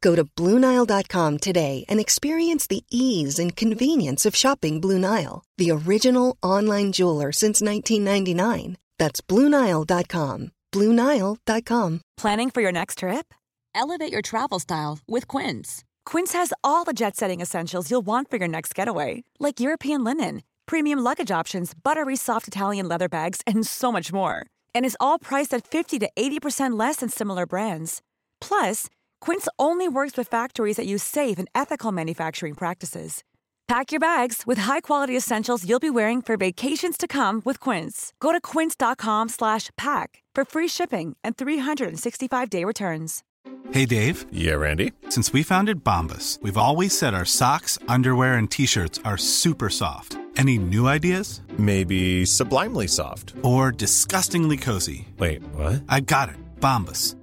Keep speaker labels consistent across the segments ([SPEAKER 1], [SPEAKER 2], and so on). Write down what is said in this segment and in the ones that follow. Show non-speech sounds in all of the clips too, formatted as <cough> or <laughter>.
[SPEAKER 1] Go to BlueNile.com today and experience the ease and convenience of shopping Blue Nile, the original online jeweler since 1999. That's BlueNile.com. BlueNile.com.
[SPEAKER 2] Planning for your next trip? Elevate your travel style with Quince. Quince has all the jet setting essentials you'll want for your next getaway, like European linen, premium luggage options, buttery soft Italian leather bags, and so much more. And is all priced at 50 to 80% less than similar brands. Plus, Quince only works with factories that use safe and ethical manufacturing practices. Pack your bags with high-quality essentials you'll be wearing for vacations to come with Quince. Go to quince.com slash pack for free shipping and 365-day returns.
[SPEAKER 3] Hey, Dave.
[SPEAKER 4] Yeah, Randy.
[SPEAKER 3] Since we founded Bombus, we've always said our socks, underwear, and t shirts are super soft. Any new ideas?
[SPEAKER 4] Maybe sublimely soft.
[SPEAKER 3] Or disgustingly cozy?
[SPEAKER 4] Wait, what?
[SPEAKER 3] I got it. Bombus.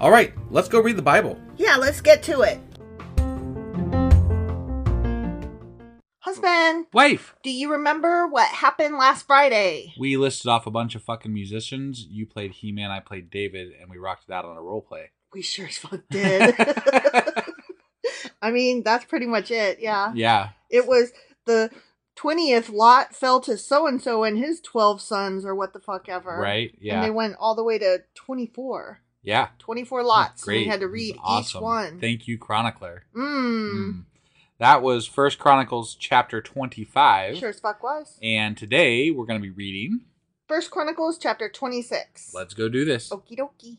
[SPEAKER 5] All right, let's go read the Bible.
[SPEAKER 6] Yeah, let's get to it. Husband,
[SPEAKER 5] Wife!
[SPEAKER 6] do you remember what happened last Friday?
[SPEAKER 5] We listed off a bunch of fucking musicians. You played He Man, I played David, and we rocked it out on a role play.
[SPEAKER 6] We sure as fuck did. <laughs> I mean, that's pretty much it, yeah.
[SPEAKER 5] Yeah.
[SPEAKER 6] It was the 20th lot fell to so and so and his 12 sons, or what the fuck ever.
[SPEAKER 5] Right,
[SPEAKER 6] And
[SPEAKER 5] yeah.
[SPEAKER 6] they went all the way to 24.
[SPEAKER 5] Yeah.
[SPEAKER 6] 24 lots.
[SPEAKER 5] Great.
[SPEAKER 6] We had
[SPEAKER 5] This
[SPEAKER 6] to
[SPEAKER 5] is
[SPEAKER 6] read
[SPEAKER 5] awesome.
[SPEAKER 6] each one.
[SPEAKER 5] Thank you, Chronicler.
[SPEAKER 6] mm.
[SPEAKER 5] Mm. That was First Chronicles chapter 25.
[SPEAKER 6] Sure as fuck was.
[SPEAKER 5] Mm. And today we're going to be reading.
[SPEAKER 6] First Chronicles chapter 26.
[SPEAKER 5] Let's go do this.
[SPEAKER 6] Okie dokie.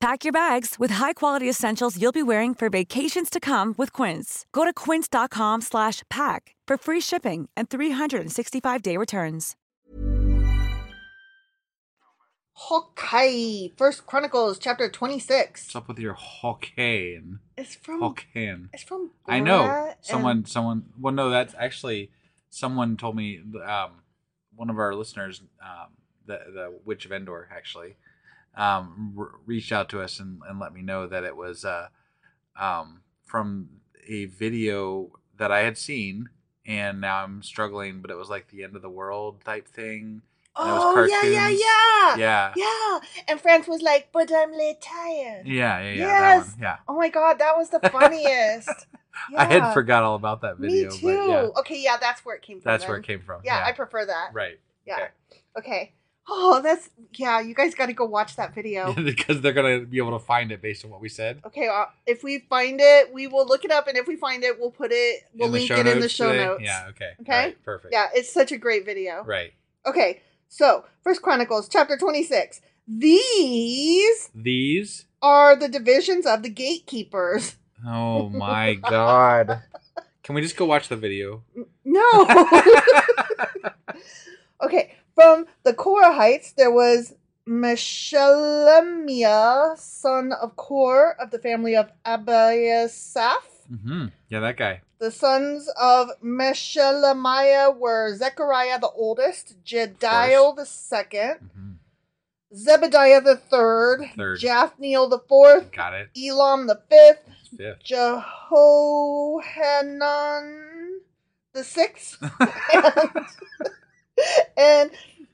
[SPEAKER 7] Pack your bags with high-quality essentials you'll be wearing for vacations to come with Quince. Go to quince.com/pack for free shipping and 365-day returns.
[SPEAKER 6] Hawkeye, First Chronicles, chapter twenty-six.
[SPEAKER 5] What's up with your Hawkane?
[SPEAKER 6] It's from.
[SPEAKER 5] Hawkane.
[SPEAKER 6] It's from.
[SPEAKER 5] I know
[SPEAKER 6] Brett and-
[SPEAKER 5] someone. Someone. Well, no, that's actually someone told me. Um, one of our listeners, um, the the Witch of Endor, actually, um, re- reached out to us and, and let me know that it was uh, um, from a video that I had seen, and now I'm struggling. But it was like the end of the world type thing. and it was
[SPEAKER 6] Oh yeah, yeah,
[SPEAKER 5] cartoons.
[SPEAKER 6] yeah,
[SPEAKER 5] Yeah.
[SPEAKER 6] yeah. And France was like, "But I'm Italian."
[SPEAKER 5] Yeah, yeah, yeah. That
[SPEAKER 6] Yes.
[SPEAKER 5] one. Yeah.
[SPEAKER 6] Oh my god, that was the funniest.
[SPEAKER 5] <laughs> I had
[SPEAKER 6] Yeah.
[SPEAKER 5] forgot all about that video.
[SPEAKER 6] Me too.
[SPEAKER 5] But yeah,
[SPEAKER 6] Okay, yeah, that's where it came from.
[SPEAKER 5] that's where
[SPEAKER 6] then.
[SPEAKER 5] it came from.
[SPEAKER 6] Yeah, I prefer that.
[SPEAKER 5] right.
[SPEAKER 6] Yeah. Okay. Oh, that's yeah. You guys got to go watch that
[SPEAKER 5] <laughs>
[SPEAKER 6] video.
[SPEAKER 5] because they're gonna be able to find it based on what we said.
[SPEAKER 6] okay, uh, if we find it, we will look it up, and if we find it, we'll put it. We'll
[SPEAKER 5] In the
[SPEAKER 6] link
[SPEAKER 5] show
[SPEAKER 6] it in the
[SPEAKER 5] notes
[SPEAKER 6] show
[SPEAKER 5] today?
[SPEAKER 6] notes.
[SPEAKER 5] Yeah. Okay.
[SPEAKER 6] Okay?
[SPEAKER 5] Right, perfect.
[SPEAKER 6] Yeah, it's such a great video.
[SPEAKER 5] Right.
[SPEAKER 6] Okay, so First Chronicles chapter twenty six. These
[SPEAKER 5] These.
[SPEAKER 6] are the divisions of the gatekeepers. <laughs>
[SPEAKER 5] Oh my god. Can we just go watch the video? <laughs>
[SPEAKER 6] No. okay. From the Korahites, there was Meshelemiah, son of Kor, of the family of Abiasaph.
[SPEAKER 5] Mm-hmm. Yeah, that guy.
[SPEAKER 6] The sons of Meshelemiah were Zechariah the oldest, Jediel the second,
[SPEAKER 5] Mhm.
[SPEAKER 6] Zebediah the third,
[SPEAKER 5] Third.
[SPEAKER 6] Japhniel the fourth,
[SPEAKER 5] Got it.
[SPEAKER 6] Elam the fifth,
[SPEAKER 5] It's fifth.
[SPEAKER 6] Jehohanan the
[SPEAKER 5] <laughs>
[SPEAKER 6] sixth and, <laughs> and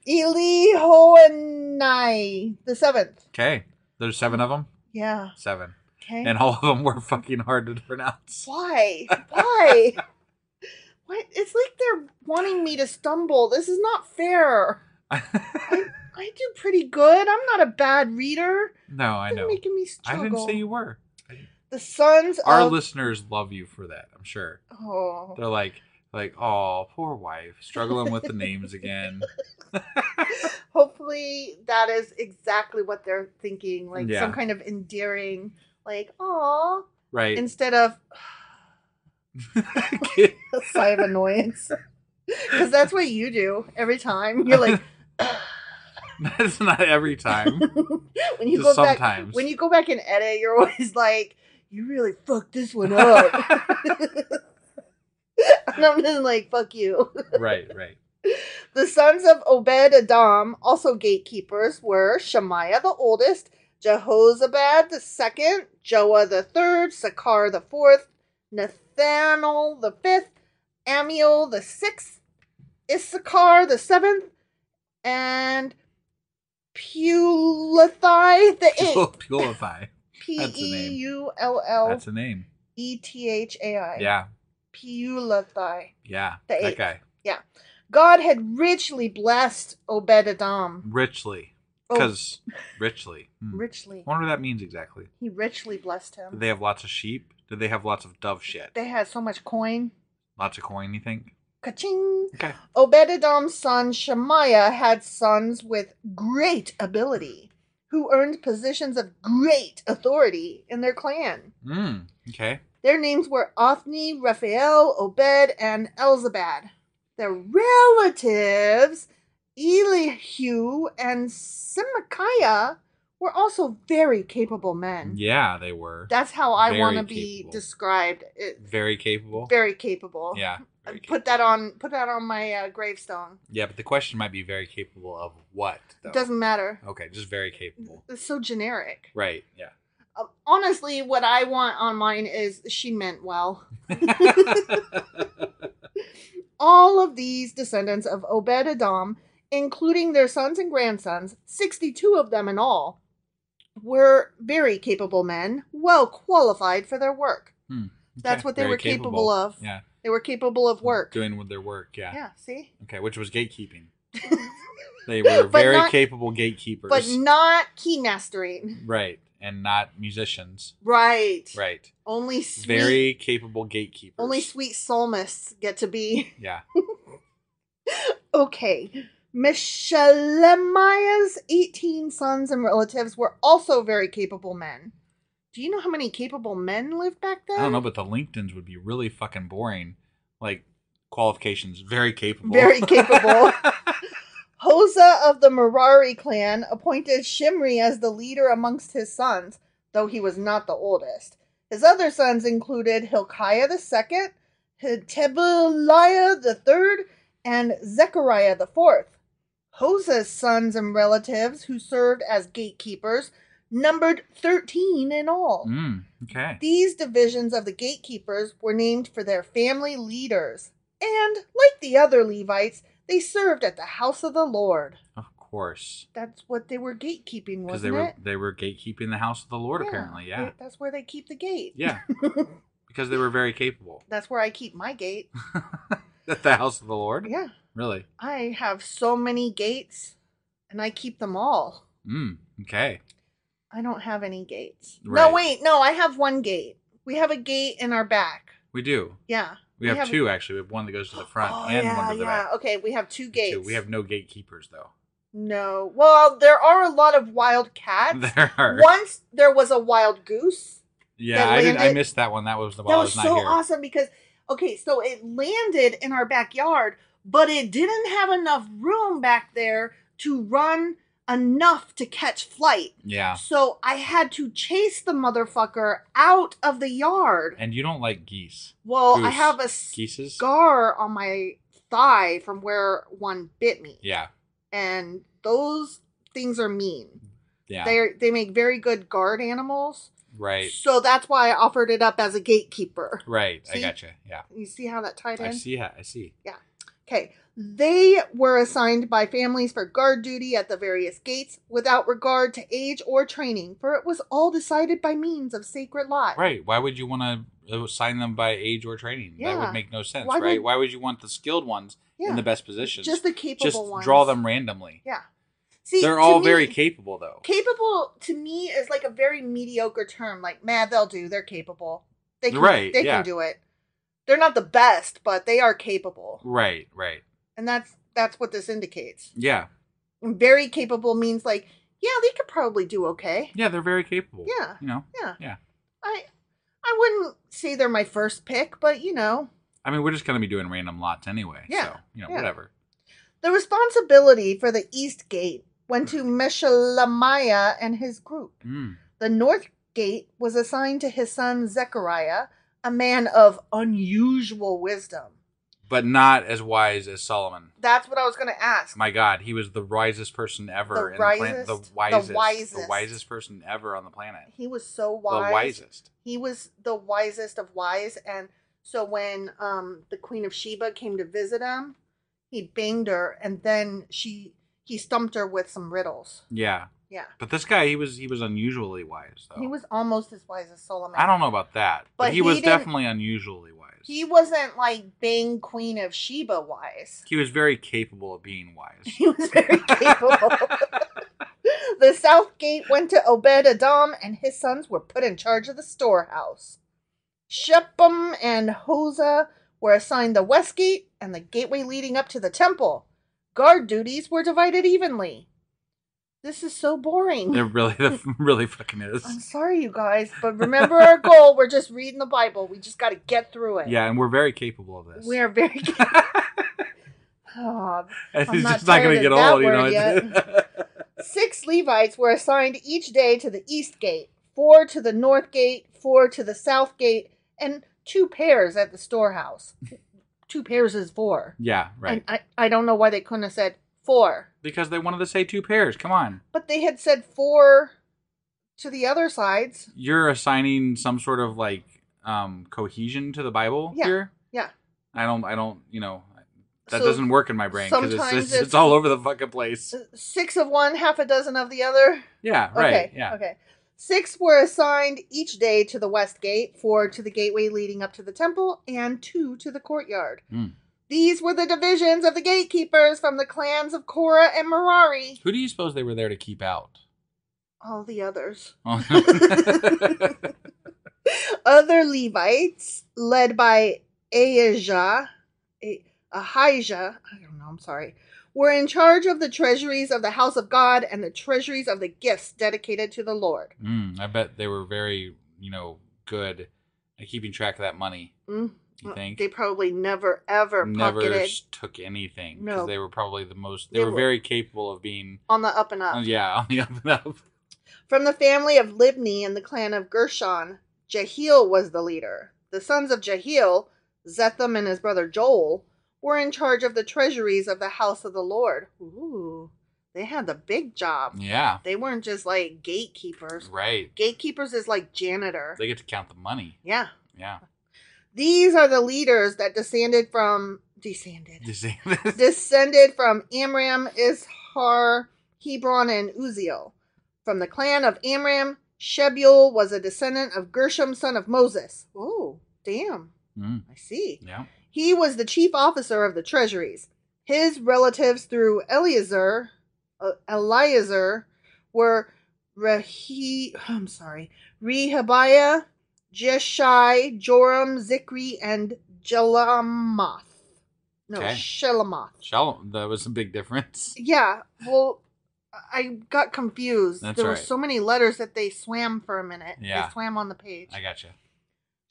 [SPEAKER 6] Elihoanai the seventh.
[SPEAKER 5] Okay. There's seven of them.
[SPEAKER 6] Yeah.
[SPEAKER 5] Seven.
[SPEAKER 6] Okay.
[SPEAKER 5] And all of them were fucking hard to pronounce. <laughs>
[SPEAKER 6] Why? Why? what? It's like they're wanting me to stumble. This is not fair. I, I do pretty good. I'm not a bad reader.
[SPEAKER 5] No, I
[SPEAKER 6] They're
[SPEAKER 5] know.
[SPEAKER 6] making me
[SPEAKER 5] I
[SPEAKER 6] struggle.
[SPEAKER 5] didn't say you were.
[SPEAKER 6] The sons
[SPEAKER 5] Our
[SPEAKER 6] of
[SPEAKER 5] listeners love you for that. I'm sure.
[SPEAKER 6] oh.
[SPEAKER 5] They're like, like, oh, poor wife, struggling with the names
[SPEAKER 6] <laughs>
[SPEAKER 5] again.
[SPEAKER 6] <laughs> hopefully that is exactly what they're thinking like
[SPEAKER 5] Yeah.
[SPEAKER 6] some kind of endearing like aw
[SPEAKER 5] Right.
[SPEAKER 6] instead of
[SPEAKER 5] <laughs>
[SPEAKER 6] <laughs> a sigh of annoyance <laughs> because that's what you do every time you're like
[SPEAKER 5] <laughs> That's not every
[SPEAKER 6] <laughs>
[SPEAKER 5] time.
[SPEAKER 6] when you
[SPEAKER 5] Just
[SPEAKER 6] go
[SPEAKER 5] sometimes.
[SPEAKER 6] back when you go back and edit you're always <laughs> like you really fucked this one up
[SPEAKER 5] <laughs>
[SPEAKER 6] <laughs> and i'm just like fuck you <laughs>
[SPEAKER 5] right, <laughs> right.
[SPEAKER 6] The sons of Obed Adam, also gatekeepers, were Shemaiah the oldest, Jehozabad the second, Joah the third, Sakar the fourth, Nathanael the fifth, Amiel the sixth, Issachar the seventh, and
[SPEAKER 5] <laughs>
[SPEAKER 6] Pulathai the eighth.
[SPEAKER 5] Pulify.
[SPEAKER 6] P
[SPEAKER 5] That's a name.
[SPEAKER 6] E U L L
[SPEAKER 5] That's a name.
[SPEAKER 6] E T H A I.
[SPEAKER 5] Yeah,
[SPEAKER 6] E Pulathai.
[SPEAKER 5] yeah.
[SPEAKER 6] The
[SPEAKER 5] that
[SPEAKER 6] eighth.
[SPEAKER 5] guy.
[SPEAKER 6] Yeah. God had richly blessed Obed
[SPEAKER 5] Mm.
[SPEAKER 6] Adam.
[SPEAKER 5] Richly.
[SPEAKER 6] Oh.
[SPEAKER 5] Because
[SPEAKER 6] <laughs>
[SPEAKER 5] richly. Hmm.
[SPEAKER 6] Richly.
[SPEAKER 5] I wonder what that means exactly.
[SPEAKER 6] He richly blessed him.
[SPEAKER 5] Did they have lots of sheep? Did they have lots of dove shit?
[SPEAKER 6] They had so much coin.
[SPEAKER 5] Lots of coin, you
[SPEAKER 6] <sighs>
[SPEAKER 5] think?
[SPEAKER 6] Ka-ching!
[SPEAKER 5] Okay.
[SPEAKER 6] Obed-Edom's son Shemaiah had sons with great ability who earned positions of great authority in their clan.
[SPEAKER 5] Mm, okay.
[SPEAKER 6] Their names were Othni, Raphael, Obed, and Elzabad. Their relatives, Elihu and Simachiah, were also very capable men.
[SPEAKER 5] Yeah, they were.
[SPEAKER 6] That's how I
[SPEAKER 5] Very
[SPEAKER 6] want to be
[SPEAKER 5] capable.
[SPEAKER 6] described. It,
[SPEAKER 5] Very capable.
[SPEAKER 6] very capable.
[SPEAKER 5] yeah.
[SPEAKER 6] Uh,
[SPEAKER 5] very
[SPEAKER 6] put that on put that on my uh, gravestone
[SPEAKER 5] cap- yeah, but the question might be very capable of what? Though?
[SPEAKER 6] it doesn't matter
[SPEAKER 5] Okay, just very
[SPEAKER 6] <laughs>
[SPEAKER 5] capable.
[SPEAKER 6] it's so generic
[SPEAKER 5] Right, yeah.
[SPEAKER 6] <laughs> uh, honestly what i want on mine is she meant well all of these descendants of obed-edom including their sons and grandsons 62 of them in all were very capable men well qualified for their work
[SPEAKER 5] Hmm, okay.
[SPEAKER 6] That's what they
[SPEAKER 5] Very
[SPEAKER 6] were capable of.
[SPEAKER 5] Yeah.
[SPEAKER 6] they were capable of work
[SPEAKER 5] Doing with their work, yeah.
[SPEAKER 6] yeah see
[SPEAKER 5] Okay, which was
[SPEAKER 6] <laughs>
[SPEAKER 5] gatekeeping. they were
[SPEAKER 6] But
[SPEAKER 5] very
[SPEAKER 6] not-
[SPEAKER 5] capable gatekeepers.
[SPEAKER 6] but not key mastering
[SPEAKER 5] right, and not musicians.
[SPEAKER 6] right
[SPEAKER 5] Mm-hmm. Right.
[SPEAKER 6] only sweet
[SPEAKER 5] Very capable gatekeepers.
[SPEAKER 6] Only sweet psalmists get to be.
[SPEAKER 5] Yeah.
[SPEAKER 6] Okay. Meshelemiah's 18 sons and relatives were also very capable men. Do you know how many capable men lived back then?
[SPEAKER 5] I don't know, but the LinkedIn's would be really fucking boring. Like qualifications, very capable.
[SPEAKER 6] Very capable. Hosa of the Merari clan appointed Shimri as the leader amongst his sons, though he was not the oldest. His other sons included Hilkiah the second, Tebuliah the third, and Zechariah the fourth. Hosa's sons and relatives who served as gatekeepers numbered 13 in all.
[SPEAKER 5] <laughs> mm, okay.
[SPEAKER 6] These divisions of the gatekeepers were named for their family leaders, and like the other Levites, they served at the house of the Lord.
[SPEAKER 5] Of course.
[SPEAKER 6] That's what they were gatekeeping,
[SPEAKER 5] Because
[SPEAKER 6] wasn't
[SPEAKER 5] they were
[SPEAKER 6] it?
[SPEAKER 5] they were gatekeeping the house of the Lord apparently, yeah.
[SPEAKER 6] they- That's where they keep the gate.
[SPEAKER 5] Yeah.
[SPEAKER 6] <laughs>
[SPEAKER 5] because they were very capable. <laughs>
[SPEAKER 6] That's where I keep my gate.
[SPEAKER 5] At the house of the Lord?
[SPEAKER 6] Yeah.
[SPEAKER 5] Really?
[SPEAKER 6] I have so many gates, and I keep them all.
[SPEAKER 5] Mm, okay.
[SPEAKER 6] I don't have any gates. No,
[SPEAKER 5] Right.
[SPEAKER 6] wait, no, I have one gate. We have a gate in our back.
[SPEAKER 5] We do.
[SPEAKER 6] Yeah.
[SPEAKER 5] We, have, two actually. We have one that goes to the front
[SPEAKER 6] Oh,
[SPEAKER 5] and
[SPEAKER 6] yeah,
[SPEAKER 5] one to the
[SPEAKER 6] yeah.
[SPEAKER 5] back.
[SPEAKER 6] Okay, we have
[SPEAKER 5] We
[SPEAKER 6] two
[SPEAKER 5] have
[SPEAKER 6] gates.
[SPEAKER 5] two. We have no gatekeepers though.
[SPEAKER 6] No. Well, there are a lot of wild cats.
[SPEAKER 5] <laughs> There are.
[SPEAKER 6] Once there was a wild goose.
[SPEAKER 5] Yeah,
[SPEAKER 6] that
[SPEAKER 5] I didn't, I
[SPEAKER 6] landed-
[SPEAKER 5] missed that one. That was the
[SPEAKER 6] that
[SPEAKER 5] while I
[SPEAKER 6] was
[SPEAKER 5] was not
[SPEAKER 6] so
[SPEAKER 5] here.
[SPEAKER 6] awesome because okay, so it landed in our backyard, but it didn't have enough room back there to run enough to catch flight.
[SPEAKER 5] Yeah.
[SPEAKER 6] So I had to chase the motherfucker out of the yard.
[SPEAKER 5] And you don't like geese.
[SPEAKER 6] Well, I
[SPEAKER 5] Goose.
[SPEAKER 6] have a
[SPEAKER 5] Geeses?
[SPEAKER 6] scar on my thigh from where one bit me.
[SPEAKER 5] Yeah.
[SPEAKER 6] And those things are mean.
[SPEAKER 5] Yeah.
[SPEAKER 6] They they make very good guard animals.
[SPEAKER 5] right.
[SPEAKER 6] So that's why I offered it up as a gatekeeper.
[SPEAKER 5] Right. I
[SPEAKER 6] See?
[SPEAKER 5] gotcha. Yeah.
[SPEAKER 6] You see how that tied in?
[SPEAKER 5] I see. Yeah, I see.
[SPEAKER 6] Okay. They were assigned by families for guard duty at the various gates without regard to age or training, for it was all decided by means of sacred lot.
[SPEAKER 5] Right. Why would you want to assign them by age or training? That
[SPEAKER 6] Yeah.
[SPEAKER 5] would make no sense,
[SPEAKER 6] Why
[SPEAKER 5] right?
[SPEAKER 6] would-
[SPEAKER 5] Why would you want the skilled ones
[SPEAKER 6] Yeah.
[SPEAKER 5] in the best positions?
[SPEAKER 6] Just the capable
[SPEAKER 5] Just
[SPEAKER 6] ones.
[SPEAKER 5] draw them randomly.
[SPEAKER 6] Yeah. See,
[SPEAKER 5] They're
[SPEAKER 6] to
[SPEAKER 5] all
[SPEAKER 6] me-
[SPEAKER 5] very capable, though.
[SPEAKER 6] Capable to me is like a very mediocre term. Like, man, they'll do. They're capable. They can,
[SPEAKER 5] Right,
[SPEAKER 6] They
[SPEAKER 5] yeah.
[SPEAKER 6] can do it. They're not the best, but they are capable,
[SPEAKER 5] right. Right.
[SPEAKER 6] and that's that's what this indicates.
[SPEAKER 5] Yeah.
[SPEAKER 6] And very capable means like, yeah, they could probably do okay.
[SPEAKER 5] Yeah. They're very capable.
[SPEAKER 6] Yeah.
[SPEAKER 5] You know.
[SPEAKER 6] Yeah.
[SPEAKER 5] Yeah.
[SPEAKER 6] I I wouldn't say they're my first pick, but you know,
[SPEAKER 5] I mean, we're just gonna be doing random lots anyway.
[SPEAKER 6] Yeah.
[SPEAKER 5] So you know,
[SPEAKER 6] Yeah.
[SPEAKER 5] whatever.
[SPEAKER 6] the responsibility for the East Gate went to Meshelemiah and his group.
[SPEAKER 5] Mm.
[SPEAKER 6] The North Gate was assigned to his son Zechariah, a man of unusual wisdom.
[SPEAKER 5] But not as wise as Solomon.
[SPEAKER 6] That's what I was going to ask.
[SPEAKER 5] My God, he was the wisest person ever.
[SPEAKER 6] The
[SPEAKER 5] in the, planet, the
[SPEAKER 6] wisest- the
[SPEAKER 5] wisest, the
[SPEAKER 6] wisest.
[SPEAKER 5] wisest person ever on the planet.
[SPEAKER 6] he was so wise.
[SPEAKER 5] The wisest.
[SPEAKER 6] He was the wisest of wise, and so when um the Queen of Sheba came to visit him, he banged her, and then she he stumped her with some riddles.
[SPEAKER 5] Yeah.
[SPEAKER 6] Yeah.
[SPEAKER 5] But this guy, he was he was unusually wise though.
[SPEAKER 6] He was almost as wise as Solomon.
[SPEAKER 5] I don't know about that, but,
[SPEAKER 6] But
[SPEAKER 5] he,
[SPEAKER 6] he
[SPEAKER 5] was
[SPEAKER 6] didn't-
[SPEAKER 5] definitely unusually wise.
[SPEAKER 6] He wasn't like being Queen of Sheba wise. <laughs>
[SPEAKER 5] He was very capable of being wise.
[SPEAKER 6] He was very capable. <laughs> the South Gate went to Obed Adam, and his sons were put in charge of the storehouse. Shephem and Hosea were assigned the West Gate and the gateway leading up to the temple. Guard duties were divided evenly. This is so
[SPEAKER 5] <laughs>
[SPEAKER 6] boring.
[SPEAKER 5] it really, it really fucking
[SPEAKER 6] I'm
[SPEAKER 5] is.
[SPEAKER 6] sorry, you guys, but remember our goal. We're just reading the Bible. We just got to get through it.
[SPEAKER 5] Yeah, and we're very capable of this. <laughs>
[SPEAKER 6] We are very <laughs> good. oh,
[SPEAKER 5] And
[SPEAKER 6] I'm
[SPEAKER 5] he's
[SPEAKER 6] not
[SPEAKER 5] just not going to
[SPEAKER 6] tired
[SPEAKER 5] get
[SPEAKER 6] of that
[SPEAKER 5] old, you know.
[SPEAKER 6] word
[SPEAKER 5] it's-
[SPEAKER 6] <laughs> Six Levites were assigned each day to the east gate, four to the north gate, four to the south gate, and two pairs at the storehouse. <laughs> two pairs is four.
[SPEAKER 5] <laughs> yeah, right.
[SPEAKER 6] And I, I don't know why they couldn't have said four,
[SPEAKER 5] because they wanted to say two pairs. Come on,
[SPEAKER 6] but they had said four to the other sides.
[SPEAKER 5] you're assigning some sort of like um cohesion to the Bible
[SPEAKER 6] Yeah.
[SPEAKER 5] here.
[SPEAKER 6] Yeah.
[SPEAKER 5] I don't. I don't. You know. That
[SPEAKER 6] So
[SPEAKER 5] doesn't work in my brain because it's,
[SPEAKER 6] sometimes
[SPEAKER 5] it's,
[SPEAKER 6] it's- Uh,
[SPEAKER 5] it's all over the fucking place.
[SPEAKER 6] Six of one, half a dozen of the other.
[SPEAKER 5] Yeah, right.
[SPEAKER 6] okay.
[SPEAKER 5] yeah.
[SPEAKER 6] Okay. Six were assigned each day to the west gate, four to the gateway leading up to the temple, and two to the courtyard.
[SPEAKER 5] Mm.
[SPEAKER 6] These were the divisions of the gatekeepers from the clans of Korah and Merari.
[SPEAKER 5] Who do you suppose they were there to keep
[SPEAKER 6] <laughs>
[SPEAKER 5] out? <laughs> Hmm,
[SPEAKER 6] All the others.
[SPEAKER 5] Oh.
[SPEAKER 6] Other Levites, led by Aijah, A- Ahijah, I don't know, I'm sorry, were in charge of the treasuries of the house of God and the treasuries of the gifts dedicated to the Lord.
[SPEAKER 5] Mm, I bet they were very, you know, good at keeping track of that money.
[SPEAKER 6] Mm.
[SPEAKER 5] You think?
[SPEAKER 6] They probably never ever
[SPEAKER 5] Never
[SPEAKER 6] pocketed
[SPEAKER 5] s- took anything. 'cause
[SPEAKER 6] No.
[SPEAKER 5] they were probably the most. They,
[SPEAKER 6] They
[SPEAKER 5] were,
[SPEAKER 6] were. Uh.
[SPEAKER 5] very capable of being.
[SPEAKER 6] on the up and up.
[SPEAKER 5] oh, yeah, on the up and up.
[SPEAKER 6] From the family of Libni and the clan of Gershon, Jehiel was the leader. The sons of Jehiel, Zetham and his brother Joel, were in charge of the treasuries of the house of the Lord. Ooh, they had the big job.
[SPEAKER 5] Yeah,
[SPEAKER 6] They weren't just like gatekeepers.
[SPEAKER 5] right.
[SPEAKER 6] Gatekeepers is like janitor.
[SPEAKER 5] They get to count the money.
[SPEAKER 6] yeah. <laughs>
[SPEAKER 5] Yeah.
[SPEAKER 6] These are the leaders that descended from descended.
[SPEAKER 5] You see
[SPEAKER 6] <laughs>
[SPEAKER 5] this?
[SPEAKER 6] descended from Amram, Ishar, Hebron, and Uziel. From the clan of Amram, Shebuel was a descendant of Gershom, son of Moses. Oh, damn.
[SPEAKER 5] Mm,
[SPEAKER 6] I see.
[SPEAKER 5] yeah.
[SPEAKER 6] He was the chief officer of the treasuries. His relatives through Eliezer, uh, Eliezer, were Rehi, <sighs> I'm sorry, Rehabiah, Jeshai, Joram, Zikri, and Jelamoth. No,
[SPEAKER 5] Okay.
[SPEAKER 6] Shelamoth.
[SPEAKER 5] Shalom. That was a big difference.
[SPEAKER 6] Yeah, well, I got confused.
[SPEAKER 5] That's
[SPEAKER 6] there were
[SPEAKER 5] right.
[SPEAKER 6] so many letters that they swam for a minute.
[SPEAKER 5] Yeah.
[SPEAKER 6] They swam on the page.
[SPEAKER 5] I gotcha.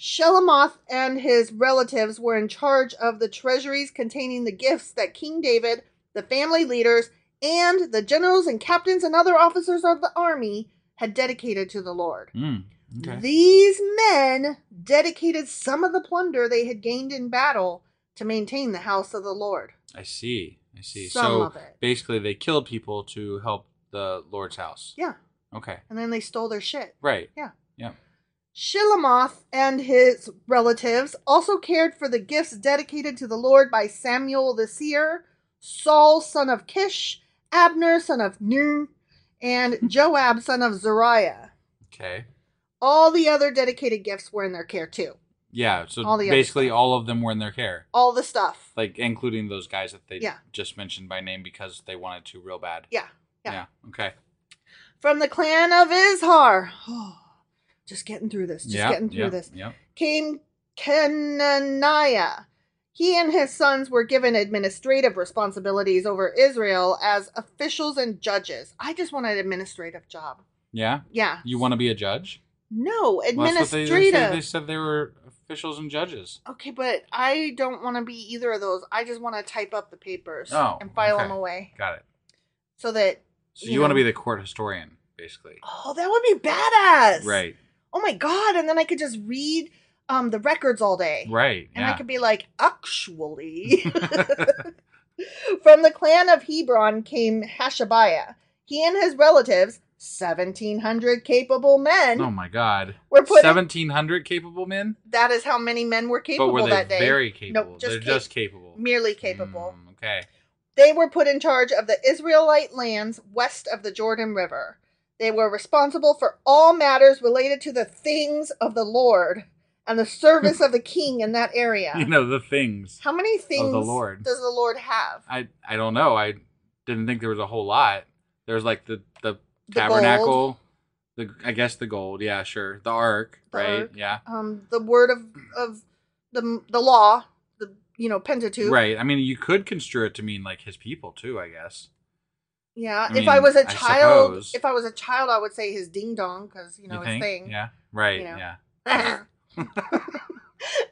[SPEAKER 6] Shelamoth and his relatives were in charge of the treasuries containing the gifts that King David, the family leaders, and the generals and captains and other officers of the army had dedicated to the Lord.
[SPEAKER 5] Mm, okay.
[SPEAKER 6] These men dedicated some of the plunder they had gained in battle to maintain the house of the Lord.
[SPEAKER 5] I see. I see.
[SPEAKER 6] Some
[SPEAKER 5] so
[SPEAKER 6] of it.
[SPEAKER 5] basically, they killed people to help the Lord's house.
[SPEAKER 6] Yeah,
[SPEAKER 5] Okay.
[SPEAKER 6] and then they stole their shit.
[SPEAKER 5] Right.
[SPEAKER 6] Yeah.
[SPEAKER 5] Yeah.
[SPEAKER 6] Shilamoth and his relatives also cared for the gifts dedicated to the Lord by Samuel the seer, Saul son of Kish, Abner son of Nun,
[SPEAKER 5] <laughs>
[SPEAKER 6] and Joab son of Zariah.
[SPEAKER 5] Okay.
[SPEAKER 6] All the other dedicated gifts were in their care too.
[SPEAKER 5] Yeah. So
[SPEAKER 6] All the other
[SPEAKER 5] basically,
[SPEAKER 6] stuff.
[SPEAKER 5] all of them were in their care,
[SPEAKER 6] All the stuff.
[SPEAKER 5] like including those guys that they
[SPEAKER 6] Yeah.
[SPEAKER 5] just mentioned by name because they wanted to real bad.
[SPEAKER 6] Yeah. Yeah.
[SPEAKER 5] Okay.
[SPEAKER 6] From the clan of Izhar. <sighs> just getting through this. Just
[SPEAKER 5] yeah.
[SPEAKER 6] getting through
[SPEAKER 5] yeah,
[SPEAKER 6] this.
[SPEAKER 5] Yeah.
[SPEAKER 6] came Kenaniah. He and his sons were given administrative responsibilities over Israel as officials and judges. I just want an administrative job.
[SPEAKER 5] Yeah.
[SPEAKER 6] Yeah.
[SPEAKER 5] You want to be a judge?
[SPEAKER 6] No,
[SPEAKER 5] Well, that's what they,
[SPEAKER 6] administrative.
[SPEAKER 5] they, said, they said they were officials and judges.
[SPEAKER 6] okay, but I don't want to be either of those. I just want to type up the papers
[SPEAKER 5] Oh,
[SPEAKER 6] and file
[SPEAKER 5] okay.
[SPEAKER 6] them away
[SPEAKER 5] Got it.
[SPEAKER 6] so that.
[SPEAKER 5] So you, want to
[SPEAKER 6] know-
[SPEAKER 5] be the court historian, basically.
[SPEAKER 6] Oh, that would be badass.
[SPEAKER 5] Right.
[SPEAKER 6] Oh my god! And then I could just read um the records all day.
[SPEAKER 5] Right.
[SPEAKER 6] And
[SPEAKER 5] yeah.
[SPEAKER 6] I could be like,
[SPEAKER 5] <laughs>
[SPEAKER 6] actually. <laughs> From the clan of Hebron came Hashabiah. He and his relatives, 1,700 capable men,
[SPEAKER 5] oh my God.
[SPEAKER 6] We're putting-
[SPEAKER 5] seventeen hundred capable men.
[SPEAKER 6] that is how many men were capable
[SPEAKER 5] but were they
[SPEAKER 6] that day.
[SPEAKER 5] very capable?
[SPEAKER 6] Nope, just
[SPEAKER 5] They're
[SPEAKER 6] cap-
[SPEAKER 5] just capable.
[SPEAKER 6] Merely capable.
[SPEAKER 5] Mm, okay.
[SPEAKER 6] They were put in charge of the Israelite lands west of the Jordan River. They were responsible for all matters related to the things of the Lord and the
[SPEAKER 5] <laughs>
[SPEAKER 6] service of the king in that area.
[SPEAKER 5] You know the things.
[SPEAKER 6] how many things
[SPEAKER 5] Lord.
[SPEAKER 6] does the Lord have?
[SPEAKER 5] I I don't know. I didn't think there was a whole lot. There's like the the,
[SPEAKER 6] The
[SPEAKER 5] tabernacle, the I guess the gold. Yeah, sure. The ark,
[SPEAKER 6] The
[SPEAKER 5] right?
[SPEAKER 6] ark.
[SPEAKER 5] Yeah.
[SPEAKER 6] um, the word of of the the law, the you know Pentateuch.
[SPEAKER 5] Right. I mean, you could construe it to mean like his people too. I guess.
[SPEAKER 6] Yeah.
[SPEAKER 5] I
[SPEAKER 6] if I
[SPEAKER 5] mean,
[SPEAKER 6] was a
[SPEAKER 5] I
[SPEAKER 6] child,
[SPEAKER 5] suppose.
[SPEAKER 6] if I was a child, I would say his ding dong because you know his
[SPEAKER 5] think?
[SPEAKER 6] thing.
[SPEAKER 5] Yeah. Right.
[SPEAKER 6] You know.
[SPEAKER 5] Yeah.
[SPEAKER 6] <laughs>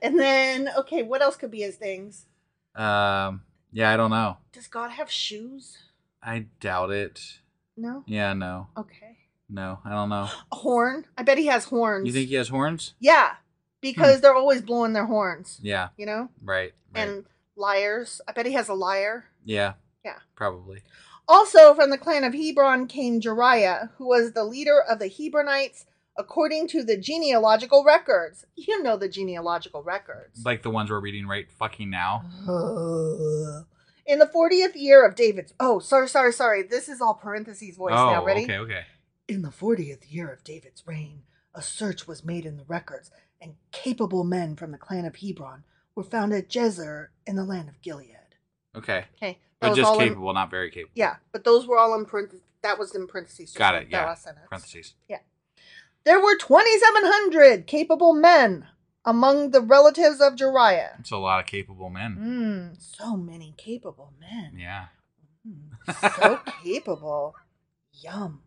[SPEAKER 6] and then okay, what else could be his things?
[SPEAKER 5] Um. Yeah. I don't know.
[SPEAKER 6] Does God have shoes?
[SPEAKER 5] I doubt it.
[SPEAKER 6] No.
[SPEAKER 5] Yeah. No.
[SPEAKER 6] Okay.
[SPEAKER 5] No. I don't know.
[SPEAKER 6] A horn? I bet he has horns.
[SPEAKER 5] You think he has horns?
[SPEAKER 6] yeah, because they're always blowing their horns.
[SPEAKER 5] Yeah.
[SPEAKER 6] You know,
[SPEAKER 5] Right. Right.
[SPEAKER 6] and liars. I bet he has a liar.
[SPEAKER 5] yeah.
[SPEAKER 6] Yeah.
[SPEAKER 5] Probably.
[SPEAKER 6] Also from the clan of Hebron came Jeriah, who was the leader of the Hebronites according to the genealogical records. You know the genealogical records.
[SPEAKER 5] Like the ones we're reading right fucking now.
[SPEAKER 6] In the 40th year of David's. Oh, sorry, sorry, sorry. This is all parentheses voice
[SPEAKER 5] oh.
[SPEAKER 6] now. Ready?
[SPEAKER 5] Okay. Okay.
[SPEAKER 6] In the 40th year of David's reign, a search was made in the records, and capable men from the clan of Hebron were found at Jezer in the land of Gilead.
[SPEAKER 5] Okay.
[SPEAKER 6] Okay. that
[SPEAKER 5] But
[SPEAKER 6] was
[SPEAKER 5] just
[SPEAKER 6] all in-
[SPEAKER 5] capable, not very capable.
[SPEAKER 6] yeah, but those were all in parentheses. That was in parentheses. just
[SPEAKER 5] Got
[SPEAKER 6] like
[SPEAKER 5] it.
[SPEAKER 6] that
[SPEAKER 5] Yeah.
[SPEAKER 6] last sentence.
[SPEAKER 5] Parentheses.
[SPEAKER 6] There were 2,700 capable men, among the relatives of Jeriah.
[SPEAKER 5] It's a lot of capable men.
[SPEAKER 6] Mm, so many capable men.
[SPEAKER 5] Yeah.
[SPEAKER 6] Mm, so
[SPEAKER 5] <laughs>
[SPEAKER 6] capable. Yum.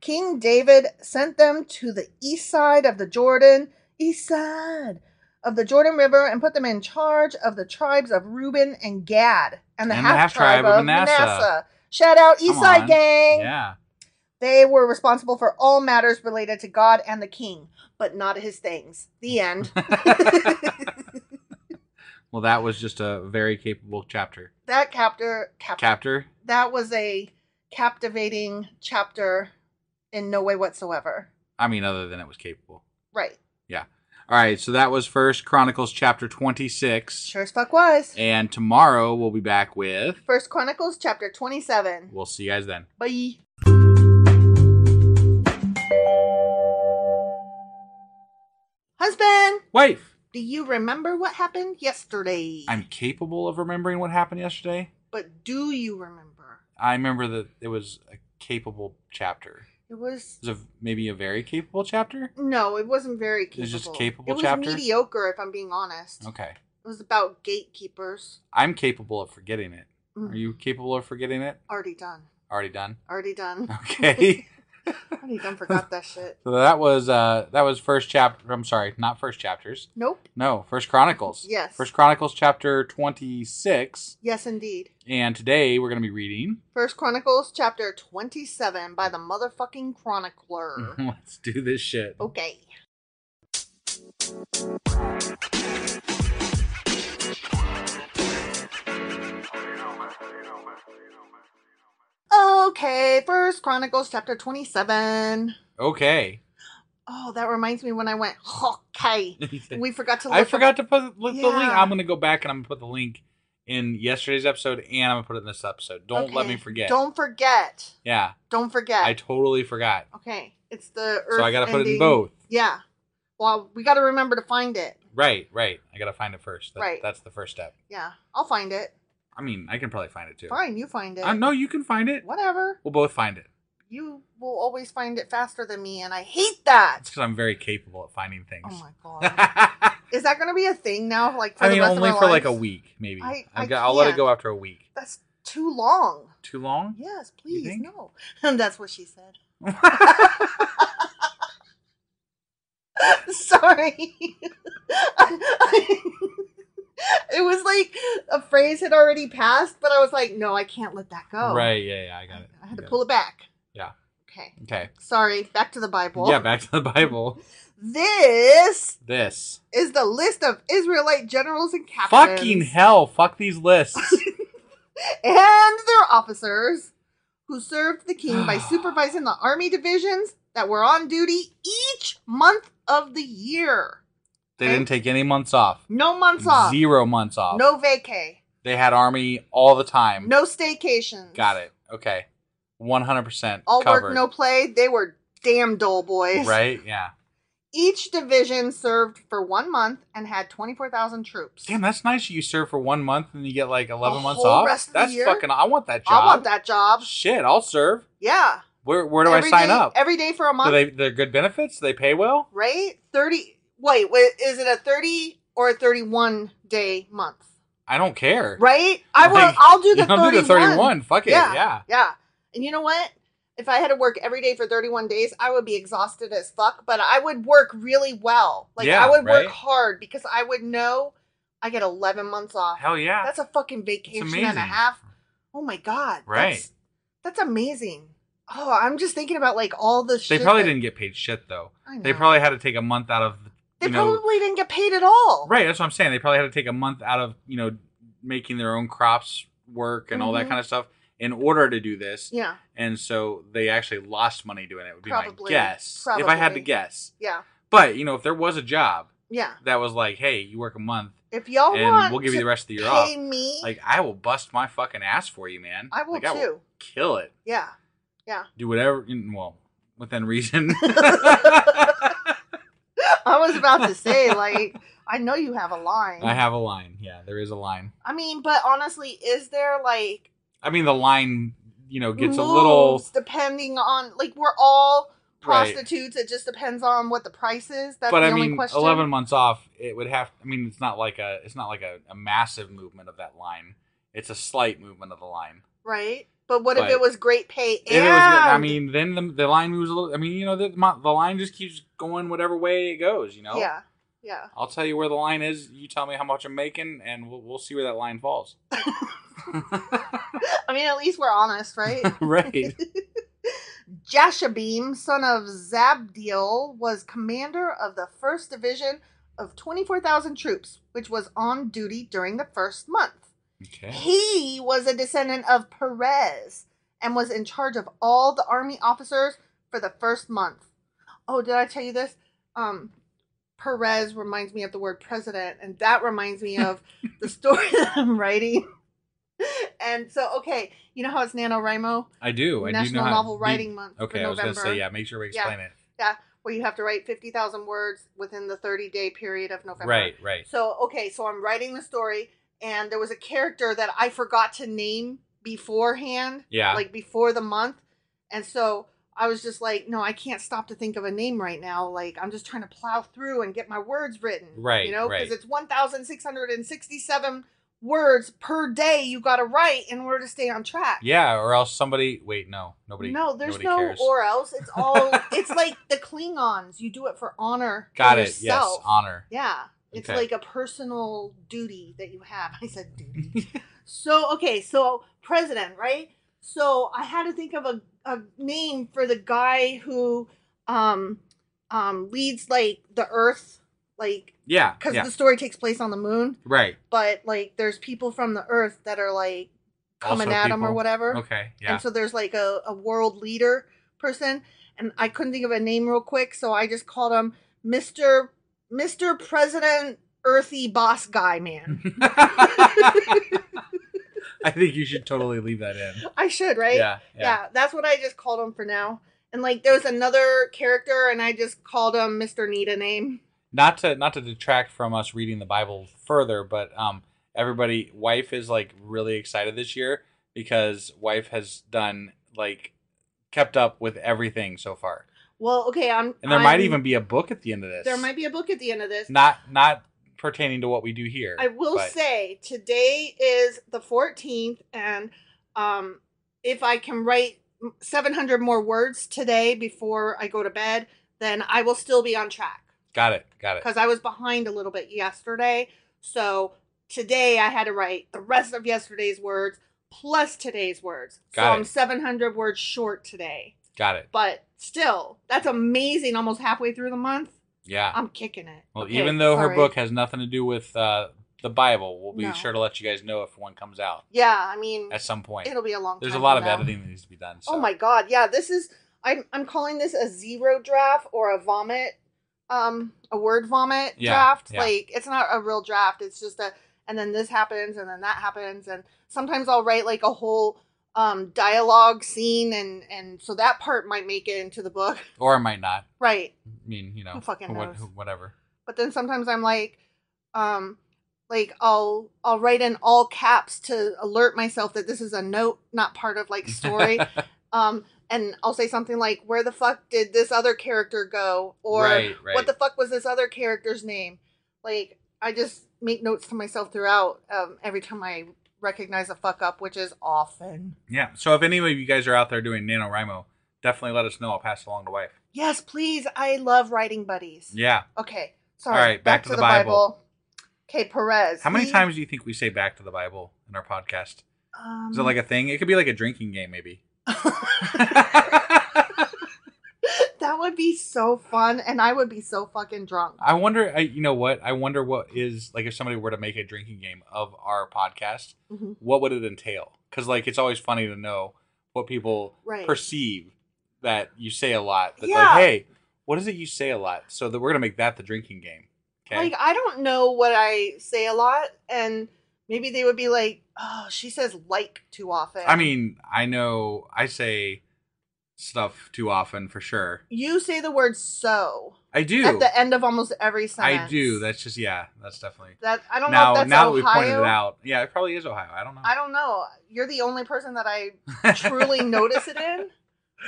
[SPEAKER 6] King David sent them to the east side of the Jordan, east side of the Jordan River, and put them in charge of the tribes of Reuben and Gad, and the
[SPEAKER 5] And the
[SPEAKER 6] half tribe
[SPEAKER 5] half-tribe of
[SPEAKER 6] of Manasseh.
[SPEAKER 5] Manasseh.
[SPEAKER 6] Shout out
[SPEAKER 5] Come
[SPEAKER 6] East Side
[SPEAKER 5] on.
[SPEAKER 6] Gang.
[SPEAKER 5] Yeah.
[SPEAKER 6] They were responsible for all matters related to God and the king, but not his things. The end. <laughs>
[SPEAKER 5] Well, that was just a very capable chapter.
[SPEAKER 6] that chapter, chapter,
[SPEAKER 5] Chapter.
[SPEAKER 6] that was a captivating chapter in no way whatsoever.
[SPEAKER 5] I mean, other than it was capable.
[SPEAKER 6] Right.
[SPEAKER 5] Yeah. All right. So that was First Chronicles chapter twenty-six.
[SPEAKER 6] Sure as fuck was.
[SPEAKER 5] And tomorrow we'll be back with.
[SPEAKER 6] First Chronicles chapter 27.
[SPEAKER 5] We'll see you guys then.
[SPEAKER 6] Bye. Husband,
[SPEAKER 5] Wife,
[SPEAKER 6] do you remember what happened yesterday?
[SPEAKER 5] I'm capable of remembering what happened yesterday.
[SPEAKER 6] but do you remember?
[SPEAKER 5] I remember that it was a capable chapter.
[SPEAKER 6] It was
[SPEAKER 5] It was a, maybe a very capable chapter.
[SPEAKER 6] No, it wasn't very capable.
[SPEAKER 5] It was just capable
[SPEAKER 6] It was
[SPEAKER 5] chapter?
[SPEAKER 6] mediocre, if I'm being honest.
[SPEAKER 5] Okay.
[SPEAKER 6] It was about gatekeepers.
[SPEAKER 5] I'm capable of forgetting it.
[SPEAKER 6] Mm.
[SPEAKER 5] Are you capable of forgetting it?
[SPEAKER 6] Already done.
[SPEAKER 5] Already done. <laughs>
[SPEAKER 6] Already done.
[SPEAKER 5] Okay.
[SPEAKER 6] Already done. Forgot that shit.
[SPEAKER 5] so that was uh that was first chapter. I'm sorry, not first chapters.
[SPEAKER 6] Nope.
[SPEAKER 5] No, first Chronicles.
[SPEAKER 6] Yes.
[SPEAKER 5] First Chronicles chapter 26.
[SPEAKER 6] Yes, indeed.
[SPEAKER 5] And today we're going to be reading.
[SPEAKER 6] First Chronicles chapter 27 by the motherfucking chronicler.
[SPEAKER 5] <laughs> Let's do this shit.
[SPEAKER 6] okay. Okay, First Chronicles chapter 27.
[SPEAKER 5] Okay.
[SPEAKER 6] Oh, that reminds me when I went
[SPEAKER 5] <laughs>
[SPEAKER 6] okay. We forgot to. Look
[SPEAKER 5] I forgot
[SPEAKER 6] up-
[SPEAKER 5] to put look the link.
[SPEAKER 6] Yeah.
[SPEAKER 5] I'm going to go back and I'm going to put the link in yesterday's episode and I'm going to put it in this episode. Don't let
[SPEAKER 6] Okay.
[SPEAKER 5] me forget.
[SPEAKER 6] Don't forget.
[SPEAKER 5] Yeah.
[SPEAKER 6] Don't forget.
[SPEAKER 5] I totally forgot.
[SPEAKER 6] okay, it's the earth.
[SPEAKER 5] So I got to put it in
[SPEAKER 6] ending-
[SPEAKER 5] both.
[SPEAKER 6] Yeah. Well, we got to remember to find it.
[SPEAKER 5] Right, right. I got to find it first. That,
[SPEAKER 6] Right.
[SPEAKER 5] That's the first step.
[SPEAKER 6] Yeah, I'll find it.
[SPEAKER 5] I mean, I can probably find it too.
[SPEAKER 6] Fine, you find it.
[SPEAKER 5] I no, you can find it.
[SPEAKER 6] Whatever.
[SPEAKER 5] We'll both find it.
[SPEAKER 6] You will always find it faster than me, and I hate that.
[SPEAKER 5] It's because I'm very capable at finding things.
[SPEAKER 6] Oh
[SPEAKER 5] <laughs>
[SPEAKER 6] my god. Is that going to be a thing now? Like for
[SPEAKER 5] I
[SPEAKER 6] the
[SPEAKER 5] mean,
[SPEAKER 6] rest
[SPEAKER 5] only
[SPEAKER 6] of our
[SPEAKER 5] for like a
[SPEAKER 6] lives?
[SPEAKER 5] week, maybe.
[SPEAKER 6] I-
[SPEAKER 5] I,
[SPEAKER 6] I
[SPEAKER 5] am I'll let it
[SPEAKER 6] can't.
[SPEAKER 5] go after a week.
[SPEAKER 6] That's too long.
[SPEAKER 5] Too long?
[SPEAKER 6] Yes, please
[SPEAKER 5] think?
[SPEAKER 6] no. <laughs> And that's what she said. <laughs> Sorry. <laughs> it was like a phrase had already passed, but I was like, no, I can't let that go.
[SPEAKER 5] Right. Yeah. Yeah. I got it.
[SPEAKER 6] Oh. I had to
[SPEAKER 5] Got
[SPEAKER 6] pull it back.
[SPEAKER 5] Yeah.
[SPEAKER 6] Okay.
[SPEAKER 5] Okay.
[SPEAKER 6] Sorry. Back to the Bible.
[SPEAKER 5] Yeah. Back to the Bible.
[SPEAKER 6] This
[SPEAKER 5] This.
[SPEAKER 6] is the list of Israelite generals and captains.
[SPEAKER 5] Fucking hell! Fuck these
[SPEAKER 6] <laughs>
[SPEAKER 5] lists.
[SPEAKER 6] and their officers who served the
[SPEAKER 5] <sighs>
[SPEAKER 6] king by supervising the army divisions that were on duty each month of the year.
[SPEAKER 5] They didn't take any months off.
[SPEAKER 6] No months off.
[SPEAKER 5] Zero months off.
[SPEAKER 6] No vacay.
[SPEAKER 5] They had army all the time.
[SPEAKER 6] No staycations.
[SPEAKER 5] Got it. Okay. One hundred percent.
[SPEAKER 6] All
[SPEAKER 5] covered.
[SPEAKER 6] work, no play. They were damn dull boys.
[SPEAKER 5] Right. Yeah.
[SPEAKER 6] Each division served for one month and had 24,000 troops.
[SPEAKER 5] Damn, that's nice. You serve for one month and you get like eleven
[SPEAKER 6] The
[SPEAKER 5] months
[SPEAKER 6] whole
[SPEAKER 5] off.
[SPEAKER 6] rest of the
[SPEAKER 5] that's
[SPEAKER 6] year?
[SPEAKER 5] fucking. I want that job.
[SPEAKER 6] I want that job.
[SPEAKER 5] Shit, I'll serve.
[SPEAKER 6] Yeah.
[SPEAKER 5] Where Where do
[SPEAKER 6] Every
[SPEAKER 5] I sign
[SPEAKER 6] day-
[SPEAKER 5] up?
[SPEAKER 6] Every day for a month.
[SPEAKER 5] Do they they're good benefits? Do they pay well?
[SPEAKER 6] right? 30. Wait, wait, is it a 30 or a 31 day month?
[SPEAKER 5] I don't care.
[SPEAKER 6] Right? I will.
[SPEAKER 5] Like, <laughs>
[SPEAKER 6] I'll do the
[SPEAKER 5] I'll
[SPEAKER 6] 31.
[SPEAKER 5] do the 31. Fuck it, yeah.
[SPEAKER 6] Yeah. And you know what? If I had to work every day for 31 days, I would be exhausted as fuck, but I would work really well. Like,
[SPEAKER 5] Yeah,
[SPEAKER 6] I would
[SPEAKER 5] right.
[SPEAKER 6] work hard because I would know I get 11 months off.
[SPEAKER 5] Hell yeah.
[SPEAKER 6] That's a fucking vacation and a
[SPEAKER 5] amazing.
[SPEAKER 6] half. Oh my God.
[SPEAKER 5] Right.
[SPEAKER 6] That's, that's amazing. Oh, I'm just thinking about like all the
[SPEAKER 5] they
[SPEAKER 6] shit.
[SPEAKER 5] probably
[SPEAKER 6] that-
[SPEAKER 5] didn't get paid shit though.
[SPEAKER 6] I
[SPEAKER 5] They
[SPEAKER 6] know.
[SPEAKER 5] probably had to take a month out of.
[SPEAKER 6] They
[SPEAKER 5] you know,
[SPEAKER 6] probably didn't get paid at all.
[SPEAKER 5] Right, that's what I'm saying. They probably had to take a month out of, you know, making their own crops work and all that kind of stuff in order to do this.
[SPEAKER 6] Mm-hmm. Yeah.
[SPEAKER 5] And so they actually lost money doing it, would be my
[SPEAKER 6] Probably.
[SPEAKER 5] guess. If I had to
[SPEAKER 6] Probably.
[SPEAKER 5] guess.
[SPEAKER 6] Yeah.
[SPEAKER 5] But, you know, if there was a job
[SPEAKER 6] Yeah.
[SPEAKER 5] that was like, hey, you work a month
[SPEAKER 6] If y'all
[SPEAKER 5] and
[SPEAKER 6] want
[SPEAKER 5] we'll give you
[SPEAKER 6] to
[SPEAKER 5] the rest of the year
[SPEAKER 6] pay
[SPEAKER 5] off,
[SPEAKER 6] me,
[SPEAKER 5] like I will bust my fucking ass for you, man.
[SPEAKER 6] I will
[SPEAKER 5] Like,
[SPEAKER 6] too.
[SPEAKER 5] kill it.
[SPEAKER 6] yeah. Yeah.
[SPEAKER 5] Do whatever, well, within
[SPEAKER 6] <laughs>
[SPEAKER 5] reason. <laughs>
[SPEAKER 6] I was about to say, like, I know you have a line.
[SPEAKER 5] I have a line. Yeah, there is a line.
[SPEAKER 6] I mean, but honestly, is there like
[SPEAKER 5] I mean, the line, you know, gets a little
[SPEAKER 6] moves depending on like we're all
[SPEAKER 5] Right.
[SPEAKER 6] prostitutes. It just depends on what the price is. That's
[SPEAKER 5] but
[SPEAKER 6] the
[SPEAKER 5] I
[SPEAKER 6] only
[SPEAKER 5] mean,
[SPEAKER 6] question.
[SPEAKER 5] eleven months off, it would have. I mean, it's not like a it's not like a, a massive movement of that line. It's a slight movement of the line.
[SPEAKER 6] right? But what if
[SPEAKER 5] But-
[SPEAKER 6] it was great pay?
[SPEAKER 5] If it was, I
[SPEAKER 6] and-
[SPEAKER 5] mean, then the, the line moves a little. I mean, you know, the mo- the line just keeps going whatever way it goes. You know.
[SPEAKER 6] yeah, yeah.
[SPEAKER 5] I'll tell you where the line is. You tell me how much I'm making, and we'll, we'll see where that line
[SPEAKER 6] <laughs>
[SPEAKER 5] falls.
[SPEAKER 6] I mean, at least we're honest, right?
[SPEAKER 5] <laughs> right.
[SPEAKER 6] Jashabim, son of Zabdiel, was commander of the first division of 24,000 troops, which was on duty during the first month.
[SPEAKER 5] Okay.
[SPEAKER 6] He was a descendant of Perez and was in charge of all the army officers for the first month. Oh, did I tell you this? Um, Perez reminds me of the word president, and that reminds
[SPEAKER 5] <laughs>
[SPEAKER 6] me of the story that I'm writing. And so, okay, you know how it's NaNoWriMo?
[SPEAKER 5] I do. I do
[SPEAKER 6] National
[SPEAKER 5] know how-
[SPEAKER 6] Novel
[SPEAKER 5] the-
[SPEAKER 6] Writing Month for
[SPEAKER 5] Okay, I was going to say
[SPEAKER 6] November.
[SPEAKER 5] yeah. Make sure we
[SPEAKER 6] Yeah.
[SPEAKER 5] explain it.
[SPEAKER 6] Yeah, where you have to write 50,000 words within the 30 day period of November.
[SPEAKER 5] Right. Right.
[SPEAKER 6] So, okay, so I'm writing the story, and there was a character that I forgot to name beforehand.
[SPEAKER 5] Yeah.
[SPEAKER 6] Like before the month. And so I was just like, no, I can't stop to think of a name right now. Like, I'm just trying to plow through and get my words written.
[SPEAKER 5] Right,
[SPEAKER 6] You know,
[SPEAKER 5] right.
[SPEAKER 6] because it's 1,667 words per day you got to write in order to stay on track.
[SPEAKER 5] Yeah, or else somebody. Wait, no, nobody.
[SPEAKER 6] no, there's
[SPEAKER 5] nobody
[SPEAKER 6] no
[SPEAKER 5] cares.
[SPEAKER 6] or else. It's
[SPEAKER 5] <laughs>
[SPEAKER 6] all. it's like the Klingons. You do it for honor. for
[SPEAKER 5] Got it. Yes,
[SPEAKER 6] yourself.
[SPEAKER 5] honor.
[SPEAKER 6] Yeah, it's
[SPEAKER 5] Okay.
[SPEAKER 6] like a personal duty that you have. <laughs> I said
[SPEAKER 5] <laughs>
[SPEAKER 6] duty. so okay, so president, right? So I had to think of a, a name for the guy who um um leads like the Earth, like
[SPEAKER 5] Yeah,
[SPEAKER 6] because
[SPEAKER 5] yeah.
[SPEAKER 6] the story takes place on the moon,
[SPEAKER 5] Right.
[SPEAKER 6] but like there's people from the Earth that are like coming
[SPEAKER 5] Also
[SPEAKER 6] at him or
[SPEAKER 5] people-
[SPEAKER 6] whatever.
[SPEAKER 5] Okay. Yeah.
[SPEAKER 6] And so there's like a, a world leader person, and I couldn't think of a name real quick, so I just called him Mr. Mr. President Earthy Boss
[SPEAKER 5] <laughs>
[SPEAKER 6] Guy Man.
[SPEAKER 5] I think you should totally leave that in.
[SPEAKER 6] I should, <laughs> right?
[SPEAKER 5] Hmm. Yeah, yeah.
[SPEAKER 6] That's what I just called him for now. And like there was another character, and I just called him Mr. Need a Name.
[SPEAKER 5] Not to not to detract from us reading the Bible further, but um, everybody, wife is like really excited this year because wife has done like kept up with everything so far,
[SPEAKER 6] Well, okay, I'm.
[SPEAKER 5] and there might
[SPEAKER 6] I'm-
[SPEAKER 5] even be a book at the end of this.
[SPEAKER 6] there might be a book at the end of this.
[SPEAKER 5] not not pertaining to what we do here.
[SPEAKER 6] I will
[SPEAKER 5] but-
[SPEAKER 6] say today is the 14th, and um, if I can write 700 more words today before I go to bed, then I will still be on track
[SPEAKER 5] Got it. Got it.
[SPEAKER 6] because I was behind a little bit yesterday. So today I had to write the rest of yesterday's words plus today's words. so
[SPEAKER 5] Got
[SPEAKER 6] I'm
[SPEAKER 5] it.
[SPEAKER 6] 700 words short today.
[SPEAKER 5] Got it.
[SPEAKER 6] But still, that's amazing. Almost halfway through the month,
[SPEAKER 5] Yeah.
[SPEAKER 6] I'm kicking it.
[SPEAKER 5] Ah. Well,
[SPEAKER 6] Okay,
[SPEAKER 5] even though her
[SPEAKER 6] sorry.
[SPEAKER 5] book has nothing to do with uh, the Bible, we'll be
[SPEAKER 6] No.
[SPEAKER 5] sure to let you guys know if one comes out
[SPEAKER 6] Yeah, I mean,
[SPEAKER 5] at some point.
[SPEAKER 6] it'll be a long
[SPEAKER 5] There's a
[SPEAKER 6] time
[SPEAKER 5] lot
[SPEAKER 6] from
[SPEAKER 5] of
[SPEAKER 6] now.
[SPEAKER 5] editing that needs to be done. So.
[SPEAKER 6] Oh my god, yeah, this is I'm I'm calling this a zero draft or a vomit um a word vomit
[SPEAKER 5] Yeah,
[SPEAKER 6] draft.
[SPEAKER 5] yeah.
[SPEAKER 6] Like it's not a real draft, it's just a and then this happens and then that happens and sometimes I'll write like a whole um dialogue scene and and so that part might make it into the book. <laughs>
[SPEAKER 5] Or I might not.
[SPEAKER 6] Right.
[SPEAKER 5] I mean, you know,
[SPEAKER 6] Who fucking
[SPEAKER 5] what-
[SPEAKER 6] knows?
[SPEAKER 5] who- whatever.
[SPEAKER 6] But then sometimes I'm like um like I'll I'll write in all caps to alert myself that this is a note, not part of
[SPEAKER 5] <laughs>
[SPEAKER 6] like story. Um, and I'll say something like, "Where the fuck did this other character go?" or
[SPEAKER 5] Right, right.
[SPEAKER 6] "What the fuck was this other character's name?" Like, I just make notes to myself throughout um, every time I recognize a fuck up, which is often.
[SPEAKER 5] yeah. So if any of you guys are out there doing NaNoWriMo, definitely let us know. I'll pass it along to wife.
[SPEAKER 6] Yes, please. I love writing buddies.
[SPEAKER 5] Yeah.
[SPEAKER 6] Okay. Sorry.
[SPEAKER 5] All right, back to the Bible.
[SPEAKER 6] Okay, Perez.
[SPEAKER 5] How many
[SPEAKER 6] he-
[SPEAKER 5] times do you think we say back to the Bible in our podcast?
[SPEAKER 6] Um,
[SPEAKER 5] Is it like a thing? It could be like a drinking game,
[SPEAKER 6] <laughs>
[SPEAKER 5] maybe.
[SPEAKER 6] that would be so fun, and I would be so fucking drunk.
[SPEAKER 5] I wonder. I, you know what? I wonder what is like if somebody were to make a drinking game of our podcast,
[SPEAKER 6] Mhm.
[SPEAKER 5] what would it entail? Because like it's always funny to know what people
[SPEAKER 6] Right.
[SPEAKER 5] perceive that you say a lot. That
[SPEAKER 6] Yeah.
[SPEAKER 5] like, hey, what is it you say a lot? So that we're gonna make that the drinking game. Okay.
[SPEAKER 6] Like I don't know what I say a lot, and maybe they would be like, "Oh, she says like too often."
[SPEAKER 5] I mean, I know I say stuff too often for sure.
[SPEAKER 6] you say the word "so"
[SPEAKER 5] I do.
[SPEAKER 6] at the end of almost every sentence.
[SPEAKER 5] I do. That's just yeah. That's definitely.
[SPEAKER 6] that. I don't
[SPEAKER 5] now,
[SPEAKER 6] know if that's
[SPEAKER 5] now
[SPEAKER 6] Ohio.
[SPEAKER 5] that we pointed it out, yeah, it probably is Ohio. I don't know. <laughs>
[SPEAKER 6] I don't know. You're the only person that I truly notice it in.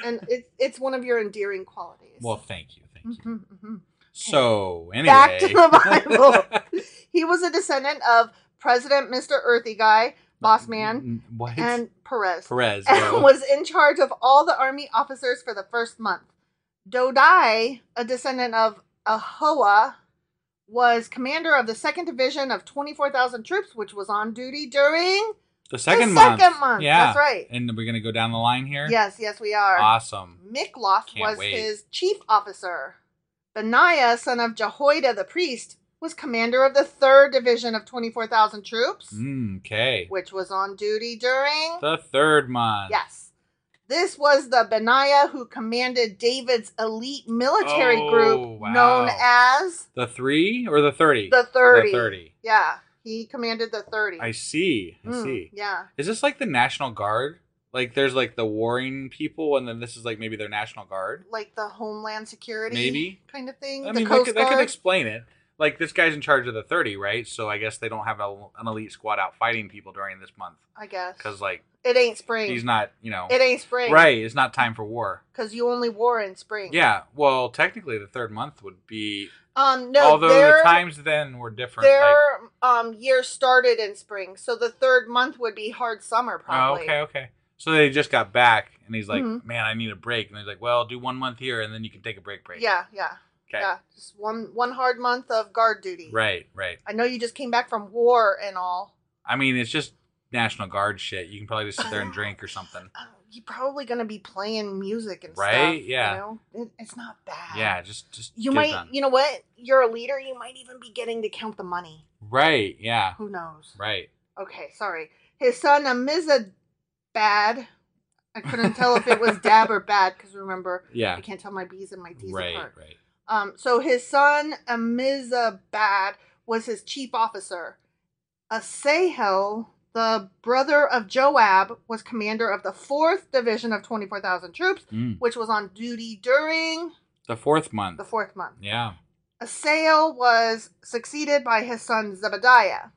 [SPEAKER 6] and it's it's one of your endearing qualities.
[SPEAKER 5] Well, thank you, thank you.
[SPEAKER 6] Mhm, mhm.
[SPEAKER 5] So anyway,
[SPEAKER 6] Back to the
[SPEAKER 5] <laughs>
[SPEAKER 6] Bible. he was a descendant of President Mr. Earthy Guy, Boss Man,
[SPEAKER 5] What?
[SPEAKER 6] and Perez. <laughs>
[SPEAKER 5] Perez.
[SPEAKER 6] and
[SPEAKER 5] bro.
[SPEAKER 6] was in charge of all the army officers for the first month. Dodai, a descendant of Ahoa, was commander of the second division of 24,000 troops, which was on duty during.
[SPEAKER 5] the second
[SPEAKER 6] the
[SPEAKER 5] month.
[SPEAKER 6] second month,
[SPEAKER 5] Yeah,
[SPEAKER 6] that's right.
[SPEAKER 5] And we're gonna go down the line here.
[SPEAKER 6] Yes, yes, we are.
[SPEAKER 5] Awesome.
[SPEAKER 6] Mikloth
[SPEAKER 5] Can't
[SPEAKER 6] was
[SPEAKER 5] wait.
[SPEAKER 6] his chief officer. Benaiah, son of Jehoiada the priest, was commander of the third division of 24,000 troops,
[SPEAKER 5] Mm. Okay.
[SPEAKER 6] which was on duty during.
[SPEAKER 5] The third month.
[SPEAKER 6] Yes. This was the Benaiah who commanded David's elite military
[SPEAKER 5] Oh,
[SPEAKER 6] group
[SPEAKER 5] wow.
[SPEAKER 6] known as
[SPEAKER 5] The three or the thirty?
[SPEAKER 6] the 30.
[SPEAKER 5] The thirty.
[SPEAKER 6] Yeah, he commanded the 30.
[SPEAKER 5] I see. I
[SPEAKER 6] Mm,
[SPEAKER 5] see.
[SPEAKER 6] Yeah.
[SPEAKER 5] Is this like the National Guard? Like there's like the warring people, and then this is like maybe their National Guard.
[SPEAKER 6] Like the Homeland Security
[SPEAKER 5] Maybe.
[SPEAKER 6] kind of thing.
[SPEAKER 5] I
[SPEAKER 6] the
[SPEAKER 5] mean, that
[SPEAKER 6] Coast
[SPEAKER 5] could, that could
[SPEAKER 6] Guard.
[SPEAKER 5] explain it. Like this guy's in charge of the thirty, right? So I guess they don't have a, an elite squad out fighting people during this month
[SPEAKER 6] I guess.
[SPEAKER 5] because like
[SPEAKER 6] it ain't spring.
[SPEAKER 5] he's not, you know,
[SPEAKER 6] It ain't spring.
[SPEAKER 5] right. It's not time for war.
[SPEAKER 6] Because you only wore in spring.
[SPEAKER 5] Yeah. Well, technically, the third month would be,
[SPEAKER 6] Um, no,
[SPEAKER 5] although
[SPEAKER 6] their,
[SPEAKER 5] the times then were different. like- oh,
[SPEAKER 6] their um, year started in spring. So the third month would be hard summer,
[SPEAKER 5] oh,
[SPEAKER 6] probably.
[SPEAKER 5] okay, okay. So they just got back, and he's like,
[SPEAKER 6] Mhm.
[SPEAKER 5] "Man, I need a break." And he's like, "Well, do one month here, and then you can take a break, break."
[SPEAKER 6] Yeah, yeah.
[SPEAKER 5] Okay.
[SPEAKER 6] Yeah, just one one hard month of guard duty.
[SPEAKER 5] Right, right.
[SPEAKER 6] I know you just came back from war and all.
[SPEAKER 5] I mean, it's just National Guard shit. You can probably just sit
[SPEAKER 6] <laughs>
[SPEAKER 5] there and drink or something.
[SPEAKER 6] Uh, You're probably gonna be playing music and stuff.
[SPEAKER 5] Right? Yeah.
[SPEAKER 6] You know? it, it's not bad.
[SPEAKER 5] Yeah, just just get
[SPEAKER 6] You
[SPEAKER 5] it
[SPEAKER 6] might.
[SPEAKER 5] done.
[SPEAKER 6] You know what? You're a leader. You might even be getting to count the money.
[SPEAKER 5] Right, yeah.
[SPEAKER 6] Who knows?
[SPEAKER 5] Right.
[SPEAKER 6] Okay. Sorry. His son Amizabad. I couldn't tell if it
[SPEAKER 5] <laughs>
[SPEAKER 6] was dab or bad because remember,
[SPEAKER 5] Yeah.
[SPEAKER 6] I can't tell my B's and my D's
[SPEAKER 5] Right,
[SPEAKER 6] apart.
[SPEAKER 5] right.
[SPEAKER 6] Um, so his son Amizabad was his chief officer. Asahel, the brother of Joab, was commander of the fourth division of twenty-four thousand troops,
[SPEAKER 5] Mm.
[SPEAKER 6] which was on duty during
[SPEAKER 5] The fourth month.
[SPEAKER 6] the fourth month.
[SPEAKER 5] yeah.
[SPEAKER 6] Asahel was succeeded by his son Zebediah.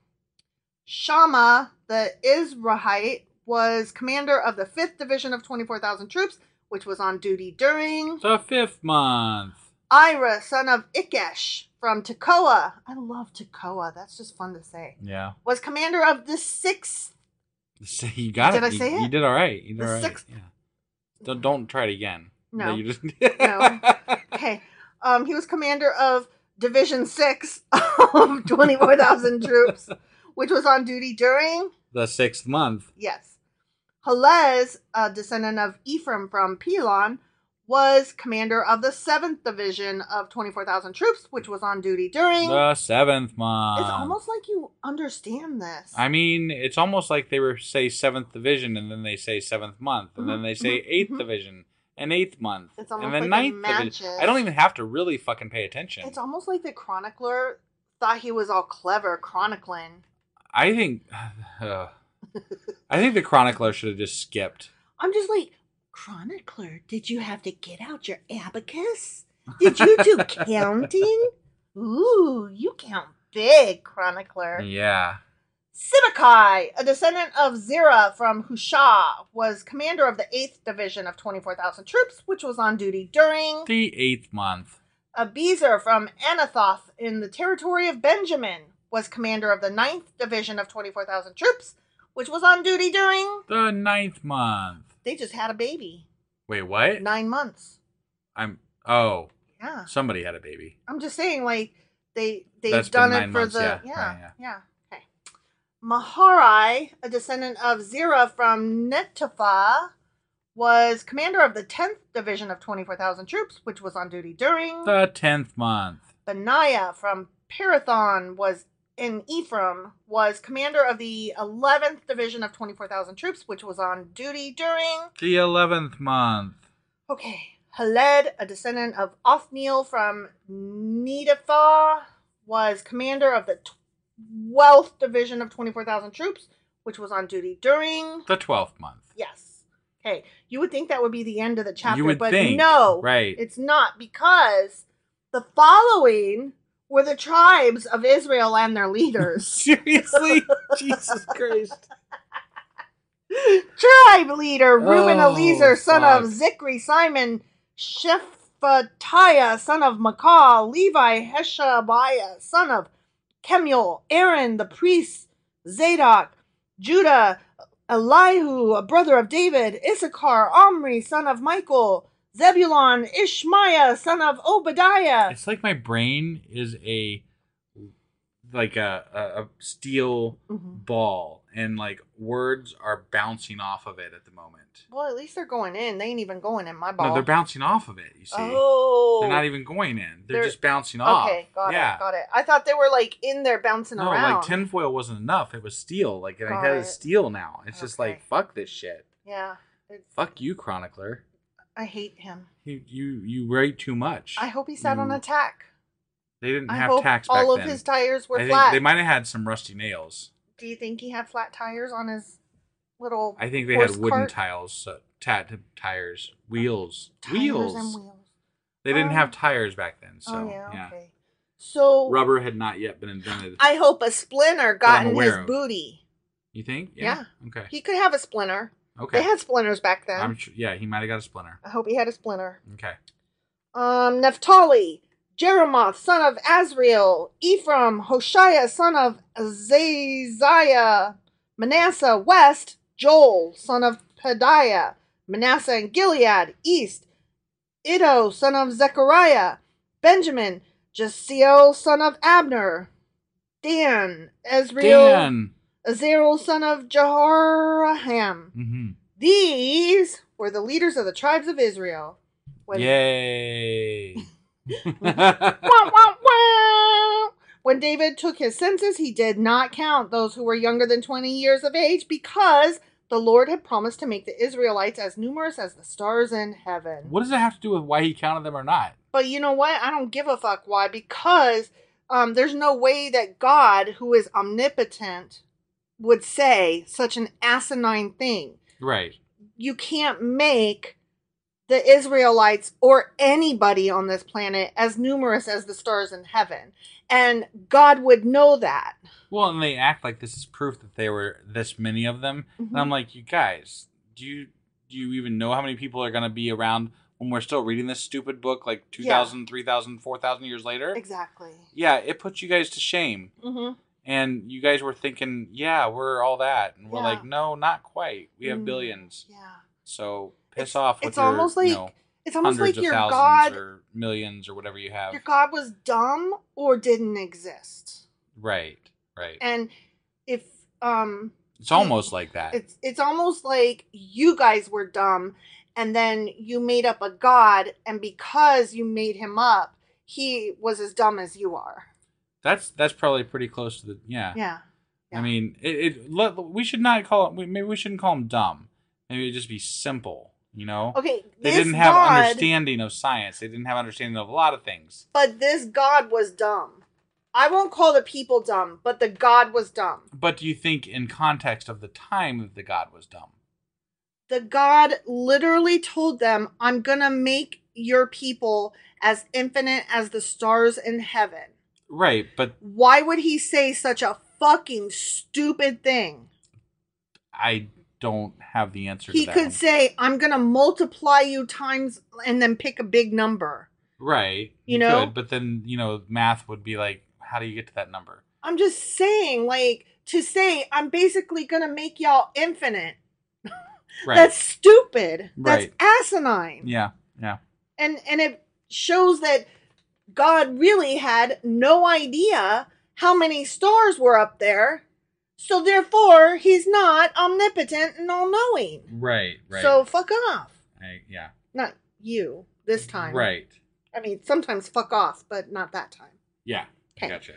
[SPEAKER 6] Shammah, the Izrahite, was commander of the fifth division of twenty-four thousand troops, which was on duty during
[SPEAKER 5] The fifth month.
[SPEAKER 6] Ira, son of Ikesh from Tekoa. I love Tekoa. That's just fun to say.
[SPEAKER 5] Yeah.
[SPEAKER 6] Was commander of the sixth.
[SPEAKER 5] So <laughs> you got
[SPEAKER 6] Did
[SPEAKER 5] it.
[SPEAKER 6] I
[SPEAKER 5] You-
[SPEAKER 6] say
[SPEAKER 5] you,
[SPEAKER 6] it?
[SPEAKER 5] did all right. You did
[SPEAKER 6] The
[SPEAKER 5] all right.
[SPEAKER 6] sixth-
[SPEAKER 5] Yeah. Don't, don't try it again.
[SPEAKER 6] No.
[SPEAKER 5] you just...
[SPEAKER 6] <laughs> No. Okay. Um, he was commander of Division Six of twenty-four thousand troops, which was on duty during.
[SPEAKER 5] <laughs> the sixth month.
[SPEAKER 6] Yes, Helez, a descendant of Ephraim from Pelon, was commander of the seventh division of twenty-four thousand troops, which was on duty during.
[SPEAKER 5] The seventh month.
[SPEAKER 6] it's almost like you understand this.
[SPEAKER 5] I mean, it's almost like they were say seventh division, and then they say seventh month, and then they say
[SPEAKER 6] Mhm, mhm,
[SPEAKER 5] 8th
[SPEAKER 6] mhm.
[SPEAKER 5] division, and eighth month,
[SPEAKER 6] It's
[SPEAKER 5] and
[SPEAKER 6] almost
[SPEAKER 5] then
[SPEAKER 6] like it
[SPEAKER 5] ninth division.
[SPEAKER 6] matches.
[SPEAKER 5] I don't even have to really fucking pay attention.
[SPEAKER 6] It's almost like the chronicler thought he was all clever chronicling.
[SPEAKER 5] I think, <sighs> I think the chronicler should have just skipped.
[SPEAKER 6] I'm just like, chronicler, did you have to get out your abacus? Did you do counting? Ooh, you count big, chronicler.
[SPEAKER 5] Yeah.
[SPEAKER 6] Sibachai, a descendant of Zerah from Hushah, was commander of the 8th Division of 24,000 troops, which was on duty during
[SPEAKER 5] The eighth month.
[SPEAKER 6] Abizer from Anathoth in the territory of Benjamin, was commander of the 9th Division of 24,000 troops, which was on duty during
[SPEAKER 5] The ninth month.
[SPEAKER 6] They just had a baby.
[SPEAKER 5] Wait, what?
[SPEAKER 6] Nine months.
[SPEAKER 5] I'm. Oh,
[SPEAKER 6] Yeah.
[SPEAKER 5] somebody had a baby.
[SPEAKER 6] I'm just saying, like, they they've
[SPEAKER 5] That's been
[SPEAKER 6] done it
[SPEAKER 5] nine
[SPEAKER 6] for
[SPEAKER 5] months,
[SPEAKER 6] the yeah,
[SPEAKER 5] yeah,
[SPEAKER 6] yeah.
[SPEAKER 5] right, yeah.
[SPEAKER 6] Okay. Maharai, a descendant of Zerah from Netopha, was commander of the tenth division of twenty four thousand troops, which was on duty during
[SPEAKER 5] The tenth month.
[SPEAKER 6] Benaiah from Perathon was in Ephraim was commander of the eleventh division of twenty four thousand troops, which was on duty during
[SPEAKER 5] The eleventh month.
[SPEAKER 6] Okay. Haled, a descendant of Othniel from Nedaphah, was commander of the 12th Division of 24,000 troops, which was on duty during.
[SPEAKER 5] The twelfth month. <laughs>
[SPEAKER 6] Yes. Okay. You would think that would be the end of the chapter,
[SPEAKER 5] would
[SPEAKER 6] but
[SPEAKER 5] think,
[SPEAKER 6] no.
[SPEAKER 5] right.
[SPEAKER 6] It's not because the following were the tribes of Israel and
[SPEAKER 5] <laughs>
[SPEAKER 6] their leaders.
[SPEAKER 5] Seriously, Jesus Christ.
[SPEAKER 6] tribe leader Reuben
[SPEAKER 5] Oh,
[SPEAKER 6] Eliezer, son of Zikri, Simon, Shephatiah, son of Makkah, Levi, Heshabiah, son of Kemuel, Aaron, the priest, Zadok, Judah, Elihu, a brother of David, Issachar, Omri, son of Michael, Zebulon, Ishmaiah, son of Obadiah.
[SPEAKER 5] It's like my brain is a like a a, a steel ball, and like words are bouncing off of it at the moment.
[SPEAKER 6] Well, at least they're going in. They ain't even going in my ball.
[SPEAKER 5] No, they're bouncing off of it. You see,
[SPEAKER 6] Oh.
[SPEAKER 5] they're not even going in; they're,
[SPEAKER 6] They're-
[SPEAKER 5] just bouncing off.
[SPEAKER 6] Okay, got
[SPEAKER 5] yeah.
[SPEAKER 6] it, got it. I thought they were like in there bouncing
[SPEAKER 5] No,
[SPEAKER 6] around.
[SPEAKER 5] like tinfoil wasn't enough. It was steel. Like and I
[SPEAKER 6] Got
[SPEAKER 5] had
[SPEAKER 6] it.
[SPEAKER 5] a steel now. It's just
[SPEAKER 6] Okay.
[SPEAKER 5] like fuck this shit.
[SPEAKER 6] Yeah, it's,
[SPEAKER 5] Fuck you, chronicler.
[SPEAKER 6] I hate him.
[SPEAKER 5] You you you write too much.
[SPEAKER 6] I hope he sat on
[SPEAKER 5] You-
[SPEAKER 6] a tack.
[SPEAKER 5] They Mm. didn't
[SPEAKER 6] I
[SPEAKER 5] have
[SPEAKER 6] hope
[SPEAKER 5] tacks back
[SPEAKER 6] all of
[SPEAKER 5] then.
[SPEAKER 6] his tires were
[SPEAKER 5] I think
[SPEAKER 6] flat.
[SPEAKER 5] They might have had some rusty nails.
[SPEAKER 6] Do you think he had flat tires on his little?
[SPEAKER 5] I think they
[SPEAKER 6] horse
[SPEAKER 5] had wooden
[SPEAKER 6] cart?
[SPEAKER 5] tiles, so, tat tires, wheels,
[SPEAKER 6] Tires
[SPEAKER 5] wheels.
[SPEAKER 6] and wheels.
[SPEAKER 5] They didn't
[SPEAKER 6] Oh.
[SPEAKER 5] have tires back then, so
[SPEAKER 6] oh yeah,
[SPEAKER 5] yeah.
[SPEAKER 6] okay. So
[SPEAKER 5] Rubber had not yet been invented.
[SPEAKER 6] I hope a splinter
[SPEAKER 5] I'm
[SPEAKER 6] got in
[SPEAKER 5] aware
[SPEAKER 6] his
[SPEAKER 5] of.
[SPEAKER 6] booty.
[SPEAKER 5] you think? Okay.
[SPEAKER 6] He could have a splinter.
[SPEAKER 5] okay.
[SPEAKER 6] They had splinters back then.
[SPEAKER 5] I'm sure, yeah, he might have got a splinter.
[SPEAKER 6] I hope he had a splinter.
[SPEAKER 5] Okay.
[SPEAKER 6] Um, Naphtali, Jeremoth, son of Azriel, Ephraim, Hoshea, son of Azaziah, Manasseh, west, Joel, son of Padiah, Manasseh and Gilead, east, Iddo, son of Zechariah, Benjamin, Jasiel, son of Abner, Dan, Ezreal,
[SPEAKER 5] Dan.
[SPEAKER 6] Azriel, son of Jehoram.
[SPEAKER 5] Mm-hmm.
[SPEAKER 6] These were the leaders of the tribes of Israel.
[SPEAKER 5] <laughs>
[SPEAKER 6] When
[SPEAKER 5] Yay.
[SPEAKER 6] Wah, wah, wah. When David took his census, he did not count those who were younger than 20 years of age because the Lord had promised to make the Israelites as numerous as the stars in heaven.
[SPEAKER 5] what does it have to do with why he counted them or not?
[SPEAKER 6] But you know what? I don't give a fuck why because um, there's no way that God, who is omnipotent, would say such an asinine thing.
[SPEAKER 5] Right.
[SPEAKER 6] You can't make the Israelites or anybody on this planet as numerous as the stars in heaven. And God would know that.
[SPEAKER 5] Well, and they act like this is proof that they were this many of them. And I'm like, you guys, do you do you even know how many people are going to be around when we're still reading this stupid book like 2,000, 3,000, 4,000 years later?
[SPEAKER 6] Exactly.
[SPEAKER 5] Yeah, it puts you guys to shame.
[SPEAKER 6] Mm-hmm.
[SPEAKER 5] And you guys were thinking, yeah, we're all that. And we're
[SPEAKER 6] Yeah.
[SPEAKER 5] like, no, not quite. We have billions.
[SPEAKER 6] Mm-hmm. Yeah.
[SPEAKER 5] So piss
[SPEAKER 6] It's-
[SPEAKER 5] off with
[SPEAKER 6] it's
[SPEAKER 5] your,
[SPEAKER 6] almost
[SPEAKER 5] you
[SPEAKER 6] like-
[SPEAKER 5] know,
[SPEAKER 6] It's almost
[SPEAKER 5] hundreds
[SPEAKER 6] like
[SPEAKER 5] of
[SPEAKER 6] your
[SPEAKER 5] thousands
[SPEAKER 6] God,
[SPEAKER 5] or millions or whatever you have.
[SPEAKER 6] your God was dumb or didn't exist.
[SPEAKER 5] Right, right.
[SPEAKER 6] And if um
[SPEAKER 5] it's almost like that.
[SPEAKER 6] it's it's almost like you guys were dumb and then you made up a god and because you made him up, he was as dumb as you are.
[SPEAKER 5] That's that's probably pretty close to the yeah.
[SPEAKER 6] Yeah.
[SPEAKER 5] I mean, it, it let, we should not call it. we- Maybe we shouldn't call them dumb. Maybe it just be simple. You know,
[SPEAKER 6] Okay,
[SPEAKER 5] they
[SPEAKER 6] this
[SPEAKER 5] didn't have
[SPEAKER 6] God-
[SPEAKER 5] understanding of science. They didn't have understanding of a lot of things.
[SPEAKER 6] But this god was dumb. I won't call the people dumb, but the god was dumb.
[SPEAKER 5] But do you think, in context of the time, that the god was dumb?
[SPEAKER 6] the god literally told them, I'm going to make your people as infinite as the stars in heaven.
[SPEAKER 5] Right, but
[SPEAKER 6] Why would he say such a fucking stupid thing?
[SPEAKER 5] I don't have the answer.
[SPEAKER 6] He
[SPEAKER 5] to that
[SPEAKER 6] could
[SPEAKER 5] one.
[SPEAKER 6] say, I'm going to multiply you times and then pick a big number.
[SPEAKER 5] right.
[SPEAKER 6] you
[SPEAKER 5] he
[SPEAKER 6] know?
[SPEAKER 5] could, but then you know, math would be like, how do you get to that number?
[SPEAKER 6] I'm just saying, like, to say, I'm basically going to make y'all infinite.
[SPEAKER 5] Right.
[SPEAKER 6] That's stupid.
[SPEAKER 5] Right.
[SPEAKER 6] That's asinine.
[SPEAKER 5] yeah, yeah.
[SPEAKER 6] and and it shows that god really had no idea how many stars were up there so therefore he's not omnipotent and all-knowing
[SPEAKER 5] Right, right.
[SPEAKER 6] so fuck off
[SPEAKER 5] I, yeah,
[SPEAKER 6] not you this time
[SPEAKER 5] right.
[SPEAKER 6] i mean sometimes fuck off but not that time
[SPEAKER 5] Yeah, I
[SPEAKER 6] Okay.
[SPEAKER 5] gotcha.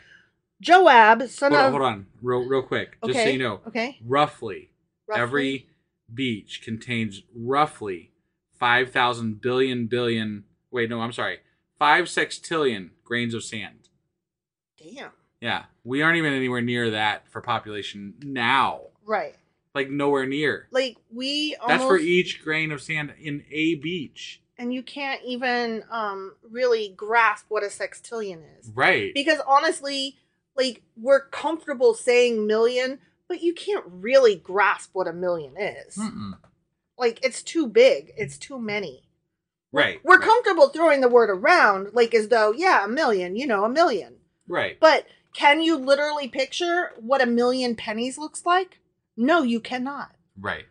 [SPEAKER 6] joab son
[SPEAKER 5] hold
[SPEAKER 6] of
[SPEAKER 5] on, hold on, real, real quick, just so
[SPEAKER 6] Okay,
[SPEAKER 5] you know.
[SPEAKER 6] okay.
[SPEAKER 5] Roughly,
[SPEAKER 6] Roughly?
[SPEAKER 5] every beach contains roughly five thousand billion billion. Wait, no, I'm sorry, five sextillion grains of sand.
[SPEAKER 6] damn
[SPEAKER 5] Yeah, we aren't even anywhere near that for population now.
[SPEAKER 6] right
[SPEAKER 5] Like nowhere near.
[SPEAKER 6] like we almost
[SPEAKER 5] That's for e- each grain of sand in a beach.
[SPEAKER 6] and you can't even um really grasp what a sextillion is
[SPEAKER 5] Right.
[SPEAKER 6] because honestly like we're
[SPEAKER 5] Hmm.
[SPEAKER 6] comfortable saying million but you can't really grasp what a million is
[SPEAKER 5] Mm-mm.
[SPEAKER 6] Like it's too big. It's too many.
[SPEAKER 5] Right.
[SPEAKER 6] We're
[SPEAKER 5] right,
[SPEAKER 6] comfortable throwing the word around like as though, yeah, a million, you know, a million.
[SPEAKER 5] Right.
[SPEAKER 6] But can you literally picture what a million pennies looks like? No, you cannot.
[SPEAKER 5] Right.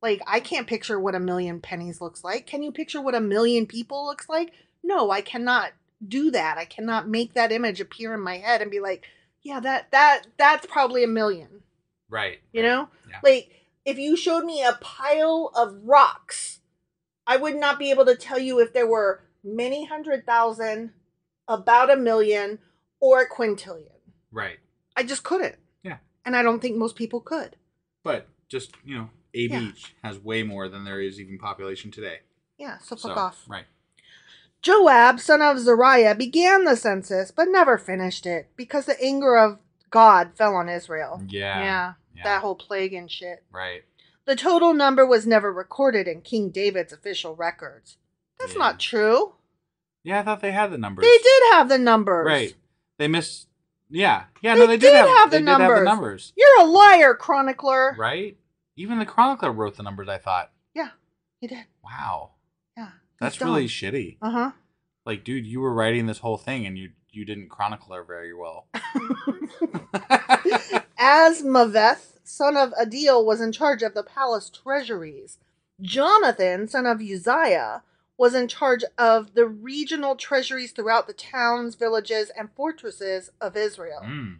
[SPEAKER 6] Like I can't picture what a million pennies looks like. Can you picture what a million people looks like? No, I cannot do that. I cannot make that image appear in my head and be like, yeah, that that that's probably a million.
[SPEAKER 5] Right.
[SPEAKER 6] You
[SPEAKER 5] right.
[SPEAKER 6] know?
[SPEAKER 5] Yeah.
[SPEAKER 6] Like if you showed me a pile of rocks, I would not be able to tell you if there were many hundred thousand, about a million, or a quintillion.
[SPEAKER 5] Right.
[SPEAKER 6] I just couldn't.
[SPEAKER 5] Yeah.
[SPEAKER 6] And I don't think most people could.
[SPEAKER 5] But just you know, a
[SPEAKER 6] Yeah.
[SPEAKER 5] beach has way more than there is even population today.
[SPEAKER 6] Yeah, so fuck
[SPEAKER 5] So,
[SPEAKER 6] off.
[SPEAKER 5] Right.
[SPEAKER 6] Joab, son of Zariah, began the census, but never finished it because the anger of God fell on Israel.
[SPEAKER 5] Yeah,
[SPEAKER 6] Yeah.
[SPEAKER 5] yeah.
[SPEAKER 6] That whole plague and shit.
[SPEAKER 5] Right.
[SPEAKER 6] The total number was never recorded in King David's official records. That's
[SPEAKER 5] Yeah.
[SPEAKER 6] not true.
[SPEAKER 5] Yeah, I thought they had the numbers.
[SPEAKER 6] They did have the numbers.
[SPEAKER 5] Right. They missed. Yeah. Yeah. no, they did, have, they Did have the numbers.
[SPEAKER 6] You're a liar, chronicler.
[SPEAKER 5] Right. Even the chronicler wrote the numbers. I thought.
[SPEAKER 6] Yeah, he did.
[SPEAKER 5] Wow.
[SPEAKER 6] Yeah.
[SPEAKER 5] That's really shitty.
[SPEAKER 6] Uh huh.
[SPEAKER 5] Like, dude, you were writing this whole thing and you you didn't chronicle her very
[SPEAKER 6] <laughs>
[SPEAKER 5] well.
[SPEAKER 6] Asmaveth, son of Adil, was in charge of the palace treasuries. Jonathan, son of Uzziah, was in charge of the regional treasuries throughout the towns, villages, and fortresses of Israel.
[SPEAKER 5] Mm.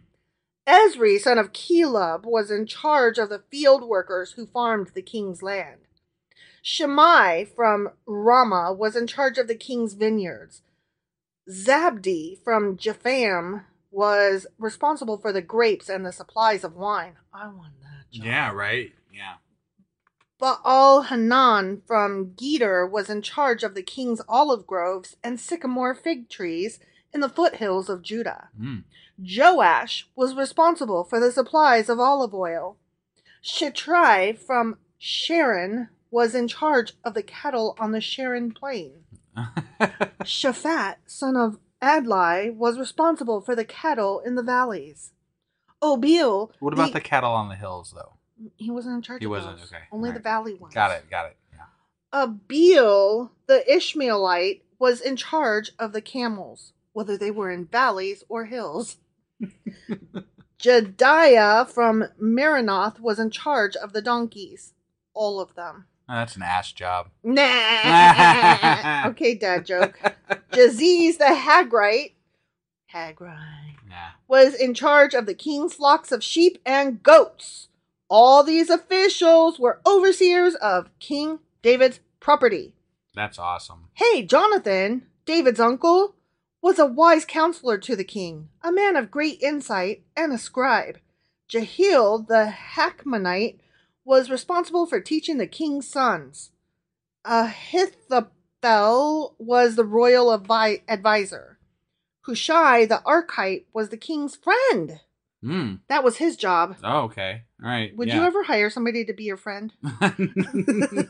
[SPEAKER 6] Ezri, son of Caleb, was in charge of the field workers who farmed the king's land. Shimei from Ramah was in charge of the king's vineyards. Zabdi from Japham was responsible for the grapes and the supplies of wine. I want that. job.
[SPEAKER 5] Yeah. Right. Yeah.
[SPEAKER 6] Baal Hanan from Geder was in charge of the king's olive groves and sycamore fig trees in the foothills of Judah.
[SPEAKER 5] Mm.
[SPEAKER 6] Joash was responsible for the supplies of olive oil. Shitrai from Sharon was in charge of the cattle on the Sharon plain. Shaphat, son of Adlai, was responsible for the cattle in the valleys. Obil.
[SPEAKER 5] <laughs> What about the cattle on the hills, though?
[SPEAKER 6] He wasn't in charge.
[SPEAKER 5] He
[SPEAKER 6] of
[SPEAKER 5] wasn't.
[SPEAKER 6] those.
[SPEAKER 5] Okay.
[SPEAKER 6] Only the
[SPEAKER 5] Alright.
[SPEAKER 6] valley ones.
[SPEAKER 5] Got it. Got it. Yeah.
[SPEAKER 6] Abiel, the Ishmaelite, was in charge of the camels, whether they were in valleys or hills. Jediah from Merinoth was in charge of the donkeys, all of them.
[SPEAKER 5] Oh, that's an ass job.
[SPEAKER 6] Nah. okay, dad joke. Jaziz the Hagrite, Hagrite
[SPEAKER 5] Yeah.
[SPEAKER 6] was in charge of the king's flocks of sheep and goats. All these officials were overseers of King David's property.
[SPEAKER 5] That's awesome.
[SPEAKER 6] Hey, Jonathan, David's uncle, was a wise counselor to the king, a man of great insight, and a scribe. Jehiel the Hackmanite was responsible for teaching the king's sons. Ahithophel was the royal avi- advisor. Hushai the archite was the king's friend.
[SPEAKER 5] Mm.
[SPEAKER 6] That was his job.
[SPEAKER 5] Oh, okay. All right.
[SPEAKER 6] Would
[SPEAKER 5] yeah.
[SPEAKER 6] you ever hire somebody to be your friend?
[SPEAKER 5] <laughs>
[SPEAKER 6] <laughs>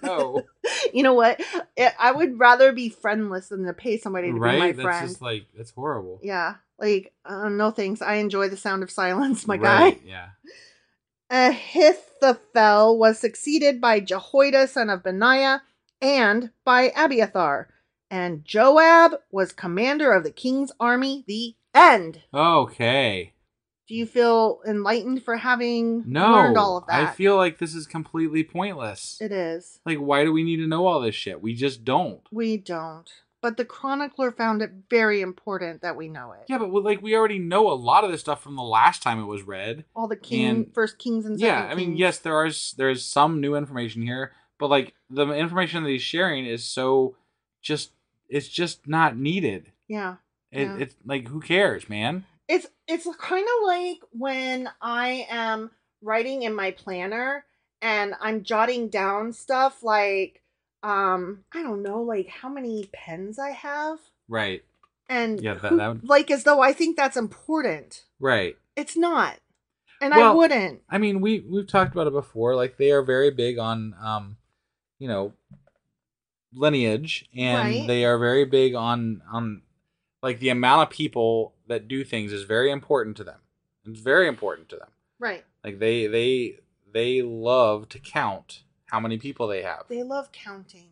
[SPEAKER 5] no.
[SPEAKER 6] You know what? I I would rather be friendless than to pay somebody to be my
[SPEAKER 5] Right?
[SPEAKER 6] friend.
[SPEAKER 5] That's just like that's horrible.
[SPEAKER 6] Yeah. Like, uh, no thanks. I enjoy the sound of silence, my
[SPEAKER 5] Right, Yeah.
[SPEAKER 6] guy. Ahithophel was succeeded by Jehoiada, son of Benaiah, and by Abiathar. And Joab was commander of the king's army. The end.
[SPEAKER 5] Okay.
[SPEAKER 6] Do you feel enlightened for having
[SPEAKER 5] No.
[SPEAKER 6] <laughs> learned all of that?
[SPEAKER 5] I feel like this is completely pointless.
[SPEAKER 6] it is.
[SPEAKER 5] Like, why do we need to know all this shit? We just don't.
[SPEAKER 6] We don't. But the chronicler found it very important that we know it.
[SPEAKER 5] Yeah, but well, like we already know a lot of this stuff from the last time it was read.
[SPEAKER 6] All the king,
[SPEAKER 5] And-
[SPEAKER 6] first kings and
[SPEAKER 5] yeah,
[SPEAKER 6] second
[SPEAKER 5] I mean,
[SPEAKER 6] Kings.
[SPEAKER 5] yes, there are s- there is some new information here, but like the information that he's sharing is so just it's just not needed.
[SPEAKER 6] yeah.
[SPEAKER 5] It,
[SPEAKER 6] Yeah.
[SPEAKER 5] It's like who cares, man?
[SPEAKER 6] It's it's kind of like when I am writing in my planner and I'm jotting down stuff like um I don't know like how many pens I have
[SPEAKER 5] Right,
[SPEAKER 6] and
[SPEAKER 5] Yeah, that-
[SPEAKER 6] who-
[SPEAKER 5] that would-
[SPEAKER 6] like as though I think that's important.
[SPEAKER 5] right.
[SPEAKER 6] It's not. And I
[SPEAKER 5] Well,
[SPEAKER 6] wouldn't.
[SPEAKER 5] I mean, we we've talked about it before. Like they are very big on, um, you know, lineage, and
[SPEAKER 6] Right.
[SPEAKER 5] they are very big on on like the amount of people that do things is very important to them. It's very important to them.
[SPEAKER 6] Right.
[SPEAKER 5] Like they they they love to count how many people they have.
[SPEAKER 6] They love counting.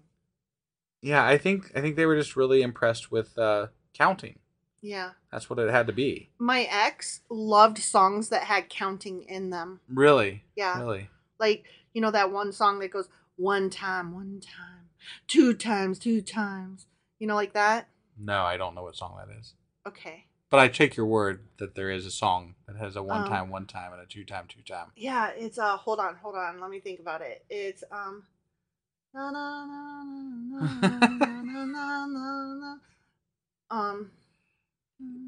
[SPEAKER 5] Yeah, I think I think they were just really impressed with uh, counting.
[SPEAKER 6] Yeah.
[SPEAKER 5] That's what it had to be.
[SPEAKER 6] My ex loved songs that had counting in them.
[SPEAKER 5] Really.
[SPEAKER 6] Yeah.
[SPEAKER 5] Really.
[SPEAKER 6] Like, you know, that one song that goes one time, one time, two times, two times. You know, like that?
[SPEAKER 5] No, I don't know what song that is.
[SPEAKER 6] Okay.
[SPEAKER 5] But I take your word that there is a song that has a
[SPEAKER 6] Oh.
[SPEAKER 5] one time, one time, and a two time, two time.
[SPEAKER 6] Yeah, it's uh hold on, hold on, let me think about it. It's um na na na na na na na na na na um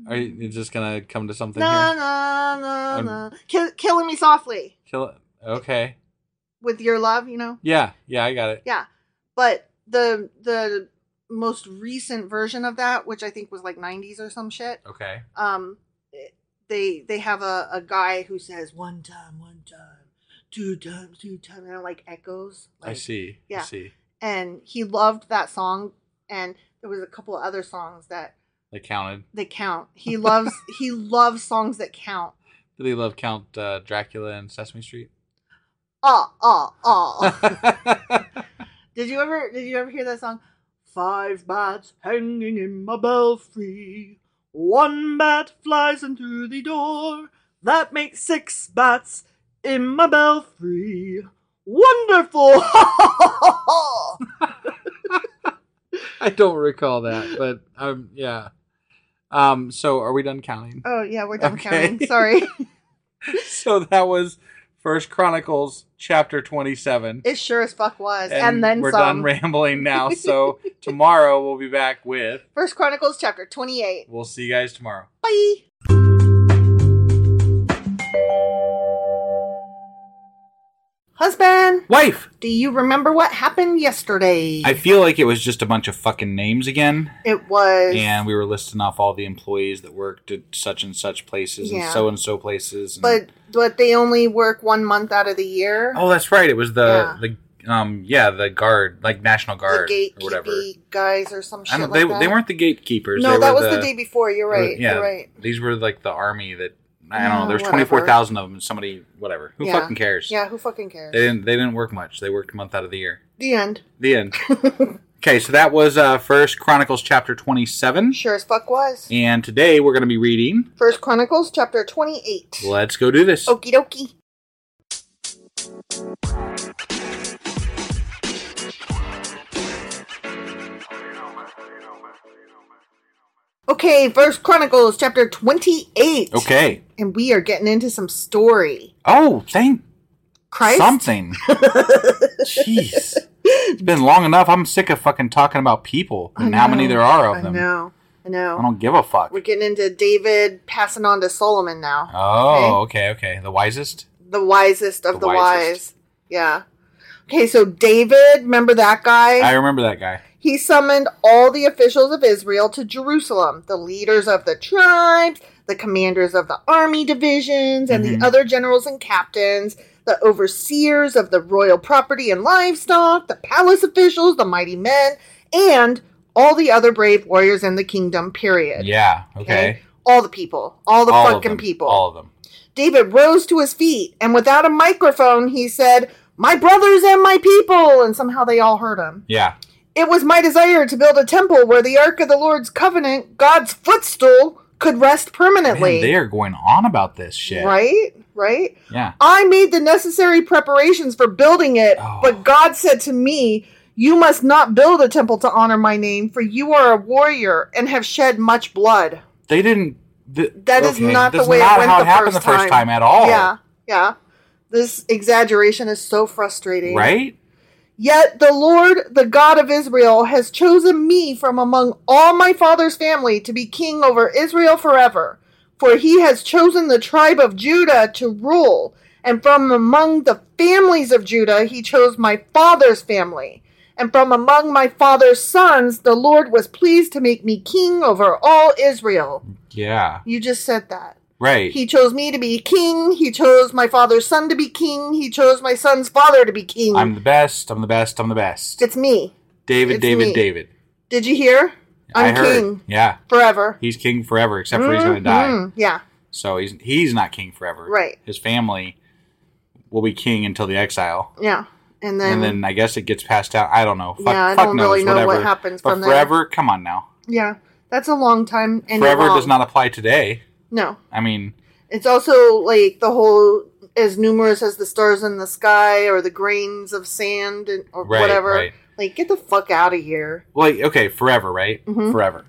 [SPEAKER 5] Are you you're just gonna come to something
[SPEAKER 6] na
[SPEAKER 5] here?
[SPEAKER 6] na na
[SPEAKER 5] Um,
[SPEAKER 6] na Kill, killing me softly
[SPEAKER 5] Kill it. Okay.
[SPEAKER 6] with your love, you know?
[SPEAKER 5] Yeah. Yeah, I got it.
[SPEAKER 6] Yeah. But the the most recent version of that, which I think was like 90s or some shit.
[SPEAKER 5] Okay.
[SPEAKER 6] um they they have a, a guy who says one time one time two times two times and it like echoes like,
[SPEAKER 5] I see. I
[SPEAKER 6] yeah.
[SPEAKER 5] see.
[SPEAKER 6] and he loved that song and there was a couple of other songs that
[SPEAKER 5] They counted.
[SPEAKER 6] they count he loves he loves songs that count
[SPEAKER 5] Do they love Count uh, Dracula and Sesame Street?
[SPEAKER 6] oh oh
[SPEAKER 5] <laughs>
[SPEAKER 6] oh
[SPEAKER 5] I
[SPEAKER 6] did you ever did you ever hear that song five bats hanging in my belfry one bat flies in through the door that makes six bats in my belfry wonderful <laughs>
[SPEAKER 5] don't recall that, but um, yeah. Um, so are we done counting?
[SPEAKER 6] oh yeah we're done
[SPEAKER 5] Okay.
[SPEAKER 6] counting sorry <laughs>
[SPEAKER 5] <laughs> so that was First Chronicles chapter twenty-seven.
[SPEAKER 6] it sure as fuck was and, then
[SPEAKER 5] we're
[SPEAKER 6] some
[SPEAKER 5] done rambling
[SPEAKER 6] <laughs>
[SPEAKER 5] now. So tomorrow we'll be back with.
[SPEAKER 6] first chronicles chapter 28
[SPEAKER 5] We'll see you guys tomorrow.
[SPEAKER 6] bye husband
[SPEAKER 5] Wife,
[SPEAKER 6] Do you remember what happened yesterday?
[SPEAKER 5] I feel like it was just a bunch of fucking names again,
[SPEAKER 6] it was.
[SPEAKER 5] and we were listing off all the employees that worked at such and such places and
[SPEAKER 6] Yeah.
[SPEAKER 5] so and so places. And,
[SPEAKER 6] But but they only work one month out of the year.
[SPEAKER 5] oh, that's right. It was the
[SPEAKER 6] Yeah.
[SPEAKER 5] the um yeah the guard like national guard
[SPEAKER 6] the
[SPEAKER 5] or whatever.
[SPEAKER 6] gatekeeping guys or some shit
[SPEAKER 5] I don't,
[SPEAKER 6] like
[SPEAKER 5] they
[SPEAKER 6] that.
[SPEAKER 5] they weren't the gatekeepers.
[SPEAKER 6] No,
[SPEAKER 5] they
[SPEAKER 6] that
[SPEAKER 5] were
[SPEAKER 6] was the, day before. You're
[SPEAKER 5] they were-
[SPEAKER 6] right. You're right.
[SPEAKER 5] These were like the army that I don't know.
[SPEAKER 6] Yeah,
[SPEAKER 5] There was
[SPEAKER 6] whatever.
[SPEAKER 5] twenty four thousand of them. Somebody whatever. Who
[SPEAKER 6] Yeah.
[SPEAKER 5] fucking cares?
[SPEAKER 6] Yeah, who fucking cares?
[SPEAKER 5] They didn't. They didn't work much. They worked a month out of the year.
[SPEAKER 6] the end.
[SPEAKER 5] The
[SPEAKER 6] <laughs>
[SPEAKER 5] end. okay, so that was uh, First Chronicles chapter twenty-seven,
[SPEAKER 6] Sure as fuck was.
[SPEAKER 5] and today we're going to be reading.
[SPEAKER 6] First Chronicles chapter 28.
[SPEAKER 5] Let's go do this.
[SPEAKER 6] Okie dokie. Okay, First Chronicles chapter 28.
[SPEAKER 5] Okay.
[SPEAKER 6] And we are getting into some story.
[SPEAKER 5] Oh, thank
[SPEAKER 6] Christ? <laughs>
[SPEAKER 5] something. Jeez, it's been long enough. I'm sick of fucking talking about people
[SPEAKER 6] I
[SPEAKER 5] and how many
[SPEAKER 6] know,
[SPEAKER 5] there are of
[SPEAKER 6] I
[SPEAKER 5] them.
[SPEAKER 6] know. I know.
[SPEAKER 5] I don't give a fuck.
[SPEAKER 6] We're getting into David passing on to Solomon now.
[SPEAKER 5] Oh, okay, okay. The wisest.
[SPEAKER 6] The wisest of
[SPEAKER 5] The
[SPEAKER 6] the,
[SPEAKER 5] wisest.
[SPEAKER 6] wise. Yeah. Okay, so David, remember that guy?
[SPEAKER 5] I remember that guy.
[SPEAKER 6] He summoned all the officials of Israel to Jerusalem, the leaders of the tribes, the commanders of the army divisions, and
[SPEAKER 5] Mm-hmm.
[SPEAKER 6] the other generals and captains, the overseers of the royal property and livestock, the palace officials, the mighty men, and all the other brave warriors in the kingdom, period.
[SPEAKER 5] Yeah. Okay.
[SPEAKER 6] All the people. All the
[SPEAKER 5] All of
[SPEAKER 6] fucking
[SPEAKER 5] them.
[SPEAKER 6] people.
[SPEAKER 5] All of them.
[SPEAKER 6] David rose to his feet, and without a microphone, he said, My brothers and my people! And somehow they all heard him.
[SPEAKER 5] Yeah.
[SPEAKER 6] It was my desire to build a temple where the Ark of the Lord's covenant, God's footstool, could rest
[SPEAKER 5] Man,
[SPEAKER 6] permanently.
[SPEAKER 5] they are going on about this shit.
[SPEAKER 6] Right? Right?
[SPEAKER 5] Yeah.
[SPEAKER 6] I made the necessary preparations for building it,
[SPEAKER 5] Oh.
[SPEAKER 6] but God said to me, You must not build a temple to honor my name, for you are a warrior and have shed much blood.
[SPEAKER 5] They didn't. Th-
[SPEAKER 6] That is not the
[SPEAKER 5] That's
[SPEAKER 6] way
[SPEAKER 5] not
[SPEAKER 6] it went
[SPEAKER 5] how
[SPEAKER 6] the,
[SPEAKER 5] it happened
[SPEAKER 6] first
[SPEAKER 5] the first time.
[SPEAKER 6] time
[SPEAKER 5] at all.
[SPEAKER 6] Yeah, yeah. This exaggeration is so frustrating.
[SPEAKER 5] Right?
[SPEAKER 6] Yet the Lord, the God of Israel, has chosen me from among all my father's family to be king over Israel forever. For he has chosen the tribe of Judah to rule, and from among the families of Judah he chose my father's family. And from among my father's sons, the Lord was pleased to make me king over all Israel.
[SPEAKER 5] Yeah.
[SPEAKER 6] You just said that.
[SPEAKER 5] Right.
[SPEAKER 6] He chose me to be king. He chose my father's son to be king. He chose my son's father to be king.
[SPEAKER 5] I'm the best. I'm the best. I'm the best.
[SPEAKER 6] it's me.
[SPEAKER 5] David,
[SPEAKER 6] it's
[SPEAKER 5] David,
[SPEAKER 6] me.
[SPEAKER 5] David.
[SPEAKER 6] Did you hear? I'm
[SPEAKER 5] I heard.
[SPEAKER 6] king
[SPEAKER 5] Yeah.
[SPEAKER 6] forever.
[SPEAKER 5] He's king forever, except for he's going to die.
[SPEAKER 6] Mhm. Yeah.
[SPEAKER 5] So he's he's not king forever.
[SPEAKER 6] Right.
[SPEAKER 5] His family will be king until the exile.
[SPEAKER 6] Yeah. and then,
[SPEAKER 5] and then I guess it gets passed out. I don't know. Fuck,
[SPEAKER 6] Yeah, I
[SPEAKER 5] fuck
[SPEAKER 6] don't
[SPEAKER 5] knows,
[SPEAKER 6] really know what
[SPEAKER 5] whatever.
[SPEAKER 6] happens
[SPEAKER 5] but
[SPEAKER 6] from there.
[SPEAKER 5] forever. Come on now,
[SPEAKER 6] yeah, that's a long time. And
[SPEAKER 5] forever
[SPEAKER 6] long.
[SPEAKER 5] does not apply today.
[SPEAKER 6] No,
[SPEAKER 5] I mean,
[SPEAKER 6] it's also like the whole as numerous as the stars in the sky or the grains of sand and, or
[SPEAKER 5] Right,
[SPEAKER 6] whatever.
[SPEAKER 5] right.
[SPEAKER 6] Like, get the fuck out of here.
[SPEAKER 5] like okay, forever, right?
[SPEAKER 6] Mhm.
[SPEAKER 5] Forever.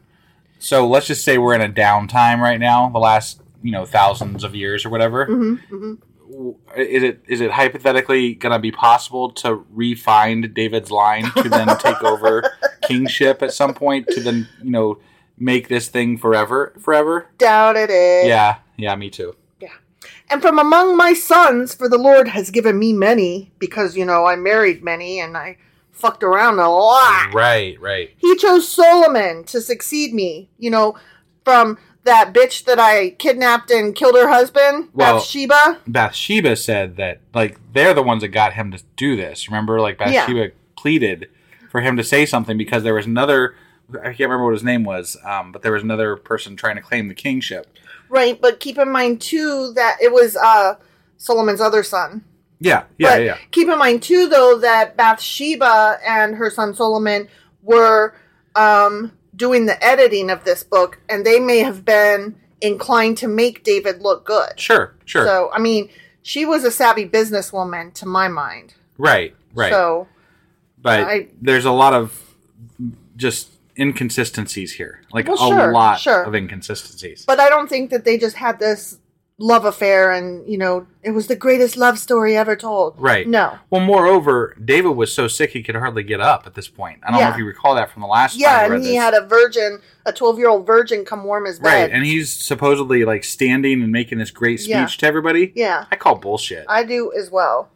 [SPEAKER 5] So let's just say we're in a downtime right now, the last you know thousands of years or whatever.
[SPEAKER 6] hmm hmm
[SPEAKER 5] W- Is it is it hypothetically gonna be possible to refind David's line to then take over kingship at some point to then you know make this thing forever, forever?
[SPEAKER 6] Doubted it.
[SPEAKER 5] Yeah, yeah, me too.
[SPEAKER 6] And from among my sons, for the Lord has given me many, because, you know, I married many and I fucked around a lot.
[SPEAKER 5] Right, right.
[SPEAKER 6] He chose Solomon to succeed me, you know, from that bitch that I kidnapped and killed her husband,
[SPEAKER 5] Well-
[SPEAKER 6] Bathsheba.
[SPEAKER 5] Bathsheba said that like they're the ones that got him to do this. Remember, like
[SPEAKER 6] Yeah.
[SPEAKER 5] Bathsheba pleaded for him to say something because there was another. I can't remember what his name was, um, but there was another person trying to claim the kingship.
[SPEAKER 6] Right, but keep in mind, too, that it was uh, Solomon's other son.
[SPEAKER 5] Yeah, yeah,
[SPEAKER 6] But
[SPEAKER 5] yeah.
[SPEAKER 6] Keep in mind too, though, that Bathsheba and her son Solomon were um, doing the editing of this book, and they may have been inclined to make David look good.
[SPEAKER 5] Sure, sure.
[SPEAKER 6] So, I mean, she was a savvy businesswoman, to my mind.
[SPEAKER 5] right, right.
[SPEAKER 6] So,
[SPEAKER 5] but
[SPEAKER 6] I-
[SPEAKER 5] there's a lot of just inconsistencies here, like
[SPEAKER 6] Well,
[SPEAKER 5] a
[SPEAKER 6] sure,
[SPEAKER 5] lot
[SPEAKER 6] sure.
[SPEAKER 5] of inconsistencies.
[SPEAKER 6] but I don't think that they just had this love affair, and you know, it was the greatest love story ever told.
[SPEAKER 5] Right.
[SPEAKER 6] No.
[SPEAKER 5] Well, moreover, David was so sick he could hardly get up at this point. I don't know
[SPEAKER 6] Yeah.
[SPEAKER 5] if you recall that from the last. time
[SPEAKER 6] Yeah,
[SPEAKER 5] we read
[SPEAKER 6] and he
[SPEAKER 5] this.
[SPEAKER 6] had a virgin, a twelve-year-old virgin, come warm his
[SPEAKER 5] Right,
[SPEAKER 6] bed.
[SPEAKER 5] and he's supposedly like standing and making this great speech
[SPEAKER 6] Yeah.
[SPEAKER 5] to everybody.
[SPEAKER 6] yeah.
[SPEAKER 5] I call bullshit.
[SPEAKER 6] I do as well.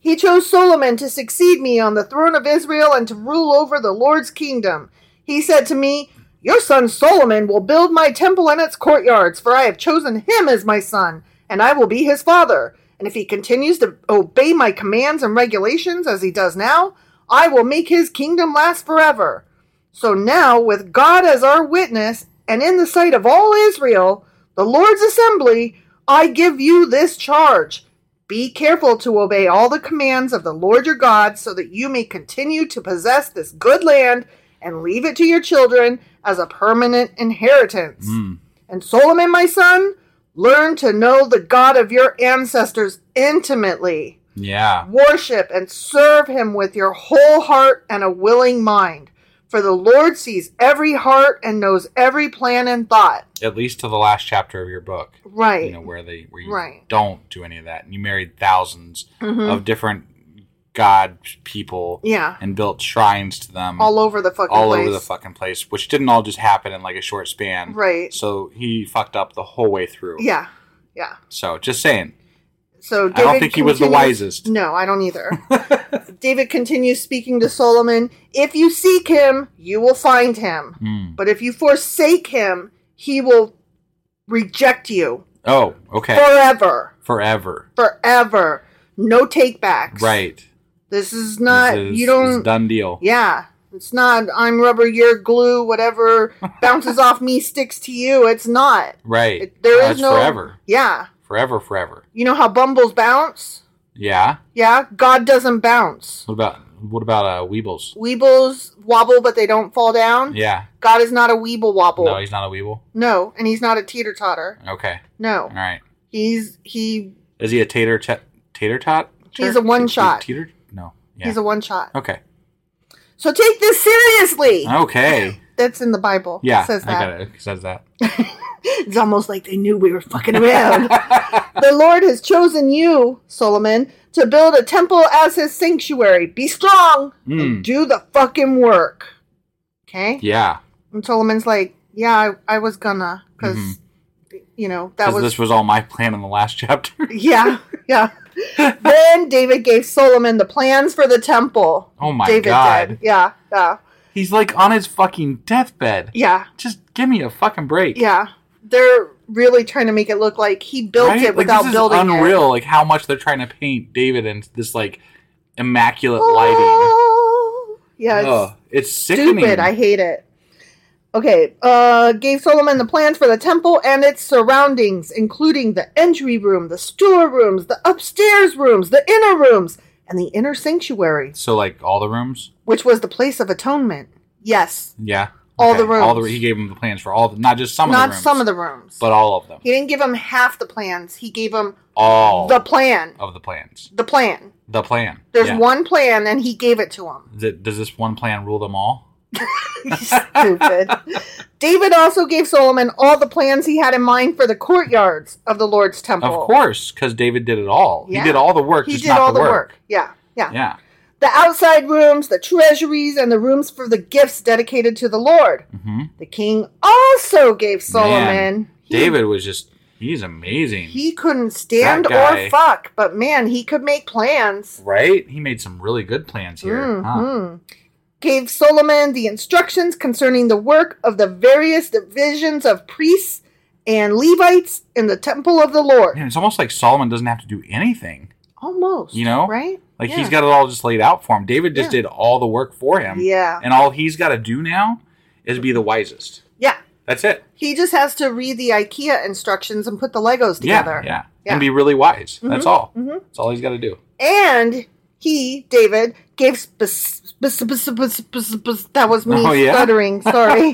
[SPEAKER 6] He chose Solomon to succeed me on the throne of Israel and to rule over the Lord's kingdom. He said to me, Your son Solomon will build my temple and its courtyards, for I have chosen him as my son, and I will be his father. And if he continues to obey my commands and regulations as he does now, I will make his kingdom last forever. So now, with God as our witness, and in the sight of all Israel, the Lord's assembly, I give you this charge. Be careful to obey all the commands of the Lord your God, so that you may continue to possess this good land and leave it to your children as a permanent inheritance.
[SPEAKER 5] Mm. Hmm.
[SPEAKER 6] And Solomon, my son, learn to know the God of your ancestors intimately.
[SPEAKER 5] yeah.
[SPEAKER 6] Worship and serve him with your whole heart and a willing mind. For the Lord sees every heart and knows every plan and thought.
[SPEAKER 5] At least to the last chapter of your book.
[SPEAKER 6] Right.
[SPEAKER 5] You know, where they where you
[SPEAKER 6] Right. Mm-hmm.
[SPEAKER 5] don't do any of that. And you married 1000s of different god people
[SPEAKER 6] Yeah.
[SPEAKER 5] and built shrines to them
[SPEAKER 6] all over the fucking
[SPEAKER 5] um, all
[SPEAKER 6] place.
[SPEAKER 5] over the fucking place, which didn't all just happen in like a short span.
[SPEAKER 6] Right.
[SPEAKER 5] So he fucked up the whole way through.
[SPEAKER 6] Yeah. Yeah.
[SPEAKER 5] So just saying.
[SPEAKER 6] So David
[SPEAKER 5] don't think he was the
[SPEAKER 6] continues-
[SPEAKER 5] wisest.
[SPEAKER 6] No, I
[SPEAKER 5] <laughs>
[SPEAKER 6] don't either. David continues speaking to Solomon, "If you seek him, you will find him.
[SPEAKER 5] Mm. Hmm.
[SPEAKER 6] But if you forsake him, he will reject you
[SPEAKER 5] Oh, okay.
[SPEAKER 6] forever,
[SPEAKER 5] Forever.
[SPEAKER 6] forever. No takebacks.
[SPEAKER 5] Right.
[SPEAKER 6] This is not
[SPEAKER 5] This is-
[SPEAKER 6] you
[SPEAKER 5] this is
[SPEAKER 6] don't.
[SPEAKER 5] done deal.
[SPEAKER 6] Yeah, it's not. I'm rubber, you're glue.
[SPEAKER 5] <laughs>
[SPEAKER 6] Whatever bounces off me sticks to you. It's not.
[SPEAKER 5] Right.
[SPEAKER 6] It- There is
[SPEAKER 5] That's
[SPEAKER 6] no
[SPEAKER 5] forever.
[SPEAKER 6] Yeah,
[SPEAKER 5] Forever, forever.
[SPEAKER 6] you know how bumbles bounce.
[SPEAKER 5] Yeah.
[SPEAKER 6] Yeah, God doesn't bounce.
[SPEAKER 5] What about what about uh Weebles?
[SPEAKER 6] Weebles wobble, but they don't fall down.
[SPEAKER 5] Yeah.
[SPEAKER 6] God is not a weeble wobble.
[SPEAKER 5] No, he's not a Weeble.
[SPEAKER 6] No, and he's not a teeter totter.
[SPEAKER 5] Okay.
[SPEAKER 6] No,
[SPEAKER 5] All right.
[SPEAKER 6] he's he
[SPEAKER 5] Is he a tater t- tater tot?
[SPEAKER 6] He's a one-shot.
[SPEAKER 5] Teeter? No. Yeah.
[SPEAKER 6] he's a one shot.
[SPEAKER 5] okay.
[SPEAKER 6] So take this seriously. <laughs>
[SPEAKER 5] Okay.
[SPEAKER 6] That's in the Bible.
[SPEAKER 5] Yeah.
[SPEAKER 6] it says
[SPEAKER 5] I
[SPEAKER 6] that.
[SPEAKER 5] got it. It says that.
[SPEAKER 6] It's almost like they knew we were fucking
[SPEAKER 5] <laughs>
[SPEAKER 6] around. the Lord has chosen you, Solomon, to build a temple as his sanctuary. Be strong and do the fucking work. Okay?
[SPEAKER 5] Hmm. Yeah.
[SPEAKER 6] And Solomon's like, yeah, I, I was gonna, because, you know, <laughs> that
[SPEAKER 5] Because
[SPEAKER 6] was.
[SPEAKER 5] Mm-hmm. this was all my plan in the last <laughs> chapter.
[SPEAKER 6] <laughs> yeah,
[SPEAKER 5] <laughs>
[SPEAKER 6] yeah. then David gave Solomon the plans for the temple.
[SPEAKER 5] Oh my God.
[SPEAKER 6] did. Yeah, yeah,
[SPEAKER 5] he's like on his fucking deathbed.
[SPEAKER 6] yeah,
[SPEAKER 5] Just give me a fucking break.
[SPEAKER 6] yeah. They're really trying to make it look like he built
[SPEAKER 5] Right?
[SPEAKER 6] it
[SPEAKER 5] Like,
[SPEAKER 6] without
[SPEAKER 5] this is
[SPEAKER 6] building it.
[SPEAKER 5] unreal. Like how much they're trying to paint David in this like immaculate lighting.
[SPEAKER 6] Oh. Yeah, it's
[SPEAKER 5] Ugh, it's sickening.
[SPEAKER 6] stupid. I hate it. Okay, uh, gave Solomon the plans for the temple and its surroundings, including the entry room, the storerooms, the upstairs rooms, the inner rooms, and the inner sanctuary,
[SPEAKER 5] So like all the rooms.
[SPEAKER 6] which was the place of atonement. Yes,
[SPEAKER 5] Yeah.
[SPEAKER 6] All the
[SPEAKER 5] All the
[SPEAKER 6] rooms.
[SPEAKER 5] he gave him the plans for all the not just some of
[SPEAKER 6] not
[SPEAKER 5] the rooms.
[SPEAKER 6] some of the rooms.
[SPEAKER 5] but all of them.
[SPEAKER 6] he didn't give him half the plans. He gave him
[SPEAKER 5] all
[SPEAKER 6] the plan.
[SPEAKER 5] of the plans.
[SPEAKER 6] The plan.
[SPEAKER 5] The plan.
[SPEAKER 6] There's
[SPEAKER 5] Yeah.
[SPEAKER 6] one plan, and he gave it to him.
[SPEAKER 5] Th- does this one plan rule them all? <laughs>
[SPEAKER 6] Stupid. David also gave Solomon all the plans he had in mind for the courtyards of the Lord's temple.
[SPEAKER 5] Of course, because David did it all.
[SPEAKER 6] Yeah.
[SPEAKER 5] He did all the work.
[SPEAKER 6] he
[SPEAKER 5] just
[SPEAKER 6] did
[SPEAKER 5] not
[SPEAKER 6] all the work.
[SPEAKER 5] work.
[SPEAKER 6] Yeah, yeah,
[SPEAKER 5] Yeah.
[SPEAKER 6] The outside rooms, the treasuries, and the rooms for the gifts dedicated to the Lord.
[SPEAKER 5] Mhm.
[SPEAKER 6] The king also gave Solomon.
[SPEAKER 5] Man,
[SPEAKER 6] he-
[SPEAKER 5] David was just. He's amazing.
[SPEAKER 6] He couldn't stand or
[SPEAKER 5] guy.
[SPEAKER 6] fuck, but man, he could make plans.
[SPEAKER 5] right? He made some really good plans here. Huh?
[SPEAKER 6] Mhm. Gave Solomon the instructions concerning the work of the various divisions of priests and Levites in the temple of the Lord.
[SPEAKER 5] Man, it's almost like Solomon doesn't have to do anything.
[SPEAKER 6] Almost.
[SPEAKER 5] You know?
[SPEAKER 6] Right?
[SPEAKER 5] Like
[SPEAKER 6] Yeah.
[SPEAKER 5] he's got it all just laid out for him. David just
[SPEAKER 6] Yeah.
[SPEAKER 5] did all the work for him.
[SPEAKER 6] Yeah.
[SPEAKER 5] And all he's got to do now is be the wisest.
[SPEAKER 6] Yeah.
[SPEAKER 5] That's it.
[SPEAKER 6] He just has to read the IKEA instructions and put the Legos together.
[SPEAKER 5] Yeah, yeah.
[SPEAKER 6] Yeah. Mm-hmm.
[SPEAKER 5] And be really wise. That's all. That's all he's got to do. Oh
[SPEAKER 6] And he, David, gave spec- spec- spec- spec- spec- that was me
[SPEAKER 5] Oh, yeah? <laughs>
[SPEAKER 6] stuttering, sorry,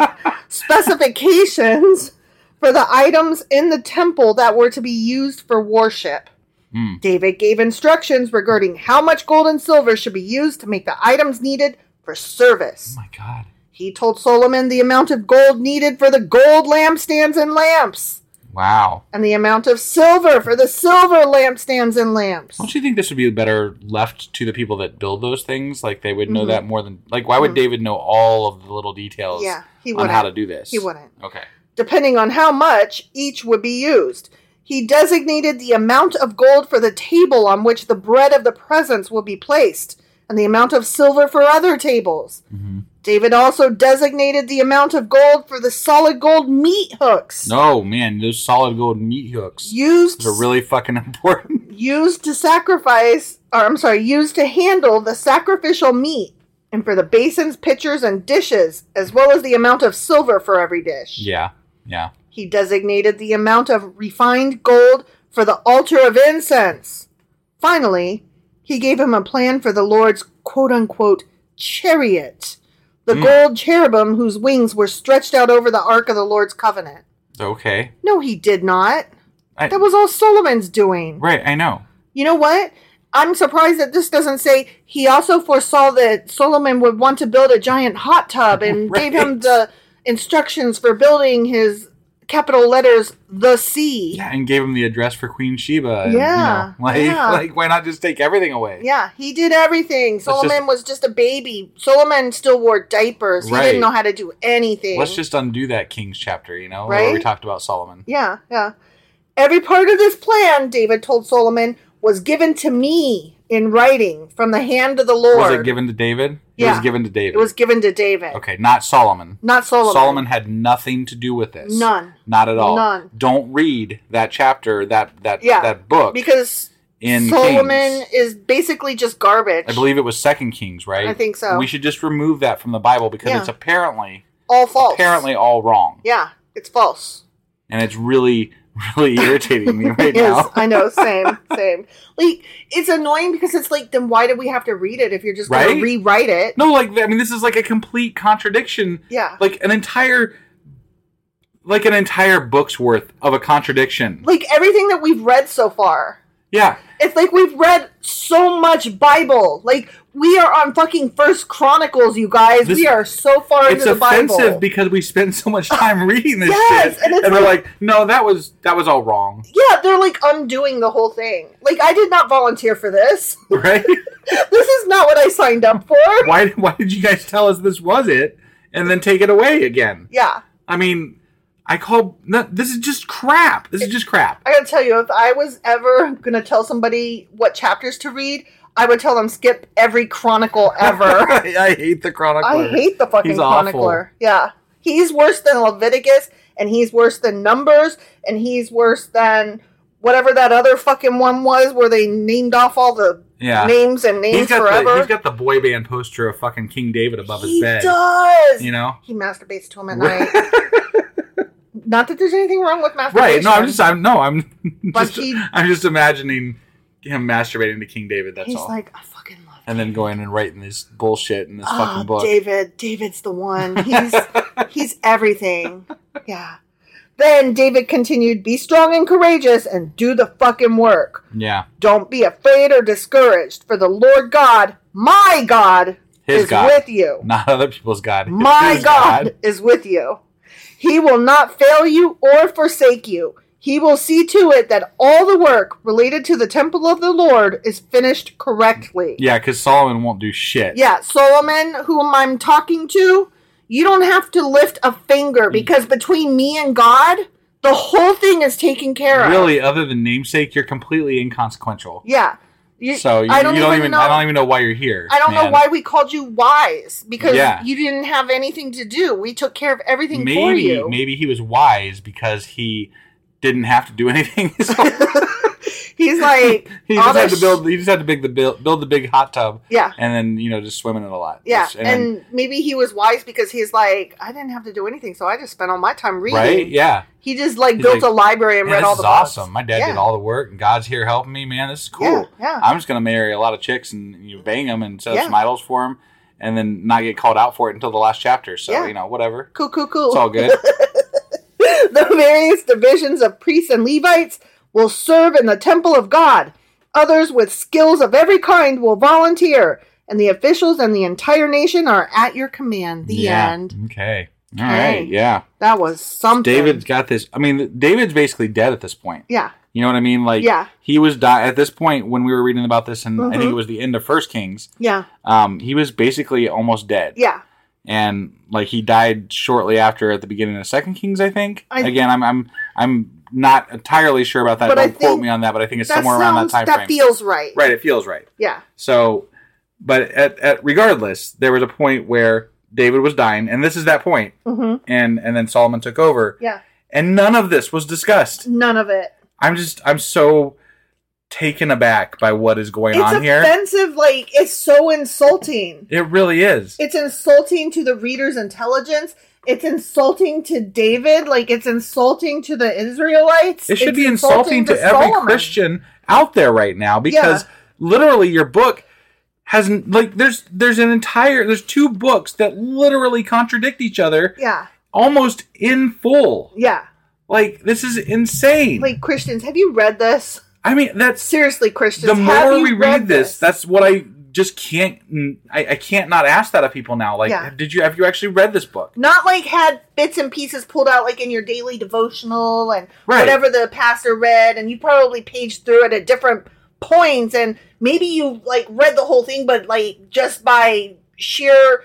[SPEAKER 6] specifications for the items in the temple that were to be used for worship.
[SPEAKER 5] Hmm.
[SPEAKER 6] David gave instructions regarding how much gold and silver should be used to make the items needed for service.
[SPEAKER 5] My God.
[SPEAKER 6] He told Solomon the amount of gold needed for the gold lampstands and lamps,
[SPEAKER 5] Wow.
[SPEAKER 6] and the amount of silver for the silver lampstands and lamps.
[SPEAKER 5] Don't you think this would be better left to the people that build those things? Like they would know
[SPEAKER 6] Mm-hmm.
[SPEAKER 5] that more than like why would David know all of the little details
[SPEAKER 6] Yeah, he
[SPEAKER 5] on
[SPEAKER 6] wouldn't.
[SPEAKER 5] how to do this?
[SPEAKER 6] He wouldn't.
[SPEAKER 5] Okay.
[SPEAKER 6] Depending on how much each would be used, he designated the amount of gold for the table on which the bread of the presence will be placed, and the amount of silver for other tables.
[SPEAKER 5] Mm-hmm.
[SPEAKER 6] David also designated the amount of gold for the solid gold meat hooks
[SPEAKER 5] No, man, those solid gold meat hooks.
[SPEAKER 6] used
[SPEAKER 5] Those are really fucking <laughs> important.
[SPEAKER 6] used to sacrifice, or I'm sorry, used to handle the sacrificial meat, and for the basins, pitchers, and dishes, as well as the amount of silver for every dish.
[SPEAKER 5] yeah. Yeah.
[SPEAKER 6] He designated the amount of refined gold for the altar of incense. Finally, he gave him a plan for the Lord's quote unquote chariot, the gold cherubim whose wings were stretched out over the ark of the Lord's covenant.
[SPEAKER 5] Okay.
[SPEAKER 6] No, he did not.
[SPEAKER 5] I,
[SPEAKER 6] That was all Solomon's doing.
[SPEAKER 5] right, I know.
[SPEAKER 6] You know what? I'm surprised that this doesn't say he also foresaw that Solomon would want to build a giant hot
[SPEAKER 5] <laughs>
[SPEAKER 6] tub and
[SPEAKER 5] Right.
[SPEAKER 6] gave him the instructions for building his capital letters, the sea.
[SPEAKER 5] Yeah, and gave him the address for Queen Sheba. and,
[SPEAKER 6] Yeah,
[SPEAKER 5] you know, <laughs> like,
[SPEAKER 6] yeah.
[SPEAKER 5] like why not just take everything away?
[SPEAKER 6] Yeah, he did everything.
[SPEAKER 5] just-
[SPEAKER 6] Solomon was just a baby. Solomon still wore diapers. He
[SPEAKER 5] Right.
[SPEAKER 6] didn't know how to do anything.
[SPEAKER 5] Let's just undo that King's chapter, you know, where we
[SPEAKER 6] Right?
[SPEAKER 5] talked about Solomon.
[SPEAKER 6] Yeah, yeah. Every part of this plan, David told Solomon, was given to me in writing from the hand of the Lord.
[SPEAKER 5] Was it given to David? It
[SPEAKER 6] Yeah.
[SPEAKER 5] was given to David.
[SPEAKER 6] It was given to David.
[SPEAKER 5] okay, not Solomon.
[SPEAKER 6] Not Solomon.
[SPEAKER 5] Solomon had nothing to do with this.
[SPEAKER 6] None.
[SPEAKER 5] Not at all.
[SPEAKER 6] None.
[SPEAKER 5] Don't read that chapter, that that
[SPEAKER 6] Yeah,
[SPEAKER 5] that book.
[SPEAKER 6] because
[SPEAKER 5] in
[SPEAKER 6] Solomon
[SPEAKER 5] Kings.
[SPEAKER 6] is basically just garbage.
[SPEAKER 5] I believe it was Second Kings, right?
[SPEAKER 6] I think so.
[SPEAKER 5] We should just remove that from the Bible because
[SPEAKER 6] Yeah.
[SPEAKER 5] it's apparently
[SPEAKER 6] all false.
[SPEAKER 5] apparently all wrong.
[SPEAKER 6] yeah, it's false.
[SPEAKER 5] And it's really, <laughs> really irritating
[SPEAKER 6] <laughs>
[SPEAKER 5] me <laughs> right
[SPEAKER 6] yes,
[SPEAKER 5] now. <laughs>
[SPEAKER 6] I know. Same, same. Like it's annoying because it's like, then why do we have to read it if you're just going
[SPEAKER 5] Right?
[SPEAKER 6] to rewrite it?
[SPEAKER 5] No, like I mean, this is like a complete contradiction.
[SPEAKER 6] Yeah.
[SPEAKER 5] like an entire, like an entire book's worth of a contradiction.
[SPEAKER 6] Like everything that we've read so far.
[SPEAKER 5] yeah,
[SPEAKER 6] It's like we've read so much Bible. Like we are on fucking First Chronicles, you guys.
[SPEAKER 5] This-
[SPEAKER 6] we are so far
[SPEAKER 5] it's
[SPEAKER 6] into the Bible.
[SPEAKER 5] offensive because we spend so much
[SPEAKER 6] <laughs>
[SPEAKER 5] time reading this
[SPEAKER 6] Yes,
[SPEAKER 5] shit,
[SPEAKER 6] and it's
[SPEAKER 5] we're
[SPEAKER 6] like-
[SPEAKER 5] like, no, that was that was all wrong, <laughs>
[SPEAKER 6] yeah, they're like undoing the whole thing. Like I did not volunteer for this.
[SPEAKER 5] right?
[SPEAKER 6] this is not what I signed up for.
[SPEAKER 5] why why did you guys tell us this was it, and then take it away again?
[SPEAKER 6] Yeah.
[SPEAKER 5] I mean, I call no, this is just crap. This is just crap.
[SPEAKER 6] I gotta tell you, if I was ever gonna tell somebody what chapters to read, I would tell them skip every chronicle
[SPEAKER 5] <laughs>
[SPEAKER 6] ever.
[SPEAKER 5] I, I hate the chronicler.
[SPEAKER 6] I hate the fucking
[SPEAKER 5] He's awful.
[SPEAKER 6] chronicler. Yeah. He's worse than Leviticus, and he's worse than Numbers, and he's worse than whatever that other fucking one was where they named off all the
[SPEAKER 5] Yeah.
[SPEAKER 6] names and names
[SPEAKER 5] He's got,
[SPEAKER 6] forever.
[SPEAKER 5] the, he's got the boy band poster of fucking King David above
[SPEAKER 6] he
[SPEAKER 5] his bed.
[SPEAKER 6] does.
[SPEAKER 5] You know?
[SPEAKER 6] He
[SPEAKER 5] <laughs>
[SPEAKER 6] masturbates to him at night. Not that there's anything wrong with masturbation.
[SPEAKER 5] Right. No, I'm <laughs> just I'm no, I'm
[SPEAKER 6] But
[SPEAKER 5] just
[SPEAKER 6] he-
[SPEAKER 5] I'm just imagining him masturbating to King David. That's
[SPEAKER 6] He's
[SPEAKER 5] all.
[SPEAKER 6] like, I fucking love. Ah,
[SPEAKER 5] and then going and writing this bullshit in this fucking book.
[SPEAKER 6] David, David's the
[SPEAKER 5] <laughs>
[SPEAKER 6] one. He's he's everything. Yeah. Then David continued, "Be strong and courageous, and do the fucking work.
[SPEAKER 5] Yeah,
[SPEAKER 6] Don't be afraid or discouraged, for the Lord God, my God,
[SPEAKER 5] His
[SPEAKER 6] is
[SPEAKER 5] God.
[SPEAKER 6] with you.
[SPEAKER 5] not other people's God.
[SPEAKER 6] <laughs> My
[SPEAKER 5] His
[SPEAKER 6] God, is with you. He will not fail you or forsake you. He will see to it that all the work related to the temple of the Lord is finished correctly.
[SPEAKER 5] Yeah, because Solomon won't do shit.
[SPEAKER 6] Yeah, Solomon, whom I'm talking to, you don't have to lift a
[SPEAKER 5] Mm.
[SPEAKER 6] finger because between me and God, the whole thing is taken care of.
[SPEAKER 5] Really, other than namesake, you're completely inconsequential.
[SPEAKER 6] Yeah. You-
[SPEAKER 5] So you you don't, even. I don't even know why you're here.
[SPEAKER 6] I don't know
[SPEAKER 5] man.
[SPEAKER 6] why we called you wise because
[SPEAKER 5] Yeah.
[SPEAKER 6] you didn't have anything to do. We took care of everything
[SPEAKER 5] Maybe
[SPEAKER 6] for you.
[SPEAKER 5] maybe he was wise because he didn't have to do anything. <laughs> His whole
[SPEAKER 6] <laughs> He's like
[SPEAKER 5] <laughs> he
[SPEAKER 6] all
[SPEAKER 5] just had
[SPEAKER 6] this
[SPEAKER 5] to build. He just had to big the build, build the big hot tub.
[SPEAKER 6] Yeah.
[SPEAKER 5] and then you know just swim in it a lot.
[SPEAKER 6] Yeah,
[SPEAKER 5] Just-
[SPEAKER 6] and,
[SPEAKER 5] then-
[SPEAKER 6] maybe he was wise because he's like, I didn't have to do anything, so I just spent all my time reading.
[SPEAKER 5] right. Yeah,
[SPEAKER 6] He just like
[SPEAKER 5] He's
[SPEAKER 6] built
[SPEAKER 5] like,
[SPEAKER 6] a library and
[SPEAKER 5] Man,
[SPEAKER 6] read
[SPEAKER 5] this
[SPEAKER 6] all
[SPEAKER 5] is
[SPEAKER 6] the books.
[SPEAKER 5] awesome. My dad
[SPEAKER 6] Yeah.
[SPEAKER 5] did all the work, and God's here helping me. Man, this is cool.
[SPEAKER 6] Yeah, yeah.
[SPEAKER 5] I'm just gonna marry a lot of chicks and you bang them and set up
[SPEAKER 6] Yeah.
[SPEAKER 5] some idols for them, and then not get called out for it until the last chapter. So
[SPEAKER 6] Yeah.
[SPEAKER 5] you know, whatever.
[SPEAKER 6] Cool, cool, cool.
[SPEAKER 5] It's all good.
[SPEAKER 6] <laughs> the various divisions of priests and Levites will serve in the temple of God. Others with skills of every kind will volunteer, and the officials and the entire nation are at your command. The
[SPEAKER 5] yeah.
[SPEAKER 6] end.
[SPEAKER 5] Okay. All
[SPEAKER 6] Okay.
[SPEAKER 5] right. Yeah.
[SPEAKER 6] That was something.
[SPEAKER 5] David's got this. I mean, David's basically dead at this point.
[SPEAKER 6] Yeah.
[SPEAKER 5] You know what I mean? Like,
[SPEAKER 6] Yeah. Mm-hmm.
[SPEAKER 5] he was die at this point when we were reading about this, and I think it was the end of First Kings.
[SPEAKER 6] Yeah.
[SPEAKER 5] Um, he was basically almost dead.
[SPEAKER 6] Yeah.
[SPEAKER 5] and like he died shortly after at the beginning of Second Kings, I think.
[SPEAKER 6] I-
[SPEAKER 5] Again, I'm I'm I'm not entirely sure about that.
[SPEAKER 6] But I
[SPEAKER 5] Don't quote
[SPEAKER 6] think
[SPEAKER 5] me on that, but I think it's somewhere around that time frame.
[SPEAKER 6] That feels right.
[SPEAKER 5] right, it feels right.
[SPEAKER 6] Yeah.
[SPEAKER 5] So, but at, at regardless, there was a point where David was dying, and this is that point,
[SPEAKER 6] Mm-hmm.
[SPEAKER 5] and and then Solomon took over,
[SPEAKER 6] Yeah.
[SPEAKER 5] and none of this was discussed.
[SPEAKER 6] None of it.
[SPEAKER 5] I'm just I'm so taken aback by what is going
[SPEAKER 6] It's
[SPEAKER 5] on here.
[SPEAKER 6] offensive. Like it's so insulting.
[SPEAKER 5] It really is.
[SPEAKER 6] It's insulting to the reader's intelligence. It's insulting to David. Like it's insulting to the Israelites.
[SPEAKER 5] It should
[SPEAKER 6] It's
[SPEAKER 5] be insulting, to, every
[SPEAKER 6] Solomon.
[SPEAKER 5] Christian out there right now because
[SPEAKER 6] Yeah.
[SPEAKER 5] literally your book hasn't like there's there's an entire there's two books that literally contradict each other
[SPEAKER 6] Yeah,
[SPEAKER 5] almost in full.
[SPEAKER 6] yeah.
[SPEAKER 5] Like this is insane.
[SPEAKER 6] Like Christians, have you read this?
[SPEAKER 5] I mean that's
[SPEAKER 6] Seriously, Christians.
[SPEAKER 5] the
[SPEAKER 6] have
[SPEAKER 5] more
[SPEAKER 6] you
[SPEAKER 5] we read this,
[SPEAKER 6] that's
[SPEAKER 5] that's what I just can't I, I can't not ask that of people now. Like
[SPEAKER 6] Yeah.
[SPEAKER 5] did you have you actually read this book?
[SPEAKER 6] not like had bits and pieces pulled out like in your daily devotional and
[SPEAKER 5] Right.
[SPEAKER 6] whatever the pastor read, and you probably paged through it at different points, and maybe you like read the whole thing, but like just by sheer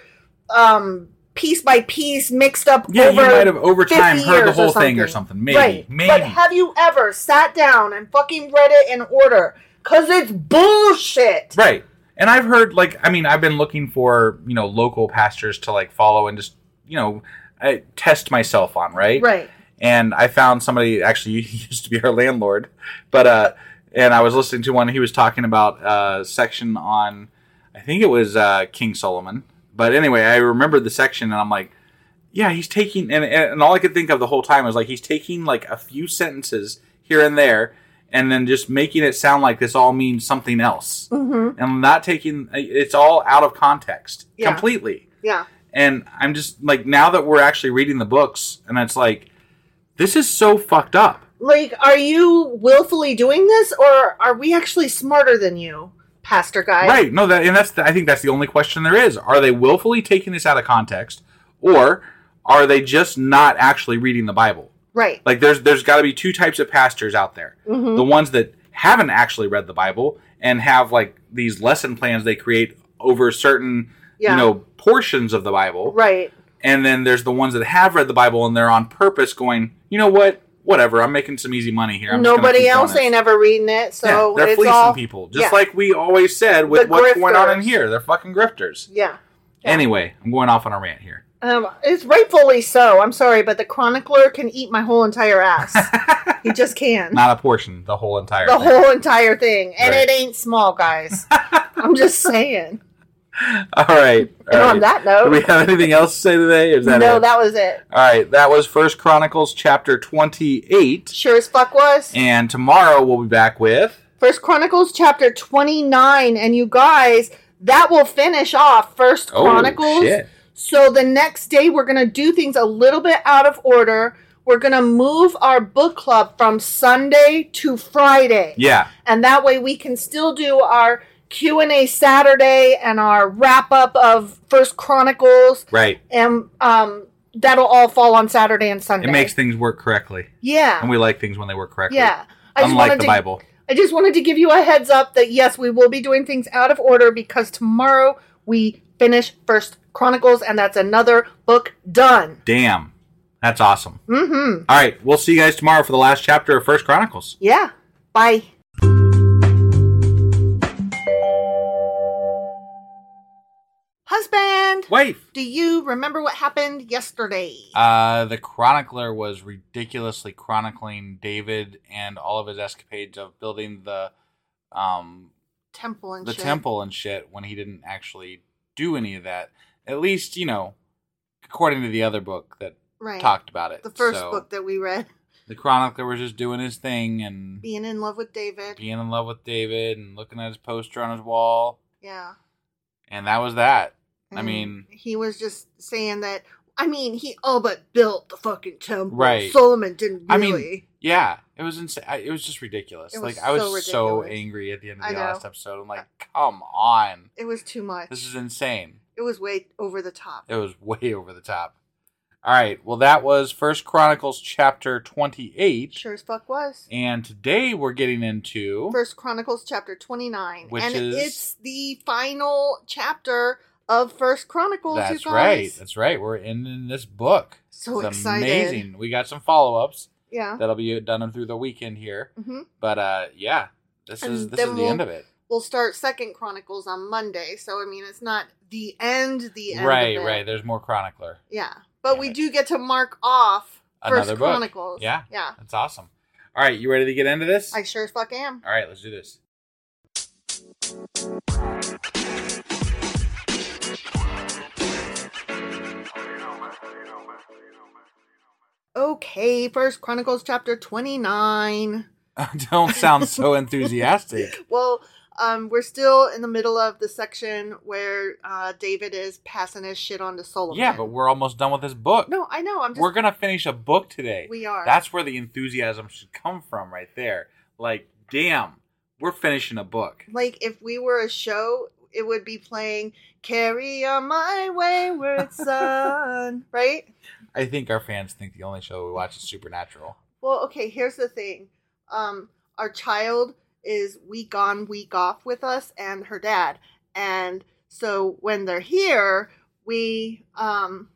[SPEAKER 6] um piece by piece mixed up
[SPEAKER 5] Yeah,
[SPEAKER 6] over
[SPEAKER 5] you might have over
[SPEAKER 6] 50
[SPEAKER 5] time heard the
[SPEAKER 6] years
[SPEAKER 5] whole thing or something. Maybe.
[SPEAKER 6] Right.
[SPEAKER 5] Maybe.
[SPEAKER 6] But have you ever sat down and fucking read it in order? Cause it's bullshit.
[SPEAKER 5] Right. And I've heard like I mean I've been looking for, you know, local pastors to like follow and just, you know, I, test myself on, right?
[SPEAKER 6] Right.
[SPEAKER 5] And I found somebody actually <laughs> he used to be our landlord, but uh and I was listening to one he was talking about uh section on I think it was uh King Solomon. But anyway, I remembered the section and I'm like yeah, he's taking and and and all I could think of the whole time was like he's taking like a few sentences here and there and then just making it sound like this all means something else and not taking uh, it's all out of context
[SPEAKER 6] Yeah.
[SPEAKER 5] completely
[SPEAKER 6] Yeah.
[SPEAKER 5] and i'm just like now that we're actually reading the books and it's like this is so fucked up
[SPEAKER 6] Like, are you willfully doing this, or are we actually smarter than you, Pastor Guy?
[SPEAKER 5] right no that and that's the, i think that's the only question there is are they willfully taking this out of context or are they just not actually reading the bible
[SPEAKER 6] Right.
[SPEAKER 5] Like there's there's got to be two types of pastors out there.
[SPEAKER 6] Mm-hmm.
[SPEAKER 5] The ones that haven't actually read the Bible and have like these lesson plans they create over certain
[SPEAKER 6] Yeah.
[SPEAKER 5] you know portions of the Bible.
[SPEAKER 6] Right.
[SPEAKER 5] And then there's the ones that have read the Bible and they're on purpose going, "You know what? Whatever. I'm making some easy money here." I'm just gonna
[SPEAKER 6] Nobody
[SPEAKER 5] keep doing
[SPEAKER 6] else
[SPEAKER 5] this."
[SPEAKER 6] ain't ever reading it, so
[SPEAKER 5] yeah, they're
[SPEAKER 6] it's
[SPEAKER 5] fleecing
[SPEAKER 6] all
[SPEAKER 5] people, just
[SPEAKER 6] yeah.
[SPEAKER 5] like we always said with
[SPEAKER 6] The
[SPEAKER 5] what's going on in
[SPEAKER 6] grifters.
[SPEAKER 5] here. They're fucking grifters.
[SPEAKER 6] yeah.
[SPEAKER 5] Anyway, I'm going off on a rant here.
[SPEAKER 6] Um, it's rightfully so. I'm sorry, but the chronicler can eat my whole
[SPEAKER 5] <laughs>
[SPEAKER 6] entire ass. he just can.
[SPEAKER 5] Not a portion, the whole entire
[SPEAKER 6] the
[SPEAKER 5] thing.
[SPEAKER 6] whole entire thing, and
[SPEAKER 5] Right.
[SPEAKER 6] it ain't small, guys. I'm just saying.
[SPEAKER 5] <laughs> All right.
[SPEAKER 6] And
[SPEAKER 5] all
[SPEAKER 6] on
[SPEAKER 5] right.
[SPEAKER 6] that note-
[SPEAKER 5] do we have anything else to say today? Or is that
[SPEAKER 6] no,
[SPEAKER 5] it?
[SPEAKER 6] that was it.
[SPEAKER 5] All right, that was First Chronicles chapter 28.
[SPEAKER 6] Sure as fuck was.
[SPEAKER 5] And tomorrow we'll be back with
[SPEAKER 6] First Chronicles chapter 29 and you guys that will finish off First
[SPEAKER 5] Oh,
[SPEAKER 6] Chronicles.
[SPEAKER 5] shit.
[SPEAKER 6] So the next day we're going to do things a little bit out of order. We're going to move our book club from Sunday to Friday.
[SPEAKER 5] Yeah.
[SPEAKER 6] And that way we can still do our Q&A Saturday and our wrap up of First Chronicles
[SPEAKER 5] Right.
[SPEAKER 6] and um that'll all fall on Saturday and Sunday.
[SPEAKER 5] It makes things work correctly,
[SPEAKER 6] Yeah.
[SPEAKER 5] and we like things when they work correctly.
[SPEAKER 6] yeah.
[SPEAKER 5] Unlike
[SPEAKER 6] wanted
[SPEAKER 5] the
[SPEAKER 6] to-
[SPEAKER 5] Bible.
[SPEAKER 6] I just wanted to give you a heads up that yes, we will be doing things out of order because tomorrow we finish First Chronicles, and that's another book done.
[SPEAKER 5] Damn. That's awesome.
[SPEAKER 6] Mm-hmm.
[SPEAKER 5] All right, we'll see you guys tomorrow for the last chapter of First Chronicles.
[SPEAKER 6] Yeah. Bye. Husband,
[SPEAKER 5] Wife.
[SPEAKER 6] do you remember what happened yesterday?
[SPEAKER 5] Uh, the chronicler was ridiculously chronicling David and all of his escapades of building the um
[SPEAKER 6] temple and
[SPEAKER 5] the
[SPEAKER 6] shit.
[SPEAKER 5] temple and shit when he didn't actually do any of that. At least, you know, according to the other book that
[SPEAKER 6] Right.
[SPEAKER 5] talked about it.
[SPEAKER 6] The first
[SPEAKER 5] So,
[SPEAKER 6] book that we read,
[SPEAKER 5] the chronicler was just doing his thing and
[SPEAKER 6] being in love with David.
[SPEAKER 5] being in love with David and looking at his poster on his wall,
[SPEAKER 6] Yeah.
[SPEAKER 5] and that was that. I
[SPEAKER 6] And
[SPEAKER 5] mean,
[SPEAKER 6] Mm. he was just saying that. I mean, he all but built the fucking temple.
[SPEAKER 5] Right.
[SPEAKER 6] Solomon didn't
[SPEAKER 5] I
[SPEAKER 6] really.
[SPEAKER 5] mean, yeah, it was insane. It was just ridiculous.
[SPEAKER 6] It was
[SPEAKER 5] like I was
[SPEAKER 6] so
[SPEAKER 5] so
[SPEAKER 6] ridiculous.
[SPEAKER 5] angry at the end of
[SPEAKER 6] I
[SPEAKER 5] the
[SPEAKER 6] know.
[SPEAKER 5] last episode. I'm like, come on,
[SPEAKER 6] it was too much.
[SPEAKER 5] this is insane.
[SPEAKER 6] it was way over the top.
[SPEAKER 5] It was <laughs> way over the top. All right, well that was First Chronicles chapter 28,
[SPEAKER 6] sure as fuck was.
[SPEAKER 5] and today we're getting into
[SPEAKER 6] First Chronicles chapter twenty nine,
[SPEAKER 5] Which
[SPEAKER 6] and
[SPEAKER 5] is-
[SPEAKER 6] it's the final chapter of First Chronicles. you
[SPEAKER 5] That's
[SPEAKER 6] guys.
[SPEAKER 5] right. That's right. We're ending this book.
[SPEAKER 6] So
[SPEAKER 5] it's
[SPEAKER 6] excited. Uh-huh.
[SPEAKER 5] amazing. We got some follow-ups
[SPEAKER 6] yeah.
[SPEAKER 5] that'll be done through the weekend here.
[SPEAKER 6] hmm
[SPEAKER 5] But uh yeah, this is
[SPEAKER 6] And
[SPEAKER 5] this is
[SPEAKER 6] then
[SPEAKER 5] the
[SPEAKER 6] we'll-
[SPEAKER 5] end of it.
[SPEAKER 6] We'll start Second Chronicles on Monday, so I mean, it's not the end. The end.
[SPEAKER 5] Right,
[SPEAKER 6] of it.
[SPEAKER 5] right. There's more chronicler.
[SPEAKER 6] Yeah, but
[SPEAKER 5] Damn
[SPEAKER 6] we
[SPEAKER 5] it.
[SPEAKER 6] do get to mark off First
[SPEAKER 5] Another book.
[SPEAKER 6] Chronicles.
[SPEAKER 5] Yeah.
[SPEAKER 6] Yeah.
[SPEAKER 5] That's awesome. All right, you ready to get into this?
[SPEAKER 6] I sure as fuck am.
[SPEAKER 5] All right, let's do this. <laughs>
[SPEAKER 6] Okay, First Chronicles chapter twenty nine.
[SPEAKER 5] Don't sound
[SPEAKER 6] <laughs>
[SPEAKER 5] so enthusiastic.
[SPEAKER 6] Well, um, we're still in the middle of the section where uh, David is passing his shit on to Solomon.
[SPEAKER 5] yeah, but we're almost done with this book.
[SPEAKER 6] no, I know. I'm just
[SPEAKER 5] we're gonna finish a book today.
[SPEAKER 6] We are.
[SPEAKER 5] That's where the enthusiasm should come from, right there. Like, damn, we're finishing a book.
[SPEAKER 6] like if we were a show, it would be playing "Carry On My
[SPEAKER 5] <laughs>
[SPEAKER 6] Wayward Son," right?
[SPEAKER 5] I think our fans think the only show we watch is Supernatural.
[SPEAKER 6] Well, okay, here's the thing. Um, our child is week on, week off with us and her dad. And so when they're here, we um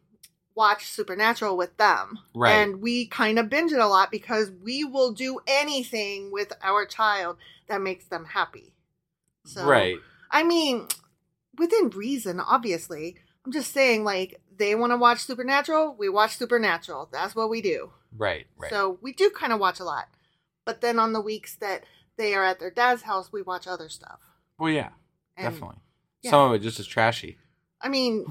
[SPEAKER 6] watch Supernatural with them.
[SPEAKER 5] Right.
[SPEAKER 6] And we kind of binge it a lot because we will do anything with our child that makes them happy. So
[SPEAKER 5] right.
[SPEAKER 6] I mean, within reason, obviously. I'm just saying, like, they want to watch Supernatural, we watch Supernatural. That's what we do.
[SPEAKER 5] Right. Right.
[SPEAKER 6] So we do kind of watch a lot. But then on the weeks that they are at their dad's house, we watch other stuff.
[SPEAKER 5] well, yeah,
[SPEAKER 6] And-
[SPEAKER 5] definitely.
[SPEAKER 6] yeah.
[SPEAKER 5] Some of it just is trashy. <laughs>
[SPEAKER 6] I mean,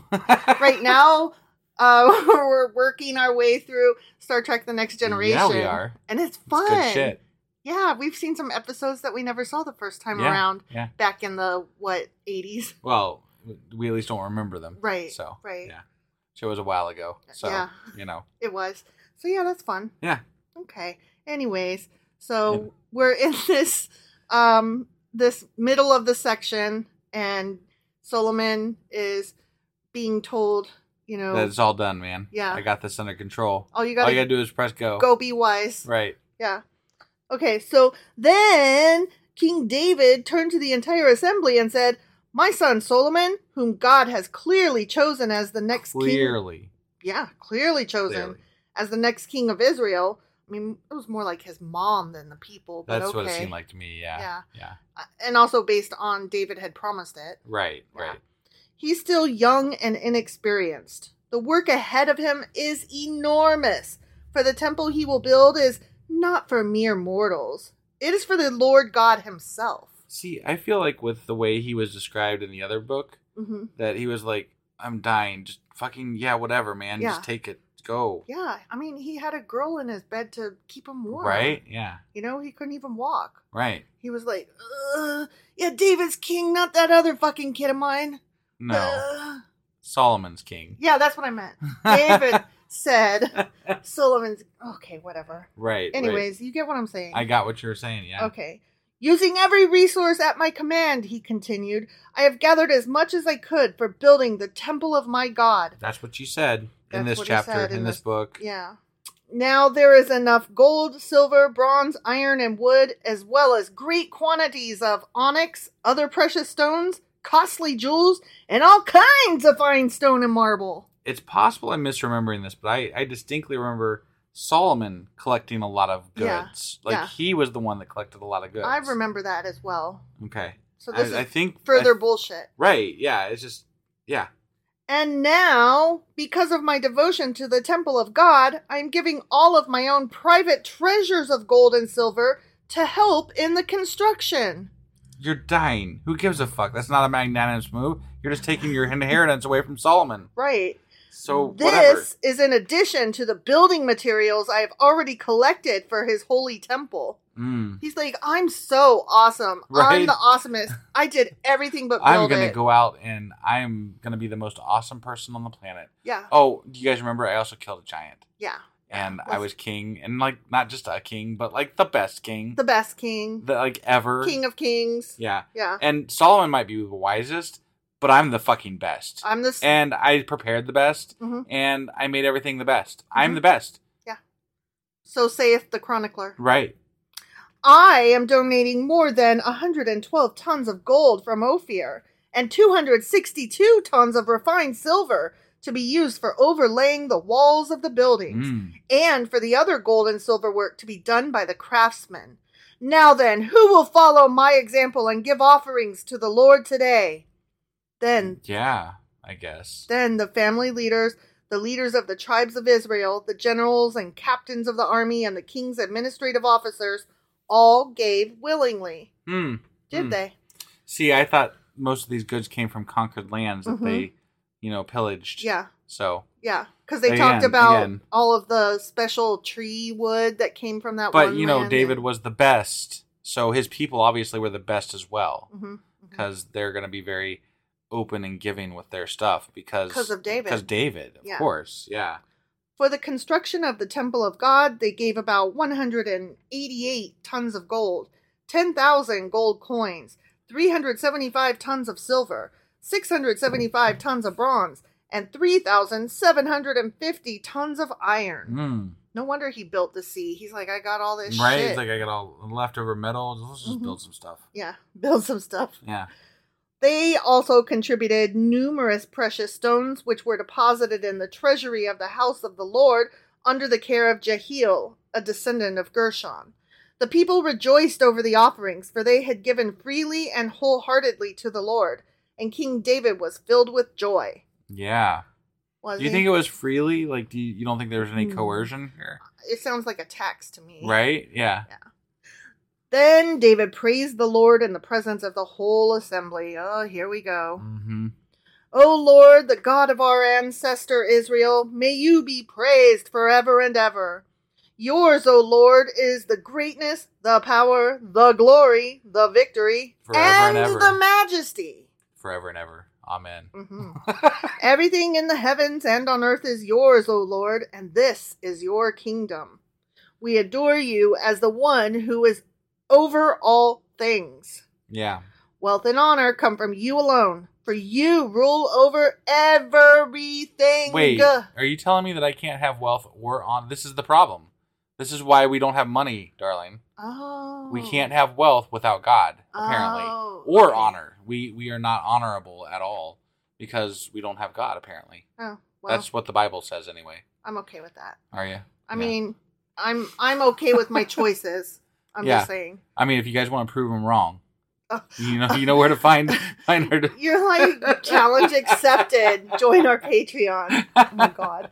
[SPEAKER 6] right now, <laughs> uh, we're working our way through Star Trek The Next
[SPEAKER 5] Yeah, we
[SPEAKER 6] Generation.
[SPEAKER 5] are.
[SPEAKER 6] And it's
[SPEAKER 5] It's
[SPEAKER 6] fun.
[SPEAKER 5] good shit.
[SPEAKER 6] Yeah, we've seen some episodes that we never saw the first time
[SPEAKER 5] Yeah,
[SPEAKER 6] around
[SPEAKER 5] yeah.
[SPEAKER 6] back in the, what, 80s?
[SPEAKER 5] Well, we at least don't remember them.
[SPEAKER 6] Right,
[SPEAKER 5] So
[SPEAKER 6] right.
[SPEAKER 5] Yeah. Show was a while ago. So
[SPEAKER 6] Yeah.
[SPEAKER 5] you know.
[SPEAKER 6] It was. So yeah, that's fun.
[SPEAKER 5] Yeah.
[SPEAKER 6] Okay. Anyways, so
[SPEAKER 5] Yeah.
[SPEAKER 6] we're in <laughs> this um this middle of the section and Solomon is being told, you know,
[SPEAKER 5] That's all done, man.
[SPEAKER 6] Yeah.
[SPEAKER 5] I got this under control.
[SPEAKER 6] All you gotta-
[SPEAKER 5] do is press go.
[SPEAKER 6] go be wise.
[SPEAKER 5] Right.
[SPEAKER 6] Yeah. Okay, so then King David turned to the entire assembly and said, "My son Solomon, whom God has clearly chosen as the next king
[SPEAKER 5] Clearly.
[SPEAKER 6] yeah, clearly chosen
[SPEAKER 5] Clearly.
[SPEAKER 6] as the next king of Israel. I mean, it was more like his mom than the people. But
[SPEAKER 5] That's
[SPEAKER 6] okay.
[SPEAKER 5] what it seemed like to me. Yeah.
[SPEAKER 6] Yeah.
[SPEAKER 5] Yeah.
[SPEAKER 6] Uh, And also based on David had promised it.
[SPEAKER 5] Right.
[SPEAKER 6] Yeah.
[SPEAKER 5] Right.
[SPEAKER 6] He's still young and inexperienced. The work ahead of him is enormous. For the temple he will build is not for mere mortals, it is for the Lord God Himself.
[SPEAKER 5] See, I feel like with the way he was described in the other book,
[SPEAKER 6] hmm
[SPEAKER 5] that he was like, "I'm dying. Just fucking yeah, whatever, man.
[SPEAKER 6] Yeah.
[SPEAKER 5] Just take it. go.
[SPEAKER 6] Yeah, I mean, he had a girl in his bed to keep him warm.
[SPEAKER 5] Right? Yeah.
[SPEAKER 6] You know, he couldn't even walk.
[SPEAKER 5] Right.
[SPEAKER 6] He was like, Ugh, yeah, David's king, not that other fucking kid of mine.
[SPEAKER 5] No.
[SPEAKER 6] Ugh."
[SPEAKER 5] Solomon's king.
[SPEAKER 6] yeah, that's what I meant. David said Solomon's. Okay, whatever.
[SPEAKER 5] Right. right.
[SPEAKER 6] Anyways, you get what I'm saying.
[SPEAKER 5] I got what you were saying. Yeah.
[SPEAKER 6] Okay. Using every resource at my command, he continued, I have gathered as much as I could for building the temple of my God.
[SPEAKER 5] That's what you said in
[SPEAKER 6] That's
[SPEAKER 5] this
[SPEAKER 6] what he
[SPEAKER 5] chapter,
[SPEAKER 6] said
[SPEAKER 5] in, this book.
[SPEAKER 6] Yeah. Now there is enough gold, silver, bronze, iron, and wood, as well as great quantities of onyx, other precious stones, costly jewels, and all kinds of fine stone and marble.
[SPEAKER 5] It's possible I'm misremembering this, but I, I distinctly remember Solomon collecting a lot of
[SPEAKER 6] Yeah,
[SPEAKER 5] goods. Like
[SPEAKER 6] yeah.
[SPEAKER 5] he was the one that collected a lot of goods.
[SPEAKER 6] I remember that as well.
[SPEAKER 5] Okay.
[SPEAKER 6] So
[SPEAKER 5] I,
[SPEAKER 6] this is
[SPEAKER 5] I think
[SPEAKER 6] further
[SPEAKER 5] I-
[SPEAKER 6] bullshit.
[SPEAKER 5] Right. Yeah. It's just. Yeah.
[SPEAKER 6] And now, because of my devotion to the temple of God, I am giving all of my own private treasures of gold and silver to help in the construction.
[SPEAKER 5] You're dying. Who gives a fuck? That's not a magnanimous move. You're just taking your <laughs> inheritance away from Solomon.
[SPEAKER 6] Right.
[SPEAKER 5] So
[SPEAKER 6] this
[SPEAKER 5] whatever.
[SPEAKER 6] is in addition to the building materials I have already collected for his holy temple.
[SPEAKER 5] Mm.
[SPEAKER 6] He's like, I'm so awesome. I'm
[SPEAKER 5] Right.
[SPEAKER 6] the awesomest. I did everything but build
[SPEAKER 5] I'm gonna
[SPEAKER 6] it.
[SPEAKER 5] go out and I'm gonna be the most awesome person on the planet.
[SPEAKER 6] Yeah.
[SPEAKER 5] Oh, you guys remember? I also killed a giant,
[SPEAKER 6] Yeah.
[SPEAKER 5] and I
[SPEAKER 6] That's
[SPEAKER 5] was king, and like not just a king, but like the best king,
[SPEAKER 6] the best king,
[SPEAKER 5] the, like ever.
[SPEAKER 6] king of kings.
[SPEAKER 5] Yeah.
[SPEAKER 6] Yeah.
[SPEAKER 5] And Solomon might be the wisest, but I'm the fucking best.
[SPEAKER 6] I'm the s-
[SPEAKER 5] and I prepared the best,
[SPEAKER 6] Mhm.
[SPEAKER 5] and I made everything the best. I'm
[SPEAKER 6] Mhm.
[SPEAKER 5] the best.
[SPEAKER 6] so saith the chronicler.
[SPEAKER 5] Right.
[SPEAKER 6] I am donating more than 112 tons of gold from Ophir and 262 tons of refined silver to be used for overlaying the walls of the buildings
[SPEAKER 5] Mm.
[SPEAKER 6] and for the other gold and silver work to be done by the craftsmen. Now then, who will follow my example and give offerings to the Lord today? Then
[SPEAKER 5] Yeah. I guess.
[SPEAKER 6] then the family leaders, the leaders of the tribes of Israel, the generals and captains of the army, and the king's administrative officers all gave willingly.
[SPEAKER 5] Hmm.
[SPEAKER 6] Did
[SPEAKER 5] Hmm.
[SPEAKER 6] they?
[SPEAKER 5] See, I thought most of these goods came from conquered lands that they, you know, pillaged.
[SPEAKER 6] Mm-hmm. Yeah.
[SPEAKER 5] So,
[SPEAKER 6] Yeah. Because they
[SPEAKER 5] Again,
[SPEAKER 6] talked about
[SPEAKER 5] again.
[SPEAKER 6] all of the special tree wood that came from that
[SPEAKER 5] but
[SPEAKER 6] one
[SPEAKER 5] you know,
[SPEAKER 6] land
[SPEAKER 5] David
[SPEAKER 6] and-
[SPEAKER 5] was the best. So his people obviously were the best as well,
[SPEAKER 6] Mhm.
[SPEAKER 5] because they're going to be very open and giving with their stuff because
[SPEAKER 6] 'Cause of David.
[SPEAKER 5] Because David, of
[SPEAKER 6] Yeah.
[SPEAKER 5] course, yeah.
[SPEAKER 6] For the construction of the temple of God, they gave about 188 tons of gold, 10,000 gold coins, 375 tons of silver, 675 tons of bronze, and 3,750 tons of iron.
[SPEAKER 5] Mm.
[SPEAKER 6] No wonder he built the sea. He's like, I got all this
[SPEAKER 5] Right?
[SPEAKER 6] shit. Mm-hmm.
[SPEAKER 5] It's like I got all leftover metal. Let's just build some stuff.
[SPEAKER 6] yeah, <laughs> build some stuff.
[SPEAKER 5] Yeah.
[SPEAKER 6] They also contributed numerous precious stones, which were deposited in the treasury of the house of the Lord under the care of Jehiel, a descendant of Gershon. The people rejoiced over the offerings, for they had given freely and wholeheartedly to the Lord, and King David was filled with joy.
[SPEAKER 5] Yeah.
[SPEAKER 6] Was
[SPEAKER 5] Do you
[SPEAKER 6] he?
[SPEAKER 5] think it was freely? Like, do you, you don't think there was any
[SPEAKER 6] Mm-hmm.
[SPEAKER 5] coercion here?
[SPEAKER 6] It sounds like a tax to me.
[SPEAKER 5] Right? Yeah.
[SPEAKER 6] Then David praised the Lord in the presence of the whole assembly. Oh, here we go.
[SPEAKER 5] Mm-hmm.
[SPEAKER 6] O Lord, the God of our ancestor Israel, may you be praised forever and ever. Yours, O Lord, is the greatness, the power, the glory, the victory,
[SPEAKER 5] Forever and ever.
[SPEAKER 6] the majesty. Mm-hmm.
[SPEAKER 5] Forever and ever. Amen.
[SPEAKER 6] Everything in the heavens and on earth is yours, O Lord, and this is your kingdom. We adore you as the one who is over all things.
[SPEAKER 5] <laughs> Yeah.
[SPEAKER 6] Wealth and honor come from you alone, for you rule over everything.
[SPEAKER 5] Wait, are you telling me that I can't have wealth or on? This is the problem. This is why we don't have money, darling.
[SPEAKER 6] Oh.
[SPEAKER 5] We can't have wealth without God, apparently,
[SPEAKER 6] Oh,
[SPEAKER 5] or
[SPEAKER 6] okay.
[SPEAKER 5] honor. We we are not honorable at all because we don't have God. Apparently,
[SPEAKER 6] Oh, well,
[SPEAKER 5] that's what the Bible says anyway.
[SPEAKER 6] I'm okay with that.
[SPEAKER 5] Are you?
[SPEAKER 6] I
[SPEAKER 5] Yeah.
[SPEAKER 6] mean, I'm I'm okay
[SPEAKER 5] <laughs>
[SPEAKER 6] with my choices. I'm
[SPEAKER 5] Yeah.
[SPEAKER 6] just saying.
[SPEAKER 5] I mean, if you guys want to prove them wrong,
[SPEAKER 6] Oh.
[SPEAKER 5] you know, you know where to find
[SPEAKER 6] <laughs>
[SPEAKER 5] find her.
[SPEAKER 6] You're like challenge accepted. Join our Patreon. Oh my
[SPEAKER 5] <laughs>
[SPEAKER 6] god.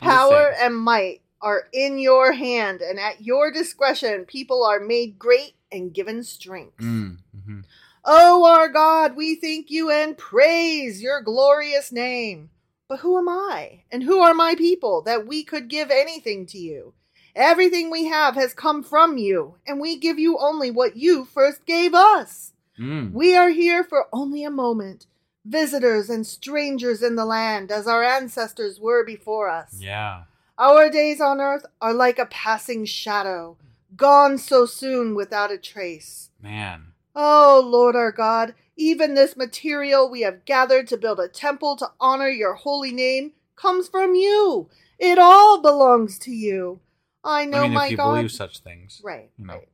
[SPEAKER 6] Power and might are in your hand and at your discretion people are made great and given strength.
[SPEAKER 5] Mm-hmm.
[SPEAKER 6] Oh, our God, we thank you and praise your glorious name. But who am I? And who are my people that we could give anything to you? Everything we have has come from you, and we give you only what you first gave us.
[SPEAKER 5] Mm.
[SPEAKER 6] We are here for only a moment, visitors and strangers in the land, as our ancestors were before us.
[SPEAKER 5] Yeah.
[SPEAKER 6] Our days on earth are like a passing shadow, gone so soon without a trace.
[SPEAKER 5] Man.
[SPEAKER 6] Oh, Lord our God, even this material we have gathered to build a temple to honor your holy name comes from you. It all belongs to you. I know,
[SPEAKER 5] I mean,
[SPEAKER 6] my
[SPEAKER 5] if you
[SPEAKER 6] God.
[SPEAKER 5] believe such things.
[SPEAKER 6] Right.
[SPEAKER 5] You know.
[SPEAKER 6] right.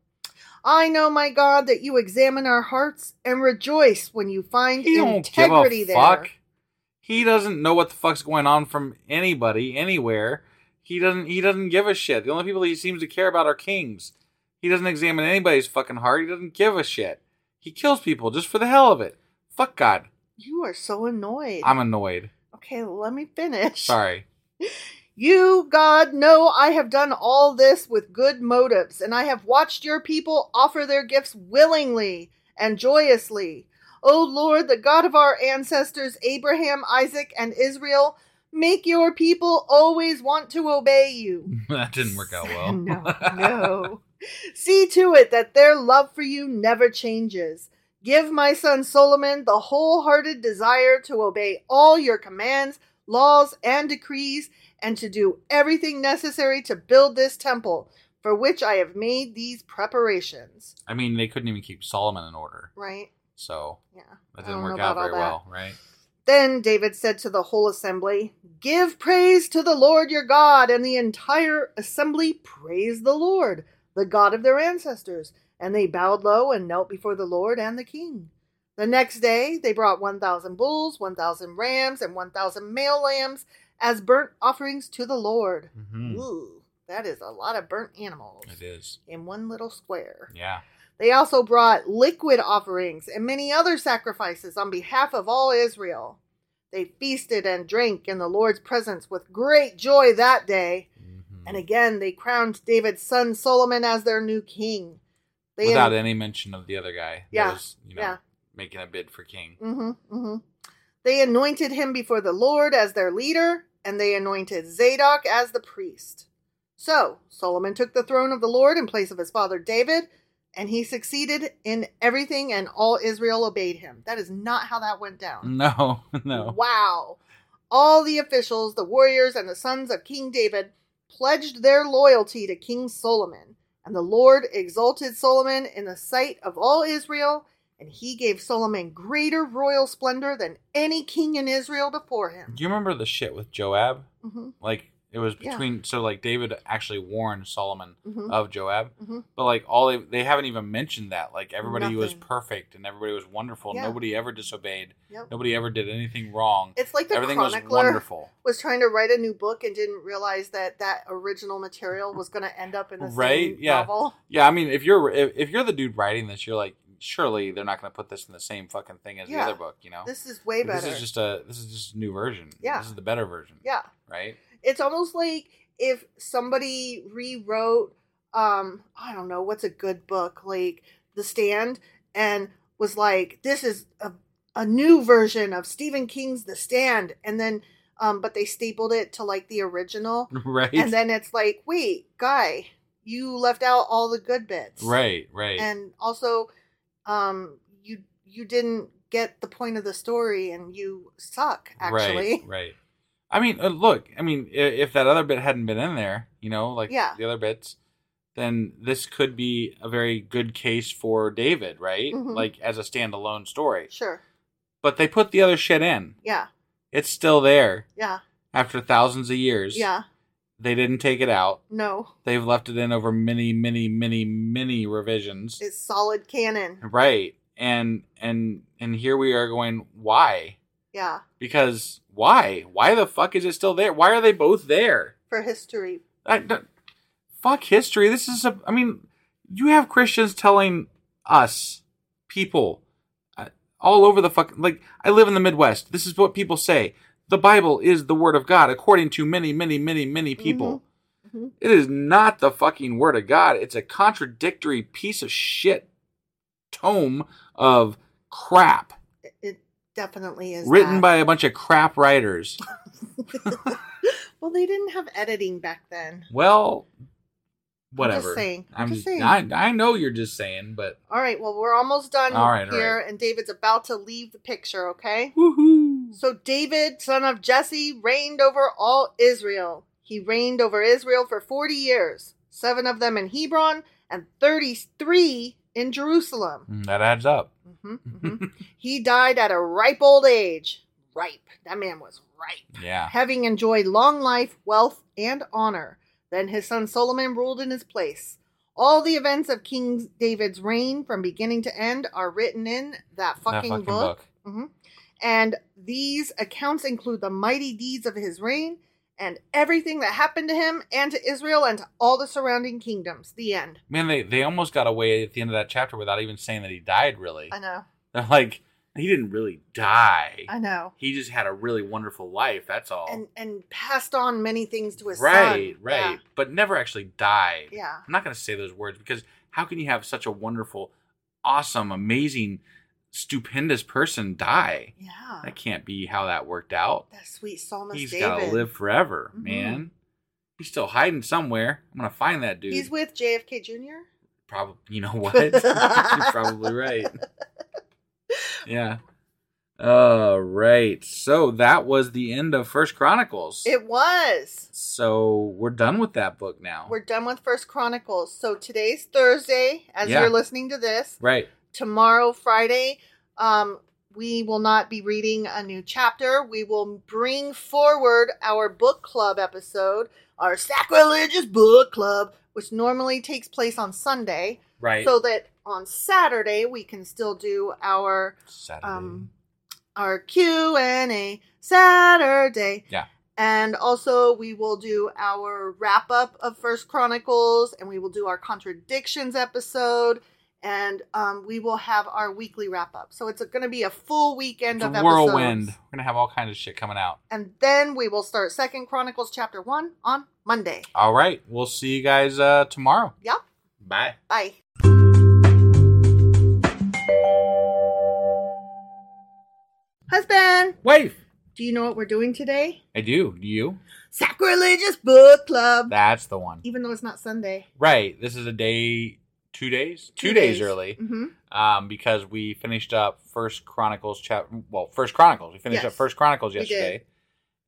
[SPEAKER 6] I know, my God, that you examine our hearts and rejoice when you find
[SPEAKER 5] He don't give
[SPEAKER 6] integrity
[SPEAKER 5] a
[SPEAKER 6] there.
[SPEAKER 5] fuck. He doesn't know what the fuck's going on from anybody anywhere. He doesn't. He doesn't give a shit. The only people he seems to care about are kings. He doesn't examine anybody's fucking heart. He doesn't give a shit. He kills people just for the hell of it. Fuck God.
[SPEAKER 6] You are so annoyed.
[SPEAKER 5] I'm annoyed.
[SPEAKER 6] okay, let me finish.
[SPEAKER 5] Sorry.
[SPEAKER 6] You, God, know I have done all this with good motives, and I have watched your people offer their gifts willingly and joyously. O Lord, the God of our ancestors, Abraham, Isaac, and Israel, make your people always want to obey you.
[SPEAKER 5] <laughs> that didn't work out well. <laughs>
[SPEAKER 6] <laughs> No, no. See to it that their love for you never changes. Give my son Solomon the wholehearted desire to obey all your commands, laws, and decrees, and to do everything necessary to build this temple, for which I have made these preparations.
[SPEAKER 5] I mean, they couldn't even keep Solomon in order,
[SPEAKER 6] Right?
[SPEAKER 5] so
[SPEAKER 6] Yeah. I
[SPEAKER 5] that
[SPEAKER 6] don't
[SPEAKER 5] didn't
[SPEAKER 6] know
[SPEAKER 5] work
[SPEAKER 6] about
[SPEAKER 5] out
[SPEAKER 6] all
[SPEAKER 5] very
[SPEAKER 6] that.
[SPEAKER 5] well, right?
[SPEAKER 6] Then David said to the whole assembly, Give praise to the Lord your God. And the entire assembly praised the Lord, the God of their ancestors. And they bowed low and knelt before the Lord and the king. The next day they brought 1,000 bulls, 1,000 rams, and 1,000 male lambs as burnt offerings to the Lord.
[SPEAKER 5] Mhm.
[SPEAKER 6] Ooh, that is a lot of burnt animals
[SPEAKER 5] It is.
[SPEAKER 6] in one little square.
[SPEAKER 5] Yeah.
[SPEAKER 6] They also brought liquid offerings and many other sacrifices on behalf of all Israel. They feasted and drank in the Lord's presence with great joy that day. And again, they crowned David's son Solomon as their new king. They
[SPEAKER 5] Without any mention of the other guy. that
[SPEAKER 6] Yeah,
[SPEAKER 5] was, you know,
[SPEAKER 6] yeah.
[SPEAKER 5] making a bid for king.
[SPEAKER 6] hmm hmm They anointed him before the Lord as their leader, and they anointed Zadok as the priest. So Solomon took the throne of the Lord in place of his father David, and he succeeded in everything, and all Israel obeyed him. That is not how that went down.
[SPEAKER 5] No, <laughs> no.
[SPEAKER 6] Wow. All the officials, the warriors, and the sons of King David pledged their loyalty to King Solomon. And the Lord exalted Solomon in the sight of all Israel, and he gave Solomon greater royal splendor than any king in Israel before him.
[SPEAKER 5] Do you remember the shit with Joab?
[SPEAKER 6] Mhm.
[SPEAKER 5] Like it was
[SPEAKER 6] Yeah.
[SPEAKER 5] between so like David actually warned Solomon
[SPEAKER 6] Mhm.
[SPEAKER 5] of Joab,
[SPEAKER 6] Mhm.
[SPEAKER 5] but like all they they haven't even mentioned that like everybody was
[SPEAKER 6] Nothing.
[SPEAKER 5] perfect and everybody was wonderful.
[SPEAKER 6] Yeah.
[SPEAKER 5] Nobody ever disobeyed.
[SPEAKER 6] Yep.
[SPEAKER 5] Nobody ever did anything wrong.
[SPEAKER 6] It's like the
[SPEAKER 5] everything was
[SPEAKER 6] chronicler
[SPEAKER 5] wonderful,
[SPEAKER 6] was trying to write a new book and didn't realize that that original material was going to end up in the
[SPEAKER 5] right?
[SPEAKER 6] same
[SPEAKER 5] Yeah,
[SPEAKER 6] novel.
[SPEAKER 5] yeah. I mean, if you're if, if you're the dude writing this, you're like, surely they're not going to put this in the same fucking thing as
[SPEAKER 6] Yeah.
[SPEAKER 5] the other book, you know?
[SPEAKER 6] This is way
[SPEAKER 5] But
[SPEAKER 6] better.
[SPEAKER 5] This is just a this is just a new version.
[SPEAKER 6] Yeah.
[SPEAKER 5] this is the better version.
[SPEAKER 6] yeah.
[SPEAKER 5] right. <laughs>
[SPEAKER 6] it's almost like if somebody rewrote um i don't know what's a good book like the stand and was like this is a, a new version of stephen king's the stand and then um but they stapled it to like the original
[SPEAKER 5] Right.
[SPEAKER 6] and then it's like wait guy you left out all the good bits
[SPEAKER 5] right. Right.
[SPEAKER 6] and also um you you didn't get the point of the story and you suck actually
[SPEAKER 5] Right,
[SPEAKER 6] <laughs>
[SPEAKER 5] right. I mean, uh, look, I mean, i- if that other bit hadn't been in there, you know, like
[SPEAKER 6] Yeah.
[SPEAKER 5] the other bits, then this could be a very good case for David, right?
[SPEAKER 6] Mhm.
[SPEAKER 5] Like as a standalone story.
[SPEAKER 6] sure
[SPEAKER 5] But they put the other shit in.
[SPEAKER 6] yeah
[SPEAKER 5] It's still there
[SPEAKER 6] yeah
[SPEAKER 5] after thousands of years.
[SPEAKER 6] yeah
[SPEAKER 5] They didn't take it out.
[SPEAKER 6] No,
[SPEAKER 5] They've left it in over many, many, many, many revisions.
[SPEAKER 6] it's solid canon.
[SPEAKER 5] right. And and and here we are going, why?
[SPEAKER 6] Yeah,
[SPEAKER 5] Because why? Why the fuck is it still there? Why are they both there?
[SPEAKER 6] for history.
[SPEAKER 5] I, don't- fuck history. This is a. I mean, you have Christians telling us, people, uh, all over the fuck. Like I live in the Midwest. This is what people say. The Bible is the word of God, according to many, many, many, many
[SPEAKER 6] Mm-hmm.
[SPEAKER 5] people. It is not the fucking word of God. It's a contradictory piece of shit tome of crap.
[SPEAKER 6] It, it definitely is
[SPEAKER 5] Written
[SPEAKER 6] that.
[SPEAKER 5] by a bunch of crap
[SPEAKER 6] <laughs>
[SPEAKER 5] writers.
[SPEAKER 6] Well, they didn't have editing back then.
[SPEAKER 5] Well, whatever.
[SPEAKER 6] saying.
[SPEAKER 5] I'm
[SPEAKER 6] Just saying.
[SPEAKER 5] I, I know you're just saying, but
[SPEAKER 6] All right, well, we're almost done
[SPEAKER 5] All right, all
[SPEAKER 6] here, and David's about to leave the picture, okay? So David, son of Jesse, reigned over all Israel. He reigned over Israel for 40 years, seven of them in Hebron and 33 in Jerusalem.
[SPEAKER 5] mm, that adds up.
[SPEAKER 6] hmm
[SPEAKER 5] <laughs>
[SPEAKER 6] he died at a ripe old age. Ripe. That man was ripe.
[SPEAKER 5] Yeah.
[SPEAKER 6] Having enjoyed long life, wealth, and honor. Then his son Solomon ruled in his place. All the events of King David's reign from beginning to end are written in that fucking,
[SPEAKER 5] fucking
[SPEAKER 6] book.
[SPEAKER 5] book.
[SPEAKER 6] hmm And these accounts include the mighty deeds of his reign and everything that happened to him and to Israel and to all the surrounding kingdoms. The end.
[SPEAKER 5] Man, they, they almost got away at the end of that chapter without even saying that he died, really.
[SPEAKER 6] I know.
[SPEAKER 5] <laughs> They're like, he didn't really die.
[SPEAKER 6] I know.
[SPEAKER 5] He just had a really wonderful life, that's all.
[SPEAKER 6] and and passed on many things to his
[SPEAKER 5] right,
[SPEAKER 6] son.
[SPEAKER 5] right. But never actually died.
[SPEAKER 6] Yeah.
[SPEAKER 5] I'm not going to say those words because how can you have such a wonderful, awesome, amazing, stupendous person die?
[SPEAKER 6] Yeah. yeah.
[SPEAKER 5] That can't be how that worked out.
[SPEAKER 6] that sweet psalmist
[SPEAKER 5] He's
[SPEAKER 6] David.
[SPEAKER 5] got to live forever,
[SPEAKER 6] Mhm.
[SPEAKER 5] man. He's still hiding somewhere. I'm going to find that dude.
[SPEAKER 6] He's with JFK Jr.
[SPEAKER 5] Probably, you know <laughs>
[SPEAKER 6] <laughs>
[SPEAKER 5] what? You're probably right. Yeah. All right. So that was the end of First Chronicles.
[SPEAKER 6] It was.
[SPEAKER 5] so we're done with that book now.
[SPEAKER 6] We're done with First Chronicles. So today's Thursday, as
[SPEAKER 5] Yeah.
[SPEAKER 6] you're listening to this.
[SPEAKER 5] right.
[SPEAKER 6] Tomorrow, Friday, um, we will not be reading a new chapter. We will bring forward our book club episode, our sacrilegious book club, which normally takes place on Sunday.
[SPEAKER 5] Right.
[SPEAKER 6] so that on Saturday we can still do our
[SPEAKER 5] Saturday.
[SPEAKER 6] um our Q and A Saturday.
[SPEAKER 5] Yeah.
[SPEAKER 6] And also we will do our wrap up of First Chronicles, and we will do our contradictions episode, and um, we will have our weekly wrap up. So it's going to be a full weekend
[SPEAKER 5] it's a
[SPEAKER 6] of
[SPEAKER 5] whirlwind.
[SPEAKER 6] episodes.
[SPEAKER 5] We're gonna have all kinds of shit coming out.
[SPEAKER 6] And then we will start Second Chronicles chapter one on Monday.
[SPEAKER 5] All right. We'll see you guys uh, tomorrow.
[SPEAKER 6] Yep.
[SPEAKER 5] Bye.
[SPEAKER 6] Bye. Husband,
[SPEAKER 5] Wave.
[SPEAKER 6] do you know what we're doing today?
[SPEAKER 5] I do. Do you?
[SPEAKER 6] Sacrilegious Book Club.
[SPEAKER 5] That's the one.
[SPEAKER 6] Even though it's not Sunday.
[SPEAKER 5] Right. This is a day, two days, two, days. early.
[SPEAKER 6] hmm
[SPEAKER 5] um, because we finished up First Chronicles chap. Well, First Chronicles. We finished
[SPEAKER 6] Yes.
[SPEAKER 5] up First Chronicles
[SPEAKER 6] We did.
[SPEAKER 5] yesterday,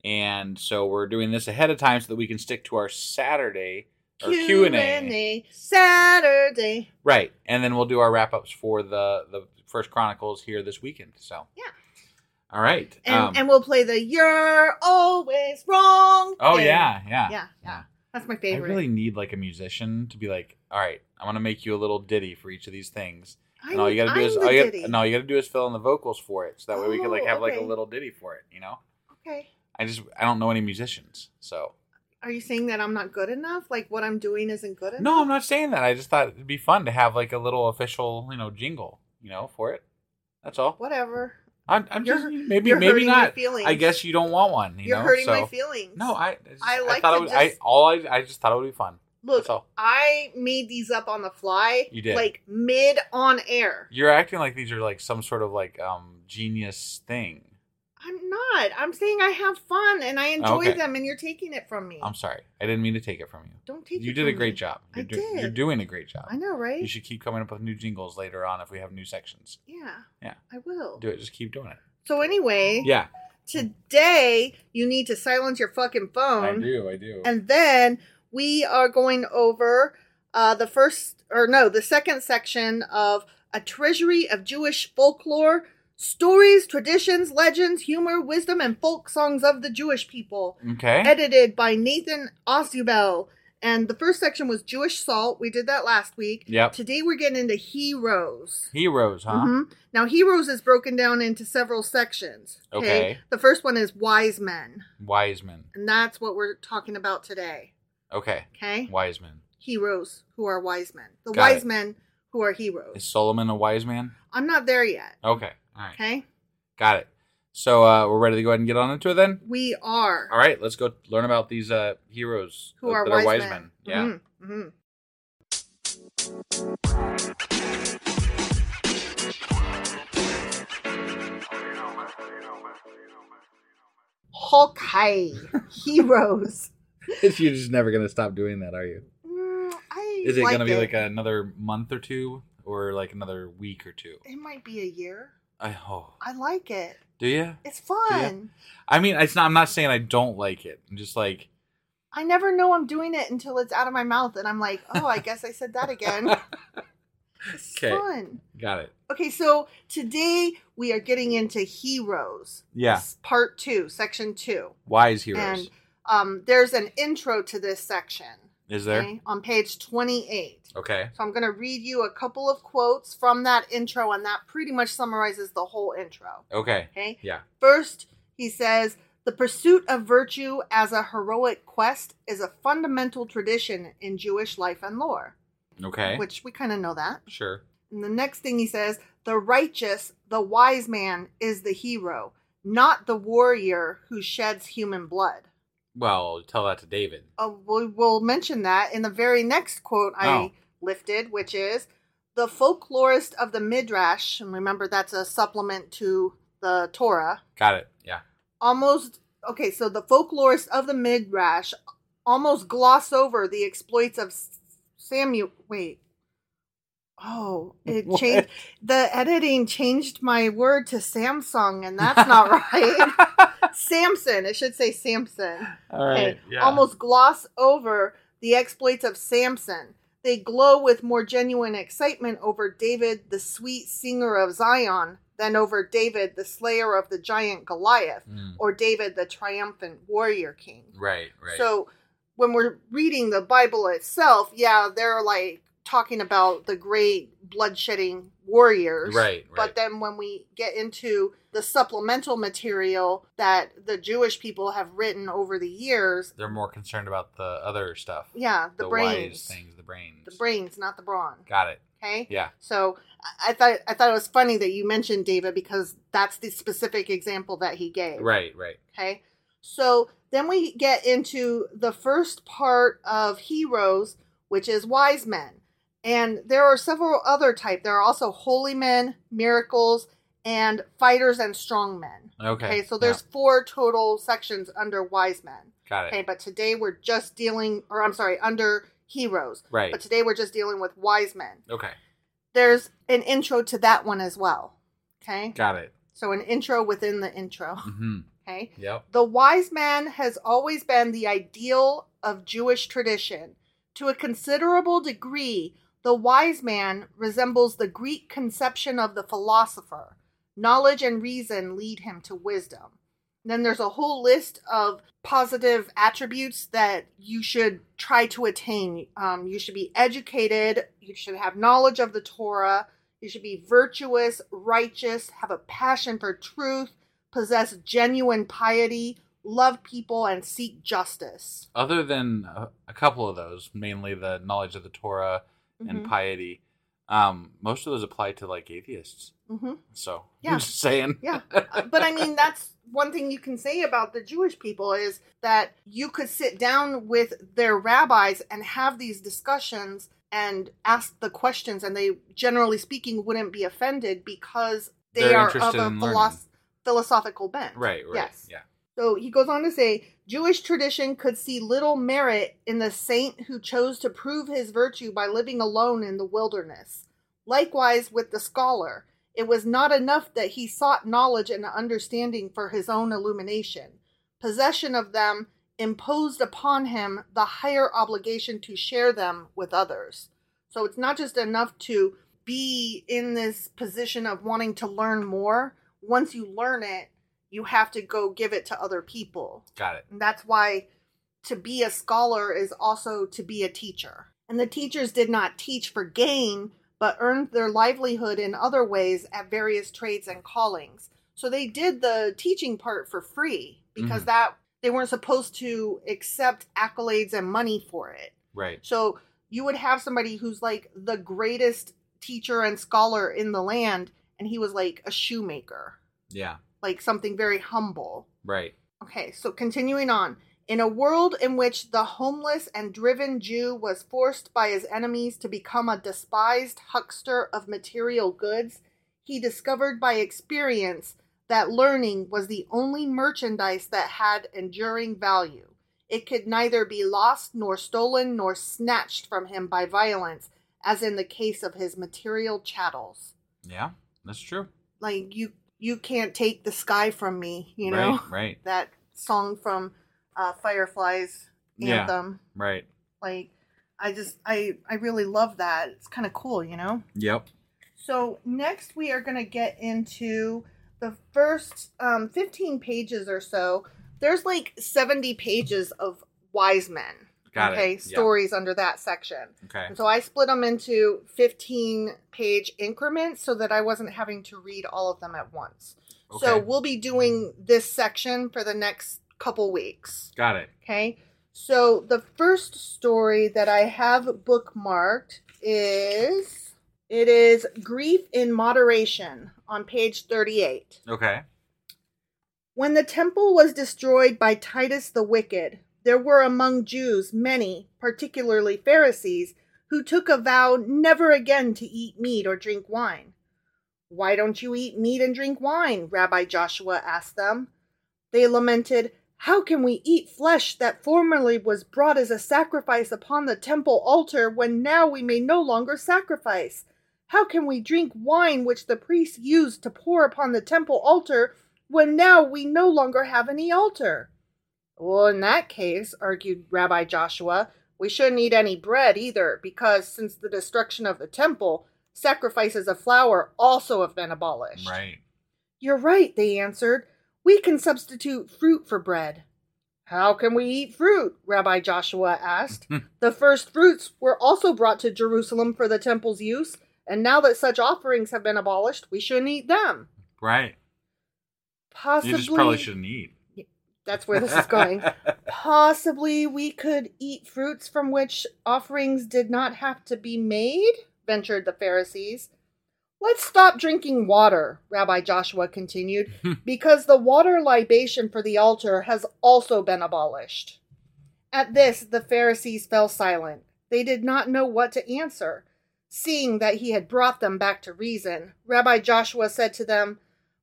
[SPEAKER 5] and so we're doing this ahead of time so that we can stick to our Saturday or Q and A.
[SPEAKER 6] Saturday.
[SPEAKER 5] Right, and then we'll do our wrap ups for the the First Chronicles here this weekend. So
[SPEAKER 6] Yeah.
[SPEAKER 5] all right.
[SPEAKER 6] And,
[SPEAKER 5] um,
[SPEAKER 6] and we'll play the You're Always Wrong.
[SPEAKER 5] oh
[SPEAKER 6] thing.
[SPEAKER 5] yeah, yeah,
[SPEAKER 6] Yeah, yeah. That's my
[SPEAKER 5] I
[SPEAKER 6] favorite.
[SPEAKER 5] really need like a musician to be like, all right, I'm gonna make you a little ditty for each of these things. and all you gotta do
[SPEAKER 6] I'm
[SPEAKER 5] is
[SPEAKER 6] the
[SPEAKER 5] all you
[SPEAKER 6] ditty.
[SPEAKER 5] gotta, no, all you gotta do is fill in the vocals for it. So that way we could like
[SPEAKER 6] Oh,
[SPEAKER 5] have like a
[SPEAKER 6] okay.
[SPEAKER 5] little ditty for it, you know?
[SPEAKER 6] Okay.
[SPEAKER 5] I just I don't know any musicians, so
[SPEAKER 6] Are you saying that I'm not good enough? Like what I'm doing isn't good enough?
[SPEAKER 5] no, I'm not saying that. I just thought it'd be fun to have like a little official, you know, jingle, you know, for it. That's all.
[SPEAKER 6] Whatever.
[SPEAKER 5] I'm, I'm just
[SPEAKER 6] You're-
[SPEAKER 5] maybe
[SPEAKER 6] you're
[SPEAKER 5] maybe
[SPEAKER 6] hurting my
[SPEAKER 5] not.
[SPEAKER 6] feelings.
[SPEAKER 5] I guess you don't want one. You
[SPEAKER 6] You're
[SPEAKER 5] know?
[SPEAKER 6] hurting
[SPEAKER 5] so,
[SPEAKER 6] my feelings.
[SPEAKER 5] No, I I, just,
[SPEAKER 6] I
[SPEAKER 5] I
[SPEAKER 6] like
[SPEAKER 5] thought
[SPEAKER 6] to
[SPEAKER 5] it was, I
[SPEAKER 6] just-
[SPEAKER 5] all I, I just thought it would be fun.
[SPEAKER 6] Look,
[SPEAKER 5] That's all.
[SPEAKER 6] I made these up on the fly.
[SPEAKER 5] You did.
[SPEAKER 6] Like mid on air.
[SPEAKER 5] You're acting like these are like some sort of like um genius thing.
[SPEAKER 6] I'm not. I'm saying I have fun and I enjoy
[SPEAKER 5] Okay.
[SPEAKER 6] them, and you're taking it from me.
[SPEAKER 5] I'm sorry. I didn't mean to take it from you.
[SPEAKER 6] Don't take
[SPEAKER 5] you
[SPEAKER 6] it
[SPEAKER 5] did
[SPEAKER 6] from
[SPEAKER 5] a great
[SPEAKER 6] me.
[SPEAKER 5] job.
[SPEAKER 6] I
[SPEAKER 5] You're do-
[SPEAKER 6] did.
[SPEAKER 5] You're doing a great job.
[SPEAKER 6] I know, right?
[SPEAKER 5] You should keep coming up with new jingles later on if we have new sections.
[SPEAKER 6] Yeah,
[SPEAKER 5] Yeah.
[SPEAKER 6] I will.
[SPEAKER 5] Do it. Just keep doing it.
[SPEAKER 6] So anyway,
[SPEAKER 5] Yeah.
[SPEAKER 6] today you need to silence your fucking phone.
[SPEAKER 5] I do. I do.
[SPEAKER 6] Um, And then we are going over uh, the first, or no, the second section of A Treasury of Jewish Folklore Stories, Traditions, Legends, Humor, Wisdom, and Folk Songs of the Jewish People.
[SPEAKER 5] okay.
[SPEAKER 6] Edited by Nathan Osubel. And the first section was Jewish Salt. We did that last week.
[SPEAKER 5] Yep. Uh-huh.
[SPEAKER 6] Today we're getting into Heroes.
[SPEAKER 5] Heroes, huh?
[SPEAKER 6] Mhm. Now, Heroes is broken down into several sections.
[SPEAKER 5] Okay.
[SPEAKER 6] The first one is Wise Men.
[SPEAKER 5] Wise men.
[SPEAKER 6] And that's what we're talking about today.
[SPEAKER 5] Okay.
[SPEAKER 6] Okay?
[SPEAKER 5] Wise men.
[SPEAKER 6] Heroes who are wise men. The
[SPEAKER 5] Got
[SPEAKER 6] wise
[SPEAKER 5] it.
[SPEAKER 6] men who are
[SPEAKER 5] Is
[SPEAKER 6] heroes.
[SPEAKER 5] Solomon a wise man?
[SPEAKER 6] I'm not there yet.
[SPEAKER 5] Okay. All right.
[SPEAKER 6] Okay?
[SPEAKER 5] Got it. So uh, we're ready to go ahead and get on into it then.
[SPEAKER 6] We are.
[SPEAKER 5] All right. Let's go learn about these uh, heroes
[SPEAKER 6] Who are
[SPEAKER 5] that
[SPEAKER 6] wise,
[SPEAKER 5] are wise
[SPEAKER 6] men.
[SPEAKER 5] men. Yeah.
[SPEAKER 6] Mhm, mhm. <laughs> Hawkeye heroes. Mm-hmm.
[SPEAKER 5] <laughs> You're just never gonna stop doing that, are you?
[SPEAKER 6] Mm, I
[SPEAKER 5] Is it
[SPEAKER 6] like
[SPEAKER 5] gonna be like another month or two, or like another week or two?
[SPEAKER 6] It might be a year.
[SPEAKER 5] I hope.
[SPEAKER 6] I like it.
[SPEAKER 5] Do you?
[SPEAKER 6] It's fun.
[SPEAKER 5] I mean, it's not. I'm not saying I don't like it. I'm just like
[SPEAKER 6] I never know I'm doing it until it's out of my mouth, and I'm like, oh, I guess I said
[SPEAKER 5] <laughs>
[SPEAKER 6] that again. It's
[SPEAKER 5] Okay.
[SPEAKER 6] fun.
[SPEAKER 5] got it.
[SPEAKER 6] Okay, so today we are getting into heroes.
[SPEAKER 5] Yeah.
[SPEAKER 6] This is Part two, section two.
[SPEAKER 5] Wise heroes.
[SPEAKER 6] And um, there's an intro to this section.
[SPEAKER 5] Is there?
[SPEAKER 6] okay, on page 28.
[SPEAKER 5] Okay.
[SPEAKER 6] So I'm going to read you a couple of quotes from that intro, and that pretty much summarizes the whole intro.
[SPEAKER 5] Okay.
[SPEAKER 6] Okay.
[SPEAKER 5] Yeah.
[SPEAKER 6] First, he says, The pursuit of virtue as a heroic quest is a fundamental tradition in Jewish life and lore,
[SPEAKER 5] Okay.
[SPEAKER 6] which we kind of know that.
[SPEAKER 5] Sure.
[SPEAKER 6] And the next thing he says, the righteous, the wise man is the hero, not the warrior who sheds human blood.
[SPEAKER 5] Well, tell that to David.
[SPEAKER 6] Uh, we will mention that in the very next quote I
[SPEAKER 5] Oh.
[SPEAKER 6] lifted, which is the folklorist of the Midrash, and remember that's a supplement to the Torah,
[SPEAKER 5] Got it. Yeah.
[SPEAKER 6] almost okay so the folklorists of the midrash almost gloss over the exploits of S- samuel wait oh
[SPEAKER 5] <laughs>
[SPEAKER 6] it
[SPEAKER 5] What?
[SPEAKER 6] changed the editing changed my word to samsung and
[SPEAKER 5] <laughs>
[SPEAKER 6] that's not right samson it should say samson
[SPEAKER 5] All
[SPEAKER 6] okay almost gloss over the exploits of samson they glow with more genuine excitement over david the sweet singer of zion than over david the slayer of the giant goliath
[SPEAKER 5] Mm.
[SPEAKER 6] or David the triumphant warrior king.
[SPEAKER 5] Right. Right.
[SPEAKER 6] So when we're reading the Bible itself, yeah, they're like talking about the great bloodshedding warriors.
[SPEAKER 5] Right,
[SPEAKER 6] But
[SPEAKER 5] right.
[SPEAKER 6] then when we get into the supplemental material that the Jewish people have written over the years,
[SPEAKER 5] they're more concerned about the other stuff.
[SPEAKER 6] yeah, the,
[SPEAKER 5] wise
[SPEAKER 6] brains.
[SPEAKER 5] things. The brains.
[SPEAKER 6] The brains, not the brawn.
[SPEAKER 5] Got it.
[SPEAKER 6] Okay.
[SPEAKER 5] Yeah.
[SPEAKER 6] So I- I thought I thought it was funny that you mentioned David because that's the specific example that he gave.
[SPEAKER 5] Right. Right.
[SPEAKER 6] Okay. So then we get into the first part of heroes, which is wise men. And there are several other type. There are also holy men, miracles, and fighters and strong men.
[SPEAKER 5] Okay.
[SPEAKER 6] so there's four total sections under wise men.
[SPEAKER 5] Yeah. got it.
[SPEAKER 6] Okay, but today we're just dealing or I'm sorry, under heroes.
[SPEAKER 5] Right.
[SPEAKER 6] But today we're just dealing with wise men.
[SPEAKER 5] Okay.
[SPEAKER 6] There's an intro to that one as well. Okay?
[SPEAKER 5] Got it.
[SPEAKER 6] So an intro within the intro.
[SPEAKER 5] Mm-hmm.
[SPEAKER 6] Okay?
[SPEAKER 5] Yep.
[SPEAKER 6] The wise man has always been the ideal of Jewish tradition. To a considerable degree, the wise man resembles the Greek conception of the philosopher. Knowledge and reason lead him to wisdom. And then there's a whole list of positive attributes that you should try to attain. Um, you should be educated, you should have knowledge of the Torah, you should be virtuous, righteous, have a passion for truth, possess genuine piety, love people, and seek justice.
[SPEAKER 5] Other than a, a couple of those, mainly the knowledge of the Torah and
[SPEAKER 6] Mhm.
[SPEAKER 5] piety, um, most of those apply to like atheists.
[SPEAKER 6] hmm
[SPEAKER 5] So <laughs>
[SPEAKER 6] Yeah.
[SPEAKER 5] I'm just saying.
[SPEAKER 6] Yeah. Uh, but I mean, that's one thing you can say about the Jewish people is that you could sit down with their rabbis and have these discussions and ask the questions, and they, generally speaking, wouldn't be offended because they
[SPEAKER 5] They're
[SPEAKER 6] are of
[SPEAKER 5] interested
[SPEAKER 6] a
[SPEAKER 5] in learning.
[SPEAKER 6] philos- philosophical
[SPEAKER 5] <laughs>
[SPEAKER 6] bent.
[SPEAKER 5] Right. Right.
[SPEAKER 6] Yes.
[SPEAKER 5] Yeah.
[SPEAKER 6] So he goes on to say Jewish tradition could see little merit in the saint who chose to prove his virtue by living alone in the wilderness. Likewise with the scholar, it was not enough that he sought knowledge and understanding for his own illumination. Possession of them imposed upon him the higher obligation to share them with others. So it's not just enough to be in this position of wanting to learn more. Once you learn it, you have to go give it to other people.
[SPEAKER 5] Got it.
[SPEAKER 6] And that's why to be a scholar is also to be a teacher. And the teachers did not teach for gain, but earned their livelihood in other ways at various trades and callings. So they did the teaching part for free because
[SPEAKER 5] Mhm.
[SPEAKER 6] that they weren't supposed to accept accolades and money for it.
[SPEAKER 5] Right.
[SPEAKER 6] So you would have somebody who's like the greatest teacher and scholar in the land, and he was like a shoemaker,
[SPEAKER 5] Yeah.
[SPEAKER 6] like something very humble.
[SPEAKER 5] Right.
[SPEAKER 6] Okay, so continuing on. In a world in which the homeless and driven Jew was forced by his enemies to become a despised huckster of material goods, he discovered by experience that learning was the only merchandise that had enduring value. It could neither be lost nor stolen nor snatched from him by violence, as in the case of his material chattels.
[SPEAKER 5] Yeah, that's true.
[SPEAKER 6] Like you you can't take the sky from me, you know.
[SPEAKER 5] Right, right.
[SPEAKER 6] That song from uh Fireflies
[SPEAKER 5] Yeah.
[SPEAKER 6] anthem.
[SPEAKER 5] Right.
[SPEAKER 6] Like I just I I really love that. It's kind of cool, you know.
[SPEAKER 5] Yep.
[SPEAKER 6] So next we are going to get into the first um, 15 pages or so. There's like 70 pages of wise men.
[SPEAKER 5] Got it.
[SPEAKER 6] okay,
[SPEAKER 5] Yeah.
[SPEAKER 6] stories under that section.
[SPEAKER 5] Okay.
[SPEAKER 6] And so I split them into 15 page increments so that I wasn't having to read all of them at once. So
[SPEAKER 5] Okay.
[SPEAKER 6] we'll be doing this section for the next couple weeks.
[SPEAKER 5] Got it.
[SPEAKER 6] Okay. So the first story that I have bookmarked is it is Grief in Moderation on page 38.
[SPEAKER 5] Okay.
[SPEAKER 6] When the temple was destroyed by Titus the Wicked, there were among Jews many, particularly Pharisees, who took a vow never again to eat meat or drink wine. Why don't you eat meat and drink wine? Rabbi Joshua asked them. They lamented, How can we eat flesh that formerly was brought as a sacrifice upon the temple altar when now we may no longer sacrifice? How can we drink wine which the priests used to pour upon the temple altar when now we no longer have any altar? Well, in that case, argued Rabbi Joshua, we shouldn't eat any bread either, because since the destruction of the temple, sacrifices of flour also have been abolished.
[SPEAKER 5] Right.
[SPEAKER 6] You're right, they answered. We can substitute fruit for bread. How can we eat fruit? Rabbi Joshua asked.
[SPEAKER 5] <laughs>
[SPEAKER 6] the first fruits were also brought to Jerusalem for the temple's use, and now that such offerings have been abolished, we shouldn't eat them.
[SPEAKER 5] Right.
[SPEAKER 6] Possibly,
[SPEAKER 5] You just probably shouldn't eat.
[SPEAKER 6] that's where this is going. Possibly we could eat fruits from which offerings did not have to be made, ventured the Pharisees. Let's stop drinking water, Rabbi Joshua continued, because the water libation for the altar has also been abolished. At this, the Pharisees fell silent. They did not know what to answer. Seeing that he had brought them back to reason, Rabbi Joshua said to them,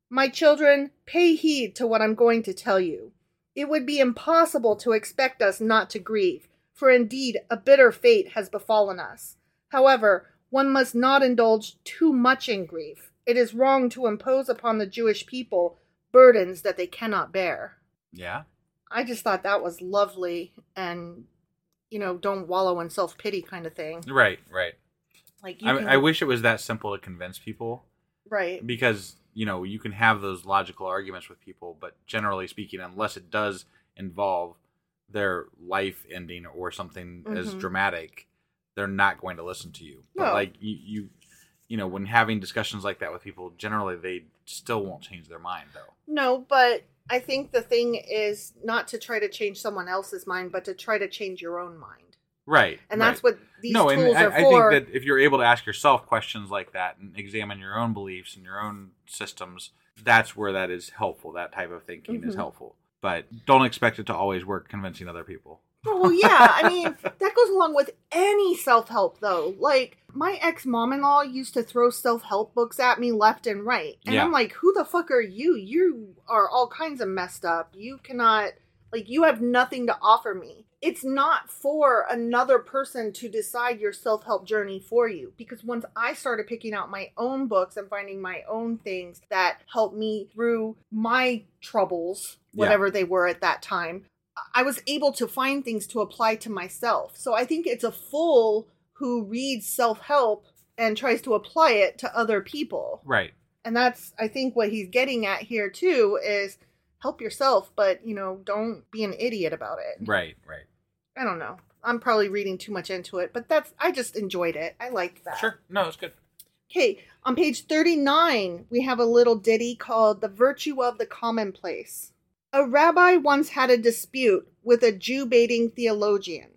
[SPEAKER 6] my children, pay heed to what I'm going to tell you. It would be impossible to expect us not to grieve, for indeed a bitter fate has befallen us. However, one must not indulge too much in grief. It is wrong to impose upon the Jewish people burdens that they cannot bear.
[SPEAKER 5] <laughs> Yeah.
[SPEAKER 6] I just thought that was lovely and, you know, don't wallow in self pity kind of thing.
[SPEAKER 5] Right. Right.
[SPEAKER 6] Like, you
[SPEAKER 5] I,
[SPEAKER 6] can-
[SPEAKER 5] I wish it was that simple to convince people
[SPEAKER 6] Right.
[SPEAKER 5] because you know you can have those logical arguments with people, but generally speaking, unless it does involve their life ending or something as
[SPEAKER 6] Mhm.
[SPEAKER 5] dramatic, they're not going to listen to you. But
[SPEAKER 6] No.
[SPEAKER 5] like you, you, you know, when having discussions like that with people, generally they still won't change their mind though.
[SPEAKER 6] No, but I think the thing is not to try to change someone else's mind, but to try to change your own mind.
[SPEAKER 5] Right.
[SPEAKER 6] And
[SPEAKER 5] right.
[SPEAKER 6] that's what these
[SPEAKER 5] and
[SPEAKER 6] tools
[SPEAKER 5] I,
[SPEAKER 6] are
[SPEAKER 5] I
[SPEAKER 6] for.
[SPEAKER 5] think that if you're able to ask yourself questions like that and examine your own beliefs and your own systems, that's where that is helpful. That type of thinking is
[SPEAKER 6] Mhm.
[SPEAKER 5] helpful. But don't expect it to always work convincing other people.
[SPEAKER 6] Oh, well, yeah, I mean, that goes along with any self help, though. Like, my ex mom in law used to throw self help books at me left and right. And
[SPEAKER 5] Yeah.
[SPEAKER 6] I'm like, who the fuck are you? You are all kinds of messed up. You cannot, like, you have nothing to offer me. It's not for another person to decide your self help journey for you. Because once I started picking out my own books and finding my own things that helped me through my troubles,
[SPEAKER 5] Yeah.
[SPEAKER 6] whatever they were at that time, I was able to find things to apply to myself. So I think it's a fool who reads self help and tries to apply it to other people.
[SPEAKER 5] <laughs> Right.
[SPEAKER 6] And that's, I think, what he's getting at here too is help yourself, but you know, don't be an idiot about it.
[SPEAKER 5] Right. Right.
[SPEAKER 6] I don't know. I'm probably reading too much into it, but that's, I just enjoyed it. I liked that.
[SPEAKER 5] Sure. No, it's good.
[SPEAKER 6] Okay, on page 39, we have a little ditty called The Virtue of the Commonplace. A rabbi once had a dispute with a Jew baiting theologian.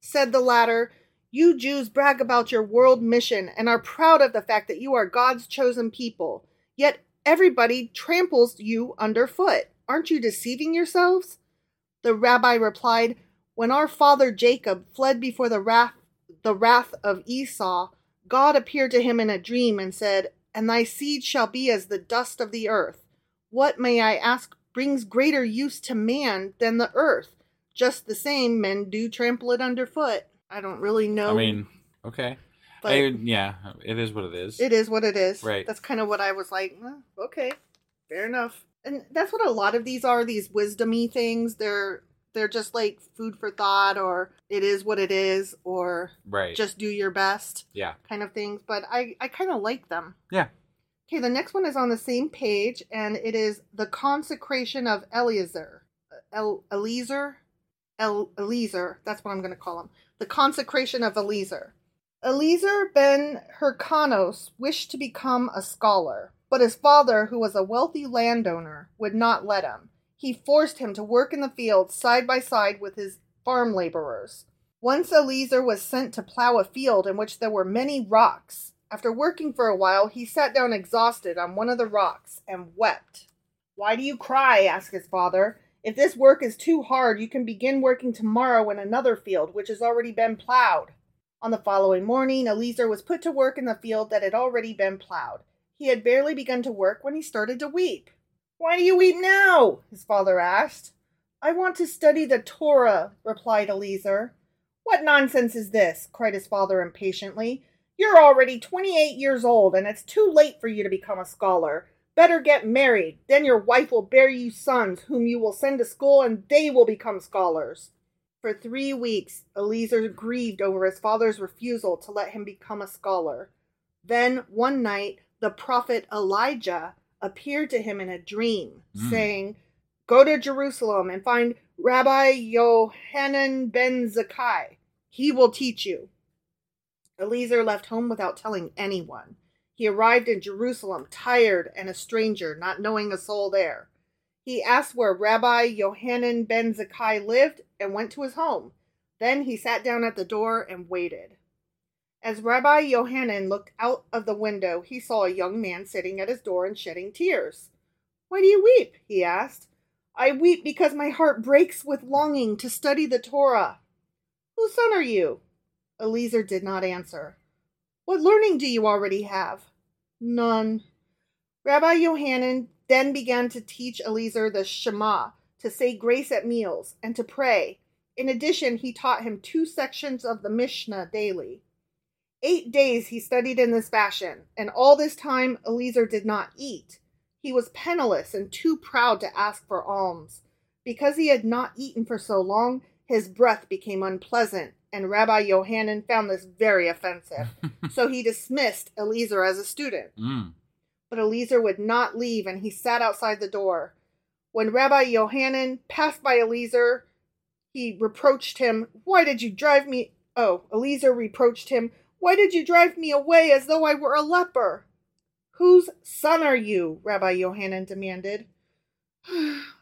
[SPEAKER 6] Said the latter, You Jews brag about your world mission and are proud of the fact that you are God's chosen people, yet everybody tramples you underfoot. Aren't you deceiving yourselves? The rabbi replied, When our father Jacob fled before the wrath, the wrath of Esau, God appeared to him in a dream and said, And thy seed shall be as the dust of the earth. What, may I ask, brings greater use to man than the earth? Just the same, men do trample it underfoot. I don't really know.
[SPEAKER 5] I mean, okay.
[SPEAKER 6] But-
[SPEAKER 5] I- yeah, it is what it is.
[SPEAKER 6] It is what it is.
[SPEAKER 5] Right.
[SPEAKER 6] That's kind of what I was like, "Huh, okay, fair enough. And that's what a lot of these are, these wisdomy things. They're they're just like food for thought or it is what it is or
[SPEAKER 5] Right.
[SPEAKER 6] just do your best
[SPEAKER 5] yeah.
[SPEAKER 6] kind of things. But I, I kinda like them.
[SPEAKER 5] Yeah.
[SPEAKER 6] Okay, the next one is on the same page and it is the consecration of Eliezer. El Eliezer? El Eliezer. That's what I'm gonna call him. The consecration of Eliezer. Eliezer ben Hyrcanos wished to become a scholar, but his father, who was a wealthy landowner, would not let him. He forced him to work in the fields side by side with his farm laborers. Once Eliezer was sent to plow a field in which there were many rocks. After working for a while, he sat down exhausted on one of the rocks and wept. Why do you cry? asked his father. If this work is too hard, you can begin working tomorrow in another field which has already been plowed. On the following morning, Eliezer was put to work in the field that had already been plowed. He had barely begun to work when he started to weep. Why do you weep now? his father asked. I want to study the Torah, replied Eliezer. What nonsense is this? cried his father impatiently. You're already 28 years old, and it's too late for you to become a scholar. Better get married. Then your wife will bear you sons, whom you will send to school, and they will become scholars. For three weeks, Eliezer grieved over his father's refusal to let him become a scholar. Then one night, the prophet Elijah appeared to him in a dream,
[SPEAKER 5] Mm.
[SPEAKER 6] saying, Go to Jerusalem and find Rabbi Yohanan ben Zakkai. He will teach you. Eliezer left home without telling anyone. He arrived in Jerusalem tired and a stranger, not knowing a soul there. He asked where Rabbi Yohanan ben Zakkai lived and went to his home. Then he sat down at the door and waited. As Rabbi Yohanan looked out of the window, he saw a young man sitting at his door and shedding tears. Why do you weep? he asked. I weep because my heart breaks with longing to study the Torah. Whose son are you? Eliezer did not answer. What learning do you already have? None. Rabbi Yohanan then began to teach Eliezer the Shema, to say grace at meals, and to pray. In addition, he taught him two sections of the Mishnah daily. Eight days he studied in this fashion, and all this time Eliezer did not eat. He was penniless and too proud to ask for alms. Because he had not eaten for so long, his breath became unpleasant, and Rabbi Yohanan found this very offensive. so he dismissed Eliezer as a student.
[SPEAKER 5] Mm.
[SPEAKER 6] But Eliezer would not leave, and he sat outside the door. When Rabbi Yohanan passed by Eliezer, he reproached him, Why did you drive me? Oh, Eliezer reproached him, Why did you drive me away as though I were a leper? Whose son are you? Rabbi Yohanan demanded. <sighs>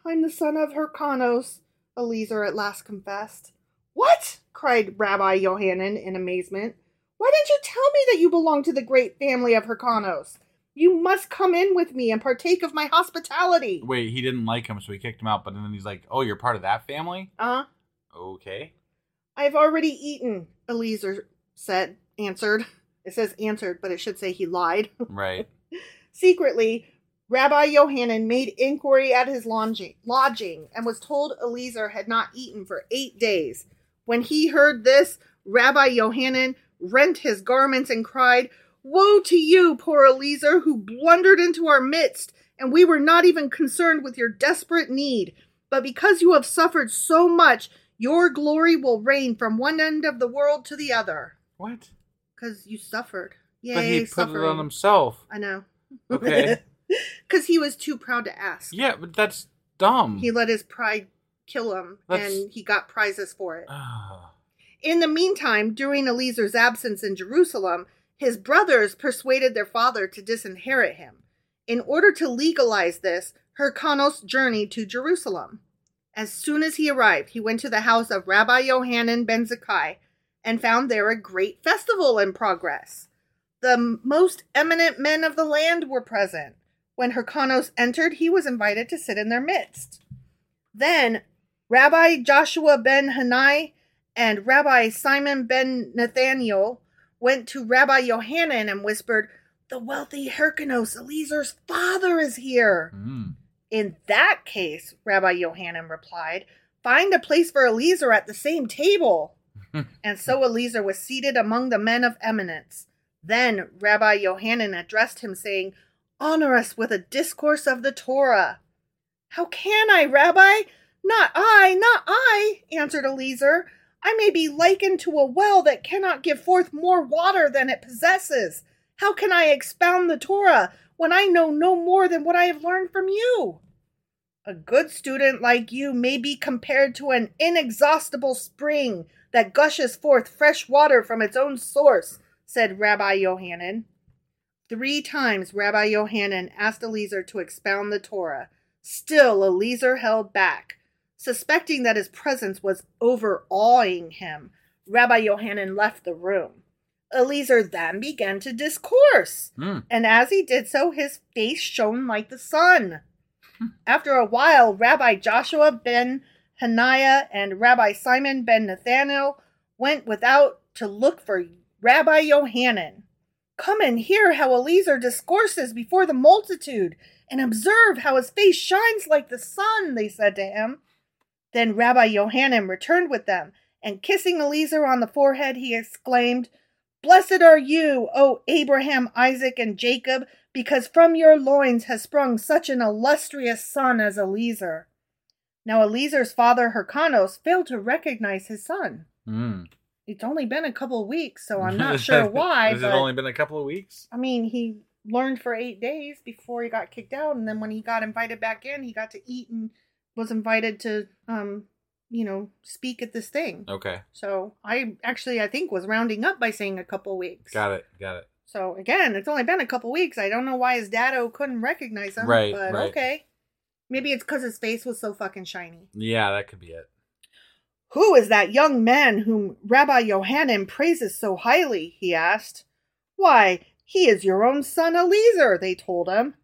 [SPEAKER 6] I'm the son of Hyrcanos, Eliezer at last confessed. What? cried Rabbi Yohanan in amazement. Why didn't you tell me that you belong to the great family of Hyrcanos? You must come in with me and partake of my hospitality.
[SPEAKER 5] Wait, he didn't like him, so he kicked him out. But then he's like, "Oh, you're part of that family."
[SPEAKER 6] Uh,
[SPEAKER 5] Okay.
[SPEAKER 6] I've already eaten, Eliezer said, answered. It says answered, but it should say he lied.
[SPEAKER 5] Right.
[SPEAKER 6] <laughs> Secretly, Rabbi Yohanan made inquiry at his lodging, lodging and was told Eliezer had not eaten for eight days. When he heard this, Rabbi Yohanan rent his garments and cried, Woe to you, poor Eliezer, who blundered into our midst, and we were not even concerned with your desperate need. But because you have suffered so much, your glory will reign from one end of the world to the other.
[SPEAKER 5] What?
[SPEAKER 6] Because you suffered. Yay,
[SPEAKER 5] but he put
[SPEAKER 6] suffering.
[SPEAKER 5] it on himself.
[SPEAKER 6] I know. <laughs>
[SPEAKER 5] Okay.
[SPEAKER 6] Because he was too proud to ask.
[SPEAKER 5] Yeah, but that's dumb.
[SPEAKER 6] He let his pride kill him,
[SPEAKER 5] That's-
[SPEAKER 6] and he got prizes for it.
[SPEAKER 5] Ah.
[SPEAKER 6] In the meantime, during Eliezer's absence in Jerusalem, his brothers persuaded their father to disinherit him. In order to legalize this, Hyrcanos journeyed to Jerusalem. As soon as he arrived, he went to the house of Rabbi Yohanan ben Zakkai and found there a great festival in progress. The most eminent men of the land were present. When Hyrcanos entered, he was invited to sit in their midst. Then Rabbi Joshua ben Hanai and Rabbi Simon ben Nathaniel went to Rabbi Yohanan and whispered, The wealthy Hyrcanos, Eliezer's father, is here.
[SPEAKER 5] Mm.
[SPEAKER 6] In that case, Rabbi Yohanan replied, find a place for Eliezer at the same table. and so Eliezer was seated among the men of eminence. Then Rabbi Yohanan addressed him, saying, Honor us with a discourse of the Torah. How can I, Rabbi? Not I, not I, answered Eliezer. I may be likened to a well that cannot give forth more water than it possesses. How can I expound the Torah when I know no more than what I have learned from you? A good student like you may be compared to an inexhaustible spring that gushes forth fresh water from its own source, said Rabbi Yohanan. Three times Rabbi Yohanan asked Eliezer to expound the Torah. Still, Eliezer held back. Suspecting that his presence was overawing him, Rabbi Yohanan left the room. Eliezer then began to discourse,
[SPEAKER 5] Hmm.
[SPEAKER 6] and as he did so, his face shone like the sun. After a while, Rabbi Joshua ben Hananiah and Rabbi Simon ben Nathanael went without to look for Rabbi Yohanan. Come and hear how Eliezer discourses before the multitude, and observe how his face shines like the sun, they said to him. Then Rabbi Yohanan returned with them, and kissing Eliezer on the forehead, he exclaimed, Blessed are you, O Abraham, Isaac, and Jacob, because from your loins has sprung such an illustrious son as Eliezer. Now Eliezer's father Hyrcanos failed to recognize his son.
[SPEAKER 5] Mm.
[SPEAKER 6] It's only been a couple of weeks,
[SPEAKER 5] <laughs>
[SPEAKER 6] so I'm not sure why.
[SPEAKER 5] Has
[SPEAKER 6] but... Um,
[SPEAKER 5] it only been a couple of weeks?
[SPEAKER 6] I mean, he learned for eight days before he got kicked out, and then when he got invited back in, he got to eat and was invited to, um, you know, speak at this thing.
[SPEAKER 5] Okay,
[SPEAKER 6] So I actually, I think, was rounding up by saying a couple weeks.
[SPEAKER 5] got it, got it.
[SPEAKER 6] So again, it's only been a couple weeks. I don't know why his daddo couldn't recognize him.
[SPEAKER 5] Right,
[SPEAKER 6] But
[SPEAKER 5] right.
[SPEAKER 6] okay. Maybe it's because his face was so fucking shiny.
[SPEAKER 5] Yeah, that could be it.
[SPEAKER 6] Who is that young man whom Rabbi Yohanan praises so highly? he asked. Why, he is your own son Eliezer, they told him.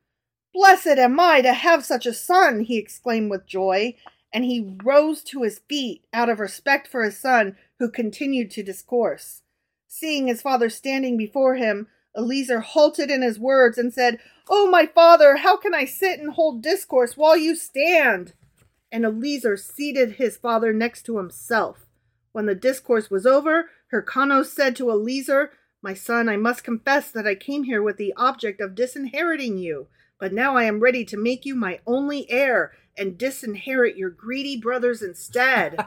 [SPEAKER 6] Blessed am I to have such a son, he exclaimed with joy, and he rose to his feet out of respect for his son, who continued to discourse. Seeing his father standing before him, Eliezer halted in his words and said, Oh, my father, how can I sit and hold discourse while you stand? and Eliezer seated his father next to himself. When the discourse was over, Hyrcanos said to Eliezer, My son, I must confess that I came here with the object of disinheriting you, but now I am ready to make you my only heir and disinherit your greedy brothers instead.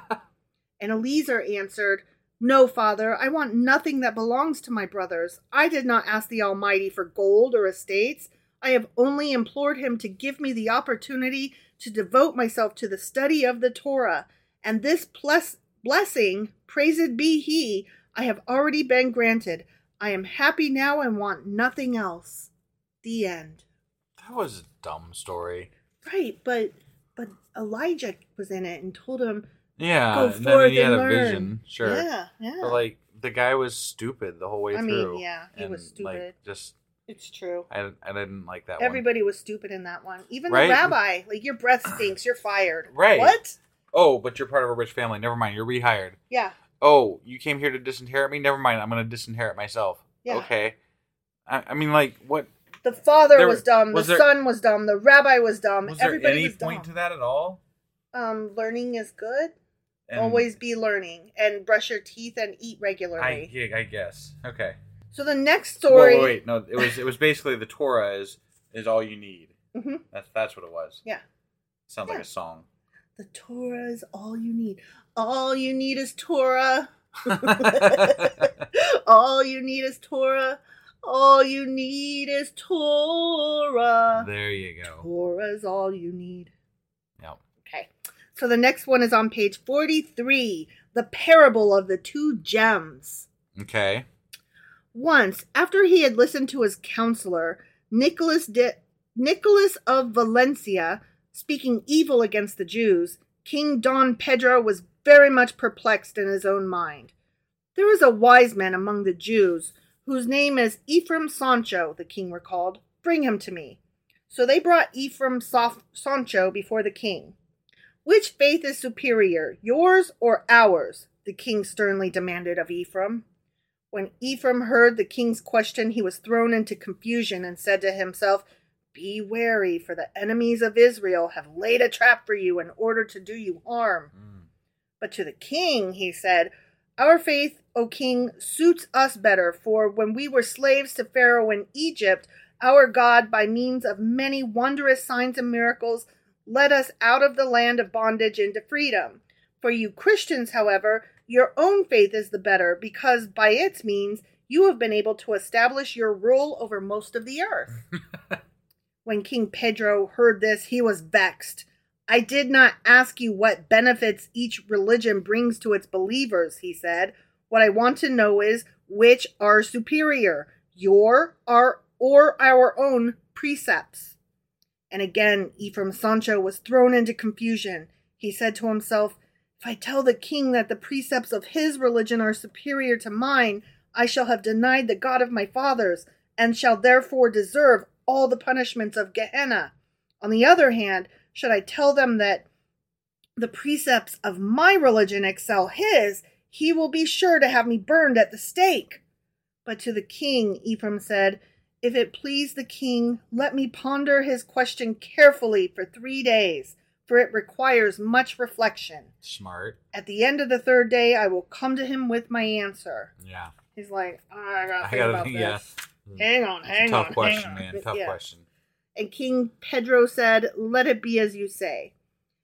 [SPEAKER 6] and Eliezer answered, No, father, I want nothing that belongs to my brothers. I did not ask the Almighty for gold or estates. I have only implored him to give me the opportunity to devote myself to the study of the Torah, and this bless- blessing, praised be he, I have already been granted. I am happy now and want nothing else. The end.
[SPEAKER 5] That was a dumb story.
[SPEAKER 6] Right, but but Elijah was in it and told him
[SPEAKER 5] Yeah,
[SPEAKER 6] go
[SPEAKER 5] and then
[SPEAKER 6] forth
[SPEAKER 5] he had
[SPEAKER 6] and
[SPEAKER 5] a
[SPEAKER 6] learn.
[SPEAKER 5] vision. Sure.
[SPEAKER 6] Yeah, yeah.
[SPEAKER 5] But like the guy was stupid the whole way
[SPEAKER 6] I mean,
[SPEAKER 5] through.
[SPEAKER 6] yeah, he was
[SPEAKER 5] and, like,
[SPEAKER 6] stupid.
[SPEAKER 5] just
[SPEAKER 6] it's true.
[SPEAKER 5] I, I didn't like that
[SPEAKER 6] Everybody was stupid in that one. Even
[SPEAKER 5] Right?
[SPEAKER 6] the rabbi, like your breath stinks, you're fired.
[SPEAKER 5] <sighs> Right.
[SPEAKER 6] What?
[SPEAKER 5] one. Oh, but you're part of a rich family. Never mind. You're rehired.
[SPEAKER 6] Yeah.
[SPEAKER 5] Oh, you came here to disinherit me. Never mind. I'm going to disinherit myself.
[SPEAKER 6] Yeah.
[SPEAKER 5] Okay. I, I mean, like, what
[SPEAKER 6] The father
[SPEAKER 5] There-
[SPEAKER 6] was dumb.
[SPEAKER 5] was
[SPEAKER 6] the
[SPEAKER 5] there-
[SPEAKER 6] son was dumb. The rabbi was dumb.
[SPEAKER 5] was there
[SPEAKER 6] Um, Everybody
[SPEAKER 5] any
[SPEAKER 6] was dumb.
[SPEAKER 5] point to that at all?
[SPEAKER 6] Um, learning is good.
[SPEAKER 5] And-
[SPEAKER 6] Always be learning and brush your teeth and eat
[SPEAKER 5] I,
[SPEAKER 6] regularly.
[SPEAKER 5] yeah, I guess. Okay.
[SPEAKER 6] So the next
[SPEAKER 5] Whoa, whoa,
[SPEAKER 6] story.
[SPEAKER 5] Wait, no, it was it was basically the Torah is is all you need.
[SPEAKER 6] Mhm.
[SPEAKER 5] That's that's what it was.
[SPEAKER 6] Yeah.
[SPEAKER 5] Sounds
[SPEAKER 6] Yeah.
[SPEAKER 5] like a
[SPEAKER 6] <laughs>
[SPEAKER 5] song. <laughs>
[SPEAKER 6] The Torah is all you need. All you need is
[SPEAKER 5] <laughs>
[SPEAKER 6] Torah. all you need is Torah. All you need is Torah.
[SPEAKER 5] there you go.
[SPEAKER 6] Torah is all you need.
[SPEAKER 5] Yep.
[SPEAKER 6] Okay. So the next one is on page 43 The Parable of the Two Gems.
[SPEAKER 5] Okay.
[SPEAKER 6] Once, after he had listened to his counselor, Nicholas de- Nicholas of Valencia, speaking evil against the Jews, King Don Pedro was very much perplexed in his own mind. There is a wise man among the Jews whose name is Ephraim Sancho, the king recalled. Bring him to me. So they brought Ephraim Sof- Sancho before the king. Which faith is superior, yours or ours? the king sternly demanded of Ephraim. When Ephraim heard the king's question, he was thrown into confusion and said to himself, Be wary, for the enemies of Israel have laid a trap for you in order to do you harm. But to the king he said, Our faith, O king, suits us better, for when we were slaves to Pharaoh in Egypt, our God, by means of many wondrous signs and miracles, led us out of the land of bondage into freedom. For you Christians, however, your own faith is the better, because by its means you have been able to establish your rule over most of the earth. When King Pedro heard this, he was vexed. I did not ask you what benefits each religion brings to its believers, he said. What I want to know is which are superior, your our, or our own precepts. And again, Ephraim Sancho was thrown into confusion. He said to himself, If I tell the king that the precepts of his religion are superior to mine, I shall have denied the God of my fathers, and shall therefore deserve all the punishments of Gehenna. On the other hand, should I tell them that the precepts of my religion excel his, he will be sure to have me burned at the stake. But to the king, Ephraim said, If it please the king, let me ponder his question carefully for three days, for it requires much reflection.
[SPEAKER 5] Smart.
[SPEAKER 6] At the end of the third day, I will come to him with my answer.
[SPEAKER 5] Yeah.
[SPEAKER 6] He's like, "Oh, I gotta
[SPEAKER 5] I
[SPEAKER 6] think
[SPEAKER 5] gotta
[SPEAKER 6] about
[SPEAKER 5] think,
[SPEAKER 6] this.
[SPEAKER 5] yeah.
[SPEAKER 6] Hang on, hang
[SPEAKER 5] Tough
[SPEAKER 6] on. hang
[SPEAKER 5] question,
[SPEAKER 6] on.
[SPEAKER 5] man. Tough
[SPEAKER 6] Yeah.
[SPEAKER 5] question.
[SPEAKER 6] And King Pedro said, Let it be as you say.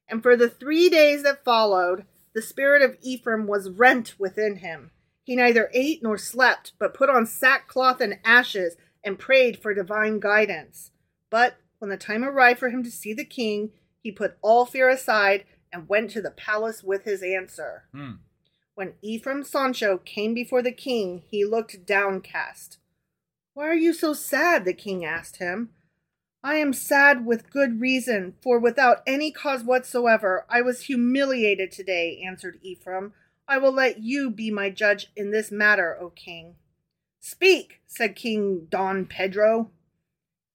[SPEAKER 6] And for the three days that followed, the spirit of Ephraim was rent within him. He neither ate nor slept, but put on sackcloth and ashes and prayed for divine guidance. But when the time arrived for him to see the king, he put all fear aside and went to the palace with his answer.
[SPEAKER 5] Hmm.
[SPEAKER 6] When Ephraim Sancho came before the king, he looked downcast. Why are you so sad? the king asked him. I am sad with good reason, for without any cause whatsoever I was humiliated today, answered Ephraim. I will let you be my judge in this matter, O king. Speak, said King Don Pedro.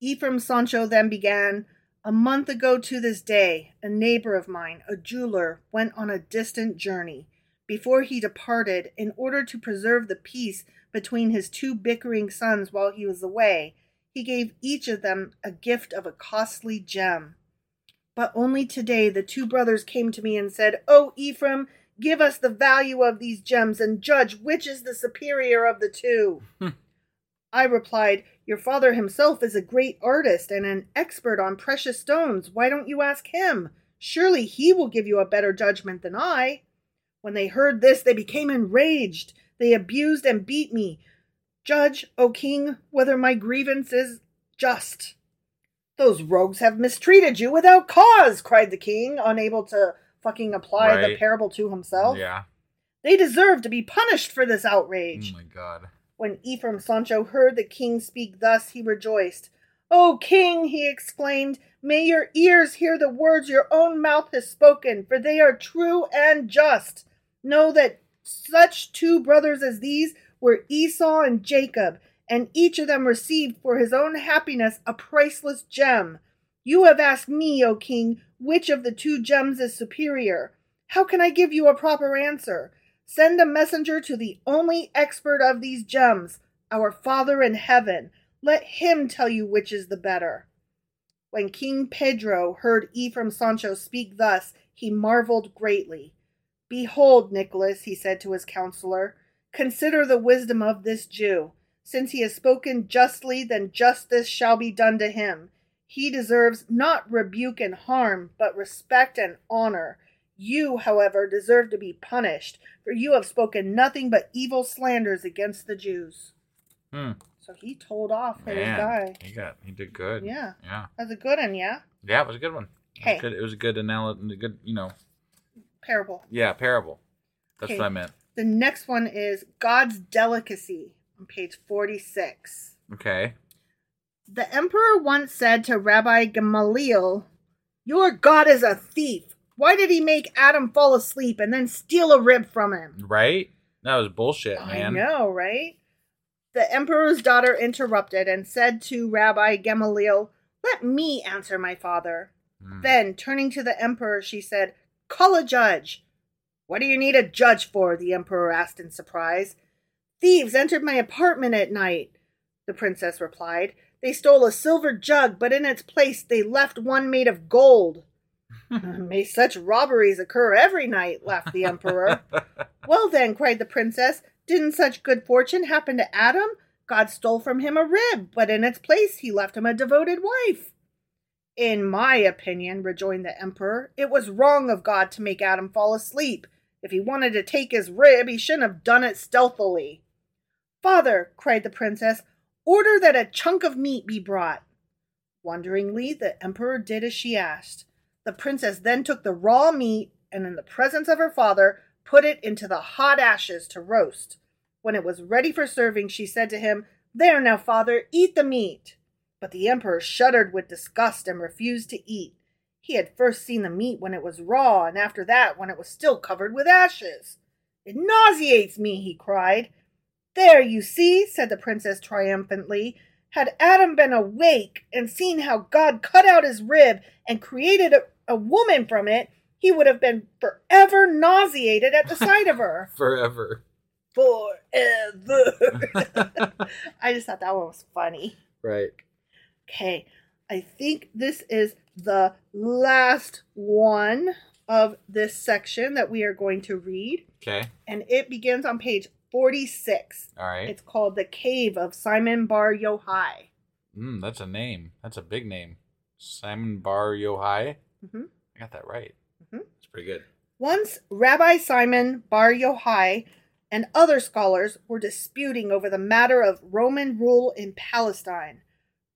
[SPEAKER 6] Ephraim Sancho then began A month ago to this day, a neighbor of mine, a jeweler, went on a distant journey. Before he departed, in order to preserve the peace between his two bickering sons while he was away, he gave each of them a gift of a costly gem. But only today the two brothers came to me and said, O Ephraim, give us the value of these gems and judge which is the superior of the two. I replied, Your father himself is a great artist and an expert on precious stones. Why don't you ask him? Surely he will give you a better judgment than I. When they heard this, they became enraged. They abused and beat me. Judge, O king, whether my grievance is just. Those rogues have mistreated you without cause, cried the king, unable to fucking apply the
[SPEAKER 5] Right.
[SPEAKER 6] parable to himself.
[SPEAKER 5] Yeah.
[SPEAKER 6] They deserve to be punished for this
[SPEAKER 5] Oh
[SPEAKER 6] outrage.
[SPEAKER 5] my god.
[SPEAKER 6] When Ephraim Sancho heard the king speak thus, he rejoiced. O king, he exclaimed, may your ears hear the words your own mouth has spoken, for they are true and just. Know that such two brothers as these were Esau and Jacob, and each of them received for his own happiness a priceless gem. You have asked me, O king, which of the two gems is superior. How can I give you a proper answer? Send a messenger to the only expert of these gems, our Father in heaven. Let him tell you which is the better. When King Pedro heard Ephraim Sancho speak thus, he marveled greatly. Behold, Nicholas, he said to his counselor, consider the wisdom of this Jew. Since he has spoken justly, then justice shall be done to him. He deserves not rebuke and harm, but respect and honor. You, however, deserve to be punished, for you have spoken nothing but evil slanders against the Jews.
[SPEAKER 5] Hmm.
[SPEAKER 6] So he told off his
[SPEAKER 5] Man,
[SPEAKER 6] guy.
[SPEAKER 5] he got he did good.
[SPEAKER 6] Yeah.
[SPEAKER 5] Yeah.
[SPEAKER 6] That's a good one, yeah?
[SPEAKER 5] Yeah, it was a good one. It was
[SPEAKER 6] Hey.
[SPEAKER 5] good- It was a good analogy. Good, you know.
[SPEAKER 6] Parable.
[SPEAKER 5] Yeah, parable. That's
[SPEAKER 6] Okay.
[SPEAKER 5] what I meant.
[SPEAKER 6] The next one is God's Delicacy on page 46.
[SPEAKER 5] Okay.
[SPEAKER 6] The emperor once said to Rabbi Gamaliel, Your God is a thief. Why did he make Adam fall asleep and then steal a rib from him?
[SPEAKER 5] Right? That was bullshit,
[SPEAKER 6] I
[SPEAKER 5] man.
[SPEAKER 6] know, right? The emperor's daughter interrupted and said to Rabbi Gamaliel, Let me answer my father. Then, turning to the emperor, she said, Call a judge. What do you need a judge for? the emperor asked in surprise. Thieves entered my apartment at night, the princess replied. They stole a silver jug, but in its place they left one made of gold. May such robberies occur every night, laughed the emperor. well, then, cried the princess, didn't such good fortune happen to Adam? God stole from him a rib, but in its place he left him a devoted wife. In my opinion, rejoined the emperor, it was wrong of God to make Adam fall asleep. If he wanted to take his rib, he shouldn't have done it stealthily. Father, cried the princess, order that a chunk of meat be brought. Wonderingly, the emperor did as she asked. The princess then took the raw meat and, in the presence of her father, put it into the hot ashes to roast. When it was ready for serving, she said to him, There now, father, eat the meat. But the emperor shuddered with disgust and refused to eat. He had first seen the meat when it was raw, and after that when it was still covered with ashes. It nauseates me, he cried. There you see, said the princess triumphantly. Had Adam been awake and seen how God cut out his rib and created a, a woman from it, he would have been forever nauseated at the sight of her.
[SPEAKER 5] <laughs> Forever.
[SPEAKER 6] Forever. <laughs> I just thought that one was funny.
[SPEAKER 5] Right.
[SPEAKER 6] Okay, I think this is the last one of this section that we are going to read,
[SPEAKER 5] Okay.
[SPEAKER 6] and it begins on page 46.
[SPEAKER 5] All right.
[SPEAKER 6] It's called The Cave of Simon Bar Yohai.
[SPEAKER 5] Mm, that's a name. That's a big name. Simon Bar Yohai.
[SPEAKER 6] Mhm.
[SPEAKER 5] I got that right.
[SPEAKER 6] Mhm.
[SPEAKER 5] That's pretty good.
[SPEAKER 6] Once Rabbi Simon Bar Yohai and other scholars were disputing over the matter of Roman rule in Palestine.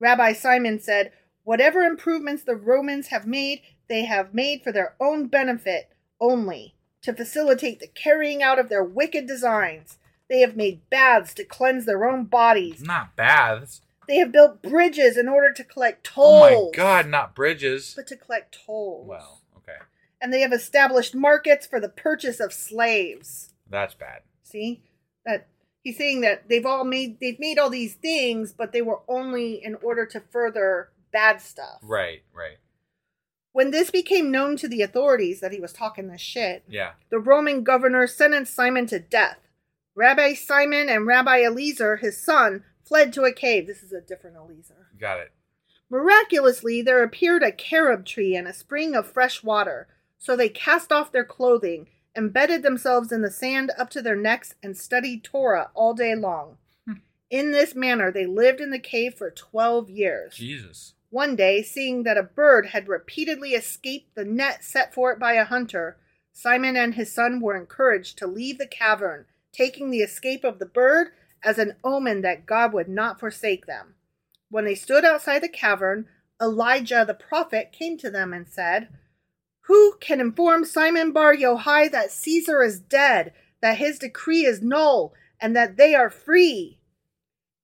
[SPEAKER 6] Rabbi Simon said, Whatever improvements the Romans have made, they have made for their own benefit only, to facilitate the carrying out of their wicked designs. They have made baths to cleanse their own bodies.
[SPEAKER 5] Not baths.
[SPEAKER 6] They have built bridges in order to collect tolls.
[SPEAKER 5] Oh my God! Not bridges.
[SPEAKER 6] But to collect tolls.
[SPEAKER 5] Well, okay.
[SPEAKER 6] And they have established markets for the purchase of slaves.
[SPEAKER 5] That's bad.
[SPEAKER 6] See that he's saying that they've all made they've made all these things, but they were only in order to further bad stuff.
[SPEAKER 5] Right. Right.
[SPEAKER 6] When this became known to the authorities that he was talking this shit,
[SPEAKER 5] Yeah.
[SPEAKER 6] the Roman governor sentenced Simon to death. Rabbi Simon and Rabbi Eliezer, his son, fled to a cave. This is a different Eliezer.
[SPEAKER 5] Got it.
[SPEAKER 6] Miraculously, there appeared a carob tree and a spring of fresh water. So they cast off their clothing, embedded themselves in the sand up to their necks, and studied Torah all day long. In this manner, they lived in the cave for 12 years.
[SPEAKER 5] Jesus.
[SPEAKER 6] One day, seeing that a bird had repeatedly escaped the net set for it by a hunter, Simon and his son were encouraged to leave the cavern, taking the escape of the bird as an omen that God would not forsake them. When they stood outside the cavern, Elijah the prophet came to them and said, Who can inform Simon Bar Yohai that Caesar is dead, that his decree is null, and that they are free?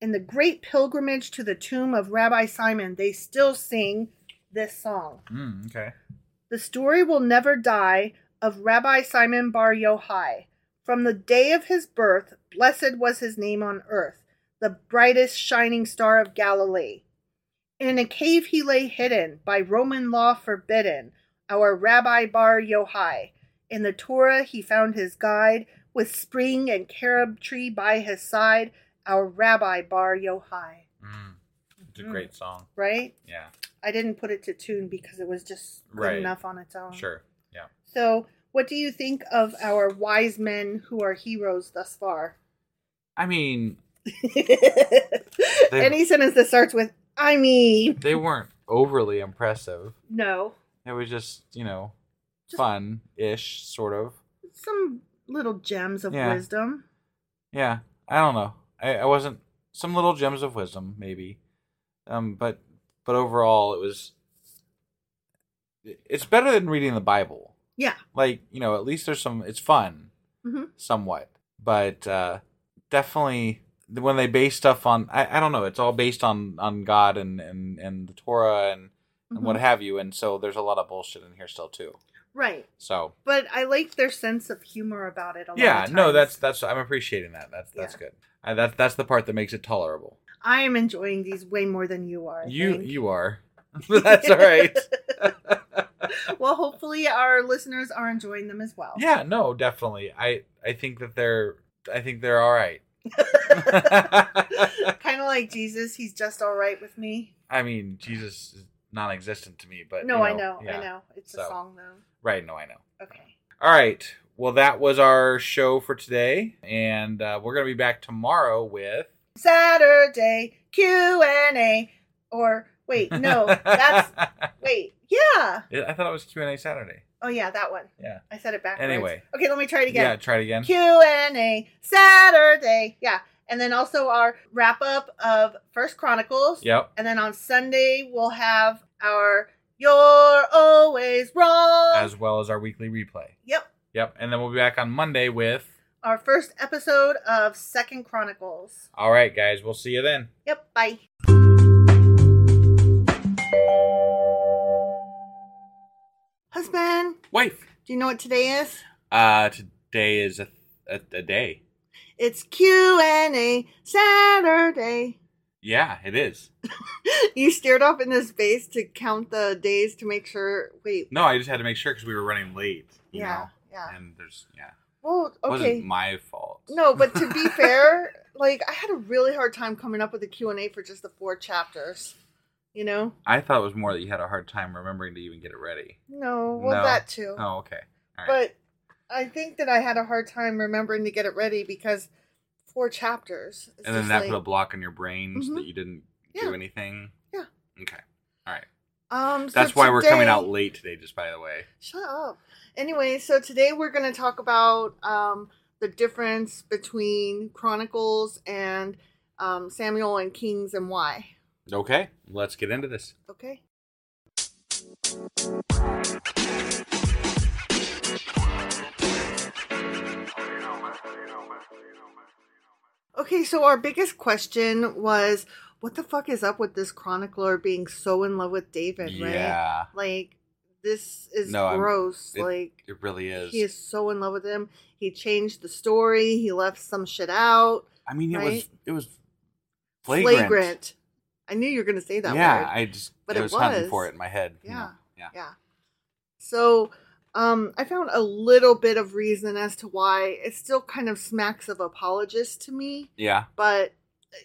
[SPEAKER 6] in the great pilgrimage to the tomb of Rabbi Simon, they still sing this song.
[SPEAKER 5] Mm, okay.
[SPEAKER 6] The story will never die of Rabbi Simon Bar Yochai. From the day of his birth, blessed was his name on earth, the brightest shining star of Galilee. In a cave he lay hidden, by Roman law forbidden, our Rabbi Bar Yochai. In the Torah he found his guide, with spring and carob tree by his side, our Rabbi Bar Yochai.
[SPEAKER 5] Mm. It's a great song.
[SPEAKER 6] Right?
[SPEAKER 5] Yeah.
[SPEAKER 6] I didn't put it to tune because it was just good
[SPEAKER 5] Right.
[SPEAKER 6] enough on its own.
[SPEAKER 5] Sure. Yeah.
[SPEAKER 6] So, what do you think of our wise men who are heroes
[SPEAKER 5] <laughs>
[SPEAKER 6] thus far?
[SPEAKER 5] I mean,
[SPEAKER 6] <laughs> Any sentence that starts with "I mean,"
[SPEAKER 5] they weren't overly impressive.
[SPEAKER 6] no,
[SPEAKER 5] It was just, you know, fun ish, sort of.
[SPEAKER 6] some little gems of
[SPEAKER 5] Yeah.
[SPEAKER 6] wisdom.
[SPEAKER 5] Yeah, I don't know. I, I wasn't some little gems of wisdom, maybe. Um, but but overall, it was. It's better than reading the Bible.
[SPEAKER 6] Yeah.
[SPEAKER 5] Like you know, at least there's some. It's fun,
[SPEAKER 6] hmm
[SPEAKER 5] somewhat, but uh, definitely when they base stuff on, I, I don't know. It's all based on on God and and and the Torah and.
[SPEAKER 6] Mm-hmm.
[SPEAKER 5] And what have you, and so there's a lot of bullshit in here still too.
[SPEAKER 6] Right.
[SPEAKER 5] So
[SPEAKER 6] But I like their sense of humor about it a lot.
[SPEAKER 5] yeah,
[SPEAKER 6] of
[SPEAKER 5] no,
[SPEAKER 6] times.
[SPEAKER 5] that's that's I'm appreciating that. That's that's
[SPEAKER 6] Yeah.
[SPEAKER 5] good. I, that's that's the part that makes it tolerable.
[SPEAKER 6] I am enjoying these way more than you are. I
[SPEAKER 5] You
[SPEAKER 6] think.
[SPEAKER 5] you
[SPEAKER 6] <laughs>
[SPEAKER 5] are. <laughs> That's all right.
[SPEAKER 6] well, hopefully our listeners <laughs>
[SPEAKER 5] <laughs>
[SPEAKER 6] are enjoying them as well. <laughs>
[SPEAKER 5] yeah, no, definitely. I I think that they're I think they're all right. <laughs>
[SPEAKER 6] kind of like Jesus, he's just all right with me.
[SPEAKER 5] I mean, Jesus is non-existent to me, but
[SPEAKER 6] no,
[SPEAKER 5] you
[SPEAKER 6] I know,
[SPEAKER 5] yeah.
[SPEAKER 6] I know. It's
[SPEAKER 5] So.
[SPEAKER 6] a song though.
[SPEAKER 5] Right? No, I know.
[SPEAKER 6] Okay.
[SPEAKER 5] All right. Well, that was our show for today, and uh, we're gonna be back tomorrow with.
[SPEAKER 6] Saturday Q and A, or wait, no,
[SPEAKER 5] <laughs>
[SPEAKER 6] that's wait, yeah.
[SPEAKER 5] I thought it was Q and A Saturday.
[SPEAKER 6] Oh yeah, that one.
[SPEAKER 5] Yeah.
[SPEAKER 6] I said it backwards.
[SPEAKER 5] Anyway.
[SPEAKER 6] okay, let me try it
[SPEAKER 5] Yeah.
[SPEAKER 6] again.
[SPEAKER 5] Try it again.
[SPEAKER 6] Q and A Saturday, yeah, and then also our wrap up of First Chronicles.
[SPEAKER 5] Yep.
[SPEAKER 6] And then on Sunday we'll have our You're Always Wrong.
[SPEAKER 5] As well as our weekly replay.
[SPEAKER 6] yep.
[SPEAKER 5] Yep. And then we'll be back on Monday with.
[SPEAKER 6] Our first episode of Second Chronicles.
[SPEAKER 5] All right, guys. We'll see you then.
[SPEAKER 6] Yep. Bye. Husband,
[SPEAKER 5] Wife.
[SPEAKER 6] do you know what today is?
[SPEAKER 5] Uh, today is a, a, a day.
[SPEAKER 6] It's Q and A Saturday. <laughs>
[SPEAKER 5] Yeah, it is.
[SPEAKER 6] You stared off into space to count the days to make sure. Wait.
[SPEAKER 5] No, I just had to make sure because we were running late. You
[SPEAKER 6] Yeah,
[SPEAKER 5] Know?
[SPEAKER 6] yeah.
[SPEAKER 5] And there's yeah.
[SPEAKER 6] Well,
[SPEAKER 5] It
[SPEAKER 6] okay.
[SPEAKER 5] Wasn't my fault.
[SPEAKER 6] No, but to
[SPEAKER 5] <laughs>
[SPEAKER 6] be fair, like I had a really hard time coming up with a Q and A for just the four chapters. You know?
[SPEAKER 5] I thought it was more that you had a hard time remembering to even get it ready.
[SPEAKER 6] No, well
[SPEAKER 5] No?
[SPEAKER 6] that too.
[SPEAKER 5] Oh, okay. All right.
[SPEAKER 6] But I think that I had a hard time remembering to get it ready because four chapters. It's
[SPEAKER 5] and then
[SPEAKER 6] just
[SPEAKER 5] that
[SPEAKER 6] like-
[SPEAKER 5] put a block on your brain so
[SPEAKER 6] Mhm.
[SPEAKER 5] that you didn't
[SPEAKER 6] Yeah.
[SPEAKER 5] do anything.
[SPEAKER 6] Yeah.
[SPEAKER 5] Okay. All right.
[SPEAKER 6] Um, so
[SPEAKER 5] That's why we're coming
[SPEAKER 6] today-
[SPEAKER 5] out late today. Just by the way.
[SPEAKER 6] Shut up. Anyway, so today we're going to talk about um, the difference between Chronicles and um, Samuel and Kings and why.
[SPEAKER 5] Okay. Let's get into this.
[SPEAKER 6] Okay. Okay, so our biggest question was what the fuck is up with this chronicler being so in love with David, right?
[SPEAKER 5] Yeah.
[SPEAKER 6] Like this is
[SPEAKER 5] No, I'm-
[SPEAKER 6] gross.
[SPEAKER 5] It,
[SPEAKER 6] like
[SPEAKER 5] it really is.
[SPEAKER 6] he is so in love with him. He changed the story, he left some shit out.
[SPEAKER 5] I mean, it was
[SPEAKER 6] right?
[SPEAKER 5] it was flagrant.
[SPEAKER 6] I knew you were going to say that
[SPEAKER 5] yeah,
[SPEAKER 6] word.
[SPEAKER 5] I just
[SPEAKER 6] But
[SPEAKER 5] I
[SPEAKER 6] it
[SPEAKER 5] was, hunting
[SPEAKER 6] was.
[SPEAKER 5] for it in my head. you
[SPEAKER 6] Yeah.
[SPEAKER 5] know? Yeah.
[SPEAKER 6] Yeah. So um, I found a little bit of reason as to why it still kind of smacks of apologist to me,
[SPEAKER 5] Yeah.
[SPEAKER 6] but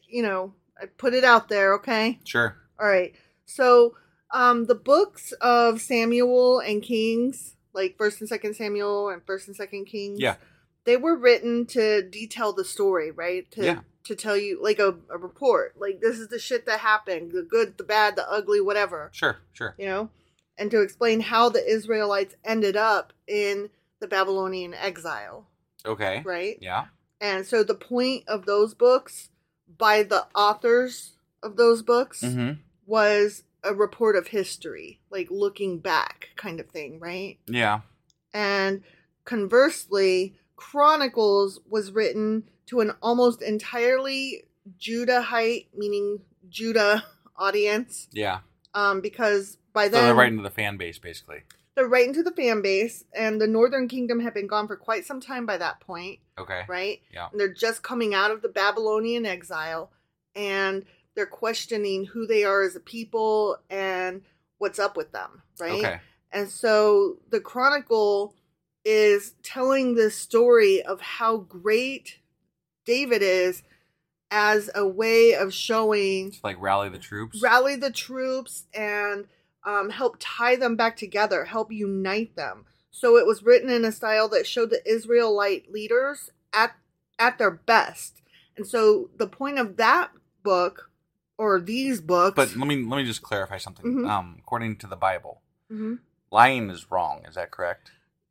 [SPEAKER 6] you know, I put it out there, okay?
[SPEAKER 5] Sure.
[SPEAKER 6] All right. So um, the books of Samuel and Kings, like First and Second Samuel and First and Second Kings,
[SPEAKER 5] Yeah.
[SPEAKER 6] they were written to detail the story, right? To,
[SPEAKER 5] Yeah.
[SPEAKER 6] To tell you like a, a report, like this is the shit that happened, the good, the bad, the ugly, whatever
[SPEAKER 5] Sure. Sure.
[SPEAKER 6] you know, and to explain how the Israelites ended up in the Babylonian exile,
[SPEAKER 5] Okay.
[SPEAKER 6] right?
[SPEAKER 5] Yeah.
[SPEAKER 6] And so the point of those books by the authors of those books
[SPEAKER 5] Mm-hmm.
[SPEAKER 6] was a report of history, like looking back kind of thing, right?
[SPEAKER 5] Yeah.
[SPEAKER 6] And conversely, Chronicles was written to an almost entirely Judahite, meaning Judah <laughs> audience,
[SPEAKER 5] Yeah.
[SPEAKER 6] um, because by
[SPEAKER 5] so
[SPEAKER 6] then
[SPEAKER 5] they're right into the fan base, basically.
[SPEAKER 6] they're right into the fan base and the northern kingdom had been gone for quite some time by that point
[SPEAKER 5] Okay.
[SPEAKER 6] right
[SPEAKER 5] Yeah.
[SPEAKER 6] and they're just coming out of the babylonian exile and they're questioning who they are as a people and what's up with them right
[SPEAKER 5] Okay.
[SPEAKER 6] and so the chronicle is telling this story of how great david is as a way of showing
[SPEAKER 5] It's like rally the troops.
[SPEAKER 6] rally the troops and um, help tie them back together, help unite them. So it was written in a style that showed the Israelite leaders at at their best. And so the point of that book or these books,
[SPEAKER 5] but let me let me just clarify something.
[SPEAKER 6] Mhm.
[SPEAKER 5] Um, according to the Bible,
[SPEAKER 6] Mhm.
[SPEAKER 5] lying is wrong. Is that correct?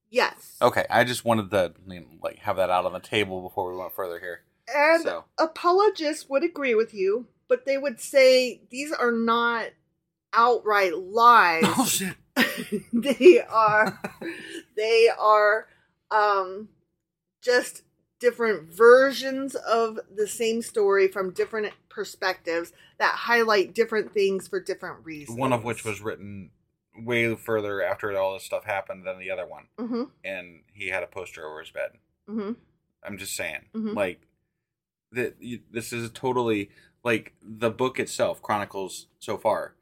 [SPEAKER 6] yes,
[SPEAKER 5] Okay. I just wanted to you know, like have that out on the table before we went further here.
[SPEAKER 6] and
[SPEAKER 5] so.
[SPEAKER 6] apologists would agree with you, but they would say these are not
[SPEAKER 5] <laughs>
[SPEAKER 6] outright lies.
[SPEAKER 5] Oh, shit.
[SPEAKER 6] <laughs> they
[SPEAKER 5] <laughs>
[SPEAKER 6] are they are um just different versions of the same story from different perspectives that highlight different things for different reasons
[SPEAKER 5] One of which was written way further after all this stuff happened than the other one,
[SPEAKER 6] mm-hmm,
[SPEAKER 5] and he had a poster over his bed.
[SPEAKER 6] mm-hmm.
[SPEAKER 5] I'm just saying,
[SPEAKER 6] Mhm.
[SPEAKER 5] like that. You, this is totally like the book itself, Chronicles so far,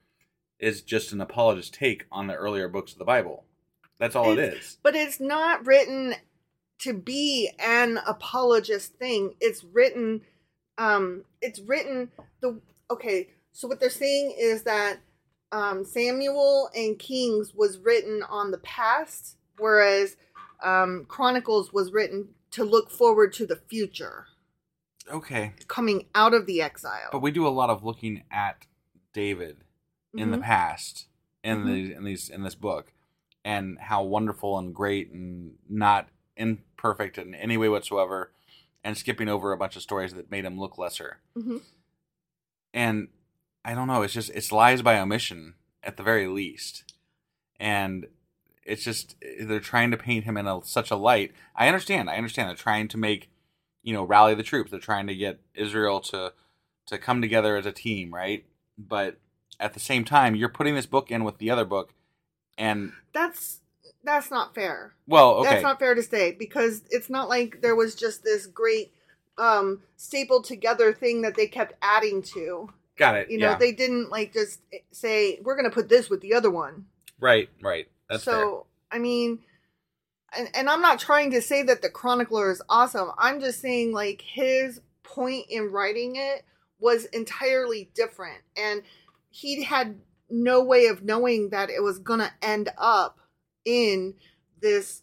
[SPEAKER 5] is just an apologist take on the earlier books of the Bible. That's all it
[SPEAKER 6] It's-
[SPEAKER 5] is.
[SPEAKER 6] but it's not written to be an apologist thing it's written um it's written the okay so what they're saying is that um samuel and kings was written on the past whereas um chronicles was written to look forward to the future
[SPEAKER 5] Okay.
[SPEAKER 6] coming out of the exile
[SPEAKER 5] But we do a lot of looking at David in the
[SPEAKER 6] Mhm.
[SPEAKER 5] past in the in these in this book and how wonderful and great and not imperfect in any way whatsoever and skipping over a bunch of stories that made him look lesser.
[SPEAKER 6] Mhm.
[SPEAKER 5] And I don't know, it's just it's lies by omission at the very least. And it's just they're trying to paint him in a, such a light. I understand. I understand they're trying to make you know rally the troops. They're trying to get Israel to to come together as a team, right? But at the same time, you're putting this book in with the other book, and
[SPEAKER 6] that's that's not fair
[SPEAKER 5] well, okay,
[SPEAKER 6] that's not fair to say because it's not like there was just this great um stapled together thing that they kept adding to
[SPEAKER 5] got it.
[SPEAKER 6] you know
[SPEAKER 5] yeah.
[SPEAKER 6] they didn't like just eh, say we're gonna put this with the other one
[SPEAKER 5] right, right. That's
[SPEAKER 6] so I mean, and and I'm not trying to say that the chronicler is awesome. I'm just saying like his point in writing it was entirely different, and he had no way of knowing that it was gonna end up in this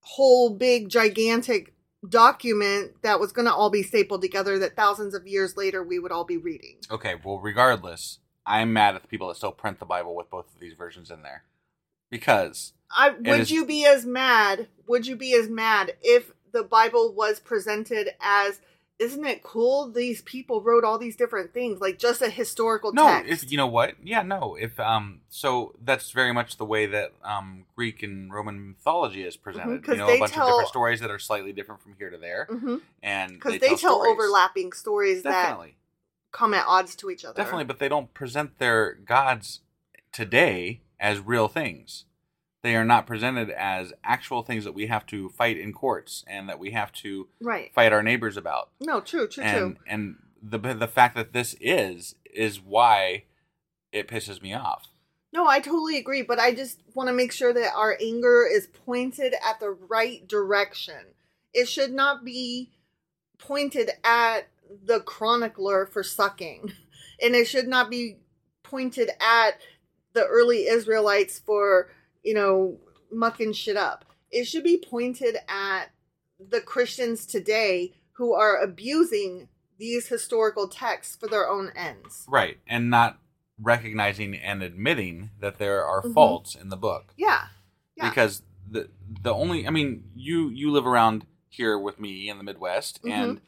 [SPEAKER 6] whole big gigantic document that was gonna all be stapled together that thousands of years later we would all be reading.
[SPEAKER 5] fair. Okay, well, regardless, I'm mad at the people that still print the Bible with both of these versions in there because
[SPEAKER 6] I would
[SPEAKER 5] is-
[SPEAKER 6] you be as mad? Would you be as mad if the Bible was presented as isn't it cool these people wrote all these different things like just a historical
[SPEAKER 5] no,
[SPEAKER 6] text?
[SPEAKER 5] if you know what, yeah, no, if um, so that's very much the way that um Greek and Roman mythology is presented.
[SPEAKER 6] Mm-hmm, 'cause
[SPEAKER 5] you know,
[SPEAKER 6] they
[SPEAKER 5] a bunch
[SPEAKER 6] tell-
[SPEAKER 5] of different stories that are slightly different from here to there,
[SPEAKER 6] Mhm.
[SPEAKER 5] and
[SPEAKER 6] Because they, tell
[SPEAKER 5] stories.
[SPEAKER 6] overlapping stories
[SPEAKER 5] definitely.
[SPEAKER 6] that come at odds to each other.
[SPEAKER 5] Definitely, but they don't present their gods today as real things. They are not presented as actual things that we have to fight in courts and that we have to
[SPEAKER 6] right.
[SPEAKER 5] fight our neighbors about.
[SPEAKER 6] No, true, true,
[SPEAKER 5] and
[SPEAKER 6] true.
[SPEAKER 5] and the but the fact that this is is why it pisses me off.
[SPEAKER 6] No, I totally agree, but I just want to make sure that our anger is pointed at the right direction. It should not be pointed at the chronicler for sucking, <laughs> and it should not be pointed at the early Israelites for, you know, mucking shit up. It should be pointed at the Christians today who are abusing these historical texts for their own ends.
[SPEAKER 5] Right. And not recognizing and admitting that there are
[SPEAKER 6] Mm-hmm.
[SPEAKER 5] faults in the book.
[SPEAKER 6] Yeah. Yeah.
[SPEAKER 5] because the the only I mean you you live around here with me in the Midwest and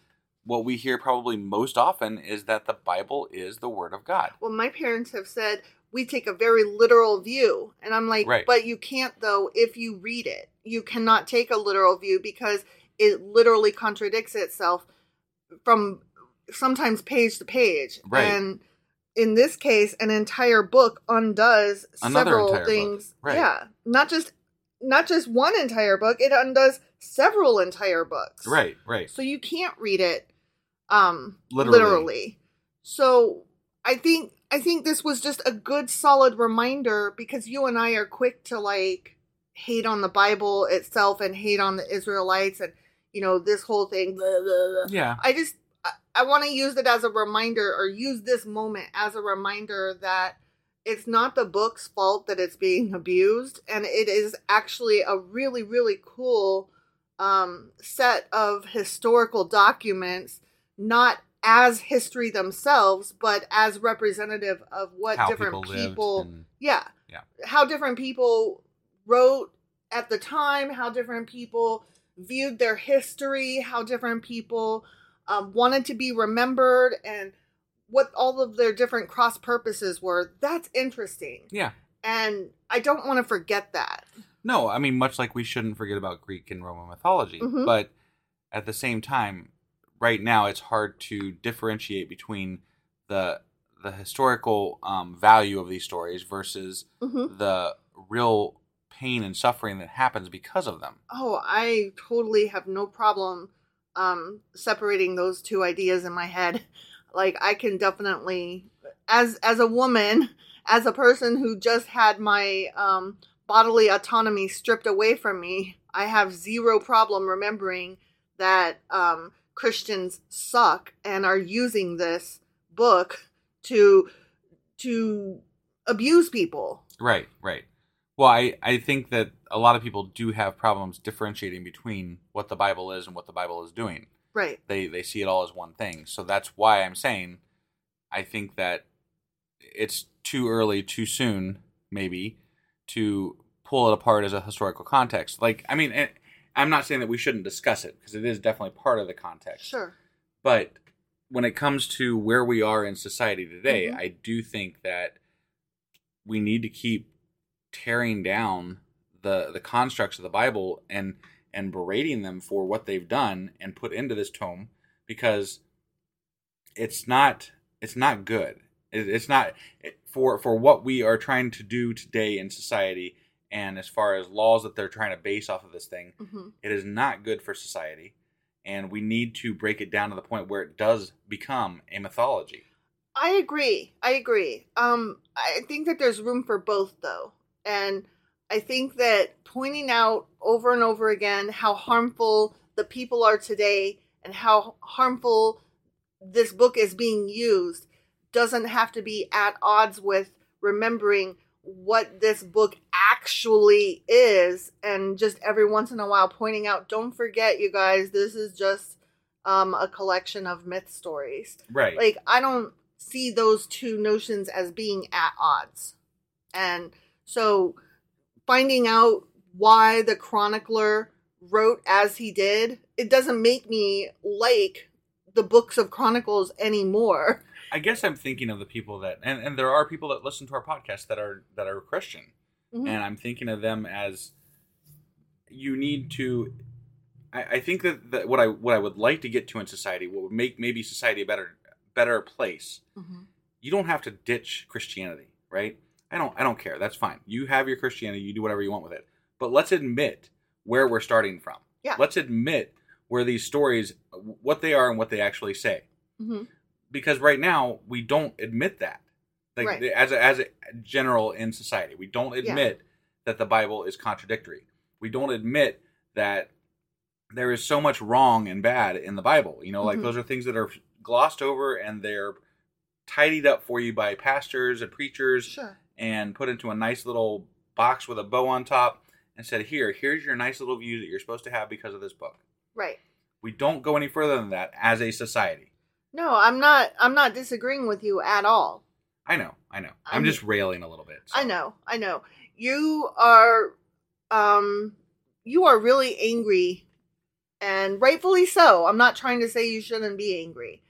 [SPEAKER 5] what we hear probably most often is that the Bible is the word of God.
[SPEAKER 6] well my parents have said we take a very literal view and i'm like
[SPEAKER 5] Right.
[SPEAKER 6] but you can't though if you read it you cannot take a literal view because it literally contradicts itself from sometimes page to page
[SPEAKER 5] Right.
[SPEAKER 6] and in this case an entire book undoes
[SPEAKER 5] Another
[SPEAKER 6] several
[SPEAKER 5] entire book.
[SPEAKER 6] things
[SPEAKER 5] Right.
[SPEAKER 6] yeah not just not just one entire book it undoes several entire books
[SPEAKER 5] Right, right.
[SPEAKER 6] so you can't read it um
[SPEAKER 5] Literally.
[SPEAKER 6] literally. So I think I think this was just a good solid reminder because you and I are quick to like hate on the Bible itself and hate on the Israelites and you know this whole thing blah, blah, blah.
[SPEAKER 5] Yeah.
[SPEAKER 6] I just I, I want to use it as a reminder or use this moment as a reminder that it's not the book's fault that it's being <laughs> abused and it is actually a really really cool um, set of historical documents not as history themselves but as representative of what
[SPEAKER 5] How
[SPEAKER 6] different
[SPEAKER 5] people lived
[SPEAKER 6] people
[SPEAKER 5] and-
[SPEAKER 6] yeah
[SPEAKER 5] Yeah.
[SPEAKER 6] how different people wrote at the time how different people viewed their history how different people um, wanted to be remembered and what all of their different cross purposes were that's interesting
[SPEAKER 5] Yeah.
[SPEAKER 6] and i don't want to forget that
[SPEAKER 5] No, I mean much like we shouldn't forget about Greek and Roman mythology,
[SPEAKER 6] Mhm.
[SPEAKER 5] but at the same time right now it's hard to differentiate between the the historical um, value of these stories versus
[SPEAKER 6] Mhm.
[SPEAKER 5] the real pain and suffering that happens because of them.
[SPEAKER 6] oh i totally have no problem um separating those two ideas in my head <laughs> like i can definitely as as a woman <laughs> as a person who just had my um bodily autonomy stripped away from me i have zero problem remembering that um Christians suck and are using this book to to abuse people.
[SPEAKER 5] Right, right. Well, I, I think that a lot of people do have problems differentiating between what the Bible is and what the Bible is doing.
[SPEAKER 6] Right.
[SPEAKER 5] They they see it all as one thing. So that's why I'm saying I think that it's too early, too soon, maybe, to pull it apart as a historical context. Like, I mean, and I'm not saying that we shouldn't discuss it because it is definitely part of the context.
[SPEAKER 6] Sure.
[SPEAKER 5] But when it comes to where we are in society today, I do think that we need to keep tearing down the the constructs of the Bible and and berating them for what they've done and put into this tome because it's not it's not good. It, it's not it- for for what we are trying to do today in society and as far as laws that they're trying to base off of this thing,
[SPEAKER 6] Mm-hmm.
[SPEAKER 5] it is not good for society. And we need to break it down to the point where it does become a mythology.
[SPEAKER 6] I agree. I agree. Um, I think that there's room for both, though, and I think that pointing out over and over again how harmful the people are today and how harmful this book is being used doesn't have to be at odds with remembering what this book actually is and just every once in a while pointing out don't forget you guys this is just um, a collection of myth stories
[SPEAKER 5] Right.
[SPEAKER 6] like i don't see those two notions as being at odds and so finding out why the chronicler wrote as he did it doesn't make me like the books of chronicles anymore
[SPEAKER 5] I guess I'm thinking of the people that, and, and there are people that listen to our podcast that are that are Christian, and I'm thinking of them as you need to. I, I think that, that what I what I would like to get to in society, what would make maybe society a better better place. You don't have to ditch Christianity, right? I don't I don't care. That's fine. You have your Christianity. You do whatever you want with it. But let's admit where we're starting from.
[SPEAKER 6] Yeah.
[SPEAKER 5] Let's admit where these stories, what they are, and what they actually say
[SPEAKER 6] Mm-hmm.
[SPEAKER 5] because right now we don't admit that like
[SPEAKER 6] Right.
[SPEAKER 5] as a, as a general in society we don't
[SPEAKER 6] Yeah.
[SPEAKER 5] admit that the bible is contradictory we don't admit that there is so much wrong and bad in the bible you know like
[SPEAKER 6] Mm-hmm.
[SPEAKER 5] those are things that are glossed over and they're tidied up for you by pastors and preachers
[SPEAKER 6] Sure.
[SPEAKER 5] and put into a nice little box with a bow on top and said here here's your nice little view that you're supposed to have because of this book
[SPEAKER 6] right
[SPEAKER 5] we don't go any further than that as a society
[SPEAKER 6] no i'm not i'm not disagreeing with you at all
[SPEAKER 5] I know, I know.
[SPEAKER 6] I
[SPEAKER 5] I'm
[SPEAKER 6] kn-
[SPEAKER 5] just railing a little bit. so.
[SPEAKER 6] I know, I know. You are, um, you are really angry, and rightfully so. I'm not trying to say you shouldn't be angry.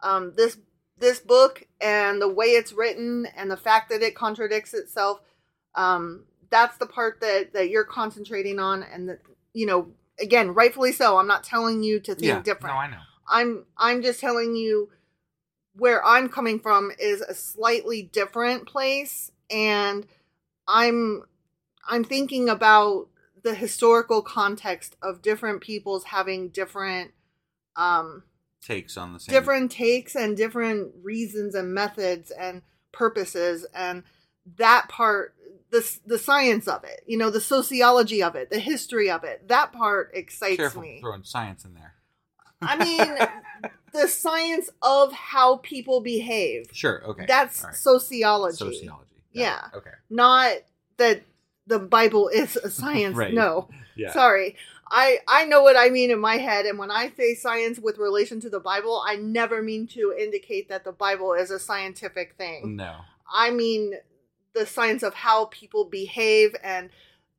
[SPEAKER 6] Um, this this book and the way it's written and the fact that it contradicts itself, um, that's the part that that you're concentrating on, and that you know, again, rightfully so. I'm not telling you to think different.
[SPEAKER 5] No, I know.
[SPEAKER 6] I'm I'm just telling you where I'm coming from is a slightly different place and I'm I'm thinking about the historical context of different peoples having different um
[SPEAKER 5] Takes on the same.
[SPEAKER 6] different takes and different reasons and methods and purposes and that part the s- the science of it, you know, the sociology of it, the history of it. That part excites
[SPEAKER 5] Careful
[SPEAKER 6] me.
[SPEAKER 5] throwing science in there.
[SPEAKER 6] I mean, the science of how people behave.
[SPEAKER 5] Sure. Okay.
[SPEAKER 6] That's
[SPEAKER 5] All right.
[SPEAKER 6] sociology.
[SPEAKER 5] Sociology.
[SPEAKER 6] Yeah.
[SPEAKER 5] Okay.
[SPEAKER 6] Not that the Bible is a science.
[SPEAKER 5] <laughs> Right.
[SPEAKER 6] No.
[SPEAKER 5] Yeah.
[SPEAKER 6] Sorry. I, I know what I mean in my head, and when I say science with relation to the Bible, I never mean to indicate that the Bible is a scientific thing.
[SPEAKER 5] <laughs> No.
[SPEAKER 6] I mean the science of how people behave and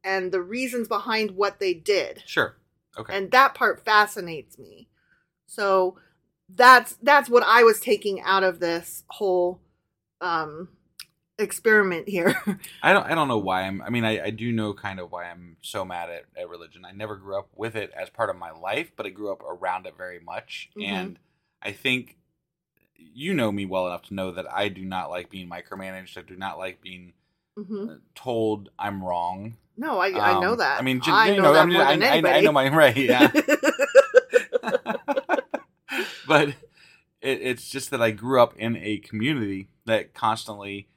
[SPEAKER 6] and the reasons behind what they did
[SPEAKER 5] Sure. Okay.
[SPEAKER 6] and that part fascinates me so that's that's what i was taking out of this whole um experiment here <laughs>
[SPEAKER 5] I don't. I don't know why I'm. I mean, I, I do know kind of why I'm so mad at, at religion. I never grew up with it as part of my life, but I grew up around it very much,
[SPEAKER 6] Mhm.
[SPEAKER 5] and I think you know me well enough to know that I do not like being micromanaged. I do not like being
[SPEAKER 6] Mhm.
[SPEAKER 5] uh, told I'm wrong.
[SPEAKER 6] no i, I know
[SPEAKER 5] Um, I
[SPEAKER 6] that
[SPEAKER 5] mean, ju-
[SPEAKER 6] i know
[SPEAKER 5] you know,
[SPEAKER 6] that
[SPEAKER 5] I'm
[SPEAKER 6] more
[SPEAKER 5] just, I,
[SPEAKER 6] than
[SPEAKER 5] I-
[SPEAKER 6] anybody
[SPEAKER 5] I know my <laughs> right.
[SPEAKER 6] <laughs>
[SPEAKER 5] Yeah. but it, it's just that I grew up in a community that constantly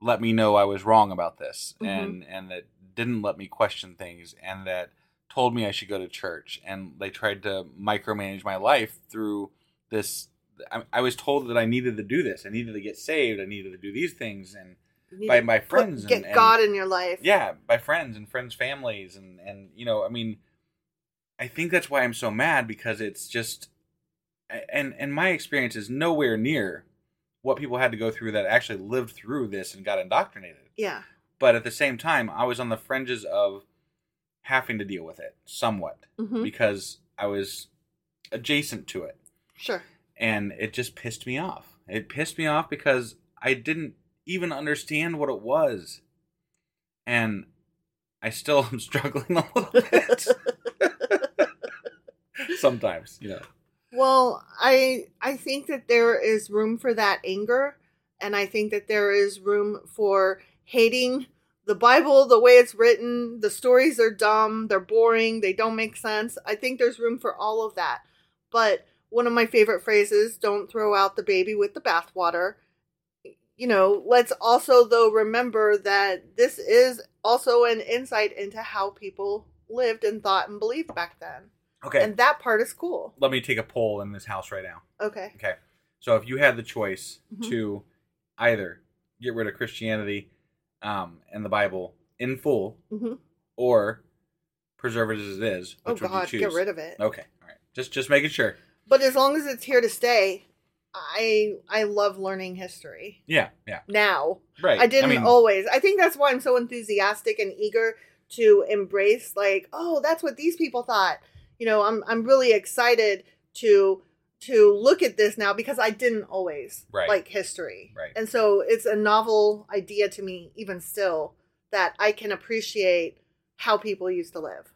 [SPEAKER 5] let
[SPEAKER 6] Mm-hmm.
[SPEAKER 5] me know I was wrong about this, and and that didn't let me question things, and that told me I should go to church, and they tried to micromanage my life through this. I, I was told that I needed to do this. I needed to get saved. I needed to do these things, and
[SPEAKER 6] You need
[SPEAKER 5] by
[SPEAKER 6] to
[SPEAKER 5] my
[SPEAKER 6] put-
[SPEAKER 5] friends
[SPEAKER 6] Get
[SPEAKER 5] and, and-
[SPEAKER 6] God in your life.
[SPEAKER 5] yeah by friends and friends families and and you know i mean i think that's why i'm so mad because it's just and and my experience is nowhere near what people had to go through that actually lived through this and got indoctrinated
[SPEAKER 6] Yeah.
[SPEAKER 5] but at the same time i was on the fringes of having to deal with it somewhat
[SPEAKER 6] Mhm.
[SPEAKER 5] because i was adjacent to it
[SPEAKER 6] Sure.
[SPEAKER 5] and it just pissed me off. It pissed me off because I didn't even understand what it was, and I still am <laughs> struggling a little bit <laughs> sometimes. You know,
[SPEAKER 6] Well, I I think that there is room for that anger, and I think that there is room for hating the Bible the way it's written. The stories are dumb, they're boring, they don't make sense. I think there's room for all of that. But one of my favorite phrases, don't throw out the baby with the bathwater. You know, let's also though remember that this is also an insight into how people lived and thought and believed back then.
[SPEAKER 5] okay.
[SPEAKER 6] And that part is cool.
[SPEAKER 5] Let me take a poll in this house right now.
[SPEAKER 6] Okay.
[SPEAKER 5] Okay, so if you had the choice
[SPEAKER 6] Mm-hmm.
[SPEAKER 5] to either get rid of Christianity um, and the Bible in full,
[SPEAKER 6] hmm
[SPEAKER 5] or preserve it as it is,
[SPEAKER 6] Oh
[SPEAKER 5] which would
[SPEAKER 6] God,
[SPEAKER 5] you choose?
[SPEAKER 6] get rid of it.
[SPEAKER 5] Okay, all right. Just just making sure.
[SPEAKER 6] But as long as it's here to stay, I I love learning history
[SPEAKER 5] Yeah, yeah.
[SPEAKER 6] now.
[SPEAKER 5] Right.
[SPEAKER 6] I didn't
[SPEAKER 5] I mean-
[SPEAKER 6] always. I think that's why I'm so enthusiastic and eager to embrace like, oh, that's what these people thought. You know, I'm I'm really excited to to look at this now because I didn't always
[SPEAKER 5] Right.
[SPEAKER 6] like history.
[SPEAKER 5] Right.
[SPEAKER 6] And so it's a novel idea to me even still that I can appreciate how people used to live.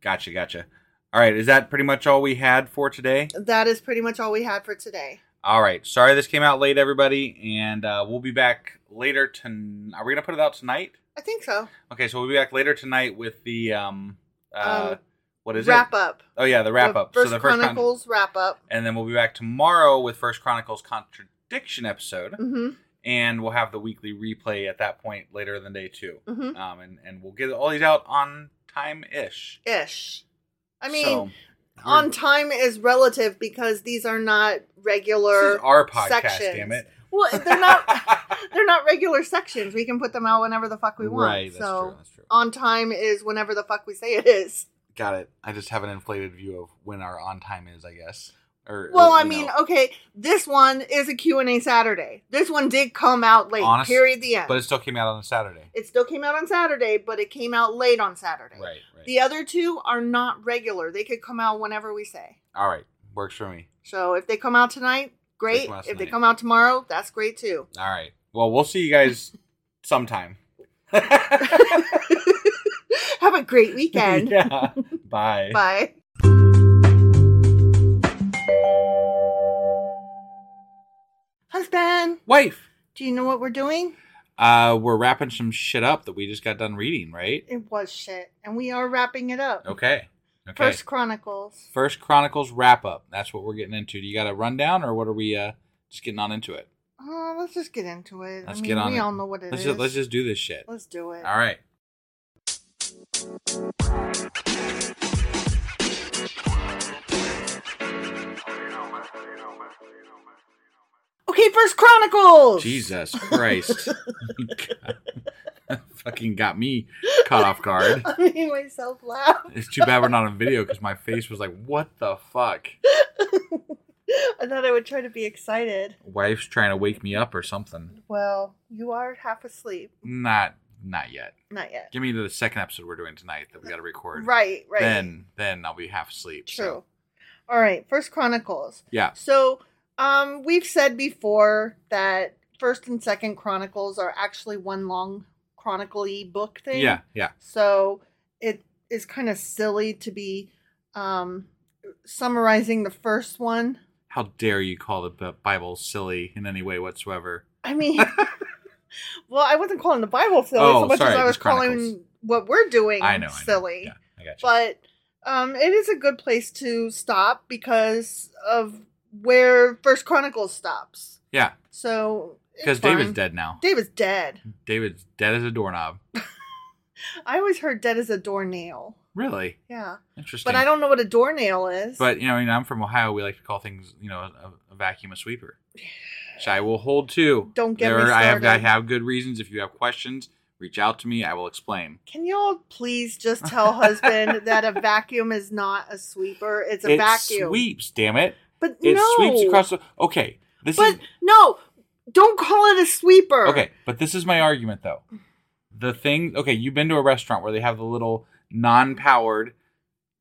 [SPEAKER 5] Gotcha, gotcha. All right, is that pretty much all we had for today?
[SPEAKER 6] That is pretty much all we had for today.
[SPEAKER 5] All right, sorry this came out late, everybody, and uh, we'll be back later. Ton- Are we gonna put it out tonight?
[SPEAKER 6] I think so.
[SPEAKER 5] Okay, so we'll be back later tonight with the um, uh,
[SPEAKER 6] Um,
[SPEAKER 5] what is
[SPEAKER 6] wrap
[SPEAKER 5] it?
[SPEAKER 6] up.
[SPEAKER 5] Oh yeah, the wrap
[SPEAKER 6] The
[SPEAKER 5] up.
[SPEAKER 6] First
[SPEAKER 5] so the first Chron-
[SPEAKER 6] Chronicles wrap up.
[SPEAKER 5] and then we'll be back tomorrow with First Chronicles contradiction episode,
[SPEAKER 6] hmm
[SPEAKER 5] and we'll have the weekly replay at that point later in the day too.
[SPEAKER 6] Mhm.
[SPEAKER 5] Um, and and we'll get all these out on time ish.
[SPEAKER 6] Ish. I mean,
[SPEAKER 5] So, we're-
[SPEAKER 6] on time is relative because these are not regular
[SPEAKER 5] This is our podcast,
[SPEAKER 6] sections.
[SPEAKER 5] damn it.
[SPEAKER 6] Well, they're not. <laughs>
[SPEAKER 5] <laughs>
[SPEAKER 6] they're not regular sections. We can put them out whenever the fuck we want.
[SPEAKER 5] Right, that's
[SPEAKER 6] so
[SPEAKER 5] true, that's true.
[SPEAKER 6] on time is whenever the fuck we say it is.
[SPEAKER 5] Got it. I just have an inflated view of when our on time is, I guess. Or
[SPEAKER 6] Well,
[SPEAKER 5] or,
[SPEAKER 6] I
[SPEAKER 5] you
[SPEAKER 6] mean,
[SPEAKER 5] know.
[SPEAKER 6] okay, this one is a Q&A Saturday. This one did come out late.
[SPEAKER 5] Honest-
[SPEAKER 6] period the end.
[SPEAKER 5] But it still came out on a Saturday.
[SPEAKER 6] It still came out on Saturday, but it came out late on Saturday.
[SPEAKER 5] Right, right.
[SPEAKER 6] The other two are not regular. They could come out whenever we say.
[SPEAKER 5] All right, works for me.
[SPEAKER 6] So if they come out tonight, great.
[SPEAKER 5] come out
[SPEAKER 6] if they
[SPEAKER 5] tonight.
[SPEAKER 6] come out tomorrow, that's great too. <laughs>
[SPEAKER 5] All right. Well, we'll see you guys sometime.
[SPEAKER 6] Have a great weekend.
[SPEAKER 5] <laughs> yeah. Bye.
[SPEAKER 6] Bye. Husband,
[SPEAKER 5] Wife.
[SPEAKER 6] do you know what we're doing?
[SPEAKER 5] Uh, we're wrapping some shit up that we just got done reading, right?
[SPEAKER 6] It was shit, and we are wrapping it up.
[SPEAKER 5] Okay. Okay.
[SPEAKER 6] First Chronicles.
[SPEAKER 5] First Chronicles wrap up. That's what we're getting into. Do you got a rundown, or what are we uh just getting on into it?
[SPEAKER 6] Oh, let's just get into it.
[SPEAKER 5] Let's
[SPEAKER 6] I mean,
[SPEAKER 5] get on.
[SPEAKER 6] We
[SPEAKER 5] it.
[SPEAKER 6] all know what it
[SPEAKER 5] let's
[SPEAKER 6] is.
[SPEAKER 5] Just, let's just do this shit.
[SPEAKER 6] Let's do it.
[SPEAKER 5] All right.
[SPEAKER 6] Okay, First Chronicles.
[SPEAKER 5] Jesus Christ. <laughs> Fucking got me caught off guard.
[SPEAKER 6] <laughs> I made myself laugh. <laughs>
[SPEAKER 5] It's too bad we're not on video because my face was like, what the fuck?
[SPEAKER 6] I thought I would try to be excited.
[SPEAKER 5] Wife's trying to wake me up or something.
[SPEAKER 6] Well, you are half asleep.
[SPEAKER 5] Not not yet.
[SPEAKER 6] Not yet.
[SPEAKER 5] Give me the second episode we're doing tonight that we gotta record.
[SPEAKER 6] Right, right.
[SPEAKER 5] Then then I'll be half asleep.
[SPEAKER 6] True.
[SPEAKER 5] so-
[SPEAKER 6] All right, First Chronicles.
[SPEAKER 5] Yeah.
[SPEAKER 6] So, um, we've said before that First and Second Chronicles are actually one long chronicle-y book thing.
[SPEAKER 5] Yeah, yeah.
[SPEAKER 6] So it is kind of silly to be um, summarizing the first one.
[SPEAKER 5] How dare you call the B- Bible silly in any way whatsoever?
[SPEAKER 6] I mean, <laughs> well, I wasn't calling the Bible silly
[SPEAKER 5] Oh,
[SPEAKER 6] so much
[SPEAKER 5] sorry,
[SPEAKER 6] as I was
[SPEAKER 5] just Chronicles.
[SPEAKER 6] calling what we're doing
[SPEAKER 5] I know. I know.
[SPEAKER 6] silly.
[SPEAKER 5] Yeah, I got you.
[SPEAKER 6] but um, it is a good place to stop because of where First Chronicles stops.
[SPEAKER 5] yeah,
[SPEAKER 6] So it's
[SPEAKER 5] because
[SPEAKER 6] fine.
[SPEAKER 5] David's dead Hmm. now.
[SPEAKER 6] David's dead.
[SPEAKER 5] David's dead as a doorknob.
[SPEAKER 6] I always heard dead as a doornail.
[SPEAKER 5] Really
[SPEAKER 6] Yeah.
[SPEAKER 5] interesting.
[SPEAKER 6] But I don't know what a doornail is.
[SPEAKER 5] But you know, I mean, I'm from Ohio. We like to call things, you know, a, a vacuum a sweeper, which I will hold to.
[SPEAKER 6] Don't get me
[SPEAKER 5] I have I
[SPEAKER 6] started.
[SPEAKER 5] have good reasons. If you have questions, reach out to me. I will explain.
[SPEAKER 6] Can y'all please
[SPEAKER 5] <laughs>
[SPEAKER 6] just tell husband that a vacuum is not a sweeper? It's a
[SPEAKER 5] it
[SPEAKER 6] vacuum.
[SPEAKER 5] sweeps. Damn it!
[SPEAKER 6] But
[SPEAKER 5] It
[SPEAKER 6] no.
[SPEAKER 5] sweeps across the. Okay, this
[SPEAKER 6] But
[SPEAKER 5] is
[SPEAKER 6] no, don't call it a sweeper.
[SPEAKER 5] okay. But this is my argument though. The thing. Okay, you've been to a restaurant where they have the little non-powered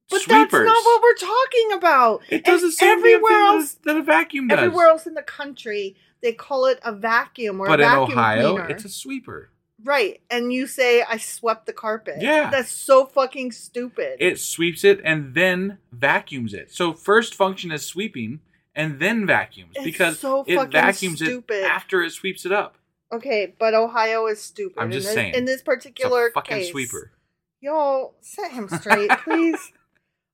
[SPEAKER 6] But
[SPEAKER 5] sweepers.
[SPEAKER 6] that's not what we're talking about.
[SPEAKER 5] it
[SPEAKER 6] And
[SPEAKER 5] doesn't say
[SPEAKER 6] everywhere else.
[SPEAKER 5] that a vacuum does.
[SPEAKER 6] Everywhere else in the country, they call it a vacuum or
[SPEAKER 5] but
[SPEAKER 6] a
[SPEAKER 5] in
[SPEAKER 6] vacuum
[SPEAKER 5] Ohio,
[SPEAKER 6] cleaner.
[SPEAKER 5] it's a sweeper.
[SPEAKER 6] right, and you say I swept the carpet.
[SPEAKER 5] Yeah.
[SPEAKER 6] that's so fucking stupid.
[SPEAKER 5] it sweeps it and then vacuums it. So first function is sweeping and then vacuums
[SPEAKER 6] It's
[SPEAKER 5] because
[SPEAKER 6] so
[SPEAKER 5] it
[SPEAKER 6] fucking
[SPEAKER 5] vacuums
[SPEAKER 6] stupid.
[SPEAKER 5] it after it sweeps it up.
[SPEAKER 6] okay, but Ohio is stupid.
[SPEAKER 5] I'm just
[SPEAKER 6] in this,
[SPEAKER 5] saying.
[SPEAKER 6] In this
[SPEAKER 5] It's a
[SPEAKER 6] particular
[SPEAKER 5] fucking
[SPEAKER 6] case.
[SPEAKER 5] sweeper.
[SPEAKER 6] Y'all set him straight,
[SPEAKER 5] <laughs>
[SPEAKER 6] please.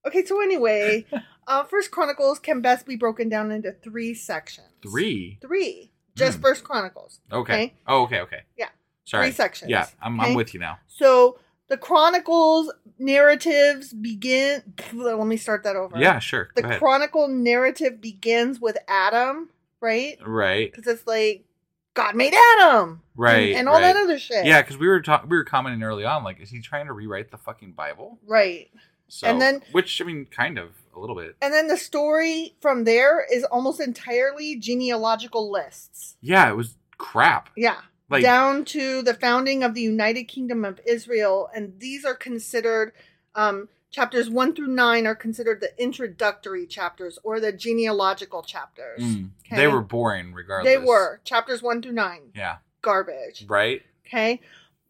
[SPEAKER 6] okay, so anyway, uh, First Chronicles can best be broken down into three sections.
[SPEAKER 5] Three.
[SPEAKER 6] Three. Just
[SPEAKER 5] Hmm.
[SPEAKER 6] First Chronicles.
[SPEAKER 5] Okay. Oh, okay, okay.
[SPEAKER 6] Yeah.
[SPEAKER 5] Sorry.
[SPEAKER 6] Three sections.
[SPEAKER 5] Yeah, I'm, I'm
[SPEAKER 6] Okay?
[SPEAKER 5] with you now.
[SPEAKER 6] So the Chronicles narratives begin. Let me start that over.
[SPEAKER 5] Yeah, sure.
[SPEAKER 6] The
[SPEAKER 5] Go ahead.
[SPEAKER 6] Chronicle narrative begins with Adam, right?
[SPEAKER 5] right.
[SPEAKER 6] Because it's like God made Adam,
[SPEAKER 5] Right,
[SPEAKER 6] and, and all that
[SPEAKER 5] right.
[SPEAKER 6] other shit.
[SPEAKER 5] Yeah, because we were talking, we were commenting early on, like, is he trying to rewrite the fucking Bible?
[SPEAKER 6] Right.
[SPEAKER 5] So,
[SPEAKER 6] And then-
[SPEAKER 5] which I mean, kind of a little bit.
[SPEAKER 6] And then the story from there is almost entirely genealogical lists.
[SPEAKER 5] Yeah, it was crap.
[SPEAKER 6] Yeah.
[SPEAKER 5] Like-
[SPEAKER 6] down to the founding of the United Kingdom of Israel. And these are considered, um, chapters one through nine are considered the introductory chapters or the genealogical chapters.
[SPEAKER 5] Mm.
[SPEAKER 6] Okay?
[SPEAKER 5] They were boring, regardless.
[SPEAKER 6] They were. Chapters one through nine.
[SPEAKER 5] Yeah.
[SPEAKER 6] Garbage.
[SPEAKER 5] Right.
[SPEAKER 6] Okay.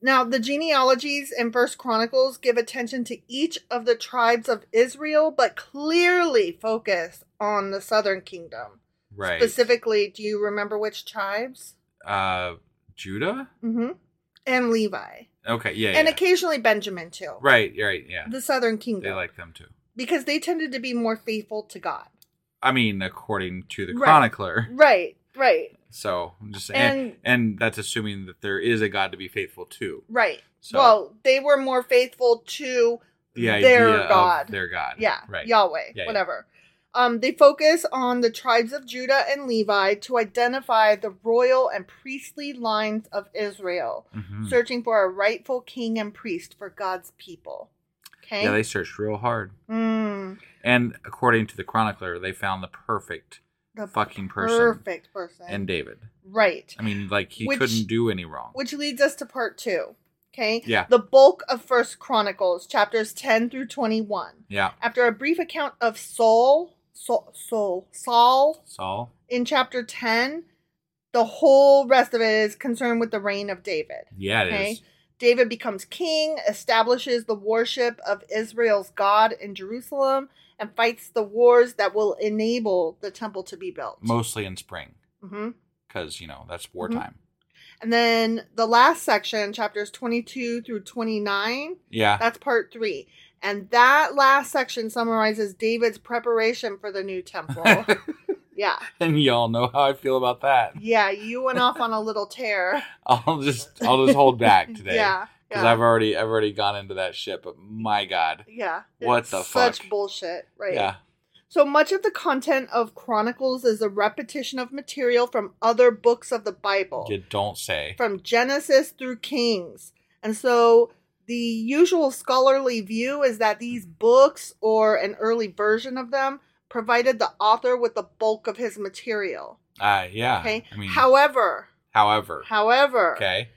[SPEAKER 6] Now, the genealogies in First Chronicles give attention to each of the tribes of Israel, but clearly focus on the southern kingdom.
[SPEAKER 5] Right.
[SPEAKER 6] Specifically, do you remember which tribes?
[SPEAKER 5] uh, Judah.
[SPEAKER 6] hmm And Levi.
[SPEAKER 5] Okay, yeah,
[SPEAKER 6] and
[SPEAKER 5] yeah.
[SPEAKER 6] occasionally Benjamin too.
[SPEAKER 5] right, right, yeah.
[SPEAKER 6] The Southern Kingdom.
[SPEAKER 5] They like them too.
[SPEAKER 6] because they tended to be more faithful to God.
[SPEAKER 5] I mean, according to the
[SPEAKER 6] Right.
[SPEAKER 5] chronicler.
[SPEAKER 6] Right, right,
[SPEAKER 5] So I'm just and,
[SPEAKER 6] And-
[SPEAKER 5] and that's assuming that there is a God to be faithful to.
[SPEAKER 6] right.
[SPEAKER 5] So-
[SPEAKER 6] well, they were more faithful to
[SPEAKER 5] The idea
[SPEAKER 6] their God.
[SPEAKER 5] of their God.
[SPEAKER 6] yeah,
[SPEAKER 5] right.
[SPEAKER 6] Yahweh,
[SPEAKER 5] Yeah, yeah.
[SPEAKER 6] whatever. Um, they focus on the tribes of Judah and Levi to identify the royal and priestly lines of Israel,
[SPEAKER 5] Mhm.
[SPEAKER 6] searching for a rightful king and priest for God's people. Okay.
[SPEAKER 5] Yeah, they searched real hard,
[SPEAKER 6] Mm,
[SPEAKER 5] and according to the chronicler, they found the perfect
[SPEAKER 6] the
[SPEAKER 5] fucking person
[SPEAKER 6] perfect person.
[SPEAKER 5] and David.
[SPEAKER 6] right.
[SPEAKER 5] I mean, like he
[SPEAKER 6] Which-
[SPEAKER 5] couldn't do any wrong.
[SPEAKER 6] Which leads us to part two. Okay.
[SPEAKER 5] Yeah.
[SPEAKER 6] The bulk of First Chronicles, chapters ten through twenty-one.
[SPEAKER 5] yeah,
[SPEAKER 6] After a brief account of Saul, Saul, Saul, Saul
[SPEAKER 5] Saul.
[SPEAKER 6] in chapter ten, the whole rest of it is concerned with the reign of David.
[SPEAKER 5] Yeah, it is.
[SPEAKER 6] David becomes king, establishes the worship of Israel's God in Jerusalem, and fights the wars that will enable the temple to be built.
[SPEAKER 5] Mostly in spring,
[SPEAKER 6] hmm
[SPEAKER 5] because you know
[SPEAKER 6] Mm-hmm.
[SPEAKER 5] that's wartime.
[SPEAKER 6] And then the last section, chapters 22 through 29,
[SPEAKER 5] Yeah,
[SPEAKER 6] That's part three. And that last section summarizes David's preparation for the
[SPEAKER 5] <laughs>
[SPEAKER 6] new temple. yeah.
[SPEAKER 5] <laughs> and y'all know how I feel about that.
[SPEAKER 6] Yeah, you went off on a little tear.
[SPEAKER 5] I'll just I'll just hold
[SPEAKER 6] <laughs>
[SPEAKER 5] back today.
[SPEAKER 6] Yeah,
[SPEAKER 5] Because
[SPEAKER 6] yeah.
[SPEAKER 5] I've already I've already gone into that shit, but my God.
[SPEAKER 6] Yeah.
[SPEAKER 5] What
[SPEAKER 6] It's
[SPEAKER 5] the
[SPEAKER 6] such
[SPEAKER 5] fuck?
[SPEAKER 6] bullshit, right?
[SPEAKER 5] Yeah.
[SPEAKER 6] So much of the content of Chronicles is a repetition of material from other books of the Bible,
[SPEAKER 5] You don't say.
[SPEAKER 6] from Genesis through Kings. And so the usual scholarly view is that these
[SPEAKER 5] Mm-hmm.
[SPEAKER 6] books, or an early version of them, provided the author with the bulk of his material.
[SPEAKER 5] Uh yeah.
[SPEAKER 6] Okay.
[SPEAKER 5] I mean
[SPEAKER 6] however,
[SPEAKER 5] however.
[SPEAKER 6] however,
[SPEAKER 5] Okay.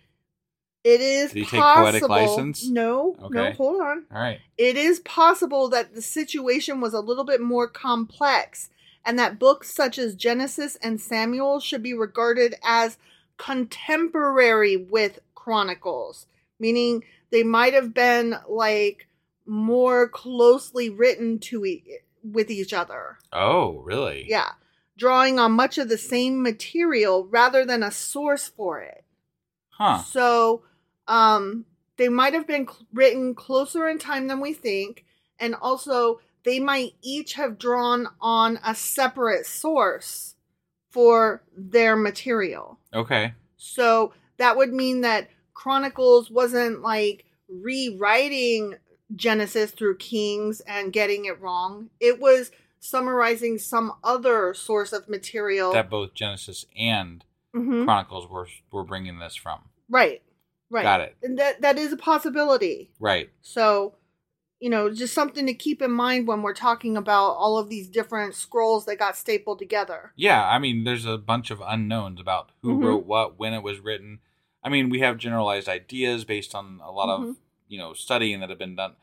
[SPEAKER 6] it is
[SPEAKER 5] Did he take poetic
[SPEAKER 6] possible.
[SPEAKER 5] license?
[SPEAKER 6] No, no.
[SPEAKER 5] Okay.
[SPEAKER 6] Hold on.
[SPEAKER 5] All right.
[SPEAKER 6] It is possible that the situation was a little bit more complex, and that books such as Genesis and Samuel should be regarded as contemporary with Chronicles, meaning they might have been like more closely written to e- with each other.
[SPEAKER 5] Oh, really?
[SPEAKER 6] Yeah. Drawing on much of the same material rather than a source for it.
[SPEAKER 5] Huh.
[SPEAKER 6] So um, they might have been cl- written closer in time than we think. And also, they might each have drawn on a separate source for their material.
[SPEAKER 5] Okay.
[SPEAKER 6] So that would mean that Chronicles wasn't like rewriting Genesis through Kings and getting it wrong. It was summarizing some other source of material.
[SPEAKER 5] that both Genesis and
[SPEAKER 6] Mhm.
[SPEAKER 5] Chronicles were were bringing this from.
[SPEAKER 6] Right. Right.
[SPEAKER 5] Got it.
[SPEAKER 6] And that that is a possibility.
[SPEAKER 5] Right.
[SPEAKER 6] So, you know, just something to keep in mind when we're talking about all of these different scrolls that got stapled together.
[SPEAKER 5] Yeah, I mean, there's a bunch of unknowns about who
[SPEAKER 6] Mhm.
[SPEAKER 5] wrote what, when it was written. I mean, we have generalized ideas based on a lot of
[SPEAKER 6] Mhm.
[SPEAKER 5] you know studying that have been done.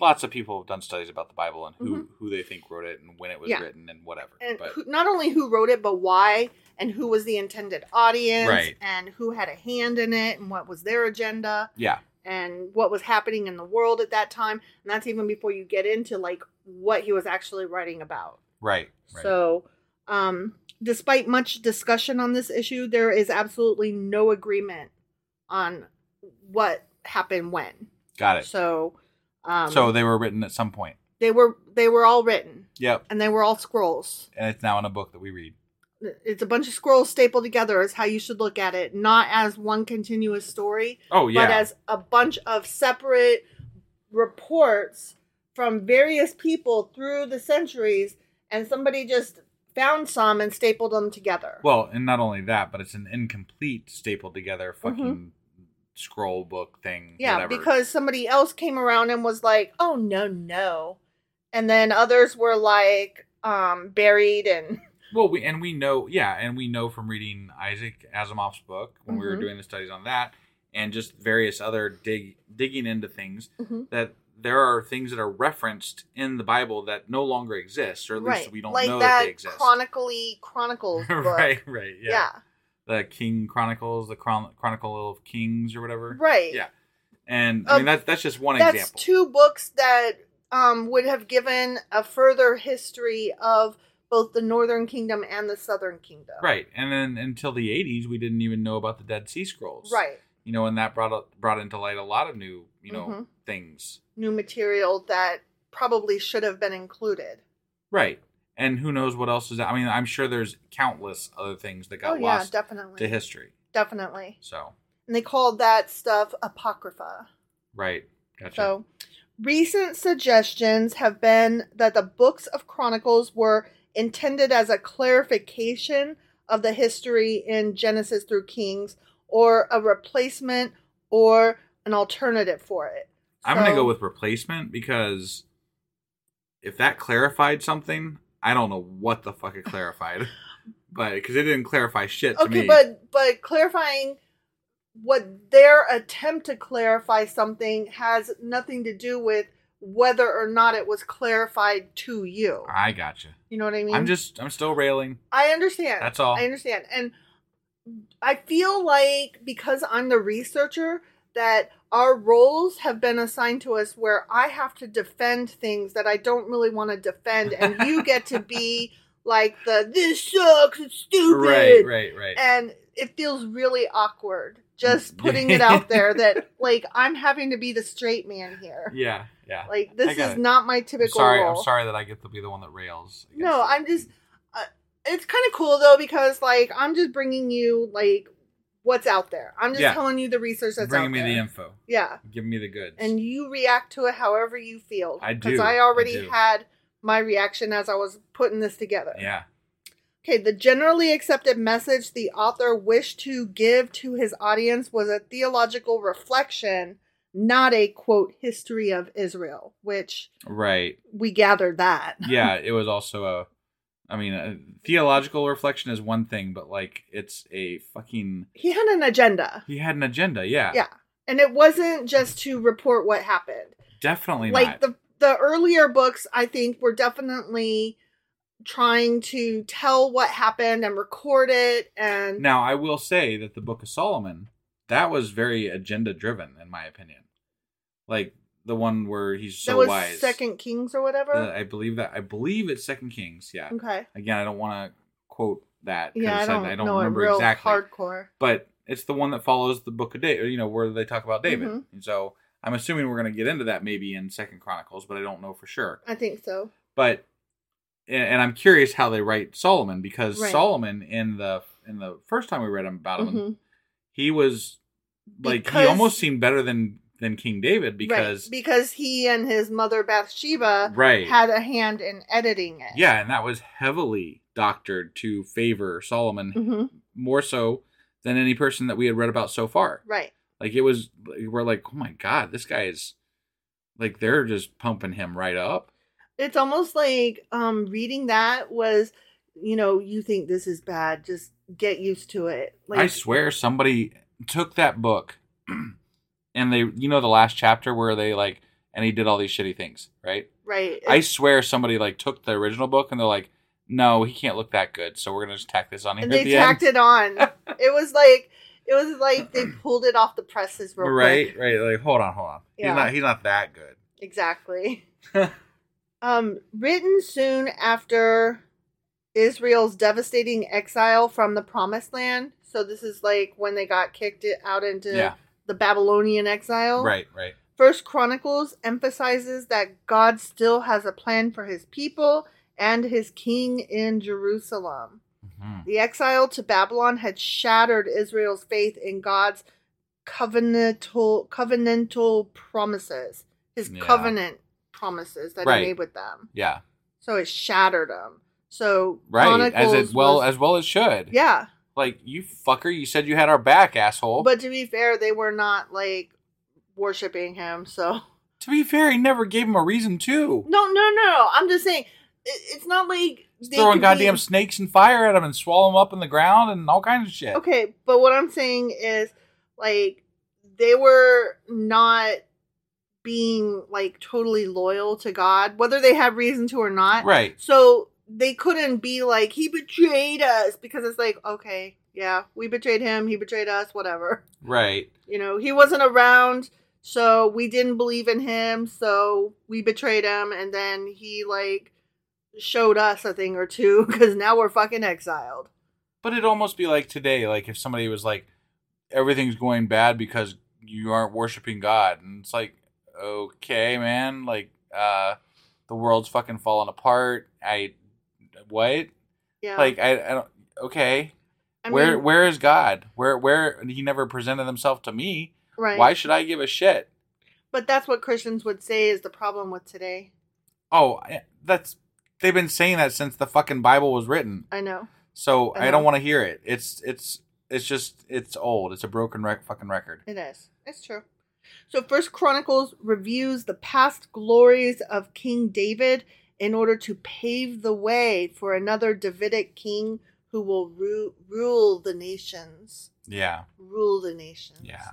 [SPEAKER 5] Lots of people have done studies about the Bible and who who they think wrote it and when it was
[SPEAKER 6] Mm-hmm. Yeah.
[SPEAKER 5] written and whatever.
[SPEAKER 6] And
[SPEAKER 5] but
[SPEAKER 6] who, not only who wrote it, but why, and who was the intended audience,
[SPEAKER 5] Right.
[SPEAKER 6] and who had a hand in it, and what was their agenda,
[SPEAKER 5] yeah,
[SPEAKER 6] and what was happening in the world at that time. And that's even before you get into like what he was actually writing about.
[SPEAKER 5] right, right.
[SPEAKER 6] So, um, despite much discussion on this issue, there is absolutely no agreement on what happened when.
[SPEAKER 5] got it. So,
[SPEAKER 6] So, um,
[SPEAKER 5] they were written at some point.
[SPEAKER 6] they were they were all written,
[SPEAKER 5] Yep,
[SPEAKER 6] and they were all scrolls.
[SPEAKER 5] and it's now in a book that we read.
[SPEAKER 6] It's a bunch of scrolls stapled together. Is how you should look at it, not as one continuous story,
[SPEAKER 5] Oh yeah,
[SPEAKER 6] but as a bunch of separate reports from various people through the centuries, and somebody just found some and stapled them together.
[SPEAKER 5] Well, and not only that, but it's an incomplete stapled together fucking scroll book thing.
[SPEAKER 6] Mm-hmm. Yeah,
[SPEAKER 5] whatever.
[SPEAKER 6] because somebody else came around and was like, "Oh no, no," and then others were like um, buried and
[SPEAKER 5] well, we and we know, yeah, and we know from reading Isaac Asimov's book when we were
[SPEAKER 6] Mhm.
[SPEAKER 5] doing the studies on that, and just various other dig digging into things
[SPEAKER 6] Mhm.
[SPEAKER 5] that there are things that are referenced in the Bible that no longer exist, or at least we don't
[SPEAKER 6] like
[SPEAKER 5] know
[SPEAKER 6] that
[SPEAKER 5] they exist. <laughs>
[SPEAKER 6] chronically chronicles book.
[SPEAKER 5] right, right, yeah.
[SPEAKER 6] Yeah.
[SPEAKER 5] The King Chronicles, the Chron- Chronicle of Kings, or whatever.
[SPEAKER 6] Right.
[SPEAKER 5] Yeah, and I
[SPEAKER 6] Um,
[SPEAKER 5] mean that's that's just one
[SPEAKER 6] That's
[SPEAKER 5] example.
[SPEAKER 6] two books that um, would have given a further history of both the Northern Kingdom and the Southern Kingdom.
[SPEAKER 5] Right, and then until the '80s, we didn't even know about the Dead Sea Scrolls.
[SPEAKER 6] Right.
[SPEAKER 5] you know, and that brought up, brought into light a lot of new, you know,
[SPEAKER 6] Mhm.
[SPEAKER 5] things.
[SPEAKER 6] New material that probably should have been included.
[SPEAKER 5] Right, and who knows what else is? I mean, I'm sure there's countless other things that
[SPEAKER 6] oh
[SPEAKER 5] got
[SPEAKER 6] yeah,
[SPEAKER 5] lost
[SPEAKER 6] definitely.
[SPEAKER 5] to history.
[SPEAKER 6] Definitely.
[SPEAKER 5] So,
[SPEAKER 6] And they called that stuff apocrypha.
[SPEAKER 5] right, gotcha.
[SPEAKER 6] So, recent suggestions have been that the books of Chronicles were intended as a clarification of the history in Genesis through Kings, or a replacement or an alternative for it.
[SPEAKER 5] I'm gonna
[SPEAKER 6] So-
[SPEAKER 5] go with replacement because if that clarified something, I don't know what the fuck it
[SPEAKER 6] <laughs>
[SPEAKER 5] clarified, but because it didn't clarify shit to
[SPEAKER 6] okay,
[SPEAKER 5] me.
[SPEAKER 6] but but clarifying what their attempt to clarify something has nothing to do with whether or not it was clarified to you.
[SPEAKER 5] I gotcha.
[SPEAKER 6] You know what I mean?
[SPEAKER 5] I'm just, I'm still railing.
[SPEAKER 6] I understand.
[SPEAKER 5] That's all.
[SPEAKER 6] I understand. And I feel like because I'm the researcher that our roles have been assigned to us where I have to defend things that I don't really want to defend and
[SPEAKER 5] <laughs>
[SPEAKER 6] you get to be like the this sucks, it's stupid.
[SPEAKER 5] Right, right, right.
[SPEAKER 6] And it feels really awkward
[SPEAKER 5] <laughs>
[SPEAKER 6] just putting it out there that like I'm having to be the straight man here.
[SPEAKER 5] yeah, yeah.
[SPEAKER 6] Like
[SPEAKER 5] I
[SPEAKER 6] this
[SPEAKER 5] got
[SPEAKER 6] is
[SPEAKER 5] it.
[SPEAKER 6] not my
[SPEAKER 5] I'm
[SPEAKER 6] typical
[SPEAKER 5] sorry,
[SPEAKER 6] role.
[SPEAKER 5] I'm sorry that I get to be the one that rails. against
[SPEAKER 6] No,
[SPEAKER 5] it.
[SPEAKER 6] I'm just. Uh, it's kind of cool though because like I'm just bringing you like what's out there. I'm just
[SPEAKER 5] Yeah.
[SPEAKER 6] telling you the research that's
[SPEAKER 5] bringing
[SPEAKER 6] out
[SPEAKER 5] me
[SPEAKER 6] there.
[SPEAKER 5] the info,
[SPEAKER 6] Yeah,
[SPEAKER 5] giving me the goods.
[SPEAKER 6] and you react to it however you feel.
[SPEAKER 5] I do,
[SPEAKER 6] Because I
[SPEAKER 5] I
[SPEAKER 6] already
[SPEAKER 5] do.
[SPEAKER 6] had my reaction as I was putting this together.
[SPEAKER 5] yeah,
[SPEAKER 6] Okay, the generally accepted message the author wished to give to his audience was a theological reflection, not a quote history of Israel, which
[SPEAKER 5] right.
[SPEAKER 6] we gathered that.
[SPEAKER 5] Yeah, it was also a. I mean, a theological reflection is one thing, but like it's a fucking.
[SPEAKER 6] He had an agenda.
[SPEAKER 5] He had an agenda. Yeah.
[SPEAKER 6] Yeah. And it wasn't just to report what happened.
[SPEAKER 5] Definitely not.
[SPEAKER 6] Like the the earlier books I think were definitely trying to tell what happened and record it and
[SPEAKER 5] now I will say that the Book of Solomon that was very agenda driven, in my opinion. Like the one where he's so
[SPEAKER 6] that was
[SPEAKER 5] wise.
[SPEAKER 6] Second Kings or
[SPEAKER 5] Uh,
[SPEAKER 6] whatever.
[SPEAKER 5] I believe that. I believe it's Second Kings. Yeah.
[SPEAKER 6] okay.
[SPEAKER 5] Again, I don't want to quote that. 'cause
[SPEAKER 6] Yeah, I don't, know it
[SPEAKER 5] remember
[SPEAKER 6] real
[SPEAKER 5] exactly.
[SPEAKER 6] hardcore.
[SPEAKER 5] but it's the one that follows the book of David, you know, where they talk about David.
[SPEAKER 6] Mhm.
[SPEAKER 5] And so I'm assuming we're going to get into that maybe in Second Chronicles, but I don't know for sure.
[SPEAKER 6] I think so.
[SPEAKER 5] But and and I'm curious how they write Solomon because
[SPEAKER 6] Right.
[SPEAKER 5] Solomon in the in the first time we read him about him,
[SPEAKER 6] Mhm.
[SPEAKER 5] he was like
[SPEAKER 6] Because-
[SPEAKER 5] he almost seemed better than than King David because
[SPEAKER 6] right. because he and his mother Bathsheba
[SPEAKER 5] Right.
[SPEAKER 6] had a hand in editing it.
[SPEAKER 5] yeah, and that was heavily doctored to favor Solomon
[SPEAKER 6] hmm
[SPEAKER 5] more so than any person that we had read about so far.
[SPEAKER 6] Right.
[SPEAKER 5] Like it was, we're like, oh my god, this guy is like they're just pumping him right up.
[SPEAKER 6] It's almost like um reading that was, you know, you think this is bad, just get used to it. Like
[SPEAKER 5] I swear somebody took that book <clears throat> and they you know the last chapter where they like and he did all these shitty things, right?
[SPEAKER 6] right.
[SPEAKER 5] I swear somebody like took the original book and they're like, No, he can't look that good, so we're gonna just tack this on here.
[SPEAKER 6] and
[SPEAKER 5] at
[SPEAKER 6] they
[SPEAKER 5] the
[SPEAKER 6] tacked
[SPEAKER 5] end. <laughs>
[SPEAKER 6] it on. it was like it was like they pulled it off the presses real
[SPEAKER 5] Right,
[SPEAKER 6] quick.
[SPEAKER 5] right. Like, hold on, hold on.
[SPEAKER 6] Yeah.
[SPEAKER 5] He's not he's not that good. <laughs>
[SPEAKER 6] Exactly. um, written soon after Israel's devastating exile from the Promised Land. So this is like when they got kicked it- out into
[SPEAKER 5] Yeah.
[SPEAKER 6] the Babylonian exile.
[SPEAKER 5] Right, right.
[SPEAKER 6] First Chronicles emphasizes that God still has a plan for his people and his king in Jerusalem.
[SPEAKER 5] Mhm.
[SPEAKER 6] The exile to Babylon had shattered Israel's faith in God's covenantal covenantal promises. His
[SPEAKER 5] Yeah.
[SPEAKER 6] covenant promises that
[SPEAKER 5] Right.
[SPEAKER 6] he made with them.
[SPEAKER 5] Yeah.
[SPEAKER 6] So it shattered them. So
[SPEAKER 5] Right. as
[SPEAKER 6] Chronicles
[SPEAKER 5] it well
[SPEAKER 6] was-
[SPEAKER 5] as well as should.
[SPEAKER 6] yeah.
[SPEAKER 5] Like, you fucker, you said you had our back, asshole.
[SPEAKER 6] But to be fair, they were not like worshiping him. So
[SPEAKER 5] to be fair, he never gave him a reason to.
[SPEAKER 6] no, no, no. no. I'm just saying, it, it's not like
[SPEAKER 5] He's
[SPEAKER 6] they
[SPEAKER 5] throwing
[SPEAKER 6] could
[SPEAKER 5] goddamn
[SPEAKER 6] be-
[SPEAKER 5] snakes and fire at him and swallow him up in the ground and all kinds of shit.
[SPEAKER 6] Okay, but what I'm saying is, like, they were not being like totally loyal to God, whether they had reason to or not.
[SPEAKER 5] Right.
[SPEAKER 6] So they couldn't be like, he betrayed us because it's like, okay, yeah, we betrayed him, he betrayed us, whatever.
[SPEAKER 5] Right.
[SPEAKER 6] You know, he wasn't around, so we didn't believe in him, so we betrayed him, and then he like showed us a thing or two <laughs> because now we're fucking exiled.
[SPEAKER 5] But it'd almost be like today, like if somebody was like, everything's going bad because you aren't worshiping God. And it's like, okay, man, like, uh, the world's fucking falling apart. I, what?
[SPEAKER 6] Yeah.
[SPEAKER 5] Like, I, I don't, okay.
[SPEAKER 6] I
[SPEAKER 5] where,
[SPEAKER 6] mean-
[SPEAKER 5] where is God? Where, where, he never presented himself to me.
[SPEAKER 6] right.
[SPEAKER 5] Why should I give a shit?
[SPEAKER 6] But that's what Christians would say is the problem with today.
[SPEAKER 5] Oh, I- that's, they've been saying that since the fucking Bible was written.
[SPEAKER 6] I know.
[SPEAKER 5] So I
[SPEAKER 6] Uh-huh.
[SPEAKER 5] don't want to hear it. It's it's it's just it's old. It's a broken rec- fucking record.
[SPEAKER 6] It is. It's true. So First Chronicles reviews the past glories of King David in order to pave the way for another Davidic king who will ru- rule the nations.
[SPEAKER 5] Yeah,
[SPEAKER 6] Rule the nations.
[SPEAKER 5] yeah.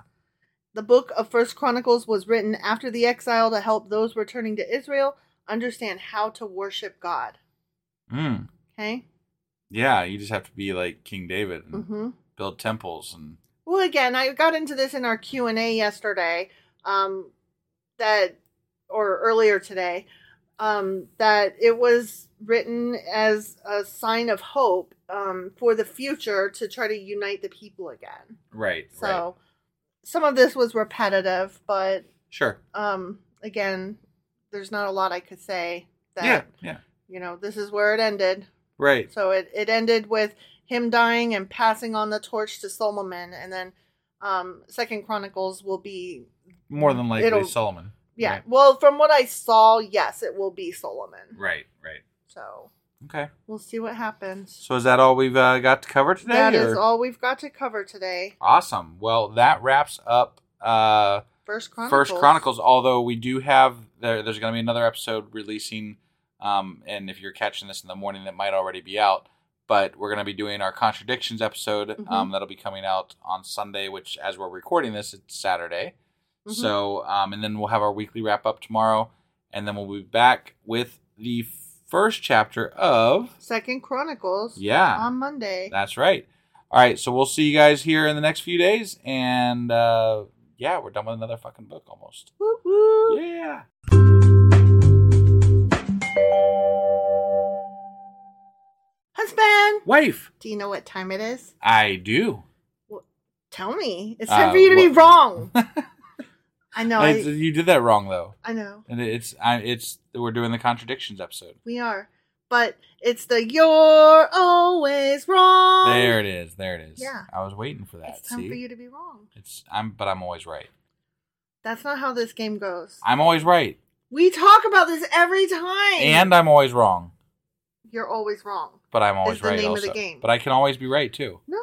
[SPEAKER 6] The book of First Chronicles was written after the exile to help those returning to Israel understand how to worship God.
[SPEAKER 5] Mm.
[SPEAKER 6] Okay?
[SPEAKER 5] Yeah, you just have to be like King David and
[SPEAKER 6] Mhm.
[SPEAKER 5] build temples and
[SPEAKER 6] well again i got into this in our q&a yesterday um that or earlier today um that it was written as a sign of hope um for the future to try to unite the people again
[SPEAKER 5] right.
[SPEAKER 6] so
[SPEAKER 5] right.
[SPEAKER 6] some of this was repetitive but
[SPEAKER 5] sure.
[SPEAKER 6] um again there's not a lot i could say that
[SPEAKER 5] yeah, yeah.
[SPEAKER 6] you know this is where it ended
[SPEAKER 5] Right.
[SPEAKER 6] so it, it ended with him dying and passing on the torch to Solomon, and then um, Second Chronicles will be
[SPEAKER 5] More than likely
[SPEAKER 6] it'll-
[SPEAKER 5] Solomon.
[SPEAKER 6] yeah.
[SPEAKER 5] Right.
[SPEAKER 6] Well, from what I saw, yes, it will be Solomon.
[SPEAKER 5] right. Right.
[SPEAKER 6] So
[SPEAKER 5] Okay.
[SPEAKER 6] we'll see what happens.
[SPEAKER 5] So is that all we've uh, got to cover today?
[SPEAKER 6] That is
[SPEAKER 5] or-
[SPEAKER 6] all we've got to cover today.
[SPEAKER 5] Awesome. Well, that wraps up. Uh,
[SPEAKER 6] First Chronicles.
[SPEAKER 5] First Chronicles, although we do have there, there's going to be another episode releasing, um, and if you're catching this in the morning, that might already be out. But we're going to be doing our contradictions episode. Um, that'll be coming out on Sunday, which as we're recording this, it's Saturday. So, um, and then we'll have our weekly wrap up tomorrow, and then we'll be back with the first chapter of.
[SPEAKER 6] Second Chronicles.
[SPEAKER 5] Yeah.
[SPEAKER 6] On Monday.
[SPEAKER 5] That's right. All right, so we'll see you guys here in the next few days, and uh, yeah, we're done with another fucking book almost.
[SPEAKER 6] Woo woo.
[SPEAKER 5] Yeah.
[SPEAKER 6] Husband.
[SPEAKER 5] Wife.
[SPEAKER 6] Do you know what time it is?
[SPEAKER 5] I do.
[SPEAKER 6] Tell me. It's
[SPEAKER 5] Uh,
[SPEAKER 6] time for you to be
[SPEAKER 5] what- <laughs>
[SPEAKER 6] wrong. I know.
[SPEAKER 5] I-
[SPEAKER 6] I,
[SPEAKER 5] you did that wrong though,
[SPEAKER 6] I know.
[SPEAKER 5] and it's I, it's we're doing the contradictions episode.
[SPEAKER 6] We are. But it's the you're always wrong.
[SPEAKER 5] There it is. There it is.
[SPEAKER 6] Um, Yeah.
[SPEAKER 5] I was waiting for that.
[SPEAKER 6] It's time
[SPEAKER 5] see,
[SPEAKER 6] for you to be wrong.
[SPEAKER 5] it's I'm but I'm always right.
[SPEAKER 6] That's not how this game goes.
[SPEAKER 5] I'm always right,
[SPEAKER 6] We talk about this every time.
[SPEAKER 5] and I'm always wrong,
[SPEAKER 6] you're always wrong.
[SPEAKER 5] but I'm always
[SPEAKER 6] Is the
[SPEAKER 5] right
[SPEAKER 6] name of
[SPEAKER 5] also.
[SPEAKER 6] the game.
[SPEAKER 5] But I can always be right too.
[SPEAKER 6] No.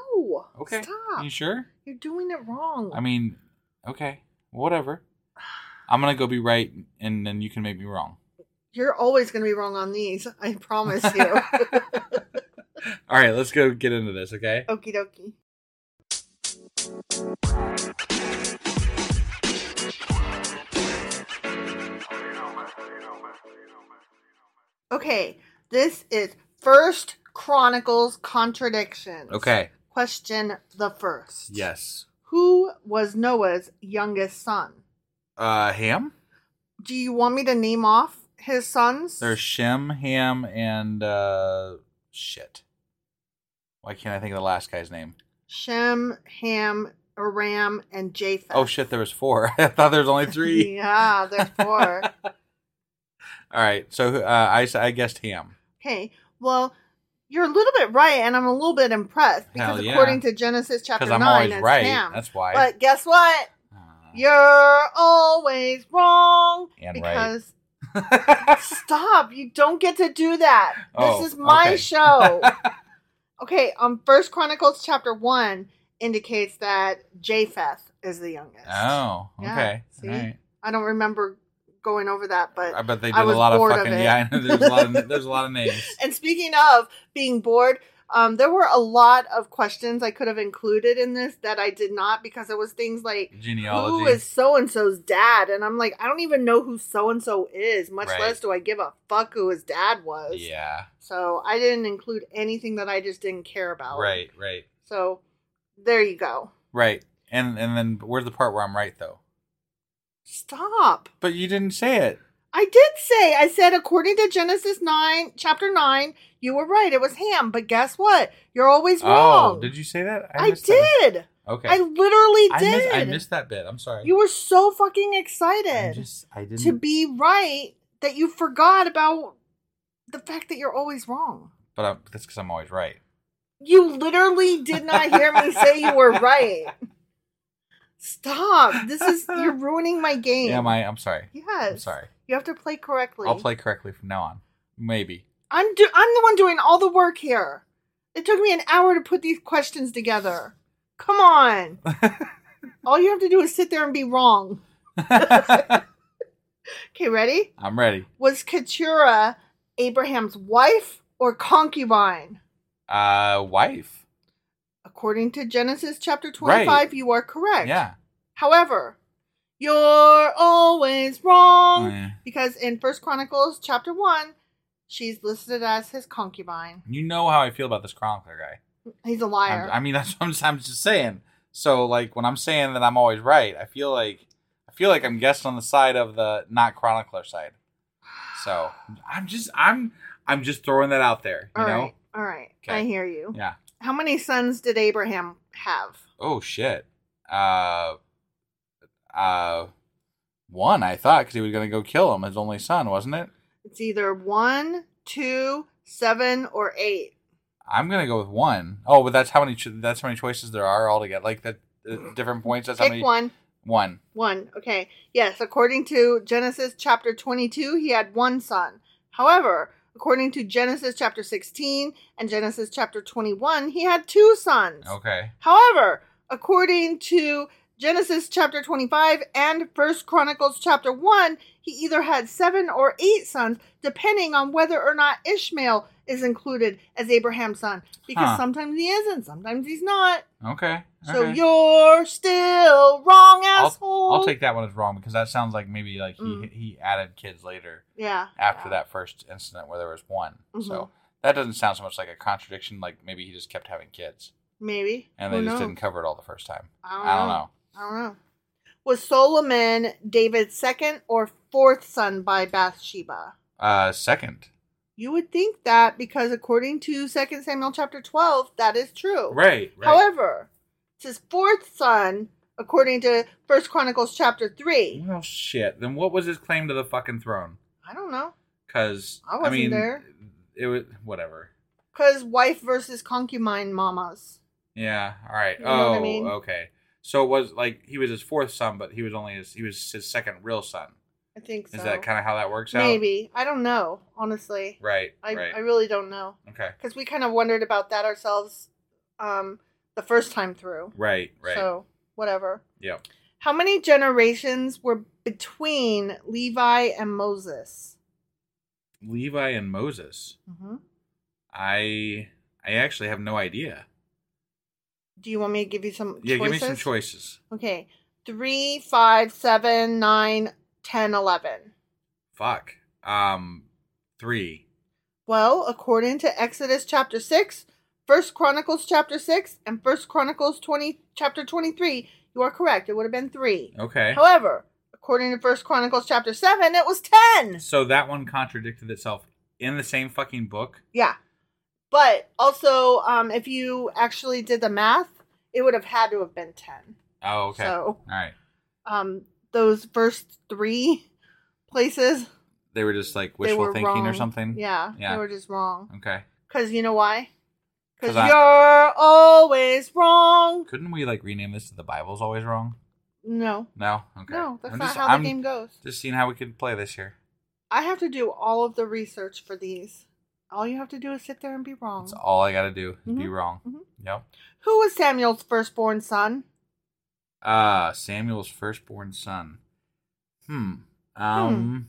[SPEAKER 5] Okay.
[SPEAKER 6] Stop.
[SPEAKER 5] You sure?
[SPEAKER 6] You're doing it wrong.
[SPEAKER 5] I mean, okay, whatever. I'm gonna go be right, and then you can make me wrong.
[SPEAKER 6] you're always going to be wrong on these. I promise you.
[SPEAKER 5] <laughs> All right, let's go get into this. Okay.
[SPEAKER 6] Okie dokie. Okay, this is First Chronicles Contradictions.
[SPEAKER 5] Okay.
[SPEAKER 6] Question the first.
[SPEAKER 5] Yes.
[SPEAKER 6] Who was Noah's youngest son?
[SPEAKER 5] Uh, Ham.
[SPEAKER 6] Do you want me to name off his sons?
[SPEAKER 5] There's Shem, Ham, and uh, shit. Why can't I think of the last guy's name?
[SPEAKER 6] Shem, Ham, Aram, and Japheth.
[SPEAKER 5] Oh shit, there was four. <laughs> I thought there was only
[SPEAKER 6] <laughs>
[SPEAKER 5] three.
[SPEAKER 6] yeah, there's
[SPEAKER 5] <laughs>
[SPEAKER 6] four.
[SPEAKER 5] All right, so uh, I s- I guessed Ham.
[SPEAKER 6] Okay. Well, you're a little bit right, and I'm a little bit impressed because
[SPEAKER 5] Hell yeah.
[SPEAKER 6] according to Genesis chapter
[SPEAKER 5] 'Cause I'm
[SPEAKER 6] nine,
[SPEAKER 5] always
[SPEAKER 6] it's
[SPEAKER 5] right,
[SPEAKER 6] Ham.
[SPEAKER 5] that's why.
[SPEAKER 6] But guess what?
[SPEAKER 5] Uh,
[SPEAKER 6] You're always wrong
[SPEAKER 5] And right. <laughs>
[SPEAKER 6] because stop. You don't get to do that.
[SPEAKER 5] Oh,
[SPEAKER 6] this is my
[SPEAKER 5] okay. <laughs>
[SPEAKER 6] show. okay. Um, First Chronicles chapter one indicates that Japheth is the youngest.
[SPEAKER 5] oh,
[SPEAKER 6] Yeah,
[SPEAKER 5] okay.
[SPEAKER 6] see?
[SPEAKER 5] All right.
[SPEAKER 6] I don't remember going over that, but
[SPEAKER 5] I bet they did
[SPEAKER 6] I
[SPEAKER 5] a
[SPEAKER 6] was
[SPEAKER 5] lot of
[SPEAKER 6] bored of
[SPEAKER 5] fucking.
[SPEAKER 6] it.
[SPEAKER 5] yeah, <laughs> I know. There's a lot of there's a
[SPEAKER 6] <laughs>
[SPEAKER 5] lot of names.
[SPEAKER 6] And speaking of being bored, um, there were a lot of questions I could have included in this that I did not because it was things like
[SPEAKER 5] Genealogy.
[SPEAKER 6] who is so and so's dad, and I'm like, I don't even know who so and so is. Much
[SPEAKER 5] Right.
[SPEAKER 6] less do I give a fuck who his dad was.
[SPEAKER 5] Yeah.
[SPEAKER 6] So I didn't include anything that I just didn't care about.
[SPEAKER 5] Right. Right.
[SPEAKER 6] So there you go.
[SPEAKER 5] Right. And and then where's the part where I'm right though?
[SPEAKER 6] Stop.
[SPEAKER 5] But you didn't say it.
[SPEAKER 6] I did say, I said, according to Genesis 9, chapter 9, you were right. It was ham. But guess what? You're always wrong.
[SPEAKER 5] Oh, did you say that?
[SPEAKER 6] I,
[SPEAKER 5] missed that.
[SPEAKER 6] did.
[SPEAKER 5] Okay.
[SPEAKER 6] I literally
[SPEAKER 5] I
[SPEAKER 6] did.
[SPEAKER 5] missed, I missed that bit. I'm sorry.
[SPEAKER 6] You were so fucking
[SPEAKER 5] I'm
[SPEAKER 6] excited
[SPEAKER 5] just I didn't.
[SPEAKER 6] to be right that you forgot about the fact that you're always wrong.
[SPEAKER 5] but I'm, that's because I'm always right.
[SPEAKER 6] You literally did not hear me say you
[SPEAKER 5] <laughs>
[SPEAKER 6] were right. Stop. This is you're ruining my game.
[SPEAKER 5] <laughs> Yeah, my I'm sorry.
[SPEAKER 6] Yes.
[SPEAKER 5] I'm sorry.
[SPEAKER 6] You have to play correctly.
[SPEAKER 5] I'll play correctly from now on.
[SPEAKER 6] <laughs>
[SPEAKER 5] Maybe. <laughs>
[SPEAKER 6] I'm do- I'm the one doing all the work here. It took me an hour to put these questions together.
[SPEAKER 5] <laughs>
[SPEAKER 6] Come on. all you have to do is sit there and be wrong.
[SPEAKER 5] I'm
[SPEAKER 6] Okay, ready?
[SPEAKER 5] ready.
[SPEAKER 6] was Keturah Abraham's wife or concubine?
[SPEAKER 5] Uh, wife.
[SPEAKER 6] According to Genesis chapter
[SPEAKER 5] Right.
[SPEAKER 6] 25, you are correct.
[SPEAKER 5] Yeah.
[SPEAKER 6] However, you're always wrong
[SPEAKER 5] Oh, Yeah.
[SPEAKER 6] because in First Chronicles chapter 1, she's listed as his concubine.
[SPEAKER 5] You know how I feel about this chronicler guy.
[SPEAKER 6] He's a
[SPEAKER 5] I'm-
[SPEAKER 6] liar.
[SPEAKER 5] I mean, <laughs> that's what I'm just, I'm just saying. So, like, when I'm saying that I'm always right, I feel like I feel like I'm guessing on the side of the not chronicler side. So I'm just I'm I'm just throwing that out there. You
[SPEAKER 6] All
[SPEAKER 5] know?
[SPEAKER 6] right, all right.
[SPEAKER 5] Okay.
[SPEAKER 6] I hear you.
[SPEAKER 5] Yeah.
[SPEAKER 6] How many sons did Abraham have?
[SPEAKER 5] Oh shit. Uh. Uh. One, I thought, because he was gonna go kill him, his only son, wasn't it?
[SPEAKER 6] It's either one, two, seven, or eight.
[SPEAKER 5] I'm gonna go with one. Oh, but that's how many. Cho- that's how many choices there are altogether. Like that, uh, different points. That's how
[SPEAKER 6] Pick
[SPEAKER 5] many.
[SPEAKER 6] one.
[SPEAKER 5] One.
[SPEAKER 6] One. Okay. Yes, according to Genesis chapter 22, he had one son. However, according to Genesis chapter 16 and Genesis chapter 21, he had two sons.
[SPEAKER 5] Okay.
[SPEAKER 6] However, according to Genesis chapter 25 and First Chronicles chapter 1, he either had seven or eight sons, depending on whether or not Ishmael is included as Abraham's son. Because
[SPEAKER 5] Huh.
[SPEAKER 6] sometimes he isn't, sometimes he's not.
[SPEAKER 5] Okay.
[SPEAKER 6] So
[SPEAKER 5] okay.
[SPEAKER 6] you're still wrong,
[SPEAKER 5] I'll,
[SPEAKER 6] asshole.
[SPEAKER 5] I'll take that one as wrong because that sounds like maybe like he
[SPEAKER 6] Mm.
[SPEAKER 5] he added kids later
[SPEAKER 6] Yeah.
[SPEAKER 5] after that first incident where there was one.
[SPEAKER 6] Mhm.
[SPEAKER 5] So that doesn't sound so much like a contradiction. Like maybe he just kept having kids
[SPEAKER 6] Maybe.
[SPEAKER 5] and they
[SPEAKER 6] Who
[SPEAKER 5] just
[SPEAKER 6] knows?
[SPEAKER 5] didn't cover it all the first time.
[SPEAKER 6] I don't,
[SPEAKER 5] I don't
[SPEAKER 6] know.
[SPEAKER 5] know.
[SPEAKER 6] I don't know. Was Solomon David's second or fourth son by Bathsheba?
[SPEAKER 5] Uh, second.
[SPEAKER 6] You would think that because according to 2 Samuel chapter 12, that is true.
[SPEAKER 5] Right.
[SPEAKER 6] However, it's his fourth son according to First Chronicles chapter 3.
[SPEAKER 5] Well, shit. Then what was his claim to the fucking throne?
[SPEAKER 6] I don't know.
[SPEAKER 5] Because
[SPEAKER 6] I
[SPEAKER 5] I,
[SPEAKER 6] wasn't
[SPEAKER 5] mean,
[SPEAKER 6] there.
[SPEAKER 5] it was whatever.
[SPEAKER 6] Because wife versus concubine mamas.
[SPEAKER 5] Yeah. All right.
[SPEAKER 6] You know
[SPEAKER 5] oh,
[SPEAKER 6] what I mean?
[SPEAKER 5] okay. So it was like he was his fourth son, but he was only his he was his second real son.
[SPEAKER 6] I think so.
[SPEAKER 5] Is that kind of how that works out?
[SPEAKER 6] Maybe. I don't know, honestly.
[SPEAKER 5] Right.
[SPEAKER 6] I,
[SPEAKER 5] right.
[SPEAKER 6] I really don't know.
[SPEAKER 5] okay.
[SPEAKER 6] Because we kind of wondered about that ourselves um, the first time through.
[SPEAKER 5] Right. Right.
[SPEAKER 6] So, whatever.
[SPEAKER 5] yeah.
[SPEAKER 6] How many generations were between Levi and Moses?
[SPEAKER 5] Levi and Moses.
[SPEAKER 6] hmm
[SPEAKER 5] I I actually have no idea.
[SPEAKER 6] Do you want me to give you some
[SPEAKER 5] Yeah,
[SPEAKER 6] choices?
[SPEAKER 5] give me some choices.
[SPEAKER 6] Okay. Three, five, seven, nine, ten, eleven.
[SPEAKER 5] Fuck. Um, three.
[SPEAKER 6] Well, according to Exodus chapter 6, First Chronicles chapter 6, and First Chronicles 20 chapter 23, you are correct. It would have been 3.
[SPEAKER 5] Okay.
[SPEAKER 6] However, according to First Chronicles chapter 7, it was 10.
[SPEAKER 5] So that one contradicted itself in the same fucking book.
[SPEAKER 6] Yeah. But also, um, if you actually did the math, it would have had to have been 10.
[SPEAKER 5] Oh, okay.
[SPEAKER 6] So-
[SPEAKER 5] All right.
[SPEAKER 6] Um, those first three places,
[SPEAKER 5] They were just like
[SPEAKER 6] they
[SPEAKER 5] wishful
[SPEAKER 6] were
[SPEAKER 5] thinking
[SPEAKER 6] wrong.
[SPEAKER 5] or something.
[SPEAKER 6] Yeah,
[SPEAKER 5] Yeah.
[SPEAKER 6] they were just wrong.
[SPEAKER 5] Okay.
[SPEAKER 6] Because you know why?
[SPEAKER 5] 'Cause
[SPEAKER 6] Because
[SPEAKER 5] I-
[SPEAKER 6] you're always wrong.
[SPEAKER 5] Couldn't we like rename this to the Bible's always wrong?
[SPEAKER 6] No.
[SPEAKER 5] No. Okay.
[SPEAKER 6] No, that's
[SPEAKER 5] I'm
[SPEAKER 6] not
[SPEAKER 5] just-
[SPEAKER 6] how the
[SPEAKER 5] I'm
[SPEAKER 6] game goes.
[SPEAKER 5] Just seeing how we could play this here.
[SPEAKER 6] I have to do all of the research for these. All you have to do is sit there and be wrong.
[SPEAKER 5] That's all I got to do. is Be
[SPEAKER 6] Mhm,
[SPEAKER 5] wrong.
[SPEAKER 6] mhm.
[SPEAKER 5] Yep.
[SPEAKER 6] Who was Samuel's firstborn son?
[SPEAKER 5] Uh Samuel's firstborn son. Hmm. Um.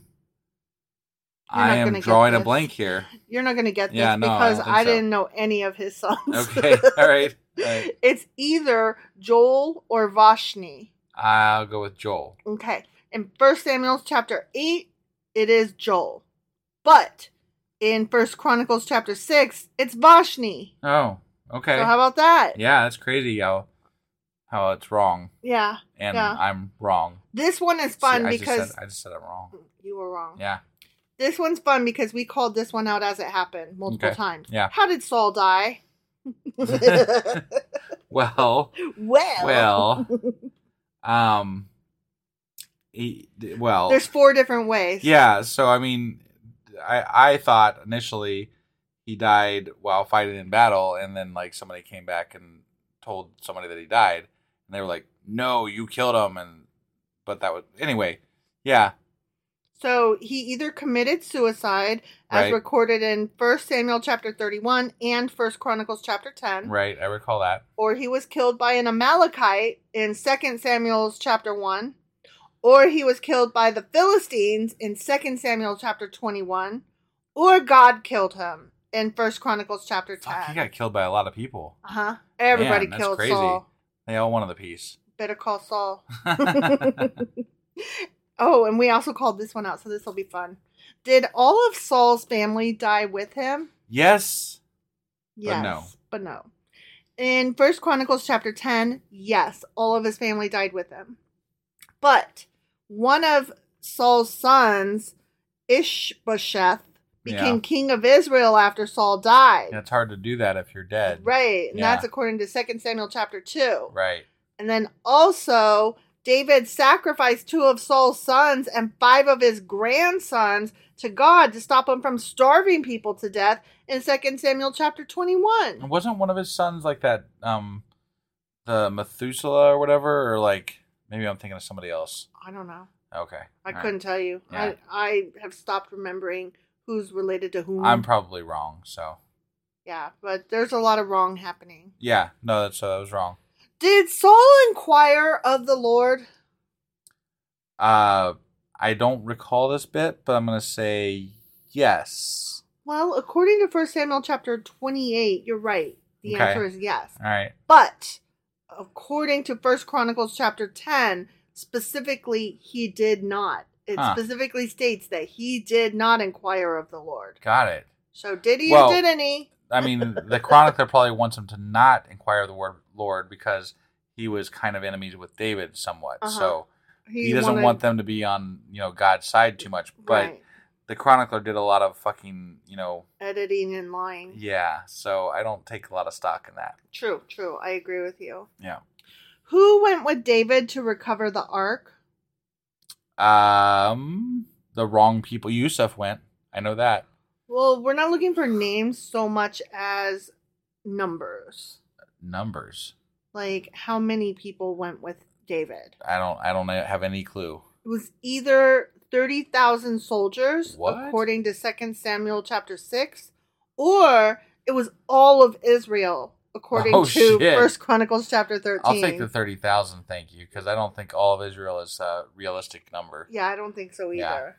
[SPEAKER 6] You're not
[SPEAKER 5] I
[SPEAKER 6] gonna
[SPEAKER 5] am
[SPEAKER 6] get
[SPEAKER 5] drawing a
[SPEAKER 6] this.
[SPEAKER 5] blank here.
[SPEAKER 6] You're not going to get this
[SPEAKER 5] Yeah, no, I
[SPEAKER 6] because
[SPEAKER 5] don't
[SPEAKER 6] I,
[SPEAKER 5] think so.
[SPEAKER 6] didn't know any of his sons. <laughs>
[SPEAKER 5] Okay. all right. All right.
[SPEAKER 6] It's either Joel or Vashni.
[SPEAKER 5] I'll go with Joel.
[SPEAKER 6] Okay. In First Samuel chapter 8, it is Joel. But in First Chronicles chapter 6, it's Vashni.
[SPEAKER 5] Oh. Okay.
[SPEAKER 6] So how about that?
[SPEAKER 5] yeah, that's crazy how how it's wrong
[SPEAKER 6] Yeah.
[SPEAKER 5] and
[SPEAKER 6] yeah.
[SPEAKER 5] I'm wrong.
[SPEAKER 6] This one is
[SPEAKER 5] See,
[SPEAKER 6] fun
[SPEAKER 5] I
[SPEAKER 6] because
[SPEAKER 5] just said, I just said I'm wrong.
[SPEAKER 6] you were wrong.
[SPEAKER 5] Yeah.
[SPEAKER 6] This one's fun because we called this one out as it happened multiple
[SPEAKER 5] Okay.
[SPEAKER 6] times.
[SPEAKER 5] Yeah.
[SPEAKER 6] How did
[SPEAKER 5] <laughs>
[SPEAKER 6] Saul die? <laughs>
[SPEAKER 5] Well.
[SPEAKER 6] well, <laughs>
[SPEAKER 5] Well. um. He, d- well.
[SPEAKER 6] there's four different ways.
[SPEAKER 5] Yeah, so I mean, I I thought initially he died while fighting in battle, and then like somebody came back and told somebody that he died, and they were like, "No, you killed him," and but that was anyway. Yeah,
[SPEAKER 6] So he either committed suicide, as
[SPEAKER 5] Right.
[SPEAKER 6] recorded in First Samuel chapter 31 and First Chronicles chapter 10,
[SPEAKER 5] right. I recall that.
[SPEAKER 6] or he was killed by an Amalekite in Second Samuel's chapter 1, or he was killed by the Philistines in Second Samuel chapter 21, or God killed him in First Chronicles chapter 10.
[SPEAKER 5] Fuck, he got killed by a lot of people.
[SPEAKER 6] Uh huh. Everybody
[SPEAKER 5] Man, that's
[SPEAKER 6] killed
[SPEAKER 5] crazy.
[SPEAKER 6] Saul.
[SPEAKER 5] They all wanted the piece.
[SPEAKER 6] Better call
[SPEAKER 5] <laughs>
[SPEAKER 6] Saul. <laughs> oh, and we also called this one out, so this will be fun. Did all of Saul's family die with him?
[SPEAKER 5] yes.
[SPEAKER 6] Yes.
[SPEAKER 5] no.
[SPEAKER 6] But no. In First Chronicles chapter 10, yes, all of his family died with him. But one of Saul's sons, Ishbosheth, became
[SPEAKER 5] Yeah.
[SPEAKER 6] king of Israel after Saul died.
[SPEAKER 5] Yeah, it's hard to do that if you're dead.
[SPEAKER 6] Right. And
[SPEAKER 5] Yeah.
[SPEAKER 6] that's according to 2 Samuel chapter 2.
[SPEAKER 5] Right.
[SPEAKER 6] And then also, David sacrificed two of Saul's sons and five of his grandsons to God to stop him from starving people to death in 2 Samuel chapter 21.
[SPEAKER 5] And wasn't one of his sons like that, um, the Methuselah or whatever, or like maybe I'm thinking of somebody else.
[SPEAKER 6] I don't know.
[SPEAKER 5] Okay,
[SPEAKER 6] I
[SPEAKER 5] All right.
[SPEAKER 6] couldn't tell you.
[SPEAKER 5] Yeah.
[SPEAKER 6] I, I have stopped remembering who's related to whom.
[SPEAKER 5] I'm probably wrong. So
[SPEAKER 6] yeah, but there's a lot of wrong happening.
[SPEAKER 5] yeah, no, that's so that was wrong.
[SPEAKER 6] Did Saul inquire of the Lord?
[SPEAKER 5] Uh, I don't recall this bit, but I'm gonna say yes.
[SPEAKER 6] Well, according to 1 Samuel chapter 28, you're right. The
[SPEAKER 5] Okay.
[SPEAKER 6] answer is yes.
[SPEAKER 5] All right.
[SPEAKER 6] But according to First Chronicles chapter 10, specifically he did not. It
[SPEAKER 5] Huh.
[SPEAKER 6] specifically states that he did not inquire of the Lord.
[SPEAKER 5] Got it.
[SPEAKER 6] So did he
[SPEAKER 5] Well-
[SPEAKER 6] or didn't he?
[SPEAKER 5] I
[SPEAKER 6] <laughs>
[SPEAKER 5] mean, the chronicler probably wants him to not inquire of the word Lord because he was kind of enemies with David somewhat.
[SPEAKER 6] Uh-huh.
[SPEAKER 5] So he, doesn't
[SPEAKER 6] wanted-
[SPEAKER 5] want them to be on you know God's side too much. But
[SPEAKER 6] right,
[SPEAKER 5] the chronicler did a lot of fucking you know
[SPEAKER 6] editing and lying.
[SPEAKER 5] yeah. So I don't take a lot of stock in that.
[SPEAKER 6] True, true. I agree with you.
[SPEAKER 5] Yeah.
[SPEAKER 6] Who went with David to recover the ark?
[SPEAKER 5] Um, the wrong people. Yusuf went. I know that.
[SPEAKER 6] Well, we're not looking for names so much as numbers.
[SPEAKER 5] Numbers.
[SPEAKER 6] like how many people went with David.
[SPEAKER 5] I don't. I don't have any clue.
[SPEAKER 6] It was either 30,000 soldiers,
[SPEAKER 5] What?
[SPEAKER 6] according to 2 Samuel chapter 6, or it was all of Israel, according
[SPEAKER 5] Oh,
[SPEAKER 6] to
[SPEAKER 5] shit.
[SPEAKER 6] First Chronicles chapter 13.
[SPEAKER 5] I'll take the thirty thousand. Thank you, because I don't think all of Israel is a realistic number.
[SPEAKER 6] Yeah, I don't think so either.
[SPEAKER 5] Yeah.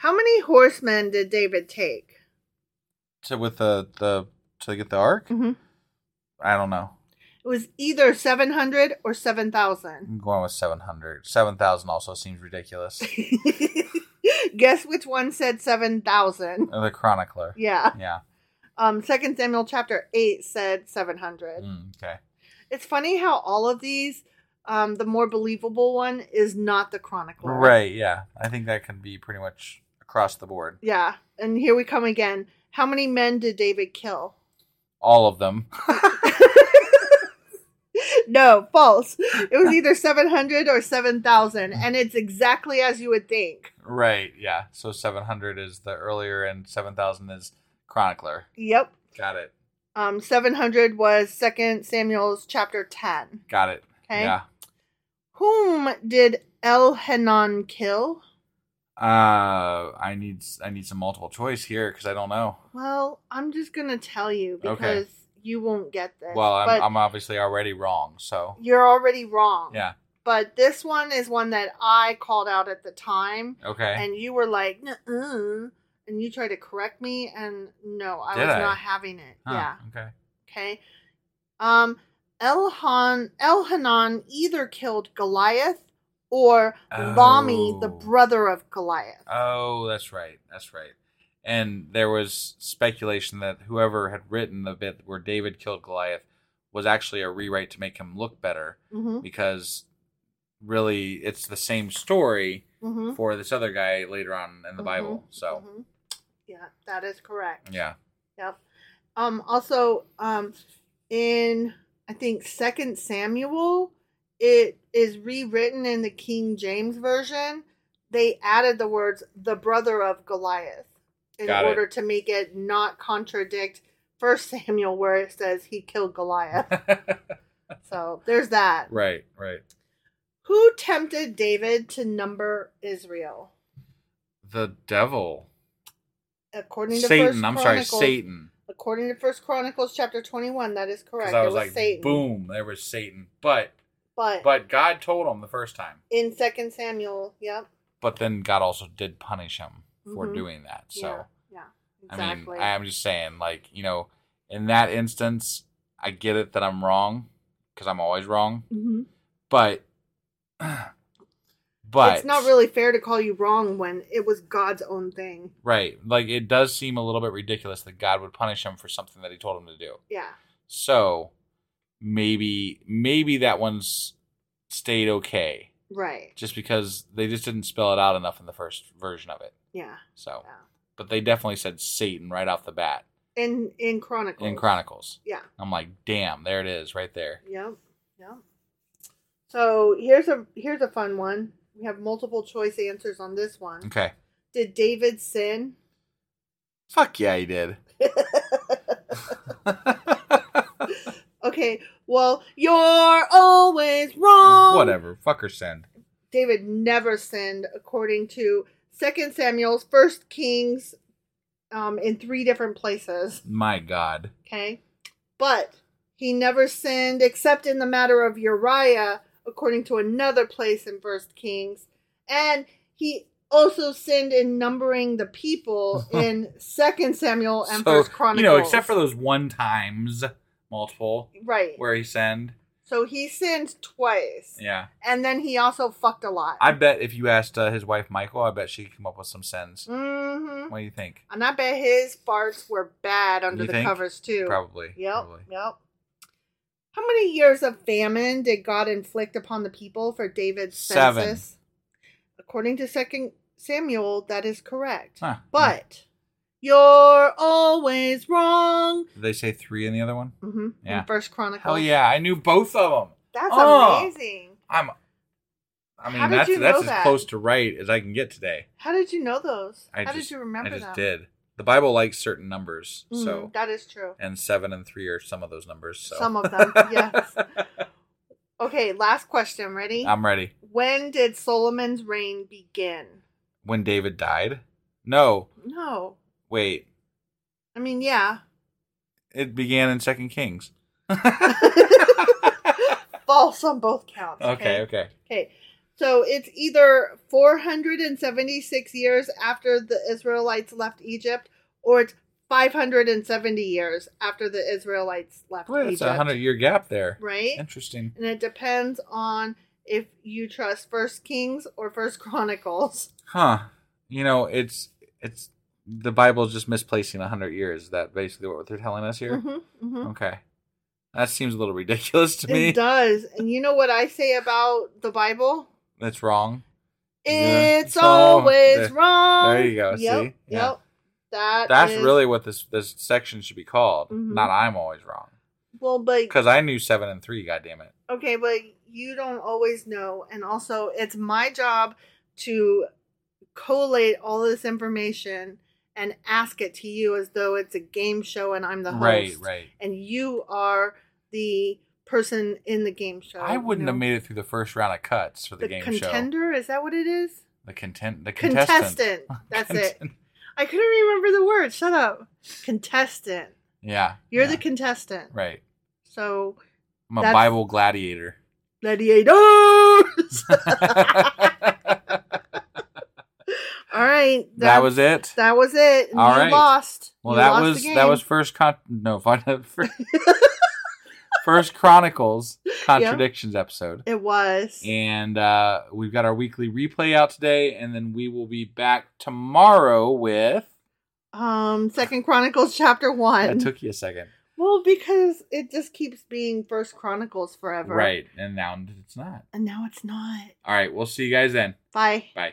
[SPEAKER 6] How many horsemen did David take?
[SPEAKER 5] So with the the to get the ark,
[SPEAKER 6] Mhm.
[SPEAKER 5] I don't know.
[SPEAKER 6] It was either 700 or 7,000.
[SPEAKER 5] I'm going with seven hundred. Seven thousand also seems ridiculous.
[SPEAKER 6] <laughs> Guess which one
[SPEAKER 5] <laughs>
[SPEAKER 6] said 7,000?
[SPEAKER 5] the chronicler.
[SPEAKER 6] Yeah.
[SPEAKER 5] Yeah.
[SPEAKER 6] Um, Second Samuel chapter 8 said 700.
[SPEAKER 5] Mm, okay.
[SPEAKER 6] It's funny how all of these, um, the more believable one is not the chronicler.
[SPEAKER 5] Right. Yeah. I think that can be pretty much across the board.
[SPEAKER 6] Yeah. And here we come again. How many men did
[SPEAKER 5] <laughs>
[SPEAKER 6] David kill? <laughs>
[SPEAKER 5] All of them.
[SPEAKER 6] No, false. It was either 700 or 7,000, and it's exactly as you would think.
[SPEAKER 5] Right. Yeah. So seven hundred is the earlier, and seven thousand is chronicler.
[SPEAKER 6] Yep.
[SPEAKER 5] Got it.
[SPEAKER 6] Um, 700 was Second Samuel's chapter 10.
[SPEAKER 5] Got it.
[SPEAKER 6] Okay.
[SPEAKER 5] Yeah.
[SPEAKER 6] Whom did Elhanan kill?
[SPEAKER 5] Uh, I need I need some multiple choice here because I don't know.
[SPEAKER 6] Well, I'm just going to tell you
[SPEAKER 5] Okay.
[SPEAKER 6] because you won't get this.
[SPEAKER 5] Well, I'm,
[SPEAKER 6] but
[SPEAKER 5] I'm obviously already wrong. So
[SPEAKER 6] you're already wrong.
[SPEAKER 5] yeah,
[SPEAKER 6] But this one is one that I called out at the time,
[SPEAKER 5] okay.
[SPEAKER 6] and you were like, Nuh-uh, and you tried to correct me, and no, I
[SPEAKER 5] Did
[SPEAKER 6] was
[SPEAKER 5] I?
[SPEAKER 6] not having it.
[SPEAKER 5] Huh,
[SPEAKER 6] Yeah.
[SPEAKER 5] Okay.
[SPEAKER 6] Okay. Um, Elhan Elhanan either killed Goliath or Lami, the
[SPEAKER 5] Oh.
[SPEAKER 6] brother of Goliath.
[SPEAKER 5] Oh, that's right. That's right. And there was speculation that whoever had written the bit where David killed Goliath was actually a rewrite to make him look better
[SPEAKER 6] hmm
[SPEAKER 5] because really it's the same story
[SPEAKER 6] hmm
[SPEAKER 5] for this other guy later on
[SPEAKER 6] Mm-hmm.
[SPEAKER 5] in the Bible. So
[SPEAKER 6] yeah, that is correct. <laughs>
[SPEAKER 5] yeah.
[SPEAKER 6] Yep. Um. Also, um, in I think Second Samuel, it is rewritten in the King James version. They added the words "the brother of Goliath" in
[SPEAKER 5] Got it.
[SPEAKER 6] order to make it not contradict First Samuel, where it says he
[SPEAKER 5] <laughs>
[SPEAKER 6] killed Goliath. so there's that.
[SPEAKER 5] right. Right.
[SPEAKER 6] Who tempted David to number Israel?
[SPEAKER 5] The devil.
[SPEAKER 6] According to
[SPEAKER 5] Satan.
[SPEAKER 6] First
[SPEAKER 5] I'm sorry,
[SPEAKER 6] Chronicles,
[SPEAKER 5] Satan.
[SPEAKER 6] According to First Chronicles chapter twenty-one, that is correct.
[SPEAKER 5] Because I
[SPEAKER 6] it
[SPEAKER 5] was,
[SPEAKER 6] was
[SPEAKER 5] like,
[SPEAKER 6] Satan.
[SPEAKER 5] boom, there was Satan. But
[SPEAKER 6] But,
[SPEAKER 5] but God told him the first time.
[SPEAKER 6] in Second Samuel, yep.
[SPEAKER 5] But then God also did punish him for
[SPEAKER 6] Mhm.
[SPEAKER 5] doing that. So
[SPEAKER 6] yeah, yeah, exactly.
[SPEAKER 5] I mean, I'm just saying, like you know, in that instance, I get it that I'm wrong because I'm always wrong.
[SPEAKER 6] Mhm. <clears throat>
[SPEAKER 5] But but
[SPEAKER 6] it's not really fair to call you wrong when it was God's own thing.
[SPEAKER 5] right. Like it does seem a little bit ridiculous that God would punish him for something that He told him to do.
[SPEAKER 6] Yeah,
[SPEAKER 5] So maybe maybe that one's stayed okay
[SPEAKER 6] right.
[SPEAKER 5] just because they just didn't spell it out enough in the first version of it.
[SPEAKER 6] Yeah,
[SPEAKER 5] So
[SPEAKER 6] yeah.
[SPEAKER 5] but they definitely said Satan right off the bat
[SPEAKER 6] In in Chronicles.
[SPEAKER 5] in Chronicles.
[SPEAKER 6] Yeah.
[SPEAKER 5] I'm like, damn, there it is right there.
[SPEAKER 6] Yep. Yep. So here's a here's a fun one. We have multiple choice answers on this one.
[SPEAKER 5] Okay.
[SPEAKER 6] Did David sin?
[SPEAKER 5] Fuck yeah, he did.
[SPEAKER 6] Okay. Well, you're always wrong.
[SPEAKER 5] Whatever. Fucker send.
[SPEAKER 6] David never sinned, according to Second Samuel's, First Kings, um, in three different places.
[SPEAKER 5] My God.
[SPEAKER 6] Okay, but he never sinned except in the matter of Uriah, according to another place in First Kings, and he also sinned in numbering
[SPEAKER 5] <laughs>
[SPEAKER 6] the people in Second Samuel and First Chronicles.
[SPEAKER 5] you know, except for those one times multiple
[SPEAKER 6] right.
[SPEAKER 5] where he sinned.
[SPEAKER 6] so he sinned twice,
[SPEAKER 5] Yeah.
[SPEAKER 6] and then he also fucked a lot.
[SPEAKER 5] I bet if you asked uh, his wife Michael, I bet she'd come up with some sins.
[SPEAKER 6] hmm
[SPEAKER 5] What do you think?
[SPEAKER 6] And I bet his farts were bad under
[SPEAKER 5] You
[SPEAKER 6] the
[SPEAKER 5] think?
[SPEAKER 6] covers too.
[SPEAKER 5] Probably.
[SPEAKER 6] Yep.
[SPEAKER 5] Probably.
[SPEAKER 6] Yep. How many years of famine did God inflict upon the people for David's
[SPEAKER 5] Seven.
[SPEAKER 6] census? According to Second Samuel, that is correct.
[SPEAKER 5] Huh.
[SPEAKER 6] But you're always wrong.
[SPEAKER 5] Did they say three in the other one?
[SPEAKER 6] hmm
[SPEAKER 5] Yeah.
[SPEAKER 6] In First Chronicles.
[SPEAKER 5] Hell yeah, I knew both of them.
[SPEAKER 6] That's
[SPEAKER 5] Oh.
[SPEAKER 6] amazing.
[SPEAKER 5] I'm. I mean,
[SPEAKER 6] How did
[SPEAKER 5] that's
[SPEAKER 6] you
[SPEAKER 5] that's
[SPEAKER 6] know
[SPEAKER 5] as
[SPEAKER 6] that?
[SPEAKER 5] close to right as I can get today.
[SPEAKER 6] How did you know those?
[SPEAKER 5] I
[SPEAKER 6] How
[SPEAKER 5] just,
[SPEAKER 6] did you remember
[SPEAKER 5] I just
[SPEAKER 6] them?
[SPEAKER 5] did. The Bible likes certain numbers,
[SPEAKER 6] Mm,
[SPEAKER 5] so
[SPEAKER 6] that is true.
[SPEAKER 5] and seven and three are some of those numbers. So. <laughs>
[SPEAKER 6] Some of them, yes. Okay, last question. Ready?
[SPEAKER 5] Um,
[SPEAKER 8] I'm ready.
[SPEAKER 6] when did Solomon's reign begin?
[SPEAKER 8] When David died? No,
[SPEAKER 6] No.
[SPEAKER 8] wait.
[SPEAKER 6] I mean, yeah.
[SPEAKER 8] It began in Second Kings.
[SPEAKER 6] False on both counts.
[SPEAKER 8] Okay, okay.
[SPEAKER 6] Okay. So it's either 476 years after the Israelites left Egypt or it's 570 years after the Israelites left
[SPEAKER 8] Well, it's
[SPEAKER 6] Egypt.
[SPEAKER 8] a hundred year gap there.
[SPEAKER 6] Right?
[SPEAKER 8] Interesting.
[SPEAKER 6] And it depends on if you trust First Kings or First Chronicles.
[SPEAKER 8] Huh. You know, it's it's the Bible's just misplacing a hundred years. Is that basically what they're telling us here?
[SPEAKER 6] Mhm, mhm.
[SPEAKER 8] Okay. That seems a little ridiculous to me.
[SPEAKER 6] It does. And you know what I say about the Bible?
[SPEAKER 8] That's wrong. Yeah.
[SPEAKER 6] It's
[SPEAKER 8] So,
[SPEAKER 6] always
[SPEAKER 8] there-
[SPEAKER 6] wrong.
[SPEAKER 8] there you go,
[SPEAKER 6] Yep.
[SPEAKER 8] see? Yeah.
[SPEAKER 6] Yep. That
[SPEAKER 8] That's
[SPEAKER 6] is-
[SPEAKER 8] really what this this section should be called.
[SPEAKER 6] Mhm.
[SPEAKER 8] Not I'm always wrong.
[SPEAKER 6] well, but
[SPEAKER 8] Because I knew seven and three, goddamn it.
[SPEAKER 6] okay, but you don't always know, and also it's my job to collate all this information and ask it to you as though it's a game show and I'm the host,
[SPEAKER 8] Right, right.
[SPEAKER 6] And you are the person in the game show.
[SPEAKER 8] I
[SPEAKER 6] you
[SPEAKER 8] wouldn't
[SPEAKER 6] know?
[SPEAKER 8] have made it through the first round of cuts for Oh, the,
[SPEAKER 6] the
[SPEAKER 8] game show.
[SPEAKER 6] contender. Is that what it is?
[SPEAKER 8] The content the contestant.
[SPEAKER 6] Contestant.
[SPEAKER 8] <laughs>
[SPEAKER 6] That's it. I couldn't remember the word. Shut up, contestant.
[SPEAKER 8] Yeah.
[SPEAKER 6] You're
[SPEAKER 8] yeah.
[SPEAKER 6] the contestant.
[SPEAKER 8] Right.
[SPEAKER 6] So
[SPEAKER 8] I'm a
[SPEAKER 6] That's-
[SPEAKER 8] Bible
[SPEAKER 6] <laughs>
[SPEAKER 8] gladiator. <laughs>
[SPEAKER 6] gladiators. All right.
[SPEAKER 8] that was it.
[SPEAKER 6] That was it. And
[SPEAKER 8] All
[SPEAKER 6] you
[SPEAKER 8] right.
[SPEAKER 6] lost.
[SPEAKER 8] Well,
[SPEAKER 6] You
[SPEAKER 8] that
[SPEAKER 6] lost the
[SPEAKER 8] was that
[SPEAKER 6] game.
[SPEAKER 8] was first con no
[SPEAKER 6] <laughs>
[SPEAKER 8] <laughs> fin- first, first Chronicles contradictions episode,
[SPEAKER 6] It was.
[SPEAKER 8] and uh, we've got our weekly replay out today, and then we will be back tomorrow with.
[SPEAKER 6] Um, Second Chronicles chapter one.
[SPEAKER 8] That took you a second,
[SPEAKER 6] well, because it just keeps being First Chronicles forever.
[SPEAKER 8] right? And now it's not.
[SPEAKER 6] And now it's not.
[SPEAKER 8] All right, we'll see you guys then.
[SPEAKER 6] Bye.
[SPEAKER 8] Bye.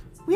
[SPEAKER 6] We